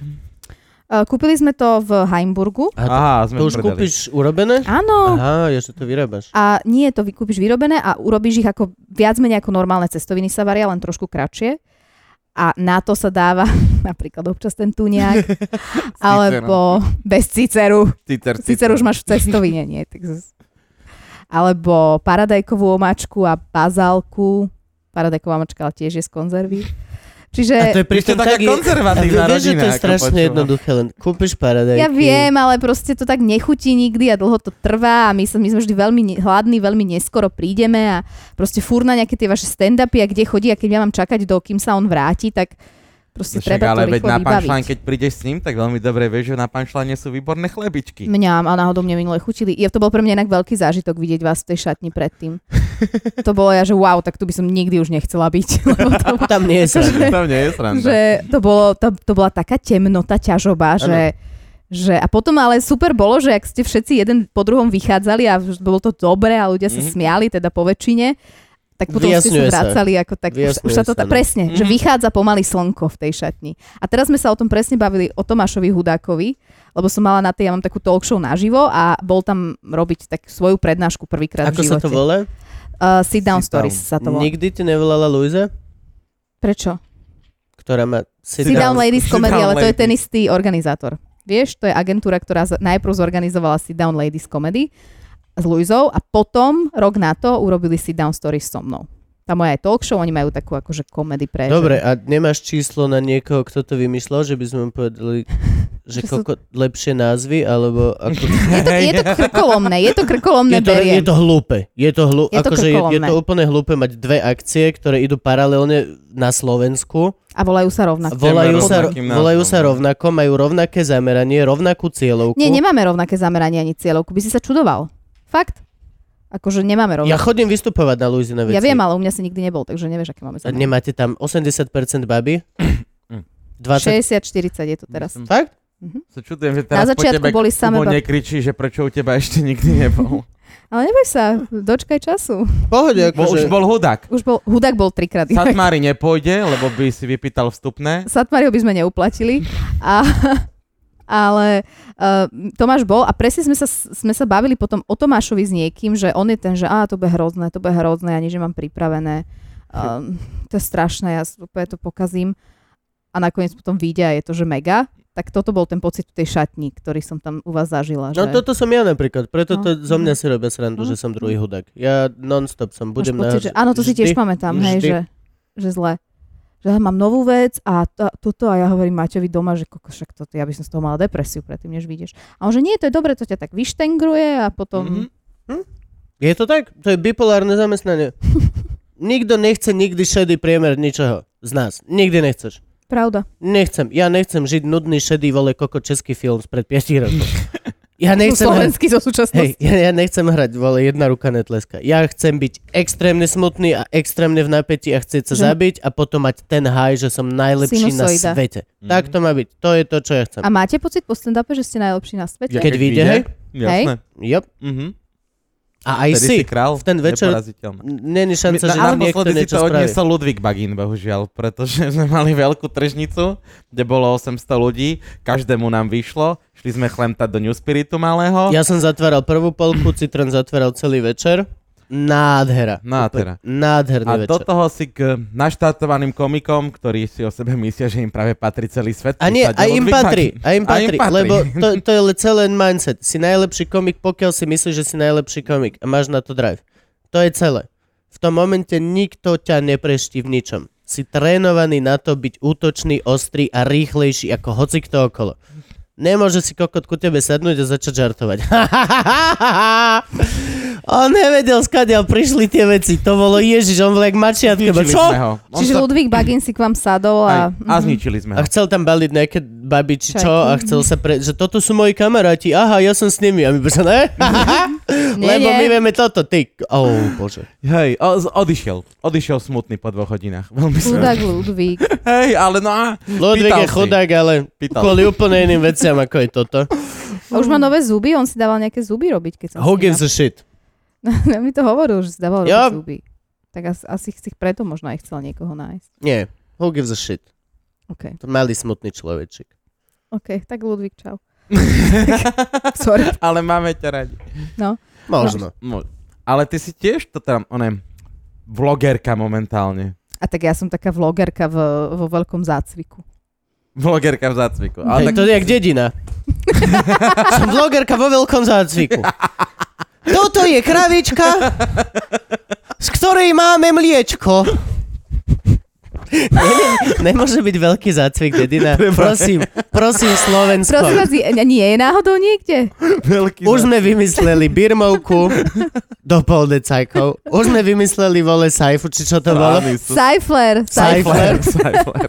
Speaker 3: Uh, Kúpili sme to v Heimburgu.
Speaker 4: A to,
Speaker 2: Aha, sme
Speaker 4: to už
Speaker 2: predali.
Speaker 4: kúpiš urobené?
Speaker 3: Áno.
Speaker 4: Aha, ja, že to vyrábaš.
Speaker 3: A nie, to vykúpiš vyrobené a urobíš ich ako viac menej ako normálne cestoviny sa varia, len trošku kratšie. A na to sa dáva napríklad občas ten tuniak, alebo bez ciceru.
Speaker 2: Cicer,
Speaker 3: Cicer už máš v cestovine, nie? Tak zas... Alebo paradajkovú omáčku a bazálku. Paradajková omáčka ale tiež je z konzervy.
Speaker 4: A to
Speaker 3: Čiže
Speaker 4: je pritom
Speaker 2: Ešte taká
Speaker 4: tak...
Speaker 2: konzervatívna
Speaker 4: A vieš, že
Speaker 2: rodina.
Speaker 4: to je
Speaker 2: ako
Speaker 4: strašne
Speaker 2: počúvam.
Speaker 4: jednoduché, len kúpiš paradajky.
Speaker 3: ja viem, ale proste to tak nechutí nikdy a dlho to trvá a my, sa, my sme vždy veľmi ne- hladní, veľmi neskoro prídeme a proste fúr na nejaké tie vaše stand-upy a kde chodí a keď ja mám čakať, do kým sa on vráti, tak proste
Speaker 2: No Však,
Speaker 3: treba
Speaker 2: ale
Speaker 3: to
Speaker 2: veď
Speaker 3: rýchlo
Speaker 2: na panšlán,
Speaker 3: vybaviť.
Speaker 2: keď prídeš s ním, tak veľmi dobre vieš, že na panšláne sú výborné chlebičky.
Speaker 3: Mňam a náhodou mne minule chutili. Je to bol pre mňa inak veľký zážitok vidieť vás v tej šatni predtým. to bolo ja, že wow, tak tu by som nikdy už nechcela byť. Lebo to,
Speaker 4: Tam nie je sa.
Speaker 2: Tam nie je sranda.
Speaker 3: že to, bolo, to, to bola taká temnota, ťažoba, že, že... A potom ale super bolo, že ak ste všetci jeden po druhom vychádzali a vž- bolo to dobre a ľudia sa
Speaker 2: Mhm.
Speaker 3: smiali, teda po väčšine, tak potom ste
Speaker 4: Vyjasňuje
Speaker 3: sa
Speaker 4: sa.
Speaker 3: vracali ako tak, už, už
Speaker 4: Vyjasňuje
Speaker 3: sa to
Speaker 4: sa,
Speaker 3: tá,
Speaker 4: no.
Speaker 3: presne, že
Speaker 2: Mhm.
Speaker 3: vychádza pomaly slnko v tej šatni. A teraz sme sa o tom presne bavili o Tomášovi Hudákovi, lebo som mala na tej, ja mám takú talk show naživo a bol tam robiť tak svoju prednášku prvýkrát
Speaker 4: Ako
Speaker 3: v
Speaker 4: sa
Speaker 3: živote.
Speaker 4: to volá?
Speaker 3: Uh, sit down
Speaker 2: Sit
Speaker 3: stories
Speaker 2: down.
Speaker 3: sa to volá.
Speaker 4: Nikdy ti nevolala Luisa,
Speaker 3: Prečo?
Speaker 4: ktorá má... Sit
Speaker 3: Sit Down Ladies
Speaker 2: Sit
Speaker 3: Comedy,
Speaker 2: Down
Speaker 3: ale to je
Speaker 2: Ladies.
Speaker 3: ten istý organizátor. Vieš, to je agentúra, ktorá z- najprv zorganizovala Sit Down Ladies Comedy s Luizou a potom rok na to urobili Sit Down Stories so mnou. Tá moja je talk show, oni majú takú akože komedy pre...
Speaker 4: Dobre, a nemáš číslo na niekoho, kto to vymyslel, že by sme mu povedali, že
Speaker 3: Že sú-
Speaker 4: koľko lepšie názvy, alebo ako...
Speaker 3: Je to, je to krkolomné, je to krkolomné,
Speaker 4: Je to,
Speaker 3: beriem.
Speaker 4: je to hlúpe. Je to, hlu,
Speaker 3: Je to
Speaker 4: akože je, je
Speaker 3: krkolomné.
Speaker 4: to úplne hlúpe mať dve akcie, ktoré idú paralelne na Slovensku.
Speaker 3: A volajú sa rovnako.
Speaker 4: Volajú sa,
Speaker 2: rovnakým názvom,
Speaker 4: volajú sa
Speaker 2: no.
Speaker 4: rovnako, majú rovnaké zameranie, rovnakú cieľovku.
Speaker 3: Nie, nemáme rovnaké zameranie ani cieľovku, by si sa čudoval. Fakt. Akože
Speaker 4: Ja
Speaker 3: nemáme rovnako.
Speaker 4: chodím vystupovať na Luizine veci.
Speaker 3: Ja viem, ale u mňa si nikdy nebol, takže nevieš, aké máme
Speaker 4: A
Speaker 3: zamestnanie.
Speaker 4: Nemáte tam 80% baby? 20...
Speaker 3: 60-40 je to teraz.
Speaker 2: Myslím,
Speaker 4: Fakt?
Speaker 2: Sa čudujem, že
Speaker 3: Na
Speaker 2: teraz po
Speaker 3: začiatku
Speaker 2: tebe
Speaker 3: boli samé
Speaker 2: Kubo
Speaker 3: bab-
Speaker 2: nekričí, že prečo u teba ešte nikdy nebol.
Speaker 3: Ale neboj sa, dočkaj času.
Speaker 4: Pohode,
Speaker 2: Bo
Speaker 4: akože...
Speaker 2: už bol hudák.
Speaker 3: Už bol, hudák bol trikrát. inak.
Speaker 2: Satmári nepôjde, lebo by si vypýtal vstupné.
Speaker 3: Satmáriho by sme neuplatili. A, ale uh, Tomáš bol a presne sme sa, sme sa bavili potom o Tomášovi s niekým, že on je ten, že a to bude hrozné, to bude hrozné, ja nič nemám pripravené. Um, to je strašné, ja úplne to pokazím. A nakoniec potom vyjde a je to, že mega. Tak toto bol ten pocit v tej šatni, ktorý som tam u vás zažila.
Speaker 4: No
Speaker 3: že
Speaker 4: toto som ja napríklad, preto to
Speaker 3: No.
Speaker 4: zo mňa si robia srandu,
Speaker 3: No.
Speaker 4: že som druhý hudák. Ja non-stop som, budem
Speaker 3: máš
Speaker 4: na...
Speaker 3: pocit, že, áno, to si tiež pamätám, hej,
Speaker 4: vždy.
Speaker 3: že, že zle. Že ja mám novú vec a to, toto a ja hovorím Maťovi doma, že koko, však toto, ja by som z toho mala depresiu predtým, než vyjdeš. A on že nie, to je dobre, to ťa tak vyštengruje a
Speaker 4: Mhm.
Speaker 3: potom... Mm-hmm.
Speaker 4: Je to tak? To je bipolárne zamestnanie. Nikto nechce nikdy šedý priemer ničoho. Z nás. Nikdy nechceš.
Speaker 3: Pravda.
Speaker 4: Nechcem. Ja nechcem žiť nudný šedý vole koko český film spred 5 rokov. Ja nechcem... hrať-
Speaker 3: Slovenský zo
Speaker 4: Hej,
Speaker 3: súčasnosti.
Speaker 4: ja, ja nechcem hrať, vole, jedna ruka netleska. Ja chcem byť extrémne smutný a extrémne v napätí a chcieť sa
Speaker 3: Že-
Speaker 4: zabiť a potom mať ten haj, že som najlepší na
Speaker 3: Mhm. Sinusoida.
Speaker 4: svete.
Speaker 2: Mhm.
Speaker 4: Tak to má byť. To je to, čo ja chcem.
Speaker 3: A máte pocit po stand-upe, že ste najlepší na svete?
Speaker 4: Keď vyjde, hej?
Speaker 2: Jasné.
Speaker 4: Yep.
Speaker 2: Mhm.
Speaker 4: A aj
Speaker 2: Vtedy
Speaker 4: si.
Speaker 2: si král,
Speaker 4: v ten večer-
Speaker 2: neporaziteľný.
Speaker 4: Není
Speaker 2: My-
Speaker 4: šanca, že
Speaker 2: na-
Speaker 4: nám niekto
Speaker 2: Naposledy si
Speaker 4: niečo
Speaker 2: to
Speaker 4: spraví.
Speaker 2: odniesol Ludvík Bagín, bohužiaľ, pretože sme mali veľkú tržnicu, kde bolo 800 ľudí, každému nám vyšlo, šli sme chlemtať do New Spiritu malého.
Speaker 4: Ja som zatváral prvú polku, Citron zatváral celý večer. Nádhera.
Speaker 2: Nádhera.
Speaker 4: Úplne Nádherný
Speaker 2: A do
Speaker 4: večer.
Speaker 2: toho si k naštartovaným komikom, ktorí si o sebe myslia, že im práve patrí celý svet.
Speaker 4: A nie,
Speaker 2: prisadil
Speaker 4: aj im
Speaker 2: Ludvík
Speaker 4: patrí,
Speaker 2: Bagín.
Speaker 4: aj im
Speaker 2: A im
Speaker 4: patrí,
Speaker 2: patrí.
Speaker 4: lebo to, to je le- celý mindset. Si najlepší komik, pokiaľ si myslíš, že si najlepší komik a máš na to drive. To je celé. V tom momente nikto ťa nepreští v ničom. Si trénovaný na to byť útočný, ostrý a rýchlejší ako hoci kto okolo. Nemôže si kokot ku tebe sadnúť a začať žartovať. on nevedel, skadiaľ prišli tie veci. To bolo Ježiš, on bol jak mačiatka.
Speaker 2: Zničili
Speaker 4: Čo?
Speaker 2: sme ho. On
Speaker 3: Čiže
Speaker 2: sa-
Speaker 3: Ludvík Bagín si k vám sadol
Speaker 2: aj,
Speaker 3: a...
Speaker 2: a zničili sme
Speaker 4: A
Speaker 2: ho.
Speaker 4: chcel tam baliť nejaké baby či čo
Speaker 3: Čajky.
Speaker 4: a chcel sa pre... že toto sú moji kamaráti, aha, ja som s nimi. A my sa ne?
Speaker 3: Nie,
Speaker 4: Lebo my
Speaker 3: nie.
Speaker 4: vieme toto, ty. Oh, bože.
Speaker 2: Hej, o, z- odišiel. Odišiel smutný po dvoch hodinách. Veľmi smutný.
Speaker 3: Chudák Ludvík.
Speaker 2: Hej, ale no a...
Speaker 4: Ludvík
Speaker 2: pýtal
Speaker 4: je
Speaker 2: si.
Speaker 4: chudák, ale
Speaker 2: Pýtal.
Speaker 4: kvôli úplne iným veciam, ako je toto.
Speaker 3: A už má nové zuby, on si dával nejaké zuby robiť, keď som
Speaker 4: Who
Speaker 3: s ním
Speaker 4: gives a shit?
Speaker 3: Ja mi to hovoril, že si dával
Speaker 4: Ja-
Speaker 3: ja... zuby. Tak asi, asi si ich preto možno aj chcel niekoho nájsť.
Speaker 4: Nie. Who gives a shit?
Speaker 3: OK,
Speaker 4: To malý smutný človečik.
Speaker 3: OK, tak Ludvík, čau. Sorry.
Speaker 2: ale máme ťa radi.
Speaker 4: Možno.
Speaker 2: No, ale ty si tiež to tam, oné, vlogerka momentálne.
Speaker 3: A tak ja som taká vlogerka v, vo veľkom zácviku.
Speaker 2: Vlogerka v zácviku.
Speaker 4: No.
Speaker 2: Ale tak,
Speaker 4: to je jak dedina. Som vlogerka vo veľkom zácviku. Toto je kravička, z ktorej máme mliečko. Ne, ne, nemôže byť veľký zácvik, dedina. Prosím, prosím Slovensko.
Speaker 3: Prosím vás, je- nie je náhodou niekde?
Speaker 2: veľký
Speaker 4: Už sme vymysleli birmovku do pol decajkov. Už sme vymysleli vole sajfu, či čo to bolo.
Speaker 3: Cyfler.
Speaker 4: Cyfler.
Speaker 2: Cyfler. Cyfler.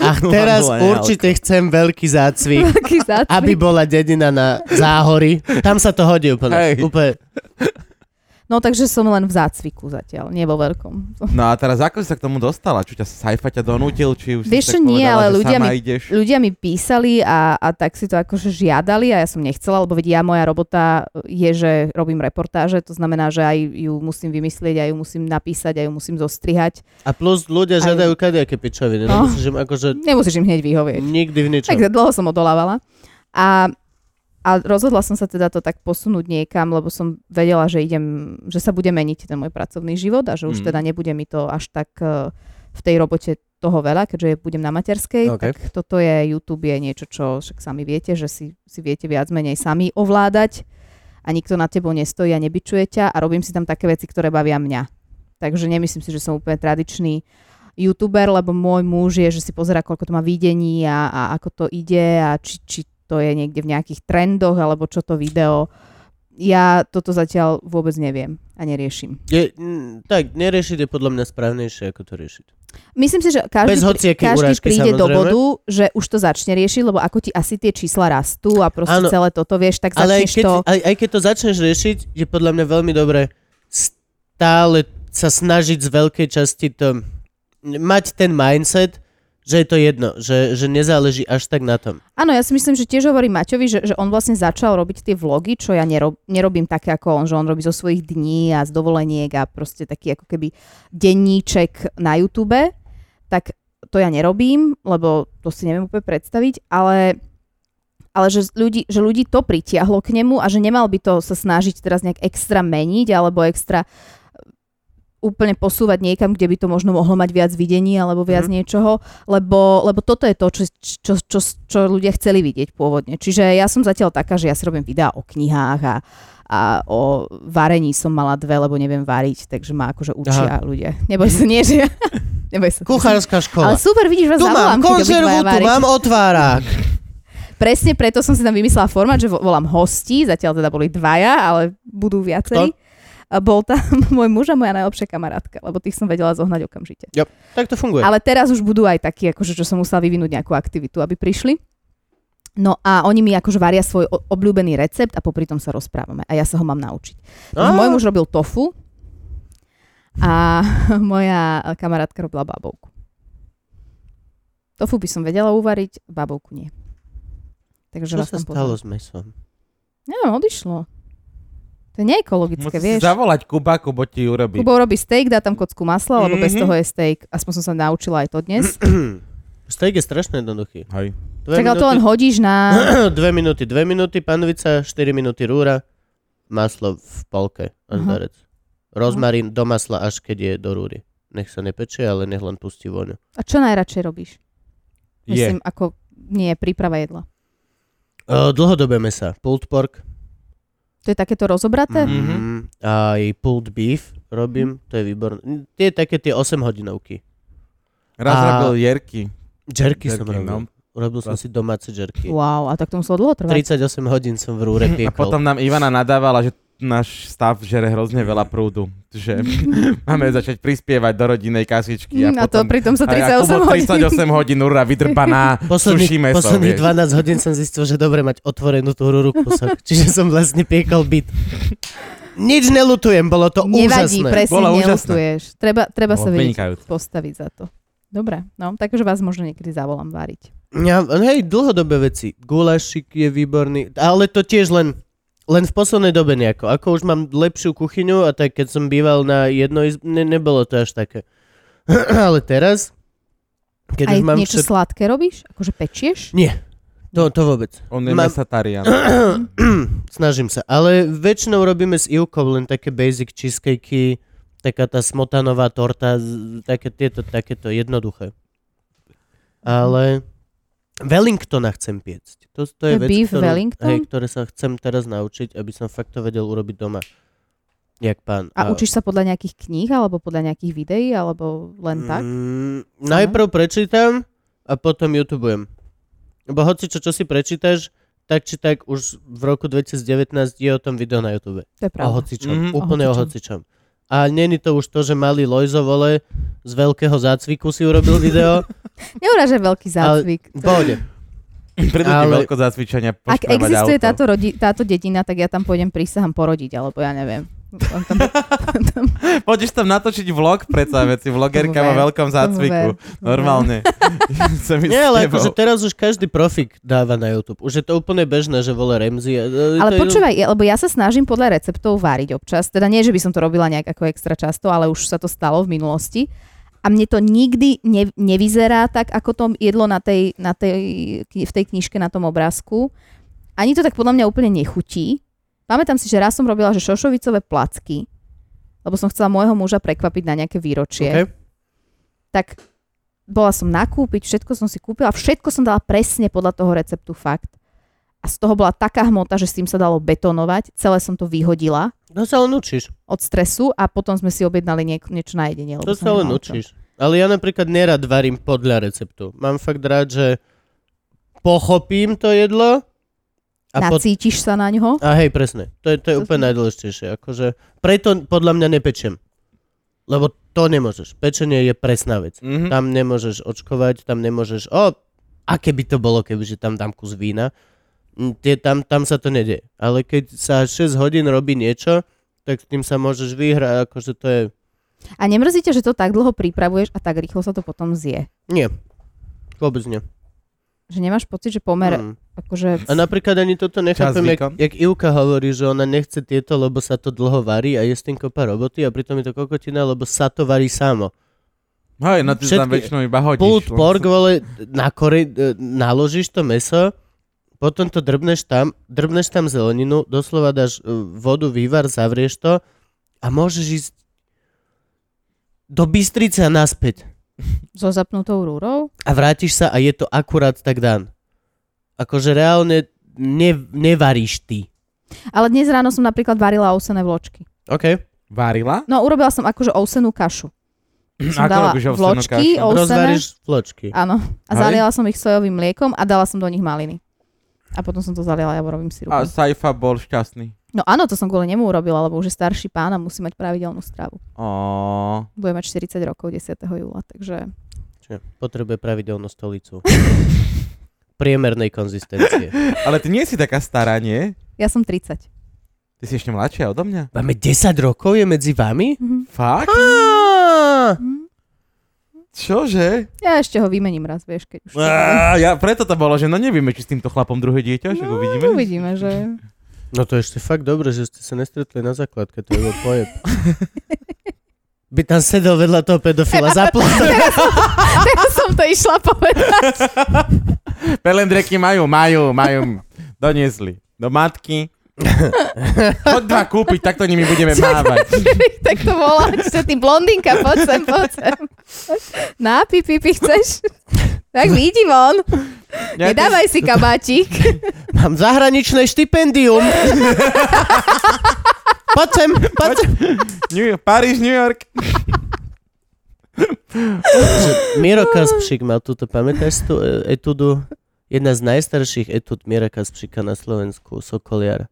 Speaker 4: A teraz určite chcem veľký zácvik.
Speaker 3: Veľký zácvik.
Speaker 4: Aby bola dedina na záhory. Tam sa to hodí úplne.
Speaker 2: Hej.
Speaker 4: úplne.
Speaker 3: No takže som len v zácviku zatiaľ, nie vo veľkom.
Speaker 2: No a teraz ako si sa k tomu dostala? Čo ťa Saifa ťa donútil? Či už si
Speaker 3: Vieš čo,
Speaker 2: tak
Speaker 3: nie,
Speaker 2: povedala,
Speaker 3: ale
Speaker 2: že
Speaker 3: ľudia
Speaker 2: sama
Speaker 3: mi-
Speaker 2: ideš?
Speaker 3: Ľudia mi písali a, a tak si to akože žiadali a ja som nechcela, lebo vedia, ja, moja robota je, že robím reportáže, to znamená, že aj ju musím vymyslieť, aj ju musím napísať, aj ju musím zostrihať.
Speaker 4: A plus ľudia
Speaker 3: Aj.
Speaker 4: žiadajú kadejaké pičoviny. No.
Speaker 3: No.
Speaker 4: Myslím, akože
Speaker 3: Nemusíš im hneď vyhovieť.
Speaker 4: nikdy v ničom.
Speaker 3: Tak dlho som odolávala. A, a rozhodla som sa teda to tak posunúť niekam, lebo som vedela, že idem, že sa bude meniť ten môj pracovný život a že
Speaker 2: Mm.
Speaker 3: už mm. teda nebude mi to až tak eh, v tej robote toho veľa, keďže budem na
Speaker 4: OK.
Speaker 3: materskej, okay. tak toto je YouTube, je niečo, čo však sami viete, že si, si viete viac menej sami ovládať a nikto na tebou nestojí a nebičuje ťa a robím si tam také veci, ktoré bavia mňa. Takže nemyslím si, že som úplne tradičný youtuber, lebo môj muž je, že si pozera, koľko to má videní a, a ako to ide a či, či to je niekde v nejakých trendoch alebo čo to video. Ja toto zatiaľ vôbec neviem a neriešim.
Speaker 4: Je, mm, tak, neriešiť je podľa mňa správnejšie, ako to riešiť.
Speaker 3: Myslím si, že každý,
Speaker 4: Bez hociakej
Speaker 3: každý
Speaker 4: urážky,
Speaker 3: príde do
Speaker 4: samozrejme.
Speaker 3: bodu, že už to začne riešiť, lebo ako ti asi tie čísla rastú a proste
Speaker 4: Áno.
Speaker 3: celé toto vieš, tak
Speaker 4: Ale aj
Speaker 3: začneš
Speaker 4: keď,
Speaker 3: to...
Speaker 4: aj, aj keď to začneš riešiť, je podľa mňa veľmi dobré stále sa snažiť z veľkej časti to mať ten mindset, že je to jedno, že, že nezáleží až tak na tom.
Speaker 3: Áno, ja si myslím, že tiež hovorí Maťovi, že, že on vlastne začal robiť tie vlogy, čo ja nerob, nerobím také ako on, že on robí zo svojich dní a z dovoleniek a proste taký ako keby denníček na YouTube, tak to ja nerobím, lebo to si neviem úplne predstaviť, ale, ale že, z- ľudí, že ľudí to pritiahlo k nemu a že nemal by to sa snažiť teraz nejak extra meniť alebo extra e, úplne posúvať niekam, kde by to možno mohlo mať viac videní alebo viac mm. niečoho, lebo, lebo toto je to, čo, čo, čo, čo ľudia chceli vidieť pôvodne. Čiže ja som zatiaľ taká, že ja si robím videá o knihách a, a o varení som mala dve, lebo neviem variť, takže ma akože učia Aha. ľudia. Neboj sa, nie, že ja... Neboj sa.
Speaker 4: Kuchárska škola.
Speaker 3: Ale super, vidíš, vás
Speaker 4: Tu mám
Speaker 3: zavolám, keď
Speaker 4: konzervu,
Speaker 3: obidvaja
Speaker 4: tu
Speaker 3: varíte.
Speaker 4: mám otvárák.
Speaker 3: Presne preto som si tam vymyslela formát, že vo- volám hosti, zatiaľ teda boli dvaja, ale budú viacerí. A bol tam môj muž a moja najlepšia kamarátka, lebo tých som vedela zohnať okamžite.
Speaker 4: Yep. Tak to funguje.
Speaker 3: Ale teraz už budú aj takí, akože, čo som musela vyvinúť nejakú aktivitu, aby prišli. No a oni mi akože varia svoj o- obľúbený recept a popri tom sa rozprávame. A ja sa ho mám naučiť.
Speaker 4: Á.
Speaker 2: Ah.
Speaker 3: Takže môj muž robil tofu a moja e, kamarátka robila babovku. Tofu by som vedela uvariť, babovku nie.
Speaker 4: Čo
Speaker 3: Takže vás
Speaker 4: sa
Speaker 3: tam
Speaker 4: stalo
Speaker 3: poznám.
Speaker 4: s mesom?
Speaker 3: Neviem, odišlo. To je neekologické,
Speaker 2: Musíš
Speaker 3: vieš.
Speaker 2: si zavolať Kuba, Kubo ti urobí.
Speaker 3: Kubo robí steak, dá tam kocku masla, lebo bez
Speaker 2: Mhm.
Speaker 3: toho je steak. Aspoň som sa naučila aj to dnes.
Speaker 4: Steak je strašne jednoduchý.
Speaker 2: Hej.
Speaker 4: Dve
Speaker 3: Čakal to len hodíš na...
Speaker 4: dve minúty, dve minúty, panvica, 4 minúty rúra, maslo v polke, až
Speaker 3: Aha.
Speaker 4: darec. Rozmarín do masla, až keď je do rúry. Nech sa nepečie, ale nech len pustí vôňu.
Speaker 3: A čo najradšej robíš?
Speaker 2: Je.
Speaker 3: Myslím, ako nie, príprava jedla.
Speaker 4: Uh, dlhodobé mesa. Pulled pork.
Speaker 3: To je takéto rozobraté? Mm.
Speaker 2: Mhm.
Speaker 4: Aj pulled beef robím, to je výborné. Mm, Tie také tie 8 hodinovky.
Speaker 2: Raz
Speaker 4: A-
Speaker 2: robil Jerky.
Speaker 4: Jerky, som
Speaker 2: Jerky, no.
Speaker 4: robil. Urobil som si domáce jerky.
Speaker 3: Wow, a tak to muselo dlho trvať.
Speaker 4: 38 hodín som v rúre
Speaker 2: Hm, A
Speaker 4: piekol.
Speaker 2: potom nám Ivana nadávala, že náš stav žere hrozne veľa prúdu. Že máme začať prispievať do rodinnej kasičky. A
Speaker 3: Mm, a
Speaker 2: potom,
Speaker 3: to pritom sa
Speaker 2: a ja
Speaker 3: 38
Speaker 2: Kubo
Speaker 3: hodín.
Speaker 2: 38 hodín, urra, vydrbaná, suší
Speaker 4: Posledných,
Speaker 2: meso,
Speaker 4: posledných
Speaker 2: vieš.
Speaker 4: 12 hodín som zistil, že dobre mať otvorenú tú rúru kúsok. Čiže som vlastne piekol byt. Nič nelutujem, bolo to
Speaker 3: Nevadí,
Speaker 4: úžasné.
Speaker 3: presne
Speaker 2: Bola úžasná.
Speaker 3: nelutuješ. Treba, treba
Speaker 2: Bolo
Speaker 3: sa vedieť
Speaker 2: vynikajúce.
Speaker 3: postaviť za to. Dobre, no, takže vás možno niekedy zavolám variť.
Speaker 4: Ja, hej, dlhodobé veci. Gulašik je výborný, ale to tiež len, len v poslednej dobe nejako. Ako už mám lepšiu kuchyňu a tak keď som býval na jedno izb... Ne, nebolo to až také. ale teraz, keď
Speaker 3: Aj
Speaker 4: už mám
Speaker 3: niečo
Speaker 4: všetko...
Speaker 3: sladké robíš? Akože pečieš?
Speaker 4: Nie, to, to vôbec.
Speaker 2: On je
Speaker 4: Mám-
Speaker 2: mesatarian.
Speaker 4: Snažím sa, ale väčšinou robíme s Ivkou len také basic cheesecakey, taká tá smotanová torta, z- také tieto, takéto jednoduché. Ale Wellingtona chcem piecť. To, to je
Speaker 3: To je
Speaker 4: vec,
Speaker 3: beef
Speaker 4: ktorú,
Speaker 3: Wellington?
Speaker 4: Hej, ktoré sa chcem teraz naučiť, aby som fakt to vedel urobiť doma. Jak pán.
Speaker 3: A učíš sa podľa nejakých kníh, alebo podľa nejakých videí, alebo len tak?
Speaker 4: Mm, najprv prečítam a potom youtubujem. Lebo hoci čo, čo si prečítaš, tak či tak už v roku 2019 je o tom video na YouTube.
Speaker 3: To
Speaker 4: O
Speaker 3: je pravda.
Speaker 4: hocičom,
Speaker 2: Mhm.
Speaker 4: mm-hmm. úplne o
Speaker 3: O
Speaker 4: hocičom. A není to už to, že malý Lojzo vole z veľkého zácviku si urobil video.
Speaker 3: Neurážaj veľký zácvik.
Speaker 4: V Pohode.
Speaker 2: Prídu ti
Speaker 4: Ale-
Speaker 2: veľko zacvičenia
Speaker 3: Ak
Speaker 2: poškvrvať
Speaker 3: existuje
Speaker 2: auto.
Speaker 3: táto, rodi- táto dedina, tak ja tam pôjdem prísahám porodiť, alebo ja neviem. Tam, tam, tam,
Speaker 2: Poďte tam natočiť vlog predsa, veci, vlogerka vo
Speaker 3: Dobre,
Speaker 2: veľkom zácviku.
Speaker 3: dobre.
Speaker 2: Normálne. Chcem ísť
Speaker 4: Nie,
Speaker 2: s
Speaker 4: ale
Speaker 2: tebou.
Speaker 4: akože teraz už každý profik dáva na YouTube. Už je to úplne bežné, že vole Remzi. e, e,
Speaker 3: Ale
Speaker 4: to je-
Speaker 3: počúvaj, ja- lebo ja sa snažím podľa receptov váriť občas. Teda nie, že by som to robila nejak ako extra často, ale už sa to stalo v minulosti. A mne to nikdy ne, nevyzerá tak, ako to jedlo na tej, na tej, kni- v tej knižke na tom obrázku. Ani to tak podľa mňa úplne nechutí. Pamätám si, že raz som robila, že šošovicové placky, lebo som chcela môjho muža prekvapiť na nejaké
Speaker 4: OK.
Speaker 3: výročie. tak bola som nakúpiť, všetko som si kúpila, všetko som dala presne podľa toho receptu fakt. A z toho bola taká hmota, že s tým sa dalo betonovať, celé som to vyhodila
Speaker 4: To sa len učíš.
Speaker 3: od stresu a potom sme si objednali niek- niečo na jedenie. lebo
Speaker 4: To
Speaker 3: som
Speaker 4: sa len
Speaker 3: nemala čo.
Speaker 4: učíš. Ale ja napríklad nerad varím podľa receptu. Mám fakt rád, že pochopím to jedlo a potom
Speaker 3: Nacítiš sa na ňo?
Speaker 4: A hej, presne. To je, to je
Speaker 3: To
Speaker 4: úplne najdôležitejšie. Akože, preto podľa mňa nepečem. Lebo to nemôžeš. Pečenie je presná vec.
Speaker 2: Mhm.
Speaker 4: Tam nemôžeš očkovať, tam nemôžeš... O, a keby to bolo, keby že tam dám kus vína. Mm, Tie, tam, tam sa to nedie. Ale keď sa 6 hodín robí niečo, to tak s tým sa môžeš vyhrať, akože to je...
Speaker 3: A nemrzíte, že to tak dlho pripravuješ a tak rýchlo sa to potom zje?
Speaker 4: Nie. Vôbec nie.
Speaker 3: Že nemáš pocit, že pomer, mm.
Speaker 4: Mm.
Speaker 3: akože...
Speaker 4: A napríklad ani toto nechápem,
Speaker 2: Čas
Speaker 4: jak,
Speaker 2: výkon.
Speaker 4: jak Ivka hovorí, že ona nechce tieto, lebo sa to dlho varí a je s tým kopa roboty a pritom je to kokotina, lebo sa to varí samo.
Speaker 2: Hej, no ty
Speaker 4: Všetky-
Speaker 2: tam väčšinou iba hodíš.
Speaker 4: Pult
Speaker 2: len
Speaker 4: pork,
Speaker 2: sa-
Speaker 4: vole, na kore, e, naložíš to meso, potom to drbneš tam, drbneš tam zeleninu, doslova dáš e, vodu, vývar, zavrieš to a môžeš ísť do Bystrice a naspäť.
Speaker 3: So zapnutou rúrou?
Speaker 4: a vrátiš sa a je to akurát tak dan. Akože reálne ne, nevaríš ty.
Speaker 3: Ale dnes ráno som napríklad varila ousené vločky.
Speaker 4: OK.
Speaker 2: Varila?
Speaker 3: No urobila som akože ousenú kašu. Som
Speaker 2: Ako
Speaker 3: dala
Speaker 2: robíš ovsenú
Speaker 3: vločky,
Speaker 2: kašu?
Speaker 3: ousené.
Speaker 4: Rozvaríš vločky.
Speaker 3: Áno. A
Speaker 2: Hej.
Speaker 3: zaliala som ich sojovým mliekom a dala som do nich maliny. A potom som to zaliala jaborovým
Speaker 2: A
Speaker 3: sirupom.
Speaker 2: Saifa bol šťastný.
Speaker 3: No áno, to som kvôli nemu urobila, lebo už je starší pán a musí mať pravidelnú stravu.
Speaker 2: Ó,
Speaker 3: Bude mať 40 rokov 10. júla, takže...
Speaker 4: Čiže potrebuje pravidelnú stolicu. Priemernej konzistencie.
Speaker 2: Ale ty nie si taká stará, nie?
Speaker 3: Ja som 30.
Speaker 2: Ty si ešte mladšia odo mňa.
Speaker 4: Máme 10 rokov je medzi vami?
Speaker 3: Mhm.
Speaker 2: Fakt?
Speaker 4: Á,
Speaker 2: Čože?
Speaker 3: Ja ešte ho vymením raz, vieš, keď už... to bude.
Speaker 2: Á, ja preto to bolo, že no nevieme, či s týmto chlapom druhé dieťa, však No, uvidíme.
Speaker 3: No, Uvidíme, že...
Speaker 4: No to je ešte fakt dobre, že ste sa nestretli na základke, to je bol pojeb. By tam sedel vedľa toho pedofila zaplatil.
Speaker 3: Teraz som to išla povedať.
Speaker 2: Pelendreky majú, majú, majú. Doniesli. Do matky. Poď dva kúpiť, takto nimi budeme mávať.
Speaker 3: tak to volá, že ty blondinka, poď sem, poď sem. Na, pi, pi, pi, chceš? Tak vidí von.
Speaker 2: Ja to-
Speaker 3: Nedávaj si kabátik.
Speaker 4: Mám zahraničné štipendium. Poď sem, poď sem.
Speaker 2: New York, Paríž, New York.
Speaker 4: Že Miro Kaspšik mal túto, pamätáš tú e, etudu? Jedna z najstarších etud Mira Kaspšika na Slovensku, Sokoliar.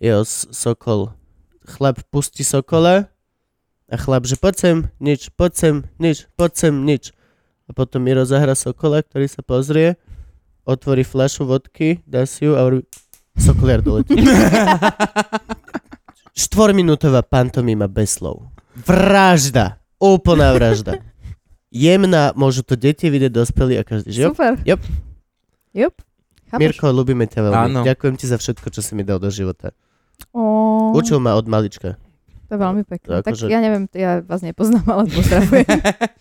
Speaker 4: Jeho s- Sokol. Chlap pustí Sokola a chlap, že poď sem, nič, poď sem, nič, poď sem, nič. A potom Miro zahra Sokola, ktorý sa pozrie, otvorí fľašu vodky, dá si ju a urobí... Sokoliar doletí. Štvorminútová pantomima bez slov. Vražda. Úplná vražda. Jemná, môžu to deti vidieť, dospelí a každý. Že jo?
Speaker 3: Super.
Speaker 4: Jop.
Speaker 3: Jop. Chápeš?
Speaker 4: Mirko, ľúbime ťa veľmi.
Speaker 2: Áno.
Speaker 4: Ďakujem ti za všetko, čo si mi dal do života.
Speaker 3: Ó,
Speaker 4: Učil ma od malička.
Speaker 3: to je veľmi pekné. Tak
Speaker 4: Akože-
Speaker 3: ja neviem, ja vás nepoznám, ale pozdravujem.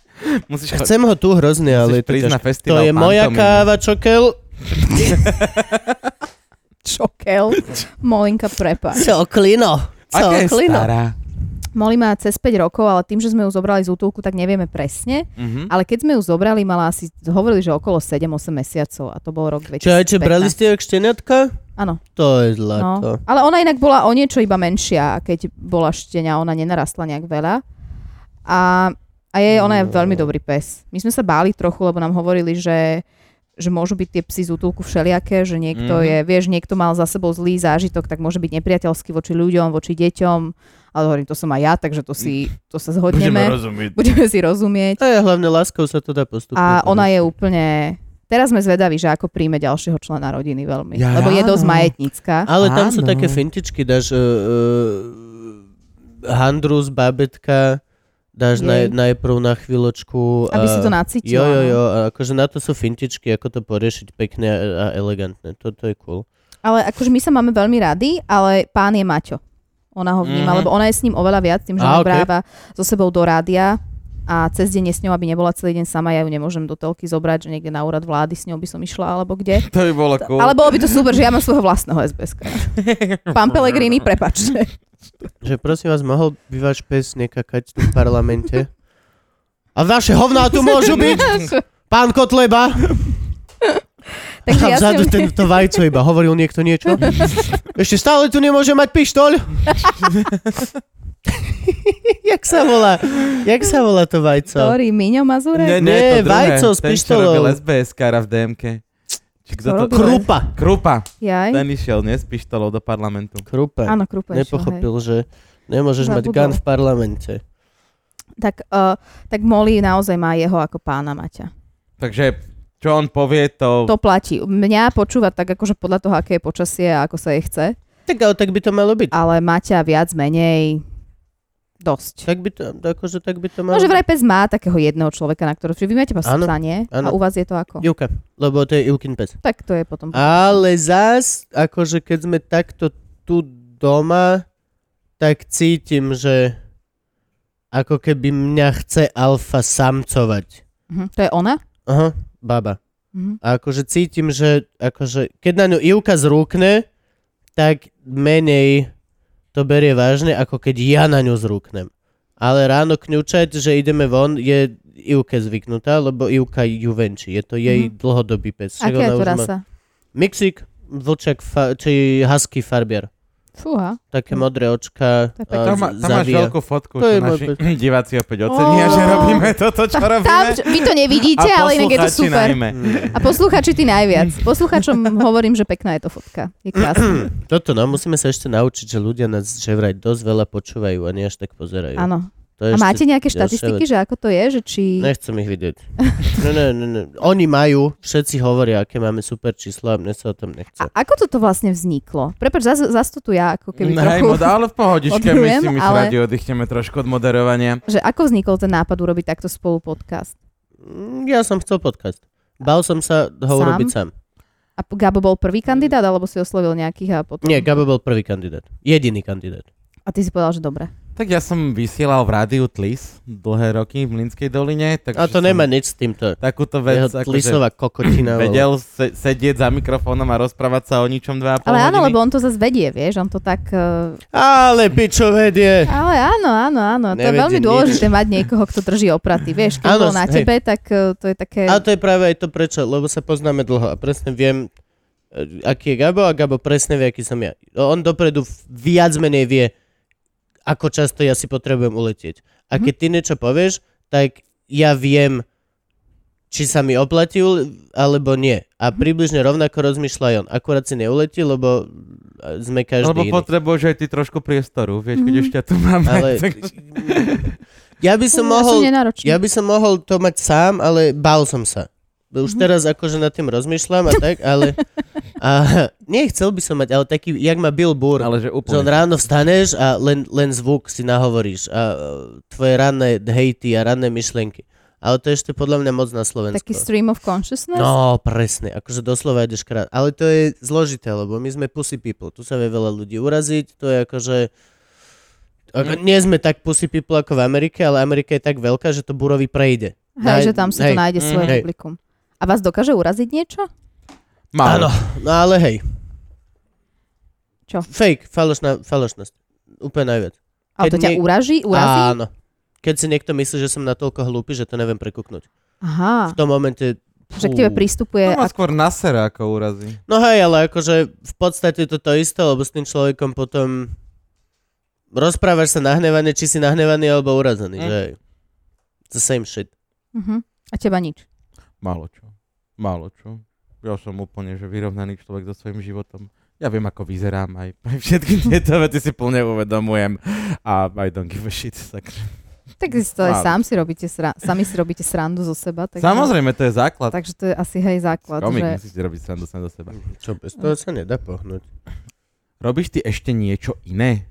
Speaker 2: Musíš chod-
Speaker 4: Chcem ho tu hrozne, ale je to,
Speaker 2: prísť
Speaker 4: ťažké.
Speaker 2: na
Speaker 4: to
Speaker 2: festival
Speaker 4: je moja
Speaker 2: pantomimy.
Speaker 4: káva, čokel.
Speaker 3: Čokel. Molinka, prepáč.
Speaker 4: Čoklino.
Speaker 2: Aká je
Speaker 4: Čoklino.
Speaker 2: stará?
Speaker 3: Moli má cez 5 rokov, ale tým, že sme ju zobrali z útulku, tak nevieme presne.
Speaker 2: Mhm.
Speaker 3: Ale keď sme ju zobrali, mala asi, hovorili, že okolo 7-8 mesiacov a to bol rok 2015.
Speaker 4: Čo, aj čo, brali ste jak šteniatka?
Speaker 3: Áno,
Speaker 4: To je zlato.
Speaker 3: no. Ale ona inak bola o niečo iba menšia, keď bola štenia, ona nenarastla nejak veľa. A, a je, ona
Speaker 4: No.
Speaker 3: je veľmi dobrý pes. My sme sa báli trochu, lebo nám hovorili, že že môžu byť tie psy z útulku všelijaké, že
Speaker 4: Mhm.
Speaker 3: niekto je, vieš, niekto mal za sebou zlý zážitok, tak môže byť nepriateľský voči ľuďom, voči deťom, ale hovorím, to som aj ja, takže to si, to sa zhodneme, budeme,
Speaker 2: rozumieť.
Speaker 3: si rozumieť.
Speaker 4: A ja hlavne láskou sa to dá postupne.
Speaker 3: A ona je úplne... Teraz sme zvedaví, že ako príjme ďalšieho člena rodiny veľmi.
Speaker 2: Ja,
Speaker 3: Ja, lebo je dosť
Speaker 2: áno.
Speaker 3: majetnícka.
Speaker 4: Ale tam sú
Speaker 2: Áno.
Speaker 4: také fintičky, dáš uh, uh, handrus, babetka, dáš naj,
Speaker 3: Jej.
Speaker 4: najprv na chvíľočku.
Speaker 3: Aby si
Speaker 4: Jo,
Speaker 3: to nacítila.
Speaker 4: jo,
Speaker 3: no.
Speaker 4: jo, a akože na to sú fintičky, ako to poriešiť pekne a, a elegantne. Toto je cool.
Speaker 3: Ale akože my sa máme veľmi rady, ale pán je Maťo. Ona ho vníma,
Speaker 2: Mhm.
Speaker 3: lebo ona je s ním oveľa viac, tým, že
Speaker 4: Á,
Speaker 3: ho
Speaker 4: okej.
Speaker 3: bráva so sebou do rádia a cez deň je s ňou, aby nebola celý deň sama, ja ju nemôžem do telky zobrať, že niekde na úrad vlády s ňou by som išla, alebo kde.
Speaker 2: To by bolo cool.
Speaker 3: Ale bolo by to super, že ja mám svojho vlastného SBS. Pán Pellegrini, prepačte.
Speaker 4: Že prosím vás, mohol by váš pes nekakať tu v parlamente? A vaše hovná tu môžu byť! Pán Kotleba!
Speaker 3: Takže
Speaker 4: Tam
Speaker 3: ja som...
Speaker 4: vzadu ten, to vajco iba hovoril niekto niečo. Ešte stále tu nemôže mať pištoľ. jak sa volá? Jak sa volá to vajco?
Speaker 3: Sorry, Miňo Mazurek?
Speaker 2: Nie, nie,
Speaker 4: Nie,
Speaker 2: to druhé.
Speaker 4: vajco s
Speaker 2: Ten, čo
Speaker 4: pištolou.
Speaker 2: robil SBS kara v DMK. Či kto to...
Speaker 3: To robil?
Speaker 4: Krupa.
Speaker 2: Krupa.
Speaker 3: Jaj?
Speaker 2: Ten išiel, nie? S pištolou do parlamentu.
Speaker 4: Krupa.
Speaker 3: Áno, krúpa je čo, hej.
Speaker 4: Nepochopil, že nemôžeš mať
Speaker 3: Zabudol.
Speaker 4: gun v parlamente.
Speaker 3: tak, uh, tak Molly naozaj má jeho ako pána Maťa.
Speaker 2: Takže čo on povie, to...
Speaker 3: To platí. Mňa počúva tak akože podľa toho, aké je počasie a ako sa jej chce.
Speaker 4: Tak ale tak by to malo byť.
Speaker 3: ale má ťa viac menej dosť.
Speaker 4: Tak by to, akože tak by to
Speaker 3: No,
Speaker 4: malo byť.
Speaker 3: že vraj pes má takého jedného človeka, na ktorého... Čiže vy máte vás
Speaker 4: Áno,
Speaker 3: psa, nie? A
Speaker 4: áno.
Speaker 3: u vás je to ako?
Speaker 4: Juka, lebo to je Jukin pes.
Speaker 3: Tak to je potom...
Speaker 4: Ale zás, akože keď sme takto tu doma, tak cítim, že ako keby mňa chce alfa samcovať.
Speaker 3: Mhm. To je ona?
Speaker 4: Aha, baba.
Speaker 3: Mhm.
Speaker 4: A akože cítim, že akože, keď na ňu Ivka zrúkne, tak menej to berie vážne, ako keď ja na ňu zrúknem. Ale ráno kňučať, že ideme von, je Ivke zvyknutá, lebo Ivka ju venčí. Je to jej dlhodobý pes. Však
Speaker 3: Aká
Speaker 4: ona
Speaker 3: je to
Speaker 4: už má-
Speaker 3: rasa?
Speaker 4: Mixík, vlčak, fa- či husky farbier.
Speaker 3: Fúha.
Speaker 4: Také modré očka.
Speaker 3: Hm. To je pekné.
Speaker 4: a
Speaker 2: Tam, má-
Speaker 4: z-
Speaker 2: tam máš
Speaker 4: zavíja.
Speaker 2: veľkú fotku,
Speaker 4: To
Speaker 2: čo
Speaker 4: je môj
Speaker 2: naši
Speaker 4: pes.
Speaker 2: diváci opäť ocenia,
Speaker 3: Ó.
Speaker 2: že robíme toto, čo
Speaker 3: Tam,
Speaker 2: robíme.
Speaker 3: vy to nevidíte, ale inak je to
Speaker 2: poslucháči
Speaker 3: super. Mm.
Speaker 2: najmä.
Speaker 3: A posluchači ty najviac. Posluchačom hovorím, že pekná je to fotka. Je krásna.
Speaker 4: Toto, no, musíme sa ešte naučiť, že ľudia nás že vraj dosť veľa počúvajú a nie až tak pozerajú.
Speaker 3: Áno.
Speaker 4: To je
Speaker 3: A
Speaker 4: ešte-
Speaker 3: máte nejaké
Speaker 4: ďalšia
Speaker 3: štatistiky, že ako to je? Že či...
Speaker 4: Nechcem ich vidieť. No, ne, ne, ne. Oni majú, všetci hovoria, aké máme super číslo a mne sa o tom nechce.
Speaker 3: A ako toto vlastne vzniklo? Prepač, zas, zas to tu ja ako keby
Speaker 2: Hej,
Speaker 3: trochu...
Speaker 2: mod, no, ale v pohodičke, my
Speaker 3: Odhrujem,
Speaker 2: si my
Speaker 3: ale-
Speaker 2: ale... radi oddychneme trošku od moderovania.
Speaker 3: Že ako vznikol ten nápad urobiť takto spolu podcast?
Speaker 4: Mm, Ja som chcel podcast. Bal som sa ho
Speaker 3: Sám?
Speaker 4: urobiť sám.
Speaker 3: A p- Gabo bol prvý kandidát, alebo si oslovil nejakých a potom...
Speaker 4: Mm. Nie, Gabo bol prvý kandidát. Jediný kandidát.
Speaker 3: A ty si povedal, že dobre.
Speaker 2: Tak ja som vysielal v rádiu Tlis dlhé roky v Mlinskej doline. Takže
Speaker 4: A to
Speaker 2: som
Speaker 4: nemá nič s týmto.
Speaker 2: Takúto vec,
Speaker 4: Jeho
Speaker 2: akože
Speaker 4: tlisová kokotina. vole.
Speaker 2: vedel se- sedieť za mikrofónom a rozprávať sa o ničom dva a pol
Speaker 3: Ale áno,
Speaker 2: hodiny.
Speaker 3: lebo on to zase vedie, vieš, on to tak... eh,
Speaker 4: Ale pičo vedie.
Speaker 3: Ale áno, áno, áno. To je
Speaker 4: Nevedie
Speaker 3: veľmi
Speaker 4: nič.
Speaker 3: dôležité mať niekoho, kto drží opraty. Vieš, keď
Speaker 4: Áno,
Speaker 3: bol na
Speaker 4: hej.
Speaker 3: tebe, tak eh, to je také...
Speaker 4: A to je práve aj to prečo, lebo sa poznáme dlho a presne viem, e, aký je Gabo a Gabo presne vie, aký som ja. On dopredu v- viac menej vie, ako často ja si potrebujem uletieť. A keď ty niečo povieš, tak ja viem, či sa mi oplatí ul- alebo nie. A približne rovnako rozmýšľa aj on. Akurát si neuletí, lebo e, sme každý
Speaker 2: Lebo
Speaker 4: iný.
Speaker 2: potrebuješ aj ty trošku priestoru, vieš,
Speaker 3: Mhm.
Speaker 2: keď už ťa tu máme.
Speaker 4: Ale
Speaker 2: tak...
Speaker 4: ja by som
Speaker 3: Ja som
Speaker 4: mohol...
Speaker 3: Mm, nenáročný.
Speaker 4: Ja by som mohol to mať sám, ale bál som sa. Už teraz akože nad tým rozmýšľam a tak, ale... A, nie, chcel by som mať, ale taký, jak má Bill Burr.
Speaker 2: ale
Speaker 4: Že
Speaker 2: že
Speaker 4: on
Speaker 2: úplne.
Speaker 4: ráno vstaneš a len, len zvuk si nahovoríš a e, tvoje ranné hejty a ranné myšlienky. Ale to je ešte podľa mňa moc na Slovensku.
Speaker 3: Taký stream of consciousness?
Speaker 4: No, presne, akože doslova ideš krát. Ale to je zložité, lebo my sme pussy people. Tu sa vie veľa ľudí uraziť, to je akože... Ako, nie sme tak pussy people ako v Amerike, ale Amerika je tak veľká, že to Burovi prejde.
Speaker 3: Hej, že tam si to
Speaker 4: hej.
Speaker 3: nájde svoje
Speaker 4: Mm, hej.
Speaker 3: publikum. A vás dokáže uraziť niečo?
Speaker 2: Málo.
Speaker 4: Áno, no ale hej.
Speaker 3: Čo?
Speaker 4: Fake, falošná, falošnosť. Úplne najviac.
Speaker 3: Ale to
Speaker 4: Keď
Speaker 3: ťa
Speaker 4: nie-
Speaker 3: uraží? Urazí?
Speaker 4: Áno. Keď si niekto myslí, že som natoľko hlúpy, že to neviem prekúknúť. V
Speaker 3: Aha,
Speaker 4: tom momente...
Speaker 3: že k
Speaker 4: fú.
Speaker 2: To
Speaker 3: tebe pristupuje...
Speaker 2: ma
Speaker 3: A...
Speaker 2: skôr nasera ako úrazy.
Speaker 4: No hej, ale akože v podstate je to to isté, lebo s tým človekom potom rozprávaš sa nahnevaný, či si nahnevaný alebo urazený,
Speaker 2: Mm.
Speaker 4: že hej. It's the same shit.
Speaker 3: Uh-huh. a teba nič.
Speaker 2: Málo čo. Málo čo. Ja som úplne že vyrovnaný človek so svojím životom. Ja viem, ako vyzerám aj, aj všetky tieto veci si plne uvedomujem. A I don't give a shit. Tak...
Speaker 3: Tak si to aj
Speaker 2: Áno.
Speaker 3: sám si robíte sra... sami si robíte srandu zo seba. Takže...
Speaker 2: Samozrejme, to je základ.
Speaker 3: Takže to je asi hej základ.
Speaker 2: Komik,
Speaker 3: Že...
Speaker 2: musíš si robiť srandu sám do seba.
Speaker 4: Čo, bez toho sa nedá pohnúť.
Speaker 2: Robíš ty ešte niečo iné?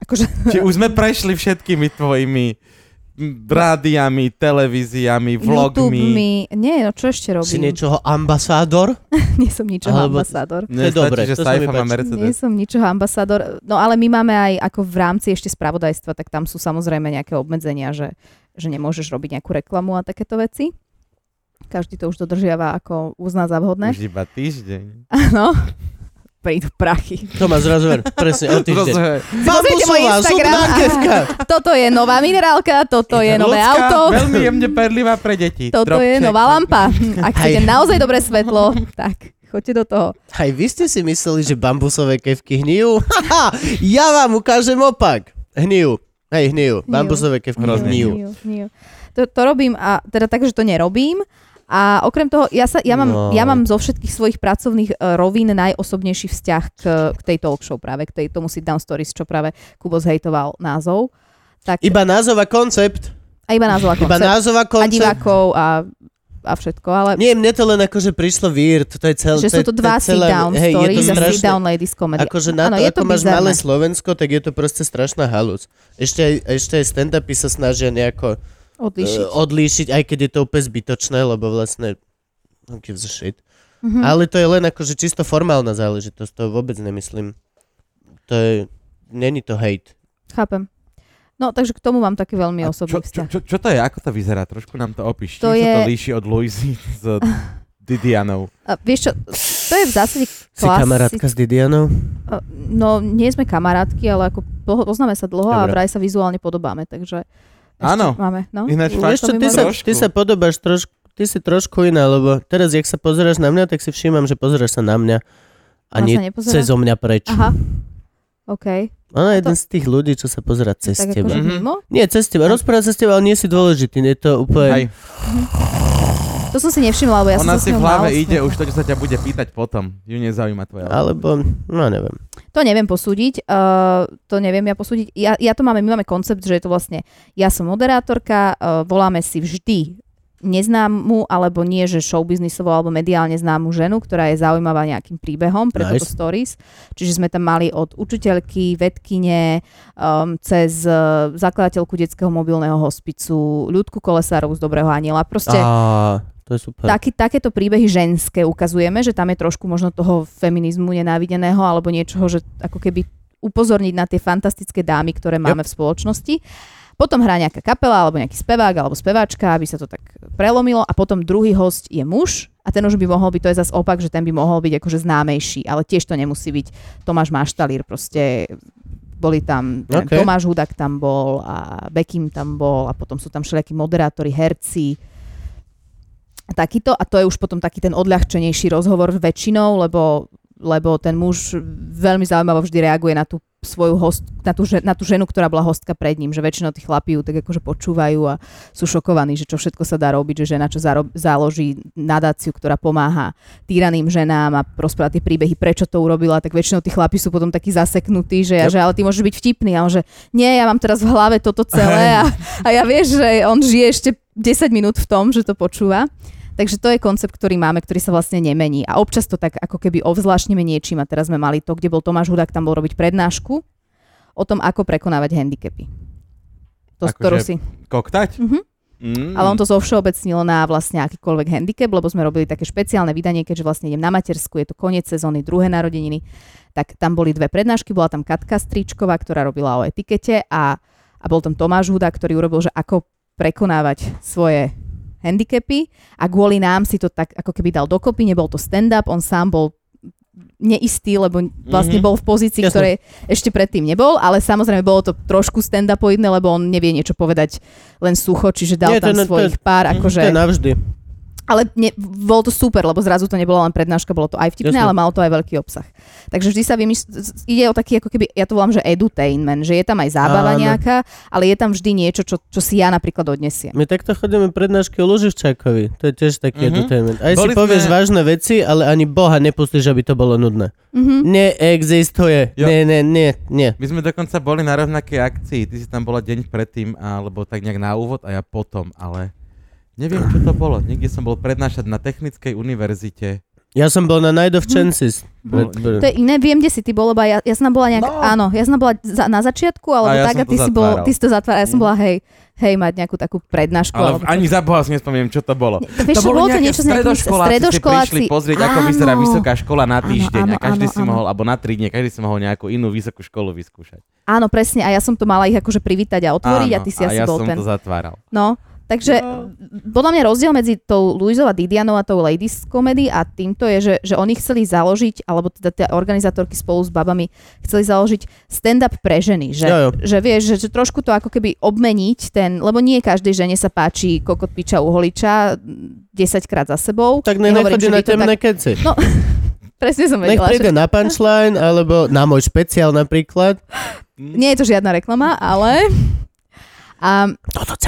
Speaker 3: Akože...
Speaker 2: Či už sme prešli všetkými tvojimi m, rádiami, televíziami, vlogmi.
Speaker 3: YouTube-mi. Nie, no čo ešte
Speaker 4: Si
Speaker 3: robím?
Speaker 4: niečoho ambasádor?
Speaker 3: Nie som ničoho
Speaker 4: Alebo-
Speaker 3: ambasádor.
Speaker 4: To
Speaker 2: Mne
Speaker 4: je dobré,
Speaker 2: stačí, že
Speaker 4: to sa mi
Speaker 2: Saifa má
Speaker 4: páči.
Speaker 2: Mercedes.
Speaker 3: Nie som ničoho ambasádor. No ale my máme aj ako v rámci ešte spravodajstva, tak tam sú samozrejme nejaké obmedzenia, že, že nemôžeš robiť nejakú reklamu a takéto veci. Každý to už dodržiava ako uzná za vhodné.
Speaker 2: Už iba týždeň.
Speaker 3: Áno. Prídu prachy.
Speaker 4: Tomáš Rozver, presne, o týždeň.
Speaker 2: Rozumiem.
Speaker 3: môj
Speaker 4: Bambusová,
Speaker 3: Instagram.
Speaker 4: zubná kevka.
Speaker 3: Toto je nová minerálka, toto je nové
Speaker 2: Ľudská,
Speaker 3: auto,
Speaker 2: Veľmi jemne perlivá pre deti.
Speaker 3: toto je
Speaker 2: Drobček.
Speaker 3: nová lampa. Hm, Ak chcete
Speaker 4: Hej.
Speaker 3: naozaj dobré svetlo, tak choďte do toho.
Speaker 4: Aj vy ste si mysleli, že bambusové kevky hnijú? Haha, ja vám ukážem opak. Hnijú. Hej, hnijú. Bambusové kevky
Speaker 2: Hrozne
Speaker 4: hnijú.
Speaker 3: Hnijú, hnijú. To, to robím, a, teda tak, že to nerobím. A okrem toho, ja, sa, ja, mám,
Speaker 4: No.
Speaker 3: ja mám zo všetkých svojich pracovných eh, rovín najosobnejší vzťah k, k tej talk show práve, k tej, tomu sit down stories, čo práve Kubo zhejtoval názov. Tak,
Speaker 4: Iba názov a koncept.
Speaker 3: a iba názov ako
Speaker 4: Iba názov a
Speaker 3: a
Speaker 4: koncept.
Speaker 3: divákov a a všetko, ale
Speaker 4: Nie, mne to len akože prišlo weird, to je celé...
Speaker 3: že sú to dva sit-down stories a sit-down ladies comedy.
Speaker 4: Akože na to,
Speaker 3: Áno, je
Speaker 4: ako máš
Speaker 3: bizarné.
Speaker 4: malé Slovensko, tak je to proste strašná halus. Ešte aj, ešte aj stand-upy sa snažia nejako
Speaker 3: Odlišiť.
Speaker 4: e, odlíšiť, aj keď je to úplne zbytočné, lebo vlastne who gives a shit.
Speaker 3: Mhm.
Speaker 4: Mm-hmm. Ale to je len akože čisto formálna záležitosť, to vôbec nemyslím. To je, není to hate.
Speaker 3: Chápem. No, takže k tomu mám taký veľmi
Speaker 2: A čo, čo,
Speaker 3: osobný vzťah.
Speaker 2: čo, čo to je? Ako to vyzerá? Trošku nám to opíš.
Speaker 3: To
Speaker 2: Čím sa to
Speaker 3: je-
Speaker 2: líši od Luizy s Didianou?
Speaker 3: A vieš čo, to je v zásade
Speaker 4: Si kamarátka
Speaker 3: klasické.
Speaker 4: s Didianou?
Speaker 3: No, nie sme kamarátky, ale ako dlho, poznáme sa dlho a
Speaker 4: Dobre.
Speaker 3: vraj sa vizuálne podobáme, takže... ešte
Speaker 2: Áno.
Speaker 3: Máme, no.
Speaker 2: Ináč
Speaker 3: To
Speaker 2: fakt
Speaker 4: Vieš čo,
Speaker 3: mi
Speaker 4: ty
Speaker 3: moc-
Speaker 4: sa,
Speaker 2: Trošku.
Speaker 4: ty sa podobáš trošku, ty si trošku iná, lebo teraz, jak sa pozeráš na mňa, tak si všímam, že pozeráš sa na mňa a
Speaker 3: Ona
Speaker 4: nie
Speaker 3: sa nepozerá?
Speaker 4: cez o mňa preč.
Speaker 3: Aha. OK.
Speaker 4: Ona je
Speaker 3: To-
Speaker 4: jeden z tých ľudí, čo sa pozerá cez
Speaker 3: tak
Speaker 4: teba.
Speaker 3: akože
Speaker 2: Mhm.
Speaker 3: mimo.
Speaker 4: Nie, cez teba. Rozpráva sa s teba, ale nie si dôležitý. Nie je to
Speaker 2: Hej,
Speaker 4: úplne...
Speaker 3: To som si nevšimla, lebo ja
Speaker 2: ona
Speaker 3: som sa s
Speaker 2: si v
Speaker 3: ňou
Speaker 2: hlave
Speaker 3: málo
Speaker 2: ide,
Speaker 3: stretla.
Speaker 2: už to, čo sa ťa bude pýtať potom. Ju nezaujíma tvoja.
Speaker 4: Alebo, no neviem.
Speaker 3: To neviem posúdiť, uh, to neviem ja posúdiť. Ja, ja to máme, my máme koncept, že je to vlastne, ja som moderátorka, uh, voláme si vždy neznámu, alebo nie, že showbiznisovú alebo mediálne známu ženu, ktorá je zaujímavá nejakým príbehom pre nice.
Speaker 4: Nice.
Speaker 3: toto stories. Čiže sme tam mali od učiteľky, vedkine, um, cez uh, zakladateľku detského mobilného hospicu, ľudku Kolesárovú z Dobrého Aniela. Proste
Speaker 4: Á, to je super.
Speaker 3: Taký, takéto príbehy ženské ukazujeme, že tam je trošku možno toho feminizmu nenávideného alebo niečoho, že ako keby upozorniť na tie fantastické dámy, ktoré máme v spoločnosti. Potom hrá nejaká kapela alebo nejaký spevák alebo speváčka, aby sa to tak prelomilo a potom druhý host je muž a ten už by mohol byť, to je zase opak, že ten by mohol byť akože známejší, ale tiež to nemusí byť Tomáš Maštalír, proste boli tam, neviem,
Speaker 4: Okay.
Speaker 3: Tomáš Hudak tam bol a Bekim tam bol a potom sú tam všelijakí moderátori, herci, a takýto a to je už potom taký ten odľahčenejší rozhovor väčšinou, lebo, lebo ten muž veľmi zaujímavo vždy reaguje na tú svoju host, na tú, že- na tú ženu, ktorá bola hostka pred ním, že väčšinou tí chlapí ju tak akože počúvajú a sú šokovaní, že čo všetko sa dá robiť, že žena čo zaro- založí nadáciu, ktorá pomáha týraným ženám a rozpráva tie príbehy, prečo to urobila, tak väčšinou tí chlapi sú potom takí zaseknutí, že, ja,
Speaker 4: Yep.
Speaker 3: že ale ty môžeš byť vtipný a on, že nie, ja mám teraz v hlave toto celé a, a ja vieš, že on žije ešte 10 minút v tom, že to počúva. Takže to je koncept, ktorý máme, ktorý sa vlastne nemení. A občas to tak ako keby ovzvláštnime niečím. A teraz sme mali to, kde bol Tomáš Hudák, tam bol robiť prednášku o tom, ako prekonávať handicapy. To,
Speaker 2: Akože-
Speaker 3: akože... ktorú si...
Speaker 2: Koktať?
Speaker 3: Mhm.
Speaker 2: Mm.
Speaker 3: Ale on to zo všeobecnilo na vlastne akýkoľvek handicap, lebo sme robili také špeciálne vydanie, keďže vlastne idem na matersku, je to koniec sezóny, druhé narodeniny, tak tam boli dve prednášky, bola tam Katka Stričková, ktorá robila o etikete a, a bol tam Tomáš Huda, ktorý urobil, že ako prekonávať svoje handicapy a kvôli nám si to tak ako keby dal dokopy, nebol to stand-up, on sám bol neistý, lebo vlastne
Speaker 2: Mhm.
Speaker 3: bol v pozícii,
Speaker 4: Jasné.
Speaker 3: ktorej ešte predtým nebol, ale samozrejme bolo to trošku stand-upoidné, lebo on nevie niečo povedať len sucho, čiže dal
Speaker 4: Nie,
Speaker 3: Nie,
Speaker 4: to
Speaker 3: tam
Speaker 4: je- to je-
Speaker 3: svojich
Speaker 2: mhm,
Speaker 3: pár, akože,
Speaker 4: To je navždy.
Speaker 3: ale ne, bolo to super, lebo zrazu to nebola len prednáška, bolo to aj vtipné,
Speaker 4: Jasné.
Speaker 3: ale malo to aj veľký obsah. Takže vždy sa vymýš... ide o taký, ako keby, ja to volám, že edutainment, že je tam aj zábava
Speaker 4: Áno.
Speaker 3: nejaká, ale je tam vždy niečo, čo, čo si ja napríklad odnesiem.
Speaker 2: Mm.
Speaker 4: My takto chodíme prednášky o Luživčákovi. To je tiež taký
Speaker 2: Mhm.
Speaker 4: entertainment. Aj
Speaker 2: Boli
Speaker 4: si povieš
Speaker 2: sme-
Speaker 4: vážne veci, ale ani Boha nepustíš, aby to bolo nudné.
Speaker 3: Mhm.
Speaker 4: Neexistuje.
Speaker 2: Jo.
Speaker 4: Nie, nie, nie, nie.
Speaker 2: My sme dokonca boli na rovnakej akcii. Ty si tam bola deň predtým, alebo tak nejak na úvod a ja potom, ale neviem, čo to bolo. Niekde som bol prednášať na Technickej univerzite.
Speaker 4: Ja som bol na Night of Chances.
Speaker 2: Bol-
Speaker 3: To je iné, viem, kde si ty bol, lebo ja, ja som tam bola nejak,
Speaker 2: No.
Speaker 3: no. áno, ja som tam bola za, na začiatku, alebo
Speaker 2: A ja
Speaker 3: tak,
Speaker 2: som
Speaker 3: a ty
Speaker 2: to
Speaker 3: si, bol,
Speaker 2: zatváral. Mm.
Speaker 3: ty si to zatváral, ja som bola, hej, hej, mať nejakú takú prednášku.
Speaker 2: Ale
Speaker 3: alebo
Speaker 2: ani za boha si nespomínam, čo to bolo.
Speaker 3: To, vieš,
Speaker 2: to bolo nejaké
Speaker 3: niečo s nejakými
Speaker 2: stredoškoláci si prišli pozrieť, ako vyzerá
Speaker 3: Áno.
Speaker 2: vysoká škola na
Speaker 3: Áno,
Speaker 2: týždeň a
Speaker 3: áno,
Speaker 2: každý
Speaker 3: áno,
Speaker 2: si
Speaker 3: áno.
Speaker 2: mohol, alebo na tri dne, každý si mohol nejakú inú vysokú školu vyskúšať.
Speaker 3: Áno, presne, a ja som to mala ich akože privítať a otvoriť a
Speaker 2: Áno,
Speaker 3: ty si
Speaker 2: a
Speaker 3: asi
Speaker 2: ja
Speaker 3: bol
Speaker 2: som
Speaker 3: ten.
Speaker 2: to zatváral.
Speaker 3: No, takže
Speaker 2: No.
Speaker 3: podľa mňa rozdiel medzi tou Luizou a Didianou a tou Ladies Comedy a týmto je, že, že oni chceli založiť, alebo teda tie organizátorky spolu s babami chceli založiť stand-up pre ženy. Že,
Speaker 4: Jo, jo.
Speaker 3: že vieš, že, že trošku to ako keby obmeniť ten, lebo nie každej žene sa páči kokot piča uholiča 10 krát mm, za sebou.
Speaker 4: Tak nech
Speaker 3: Nehovorím,
Speaker 4: nechodí
Speaker 3: že
Speaker 4: na
Speaker 3: vy to
Speaker 4: temné
Speaker 3: tak...
Speaker 4: keci.
Speaker 3: No, presne som
Speaker 4: Nech
Speaker 3: vedela, že
Speaker 4: príde na punchline, alebo na môj špeciál napríklad.
Speaker 3: Nie je to žiadna reklama, ale... A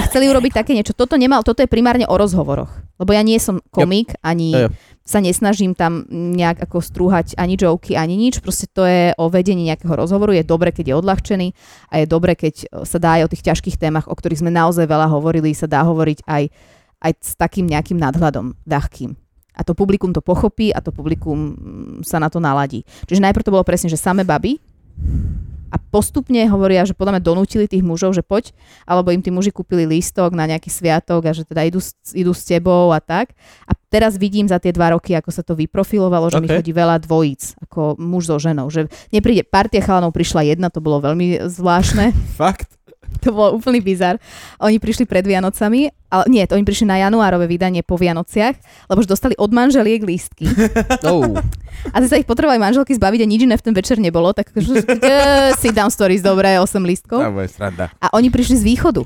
Speaker 3: chceli urobiť také niečo. Toto nemal, toto je primárne o rozhovoroch. Lebo ja nie som komik, ani
Speaker 4: Jo, jo.
Speaker 3: sa nesnažím tam nejak ako strúhať ani joky, ani nič. Proste to je o vedení nejakého rozhovoru. Je dobre, keď je odľahčený a je dobre, keď eh, sa dá aj o tých ťažkých témach, o ktorých sme naozaj veľa hovorili, sa dá hovoriť aj aj s takým nejakým nadhľadom ľahkým. A to publikum to pochopí a to publikum mm, sa na to naladí. Čiže najprv to bolo presne, že same baby a postupne hovoria, že podľa mňa donútili tých mužov, že poď, alebo im tí muži kúpili lístok na nejaký sviatok a že teda idú, s- idú s tebou a tak. A teraz vidím za tie dva roky, ako sa to vyprofilovalo, že okay. mi
Speaker 4: Ok.
Speaker 3: chodí veľa dvojíc, ako muž so ženou. Že nepríde, partia chalanov prišla jedna, to bolo veľmi zvláštne.
Speaker 2: Fakt?
Speaker 3: To bol úplný bizar. Oni prišli pred Vianocami, ale nie, to oni prišli na januárové vydanie po Vianociach, lebo už dostali od manželiek lístky.
Speaker 4: Oh.
Speaker 3: A si sa ich potrebovali manželky zbaviť a nič iné v ten večer nebolo, tak akože, eh, sit down stories, dobré, 8 lístkov.
Speaker 2: To je sranda.
Speaker 3: A oni prišli z východu.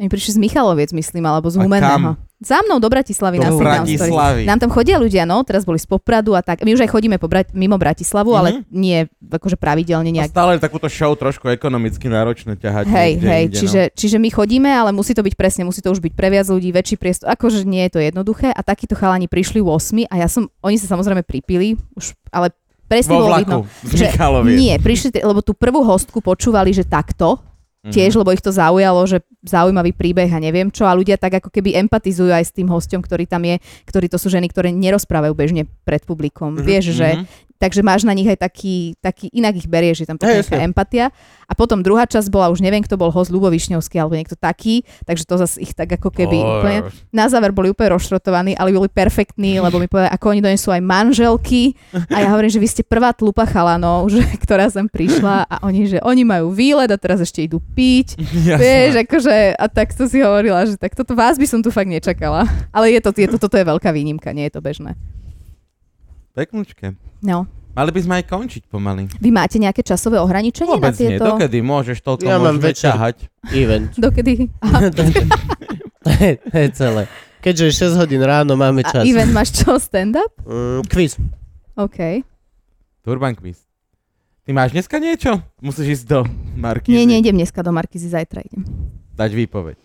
Speaker 3: Oni prišli z Michaloviec, myslím, alebo z
Speaker 2: A
Speaker 3: Humenného. Za mnou do Bratislavy
Speaker 2: Do
Speaker 3: na sit down stories.
Speaker 2: Bratislavy.
Speaker 3: Nám tam chodia ľudia, no, teraz boli z Popradu a tak. My už aj chodíme po Brat- mimo
Speaker 2: Mhm.
Speaker 3: Bratislavu, ale nie akože pravidelne
Speaker 2: A
Speaker 3: nejak
Speaker 2: stále je takúto show trošku ekonomicky náročné ťahať.
Speaker 3: Hej,
Speaker 2: niekde
Speaker 3: hej,
Speaker 2: inde, no.
Speaker 3: čiže, čiže my chodíme, ale musí to byť presne, musí to už byť pre viac ľudí, väčší priestor, akože nie je to jednoduché a takíto chalani prišli u 8 a ja som, oni sa samozrejme pripili, už, ale
Speaker 2: Vo
Speaker 3: presne bolo
Speaker 2: vlaku
Speaker 3: vidno,
Speaker 2: z Michaloviec.
Speaker 3: nie, prišli, tie- lebo tú prvú hostku počúvali, že takto,
Speaker 2: Mhm.
Speaker 3: tiež, lebo ich to zaujalo, že zaujímavý príbeh a neviem čo a ľudia tak ako keby empatizujú aj s tým hostom, ktorý tam je, ktorí to sú ženy, ktoré nerozprávajú bežne pred publikom.
Speaker 2: Mhm,
Speaker 3: Mm-hmm. Vieš, že Takže máš na nich aj taký, taký inak ich berieš, že tam
Speaker 4: Hej,
Speaker 3: hey, nejaká empatia. A potom druhá časť bola, už neviem, kto bol host, Ľubo Višňovský alebo niekto taký, takže to zase ich tak ako keby
Speaker 2: Oh.
Speaker 3: úplne... Na záver boli úplne rozšrotovaní, ale boli perfektní, lebo mi povedali, ako oni donesú aj manželky. A ja hovorím, že vy ste prvá tlupa chalanov, že, ktorá sem prišla a oni, že oni majú výlet a teraz ešte idú piť.
Speaker 2: Jasné.
Speaker 3: Vieš, akože, a tak to si hovorila, že tak toto vás by som tu fakt nečakala. Ale je to, je to, toto je veľká výnimka, nie je to bežné.
Speaker 2: Peknúčke.
Speaker 3: No.
Speaker 2: Mali by sme aj končiť pomaly.
Speaker 3: Vy máte nejaké časové ohraničenie
Speaker 2: Vôbec
Speaker 3: na
Speaker 2: nie.
Speaker 3: tieto?
Speaker 2: Dokedy môžeš toľko
Speaker 4: Ja mám
Speaker 2: môžeme
Speaker 4: večer.
Speaker 2: ťahať.
Speaker 4: Event.
Speaker 3: Dokedy? Aha,
Speaker 4: to, je, to je celé. Keďže je 6 hodín ráno, máme
Speaker 3: a
Speaker 4: čas.
Speaker 3: event máš čo? Stand-up?
Speaker 4: Mm, quiz.
Speaker 3: OK.
Speaker 2: Turban quiz. Ty máš dneska niečo? Musíš ísť do Marky.
Speaker 3: Nie, nie, idem dneska do Markizy, zajtra idem.
Speaker 2: Dať výpoveď.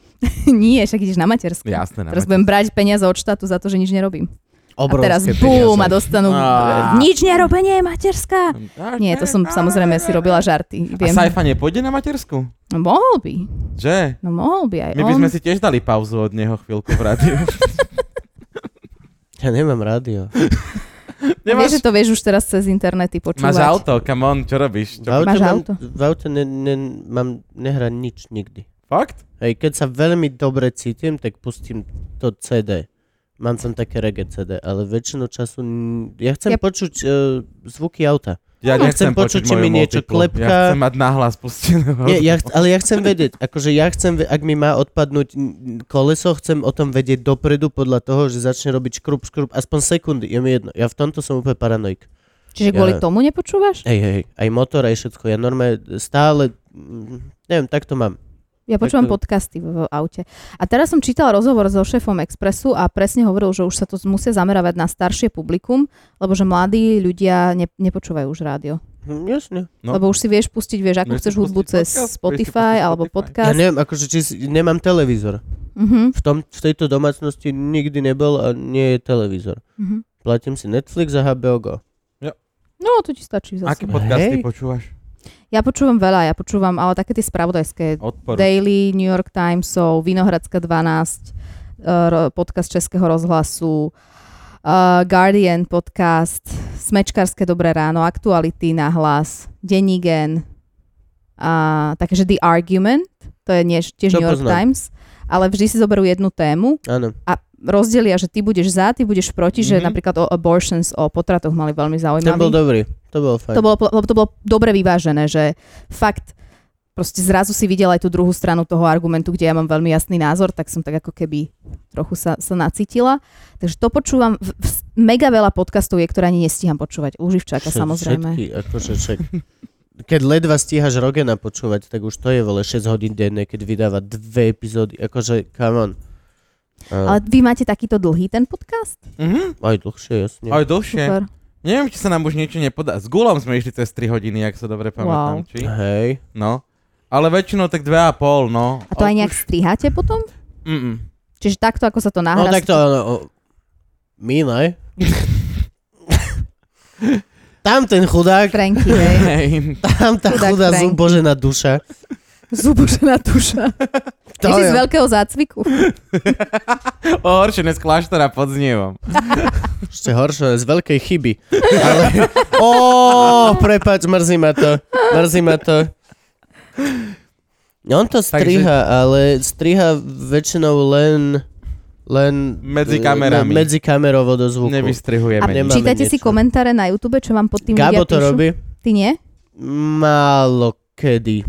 Speaker 3: Nie, však ideš na materskú.
Speaker 2: Jasné.
Speaker 3: Teraz budem brať peniaze od štátu za to, že nič nerobím. a
Speaker 4: Obrovské
Speaker 3: teraz
Speaker 4: peniaze.
Speaker 3: bum a dostanú
Speaker 2: Á.
Speaker 3: nič nerobenie, materská. Nie, to som samozrejme si robila žarty.
Speaker 2: A
Speaker 3: Viem.
Speaker 2: Saifa nepôjde na matersku?
Speaker 3: No, mohol by.
Speaker 2: Že?
Speaker 3: No mohol by aj
Speaker 2: My by
Speaker 3: on.
Speaker 2: sme si tiež dali pauzu od neho chvíľku v rádiu.
Speaker 4: Ja nemám rádio.
Speaker 3: Vieš, že
Speaker 2: Nemáš,
Speaker 3: to vieš už teraz cez internety počúvať.
Speaker 2: máš auto, come on, čo robíš?
Speaker 4: V
Speaker 2: Čo,
Speaker 4: aute,
Speaker 3: Máš
Speaker 4: mám,
Speaker 3: auto?
Speaker 4: V aute ne, ne, mám, nehra nič nikdy.
Speaker 2: fakt?
Speaker 4: Hej, keď sa veľmi dobre cítim, tak pustím to CD. Mám tam také reggae CD, ale väčšinu času... n- Ja chcem
Speaker 3: Ja-
Speaker 4: počuť uh, zvuky auta.
Speaker 2: Ja
Speaker 4: Áno,
Speaker 2: nechcem
Speaker 4: chcem počuť,
Speaker 2: počuť
Speaker 4: či mi
Speaker 2: moju
Speaker 4: niečo
Speaker 2: multiplu.
Speaker 4: klepká.
Speaker 2: Ja chcem mať nahlas pustené.
Speaker 4: Nie, ja, chc- ale ja chcem vedieť, akože ja chcem, ve- ak mi má odpadnúť n- koleso, chcem o tom vedieť dopredu podľa toho, že začne robiť škrup, škrup, aspoň sekundy, je mi jedno. Ja v tomto som úplne paranoik.
Speaker 3: Čiže kvôli
Speaker 4: Ja-
Speaker 3: tomu nepočúvaš?
Speaker 4: Hej, hej, hej, aj motor, aj všetko, ja normálne stále, mm, neviem, tak to mám.
Speaker 3: Ja počúvam
Speaker 4: to-
Speaker 3: podcasty v, v aute. A teraz som čítala rozhovor so šéfom Expressu a presne hovoril, že už sa to musia zameravať na staršie publikum, lebo že mladí ľudia ne, nepočúvajú už rádio.
Speaker 4: Hm, jasne.
Speaker 2: No.
Speaker 3: No. Lebo už si vieš pustiť, vieš,
Speaker 2: Vieš
Speaker 3: akú
Speaker 2: si
Speaker 3: chceš
Speaker 2: pustiť
Speaker 3: hudbu cez
Speaker 2: podcast, vieš si
Speaker 3: Spotify
Speaker 2: pustiť
Speaker 3: alebo
Speaker 2: Spotify.
Speaker 4: Ja
Speaker 3: podcast.
Speaker 4: neviem, akože či si- nemám televízor.
Speaker 3: Mhm,
Speaker 4: V, tom, v tejto domácnosti nikdy nebol a nie je televízor.
Speaker 3: mhm.
Speaker 4: Platím si Netflix a HBO Go.
Speaker 3: No, to ti stačí zase.
Speaker 2: Aké podcasty
Speaker 4: Hej.
Speaker 2: počúvaš?
Speaker 3: Ja počúvam veľa, ja počúvam, ale také tie spravodajské.
Speaker 2: Odpor.
Speaker 3: Daily, New York Timesov, Vinohradska 12, eh, ro- podcast Českého rozhlasu, eh, Guardian podcast, Smečkarské dobré ráno, Aktuality na hlas, Denigen, a takže The Argument, to je nie,
Speaker 4: To
Speaker 3: tiež New York
Speaker 4: poznám.
Speaker 3: Times, ale vždy si zoberú jednu tému
Speaker 4: Áno.
Speaker 3: a rozdelia, že ty budeš za, ty budeš proti, mm-hmm. že
Speaker 2: Mhm.
Speaker 3: napríklad o abortions, o potratoch mali veľmi zaujímavý.
Speaker 4: Ten bol dobrý. To bol fajn.
Speaker 3: To bolo, lebo to bolo dobre vyvážené, že fakt proste zrazu si videl aj tú druhú stranu toho argumentu, kde ja mám veľmi jasný názor, tak som tak ako keby trochu sa, sa nacítila. Takže to počúvam. V, v, mega veľa podcastov je, ktoré ani nestíham počúvať. Úživčáka
Speaker 4: Všet-
Speaker 3: samozrejme.
Speaker 4: Všetky, akože však. Keď ledva stíhaš Rogena počúvať, tak už to je vole 6 hodín denne, keď vydáva dve epizódy. Akože, come on. A,
Speaker 3: Ale vy máte takýto dlhý ten podcast?
Speaker 2: Mhm.
Speaker 4: aj dlhšie, jasne.
Speaker 2: Aj dlhšie.
Speaker 3: Super.
Speaker 2: Neviem, či sa nám už niečo nepodá. S Gulom sme išli cez 3 hodiny, ak sa dobre pamätám.
Speaker 3: Wow.
Speaker 2: Či?
Speaker 4: Hej.
Speaker 2: No. Ale väčšinou tak 2,5, no.
Speaker 3: A to aj nejak striháte potom?
Speaker 2: Mm-mm.
Speaker 3: Čiže takto, ako sa to
Speaker 4: No
Speaker 3: nahrá.
Speaker 4: tak to... No, o, my, ne? tam ten chudák,
Speaker 3: Franky, hej.
Speaker 2: Hej.
Speaker 4: tam tá
Speaker 3: Chudák
Speaker 4: chudá
Speaker 3: Frank.
Speaker 4: zubožená duša.
Speaker 3: Zubožená tuša. Ty si z veľkého zácviku.
Speaker 2: Ohoršené z kláštora pod znievom.
Speaker 4: Ešte horšie, z veľkej chyby. Ale... Ó, prepač, mrzí ma to. Mrzí ma to. On to striha, ale striha väčšinou len... Len...
Speaker 2: Medzi
Speaker 4: e,
Speaker 2: kamerami.
Speaker 4: na- Medzi kamerovo do zvuku.
Speaker 3: A
Speaker 2: Nevystrihujeme.
Speaker 4: Nemáme
Speaker 2: nič.
Speaker 3: čítate si
Speaker 4: niečo.
Speaker 3: komentáre na YouTube, čo vám pod tým
Speaker 4: Gabo
Speaker 3: ľudia
Speaker 4: to
Speaker 3: píšu?
Speaker 4: robí
Speaker 3: Ty nie?
Speaker 4: málo kedy.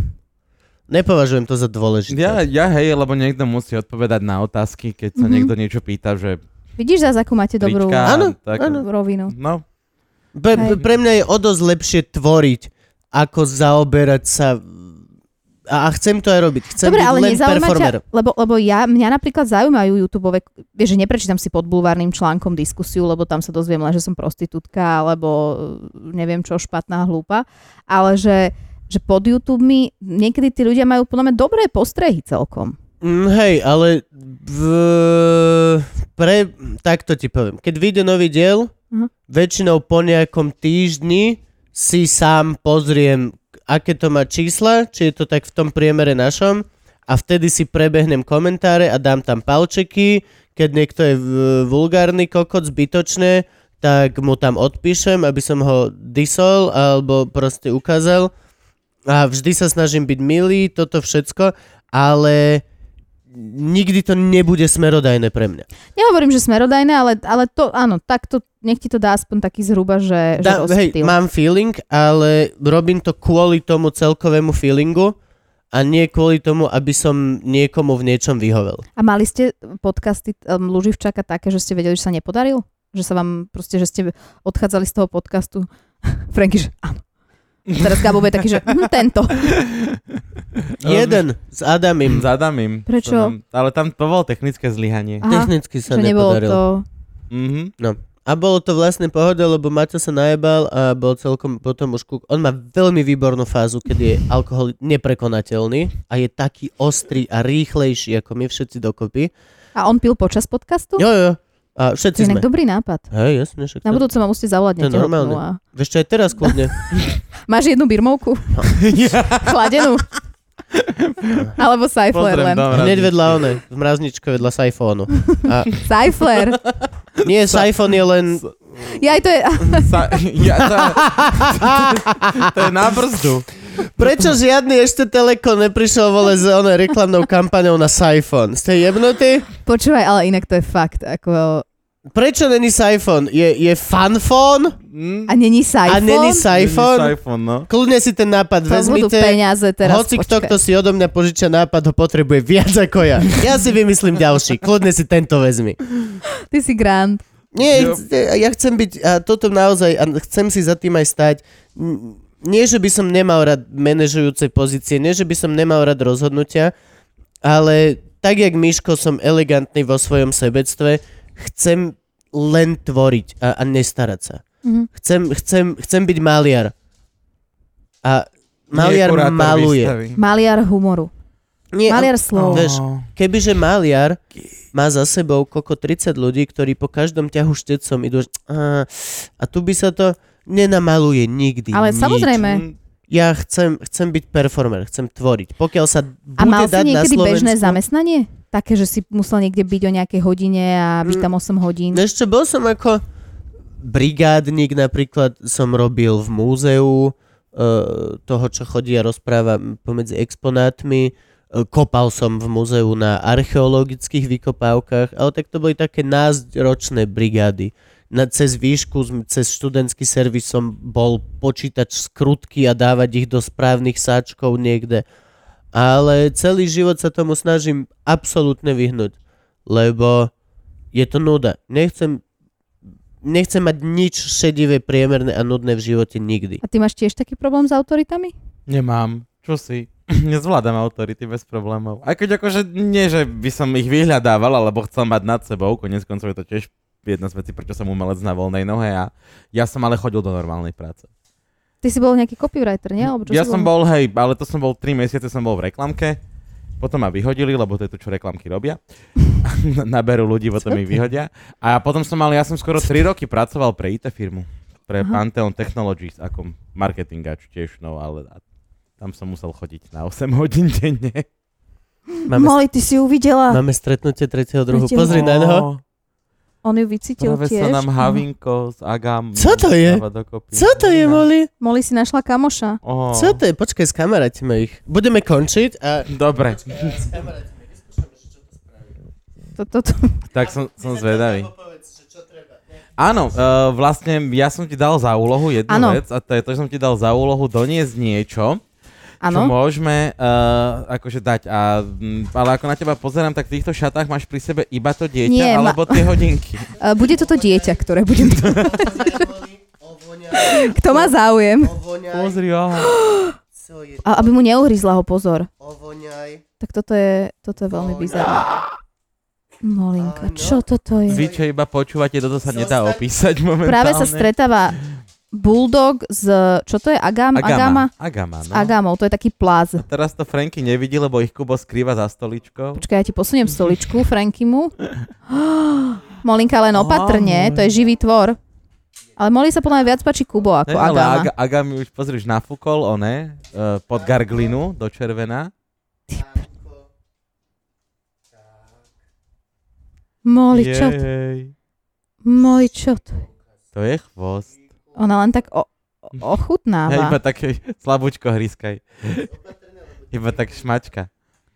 Speaker 4: Nepovažujem to za dôležité.
Speaker 2: Ja, ja hej, lebo niekto musí odpovedať na otázky, keď sa
Speaker 3: Mhm.
Speaker 2: niekto niečo pýta, že
Speaker 3: Vidíš zás, akú máte dobrú
Speaker 2: trička,
Speaker 4: Áno,
Speaker 2: tak,
Speaker 4: áno.
Speaker 3: rovinu.
Speaker 2: No,
Speaker 4: Pre,
Speaker 3: Hej.
Speaker 4: pre mňa je o dosť lepšie tvoriť, ako zaoberať sa... A, a chcem to aj robiť. Chcem
Speaker 3: Dobre,
Speaker 4: byť
Speaker 3: ale
Speaker 4: len
Speaker 3: nezaujíma ťa,
Speaker 4: performer.
Speaker 3: lebo, lebo ja, mňa napríklad zaujímajú YouTube, vieš, že neprečítam si pod bulvárnym článkom diskusiu, lebo tam sa dozviem len, že som prostitútka, alebo eh, neviem čo, špatná hlúpa, ale že, že pod YouTube mi niekedy tí ľudia majú podľa mňa dobré postrehy celkom.
Speaker 4: Mm, hej, ale... V, pre, tak to ti poviem. Keď vyjde nový diel,
Speaker 3: Mhm.
Speaker 4: väčšinou po nejakom týždni si sám pozriem, aké to má čísla, či je to tak v tom priemere našom a vtedy si prebehnem komentáre a dám tam palčeky. Keď niekto je v- vulgárny, kokot, zbytočné, tak mu tam odpíšem, aby som ho disol alebo proste ukázal. A vždy sa snažím byť milý, toto všetko, ale nikdy to nebude smerodajné pre mňa.
Speaker 3: Nehovorím, že smerodajné, ale, ale to, áno, tak to, nech ti to dá aspoň taký zhruba, že, že
Speaker 4: Dá, hej,
Speaker 3: rozptýl.
Speaker 4: mám feeling, ale robím to kvôli tomu celkovému feelingu a nie kvôli tomu, aby som niekomu v niečom vyhovel.
Speaker 3: A mali ste podcasty um, Luživčaka také, že ste vedeli, že sa nepodaril? Že sa vám proste, že ste odchádzali z toho podcastu? Franky, že áno. Teraz Gabo bude taký, že hm, tento.
Speaker 4: Jeden s Adamim.
Speaker 2: zadám im.
Speaker 3: Prečo?
Speaker 2: To nám- Ale tam to bolo technické zlyhanie.
Speaker 3: Aha,
Speaker 4: Technicky sa
Speaker 3: že nebolo
Speaker 4: nepodarilo.
Speaker 3: to...
Speaker 2: Mhm.
Speaker 4: A bolo to vlastne pohoda, lebo Maťo sa najebal a bol celkom potom už kúk. On má veľmi výbornú fázu, kedy je alkohol neprekonateľný a je taký ostrý a rýchlejší ako my všetci dokopy.
Speaker 3: A on pil počas podcastu?
Speaker 4: Jo, jo. A
Speaker 3: to je
Speaker 4: všetci sme.
Speaker 3: inak dobrý nápad.
Speaker 4: Hej, jasne, však
Speaker 3: Na
Speaker 4: to-
Speaker 3: budúce ma musíte zavolať,
Speaker 4: To je
Speaker 3: nech ťa
Speaker 4: normálne.
Speaker 3: hopnú a-
Speaker 4: Vieš čo, aj teraz kľudne.
Speaker 3: Máš jednu birmovku?
Speaker 4: No.
Speaker 3: Chladenú? Alebo Cyfler
Speaker 2: Pozriem,
Speaker 3: len.
Speaker 2: dám
Speaker 4: Hneď
Speaker 2: radičky.
Speaker 4: vedľa one, v mrazničke vedľa sajfónu.
Speaker 3: Cyfler.
Speaker 4: Nie, sajfón je len...
Speaker 3: Ja aj to je... ah,
Speaker 2: Sa, ja, to, to je na brzdu.
Speaker 4: Prečo žiadny ešte teleko neprišiel vole s onej reklamnou kampaňou na sajfón? Ste jebnutí?
Speaker 3: Počúvaj, ale inak to je fakt. Ako...
Speaker 4: Prečo není sajfón? Je, je fanfón
Speaker 2: Mm,
Speaker 3: A není
Speaker 4: a
Speaker 3: Cyfon?
Speaker 4: není sajfón?
Speaker 2: iPhone, no.
Speaker 4: Kľudne si ten nápad
Speaker 3: To budú
Speaker 4: vezmite.
Speaker 3: peniaze teraz.
Speaker 4: Hoci kto,
Speaker 3: počkaj.
Speaker 4: kto si odo mňa požičia nápad, ho potrebuje viac ako ja. Ja si vymyslím ďalší. Kľudne si tento vezmi.
Speaker 3: Ty si grand.
Speaker 4: Nie,
Speaker 2: Jo.
Speaker 4: chc- ja chcem byť, a toto naozaj, a chcem si za tým aj stať. N- Nie, že by som nemal rád manažujúce pozície, nie, že by som nemal rád rozhodnutia, ale tak, jak Miško, som elegantný vo svojom sebectve, chcem len tvoriť a, a nestarať sa.
Speaker 3: Mhm.
Speaker 4: Chcem, chcem, chcem byť maliar. A maliar
Speaker 2: Nie, kurátor
Speaker 4: maluje.
Speaker 2: výstavy.
Speaker 3: Maliar humoru.
Speaker 4: Nie, a-
Speaker 3: Maliar slov.
Speaker 4: Vieš,
Speaker 2: No.
Speaker 4: Kebyže maliar má za sebou koko 30 ľudí, ktorí po každom ťahu štecom idú až, a, a tu by sa to nenamaluje nikdy.
Speaker 3: Ale
Speaker 4: nič.
Speaker 2: Hm?
Speaker 3: samozrejme.
Speaker 4: Ja chcem, chcem byť performer, chcem tvoriť. Pokiaľ sa bude
Speaker 3: A
Speaker 4: dať
Speaker 3: mal si
Speaker 4: na
Speaker 3: niekedy
Speaker 4: Slovensku...
Speaker 3: bežné zamestnanie? Také, že si musel niekde byť o nejakej hodine a
Speaker 4: Mm.
Speaker 3: byť tam 8 hodín.
Speaker 4: Ešte bol som ako brigádnik napríklad som robil v múzeu e, toho, čo chodí a rozpráva pomedzi exponátmi. E, kopal som v múzeu na archeologických vykopávkach, ale tak to boli také názročné brigády. Na, cez výšku, sme- cez študentský servis som bol počítať skrutky a dávať ich do správnych sáčkov niekde. Ale celý život sa tomu snažím absolútne vyhnúť, lebo je to nuda. Nechcem, nechcem mať nič šedivé, priemerné a nudné v živote nikdy.
Speaker 3: A ty máš tiež taký problém s autoritami?
Speaker 2: Nemám. Čo si? Nezvládam autority bez problémov. Aj keď akože nie, že by som ich vyhľadával, alebo chcel mať nad sebou, konec koncov je to tiež jedna z vecí, prečo som umelec na voľnej nohe a ja som ale chodil do normálnej práce.
Speaker 3: Ty si bol nejaký copywriter, nie? Alebo čo
Speaker 2: ja
Speaker 3: si
Speaker 2: som bol, hej, ale to som bol 3 mesiace, som bol v reklamke, potom ma vyhodili, lebo to je to, čo reklamky robia. Naberú ľudí, potom ich vyhodia. A potom som mal, ja som skoro 3 roky pracoval pre IT firmu, pre
Speaker 3: Aha.
Speaker 2: Pantheon Technologies ako marketingač tiež, no ale Tam som musel chodiť na 8 hodín denne.
Speaker 4: Máme,
Speaker 3: Moli, ty si ju videla.
Speaker 4: máme stretnutie tretieho druhu.
Speaker 3: Tretieho.
Speaker 4: Pozri na neho.
Speaker 3: On ju vycítil
Speaker 2: Práve
Speaker 3: tiež.
Speaker 2: sa nám Havinko s Agam
Speaker 4: Co to je?
Speaker 2: dáva dokopy.
Speaker 4: Co to je, Moli?
Speaker 3: Moli si našla kamoša.
Speaker 2: Oh.
Speaker 4: Co to je? Počkaj, skamarátime ich. Budeme končiť a...
Speaker 2: Dobre,
Speaker 3: Toto, to,
Speaker 2: tak som, som zvedavý. Áno, uh, vlastne ja som ti dal za úlohu jednu
Speaker 3: Áno.
Speaker 2: vec a to je to, že som ti dal za úlohu doniesť niečo, čo
Speaker 3: áno.
Speaker 2: môžeme uh, akože dať. A, mm, ale ako na teba pozerám, tak v týchto šatách máš pri sebe iba to dieťa
Speaker 3: Nie, ma-
Speaker 2: alebo tie hodinky.
Speaker 3: E, Bude toto dieťa, ktoré budem... Kto má záujem?
Speaker 2: Pozri, aha.
Speaker 3: A aby mu neuhryzla ho, pozor.
Speaker 4: Ovoňaj.
Speaker 3: Tak toto je, toto je veľmi bizarné. Molinka, čo toto je?
Speaker 2: Vy, čo iba počúvate, toto sa nedá opísať momentálne.
Speaker 3: Práve sa stretáva bulldog s... Čo to je? Agam? Agama?
Speaker 2: Agama. Agama, no.
Speaker 3: S Agamou, to je taký pláz.
Speaker 2: Teraz to Franky nevidí, lebo ich Kubo skrýva za stoličkou.
Speaker 3: Počkaj, ja ti posuniem stoličku, Frankimu. Molinka len opatrne, to je živý tvor. Ale Moli sa podľa mňa viac páči Kubo ako
Speaker 2: Ne, ale
Speaker 3: Agama.
Speaker 2: Aga, Agami už pozri, už nafúkol, one, uh, pod garglinu, do červená.
Speaker 3: Moli, čo? to-
Speaker 2: Jej.
Speaker 3: Moli, čo? to je?
Speaker 2: To je chvost.
Speaker 3: Ona len tak o, o-
Speaker 2: Hej, iba
Speaker 3: ochutnáva.
Speaker 2: také slabúčko hryskaj. iba tak šmačka.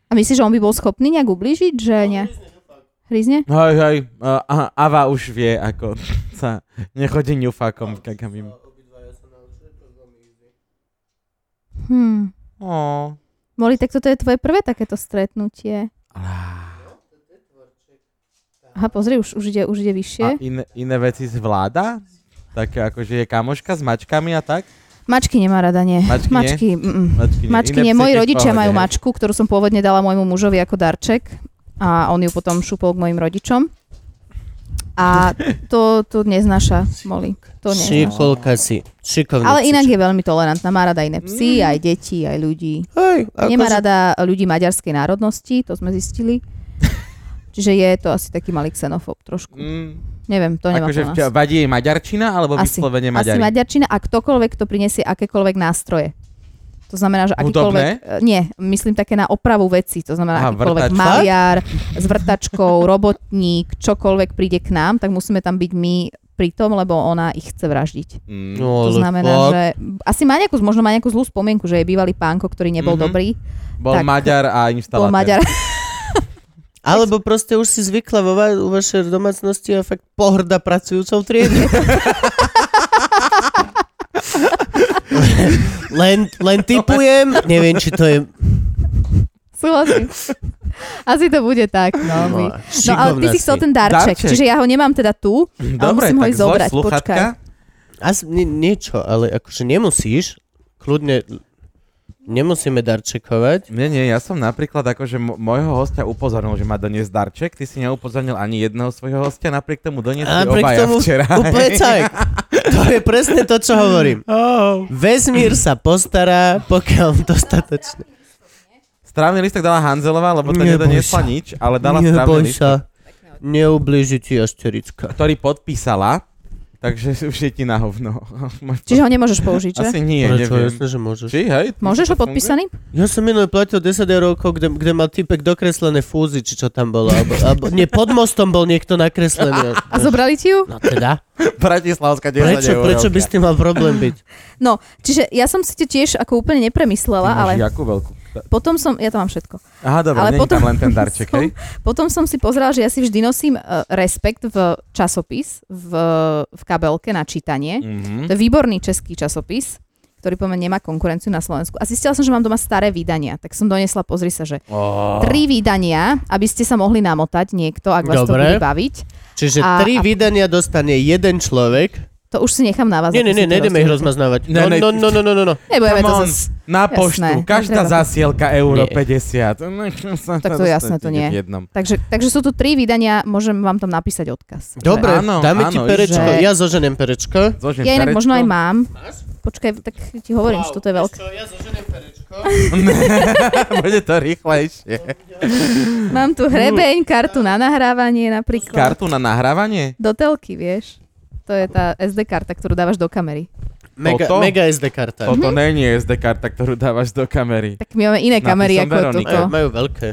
Speaker 3: A myslíš, že on by bol schopný nejak ublížiť, že nie? Hryzne?
Speaker 2: Hej, hej, uh, aha, Ava už vie, ako sa nechodí ňufákom k Agamim.
Speaker 3: Hm.
Speaker 2: Oh.
Speaker 3: Moli, tak toto je tvoje prvé takéto stretnutie. Aha, pozri, už, už, ide, už ide vyššie.
Speaker 2: A iné, iné veci zvláda? Také akože je kamoška s mačkami a tak?
Speaker 3: Mačky nemá rada, nie.
Speaker 2: Mačky nie?
Speaker 3: Mačky, mm,
Speaker 2: Mačky nie.
Speaker 3: Mačky
Speaker 2: Iné
Speaker 3: nie, moji
Speaker 2: psíky v
Speaker 3: rodičia
Speaker 2: pohode,
Speaker 3: majú
Speaker 2: hej.
Speaker 3: mačku, ktorú som pôvodne dala môjmu mužovi ako darček a on ju potom šupol k mojim rodičom. A to, to neznáša Molly. To neznáša.
Speaker 4: Šikolka si. Šikovnica.
Speaker 3: Ale inak je veľmi tolerantná. Má rada iné
Speaker 2: Mm.
Speaker 3: psy, aj deti, aj ľudí.
Speaker 4: Hej, ako
Speaker 3: Nemá
Speaker 4: že-
Speaker 3: rada ľudí maďarskej národnosti, to sme zistili. Čiže je to asi taký malý xenofób trošku.
Speaker 2: Mm,
Speaker 3: Neviem, to nemá
Speaker 2: akože
Speaker 3: po nás.
Speaker 2: vťa- vadí jej maďarčina alebo
Speaker 3: Asi,
Speaker 2: vyslovene
Speaker 3: asi
Speaker 2: maďari?
Speaker 3: maďarčina a ktokoľvek, kto prinesie akékoľvek nástroje. To znamená, že akýkoľvek... e, Nie, myslím také na opravu veci. To znamená,
Speaker 2: Aha,
Speaker 3: akýkoľvek
Speaker 2: vrtač.
Speaker 3: maliar, s vrtačkou, robotník, čokoľvek príde k nám, tak musíme tam byť my pritom, lebo ona ich chce vraždiť.
Speaker 2: Mm.
Speaker 4: No,
Speaker 3: To
Speaker 4: ale
Speaker 3: znamená,
Speaker 4: fakt.
Speaker 3: že asi má nejakú, možno má nejakú zlú spomienku, že je bývalý pánko, ktorý nebol
Speaker 2: Mhm.
Speaker 3: dobrý,
Speaker 2: Bol
Speaker 3: Tak.
Speaker 2: Maďar a inštalátor.
Speaker 3: bol Maďar.
Speaker 4: Alebo proste už si zvykla vo, va- u vašej domácnosti a fakt pohrda pracujúcou triedou. len, len typujem,
Speaker 2: No,
Speaker 4: neviem, či to je
Speaker 3: Súhlasím. Asi to bude tak. No, my. no ale
Speaker 4: šikovná
Speaker 3: ty si chcel
Speaker 4: si.
Speaker 3: ten darček,
Speaker 2: Darček.
Speaker 3: čiže ja ho nemám teda tu, ale
Speaker 2: Dobre,
Speaker 3: musím ho
Speaker 2: tak
Speaker 3: ísť
Speaker 2: zlož
Speaker 3: zobrať.
Speaker 2: sluchatka.
Speaker 3: Počkaj.
Speaker 4: Asi, nie, niečo, ale akože nemusíš, kľudne nemusíme darčekovať.
Speaker 2: Nie, nie, ja som napríklad akože m- môjho hostia upozornil, že má doniesť darček, ty si neupozornil ani jedného svojho hostia, napriek tomu doniesli
Speaker 4: Napriek
Speaker 2: obaja
Speaker 4: tomu
Speaker 2: včera.
Speaker 4: úplne cajk. To je presne to, čo hovorím.
Speaker 2: Oh.
Speaker 4: Vesmír sa postará, pokiaľ dostatočne.
Speaker 2: Strávny listok dala Hanzelová, lebo to
Speaker 4: Neboj
Speaker 2: nedoniesla
Speaker 4: sa.
Speaker 2: nič, ale dala strávny
Speaker 4: Neboj
Speaker 2: listok,
Speaker 4: sa, neublíži ti asterická.
Speaker 2: ktorý podpísala, takže už je ti na hovno. Máš
Speaker 3: Čiže ho nemôžeš použiť, že?
Speaker 2: Asi nie,
Speaker 4: Prečo,
Speaker 2: neviem.
Speaker 4: jasne, že môžeš.
Speaker 2: Či, hej?
Speaker 3: Môžeš ho
Speaker 2: to funguje?
Speaker 3: podpísaný?
Speaker 4: Ja som minulý platil 10 eur, oko, kde, kde mal typek dokreslené fúzy, či čo tam bolo. Alebo, alebo, nie, pod mostom bol niekto nakreslený.
Speaker 3: A zobrali ti ju?
Speaker 4: No teda,
Speaker 2: Bratislavská 10
Speaker 4: prečo,
Speaker 2: eurovka.
Speaker 4: prečo by s tým mal problém byť?
Speaker 3: No, čiže ja som si to tiež ako úplne nepremyslela,
Speaker 2: Máš
Speaker 3: ale
Speaker 2: Jakú veľkú?
Speaker 3: potom som, ja to mám všetko.
Speaker 2: Aha, dobre,
Speaker 3: Ale
Speaker 2: nie je
Speaker 3: potom
Speaker 2: tam len ten darček,
Speaker 3: som-
Speaker 2: hej?
Speaker 3: Potom som si pozerala, že ja si vždy nosím eh, respekt v časopis, v, v kabelke na čítanie.
Speaker 2: Mhm.
Speaker 3: To je výborný český časopis, ktorý po mne nemá konkurenciu na Slovensku. A zistila som, že mám doma staré vydania, tak som donesla, pozri sa, že
Speaker 2: Ó.
Speaker 3: tri vydania, aby ste sa mohli namotať niekto, ak vás to
Speaker 4: Dobre.
Speaker 3: bude baviť.
Speaker 4: Čiže
Speaker 3: A-
Speaker 4: tri
Speaker 3: a-
Speaker 4: vydania dostane jeden človek.
Speaker 3: To už si nechám na vás.
Speaker 4: Nie, nie, nie,
Speaker 3: ako si to
Speaker 4: nejdeme ich
Speaker 3: rozdielite.
Speaker 4: rozmaznávať.
Speaker 2: Ne,
Speaker 4: No,
Speaker 2: ne.
Speaker 4: no, no, no, no, no, no.
Speaker 3: Nebudeme to
Speaker 2: Come on,
Speaker 3: zase
Speaker 2: na
Speaker 3: Jasné,
Speaker 2: poštu, každá
Speaker 3: netreba.
Speaker 2: zasielka euro
Speaker 4: Nie.
Speaker 2: 50. No, čo sa
Speaker 3: Tak to
Speaker 2: dostane,
Speaker 3: jasné, to
Speaker 2: ide
Speaker 3: nie.
Speaker 2: V jednom.
Speaker 3: Takže, takže sú tu tri vydania, môžem vám tam napísať odkaz.
Speaker 4: Dobre,
Speaker 2: Áno,
Speaker 4: dáme
Speaker 2: áno,
Speaker 4: ti perečko.
Speaker 3: že-
Speaker 4: Ja zoženiem perečko.
Speaker 2: Zložím
Speaker 3: Ja inak možno aj
Speaker 2: perečko.
Speaker 3: mám. Počkaj, tak ti hovorím, že toto je veľké.
Speaker 4: Ja zoženiem perečko.
Speaker 2: Bude to rýchlejšie.
Speaker 3: Mám tu hrebeň, kartu na nahrávanie napríklad.
Speaker 2: Kartu na nahrávanie?
Speaker 3: Do telky, vieš. To je tá SD karta, ktorú dávaš do kamery.
Speaker 4: Mega,
Speaker 2: Toto?
Speaker 4: mega SD karta.
Speaker 3: Mhm.
Speaker 2: Toto není SD karta, ktorú dávaš do kamery.
Speaker 3: Tak my máme iné
Speaker 2: Napísom
Speaker 3: kamery ako
Speaker 2: Veronika.
Speaker 3: toto.
Speaker 4: Majú, majú veľké.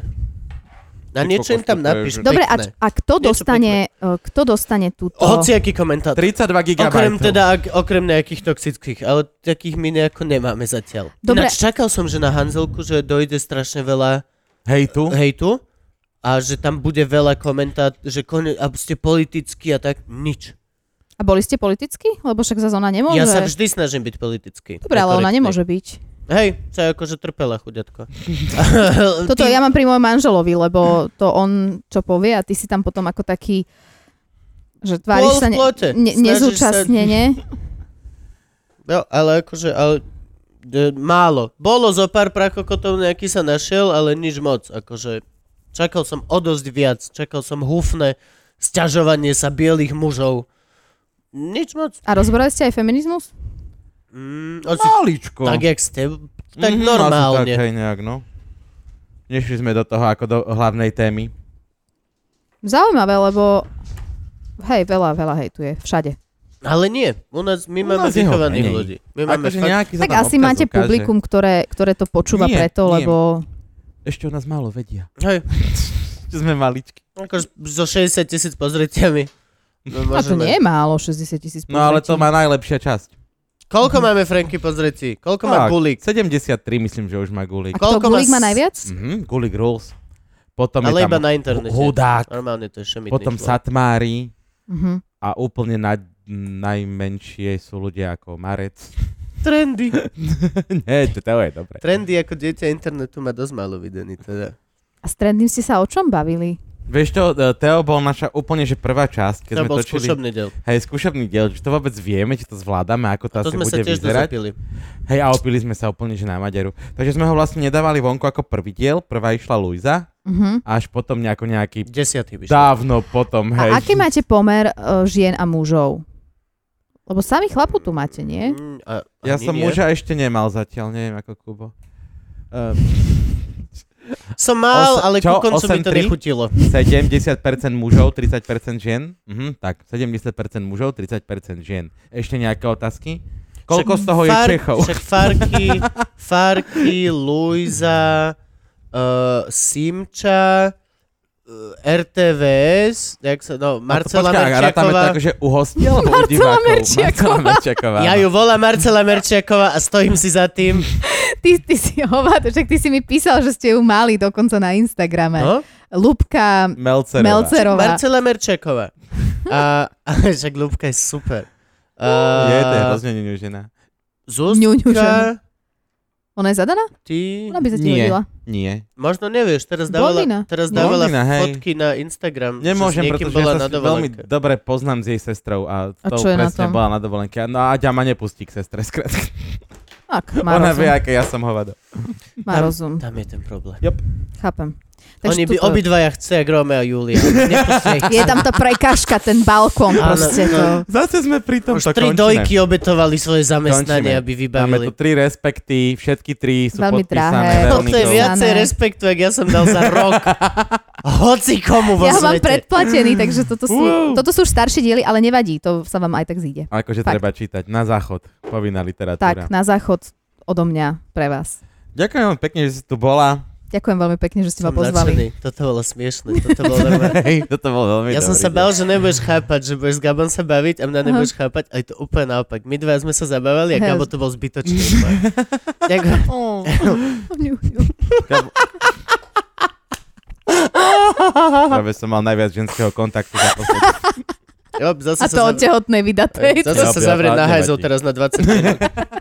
Speaker 4: Na
Speaker 2: Ty
Speaker 4: niečo im tam
Speaker 2: kokos, to je,
Speaker 4: napíš.
Speaker 2: že-
Speaker 3: Dobre, a,
Speaker 4: eh, pekné.
Speaker 3: a kto,
Speaker 4: Niečo
Speaker 3: dostane, eh, kto dostane túto?
Speaker 4: Hociaký komentátor.
Speaker 2: 32 GB.
Speaker 4: Okrem teda, ak, okrem nejakých toxických, ale takých my nejako nemáme zatiaľ.
Speaker 3: Dobre.
Speaker 4: Ináč čakal som, že na Hanzelku, že dojde strašne veľa
Speaker 2: Hej tu.
Speaker 4: hejtu a že tam bude veľa komentát, že kone, a ste politickí a tak, nič.
Speaker 3: A boli ste politicky? Lebo však zase ona nemôže.
Speaker 4: Ja sa vždy snažím byť politický.
Speaker 3: Dobre, ale
Speaker 4: Korektný.
Speaker 3: ona nemôže byť.
Speaker 4: Hej, sa akože trpela, chudiatko.
Speaker 3: Toto ja mám pri mojom manželovi, lebo to on čo povie a ty si tam potom ako taký že
Speaker 4: Pol
Speaker 3: tváriš sa
Speaker 4: v plote.
Speaker 3: ne,
Speaker 4: Snažíš
Speaker 3: nezúčastnenie.
Speaker 4: No, ale akože, ale, e, málo. Bolo zo pár prakokotov, nejaký sa našiel, ale nič moc. Akože, čakal som o dosť viac. Čakal som húfne sťažovanie sa bielých mužov. Nič moc.
Speaker 3: A rozberali ste aj feminizmus?
Speaker 4: Mm, asi,
Speaker 2: Maličko.
Speaker 4: tak, jak ste, tak
Speaker 2: No. Mhm, asi
Speaker 4: normálne.
Speaker 2: Tak, hej, nejak, no. Nešli sme do toho ako do hlavnej témy.
Speaker 3: Zaujímavé, lebo hej, veľa, veľa hej tu je, všade.
Speaker 4: Ale nie, u nás, my
Speaker 2: U
Speaker 4: máme
Speaker 2: nás je ho
Speaker 4: vychovaných
Speaker 2: menej.
Speaker 4: ľudí. My máme
Speaker 2: Akože
Speaker 4: fakt...
Speaker 2: nejaký sa
Speaker 3: Tak
Speaker 2: tam
Speaker 3: asi
Speaker 2: občas
Speaker 3: máte
Speaker 2: ukáže.
Speaker 3: publikum, ktoré, ktoré to počúva
Speaker 2: Nie,
Speaker 3: preto,
Speaker 2: nie.
Speaker 3: lebo...
Speaker 2: Ešte o nás málo vedia.
Speaker 4: Hej,
Speaker 2: Že sme maličky.
Speaker 4: akože so 60 tisíc pozretiami. No,
Speaker 3: A to nie je málo, 60 tisíc
Speaker 2: No ale to má najlepšia časť.
Speaker 4: Koľko máme Franky pozretí? Koľko má
Speaker 2: Tak,
Speaker 4: Gulik?
Speaker 2: 73 myslím, že už má gulik.
Speaker 3: A kto
Speaker 4: Koľko má
Speaker 3: Gulik má
Speaker 4: s-
Speaker 3: najviac?
Speaker 2: Mhm, gulik rules. Potom je
Speaker 4: Ale
Speaker 2: tam
Speaker 4: iba na internete.
Speaker 2: hudák,
Speaker 4: Normálne to je šemitný
Speaker 2: potom
Speaker 4: človek.
Speaker 2: satmári
Speaker 3: Mhm.
Speaker 2: a úplne na, najmenšie sú ľudia ako Marec.
Speaker 4: Trendy.
Speaker 2: Nie, to, to je dobre.
Speaker 4: Trendy ako dieťa internetu má dosť málo videný teda.
Speaker 3: A s trendným ste sa o čom bavili?
Speaker 2: Vieš čo, e, Teo bol naša úplne že prvá časť, keď
Speaker 4: to
Speaker 2: sme
Speaker 4: bol
Speaker 2: točili...
Speaker 4: skúšobný diel.
Speaker 2: Hej, skúšobný diel, či to vôbec vieme, či to zvládame, ako to,
Speaker 4: To
Speaker 2: asi
Speaker 4: sme sa
Speaker 2: vlastne bude
Speaker 4: tiež
Speaker 2: vyzerať.
Speaker 4: dozapili.
Speaker 2: Hej, a opili sme sa úplne že na Maďaru. Takže sme ho vlastne nedávali vonku ako prvý diel, prvá išla Luisa,
Speaker 3: Mhm.
Speaker 2: až potom nejako nejaký...
Speaker 4: Desiatý vyšiel.
Speaker 2: Dávno potom, hej.
Speaker 3: A aký máte pomer eh, žien a mužov? Lebo samých chlapov tu máte, nie?
Speaker 4: Mm, a-
Speaker 2: Ja
Speaker 4: ani
Speaker 2: som
Speaker 4: nie.
Speaker 2: muža ešte nemal zatiaľ, neviem ako Kubo. Ehm,
Speaker 4: Som mal,
Speaker 2: Osa-
Speaker 4: ale
Speaker 2: čo?
Speaker 4: ku koncu mi to
Speaker 2: 8-3?
Speaker 4: nechutilo.
Speaker 2: 70% mužov, 30% žien. Mhm, tak, 70% mužov, 30% žien. Ešte nejaké otázky? Koľko z toho je
Speaker 4: Far-
Speaker 2: Čechov?
Speaker 4: Však Farky, Farky, Luisa, uh, Simča, e, uh, RTVS, jak sa, no, Marcela
Speaker 2: počkaj, a rátame to
Speaker 4: Merčiaková.
Speaker 2: ako, že u hostí alebo u
Speaker 3: Marcela
Speaker 2: divákov?
Speaker 3: Merčiaková.
Speaker 2: Marcela Merčiaková.
Speaker 4: Ja ju volám Marcela Merčiaková a stojím si za tým.
Speaker 3: Ty, ty si hovado, však ty si mi písal, že ste ju mali dokonca na Instagrame.
Speaker 4: No?
Speaker 3: Lubka
Speaker 2: Melcerová.
Speaker 3: Melcerová.
Speaker 4: Marcela Merčeková. A, a však Ľubka je super. A,
Speaker 2: Je, to je hrozne neňužená.
Speaker 4: Zuzka,
Speaker 3: ňuňužená. Ona je zadaná?
Speaker 4: ty...
Speaker 3: Ona by sa ti
Speaker 2: Nie.
Speaker 3: hodila.
Speaker 2: Nie.
Speaker 4: Možno nevieš, teraz dávala,
Speaker 3: Blondína.
Speaker 4: teraz dávala
Speaker 2: Blondína, hej.
Speaker 4: fotky na Instagram. že
Speaker 2: Nemôžem,
Speaker 4: s niekým
Speaker 2: pretože
Speaker 4: bola
Speaker 2: ja
Speaker 4: na
Speaker 2: sa s- veľmi
Speaker 4: dovolenke.
Speaker 2: dobre poznám s jej sestrou a
Speaker 3: A
Speaker 2: to
Speaker 3: čo je na
Speaker 2: presne
Speaker 3: tom?
Speaker 2: bola na dovolenke. No a Aďa ma nepustí k sestre, skrátka.
Speaker 3: Tak, má
Speaker 2: Ona
Speaker 3: rozum.
Speaker 2: vie, aké ja som hovado.
Speaker 3: Má
Speaker 4: Tam-
Speaker 3: rozum.
Speaker 4: Tam je ten problém.
Speaker 3: Chápem.
Speaker 4: Oni by
Speaker 3: tuto-
Speaker 4: obidvaja chce, jak Romeo a Julia. Nepustia ich.
Speaker 3: Je tam tá prekažka, ten balkón
Speaker 4: Áno, no.
Speaker 3: proste to.
Speaker 2: Zase sme pri tom,
Speaker 4: Už
Speaker 2: to
Speaker 4: tri
Speaker 2: končíme.
Speaker 4: dojky obetovali svoje zamestnanie,
Speaker 2: Končíme.
Speaker 4: aby
Speaker 2: Máme tu
Speaker 4: vybavili.
Speaker 2: tri respekty, všetky tri sú
Speaker 3: Veľmi drahé.
Speaker 2: podpísané
Speaker 4: Toto je
Speaker 2: Veronikou.
Speaker 4: viacej
Speaker 3: Áno.
Speaker 4: respektu, ak ja som dal za rok. Hoci komu vo
Speaker 3: Ja
Speaker 4: svete.
Speaker 3: mám predplatený, takže toto sú,
Speaker 2: Wow.
Speaker 3: toto sú už staršie diely, ale nevadí, to sa vám aj tak zíde.
Speaker 2: Akože
Speaker 3: Fakt.
Speaker 2: treba čítať. Na záchod. Povinná literatúra.
Speaker 3: Tak, na záchod odo mňa pre vás.
Speaker 2: Ďakujem vám pekne, že si tu bola.
Speaker 3: Ďakujem veľmi pekne, že ste ma
Speaker 4: Som
Speaker 3: pozvali.
Speaker 4: nadšený. Toto bolo smiešne. Toto bolo normálne.
Speaker 2: Hej, toto bolo veľmi
Speaker 4: Ja som
Speaker 2: dobrý
Speaker 4: sa
Speaker 2: deň.
Speaker 4: bál, že nebudeš chápať, že budeš s Gabom sa baviť a mňa nebudeš chápať, aj to úplne naopak. My dva sme sa zabávali a
Speaker 3: Hej.
Speaker 4: Gabo to bol zbytočný. fakt. Ďakujem.
Speaker 2: Práve som mal najviac ženského kontaktu za posledný.
Speaker 4: Jop, zase
Speaker 3: A
Speaker 4: sa
Speaker 3: to od
Speaker 4: zav-
Speaker 3: tehotnej vydatej.
Speaker 4: Zase sa
Speaker 2: Ja, ja,
Speaker 4: zavrieť na
Speaker 2: nevadí.
Speaker 4: hajzov teraz na 20 minút.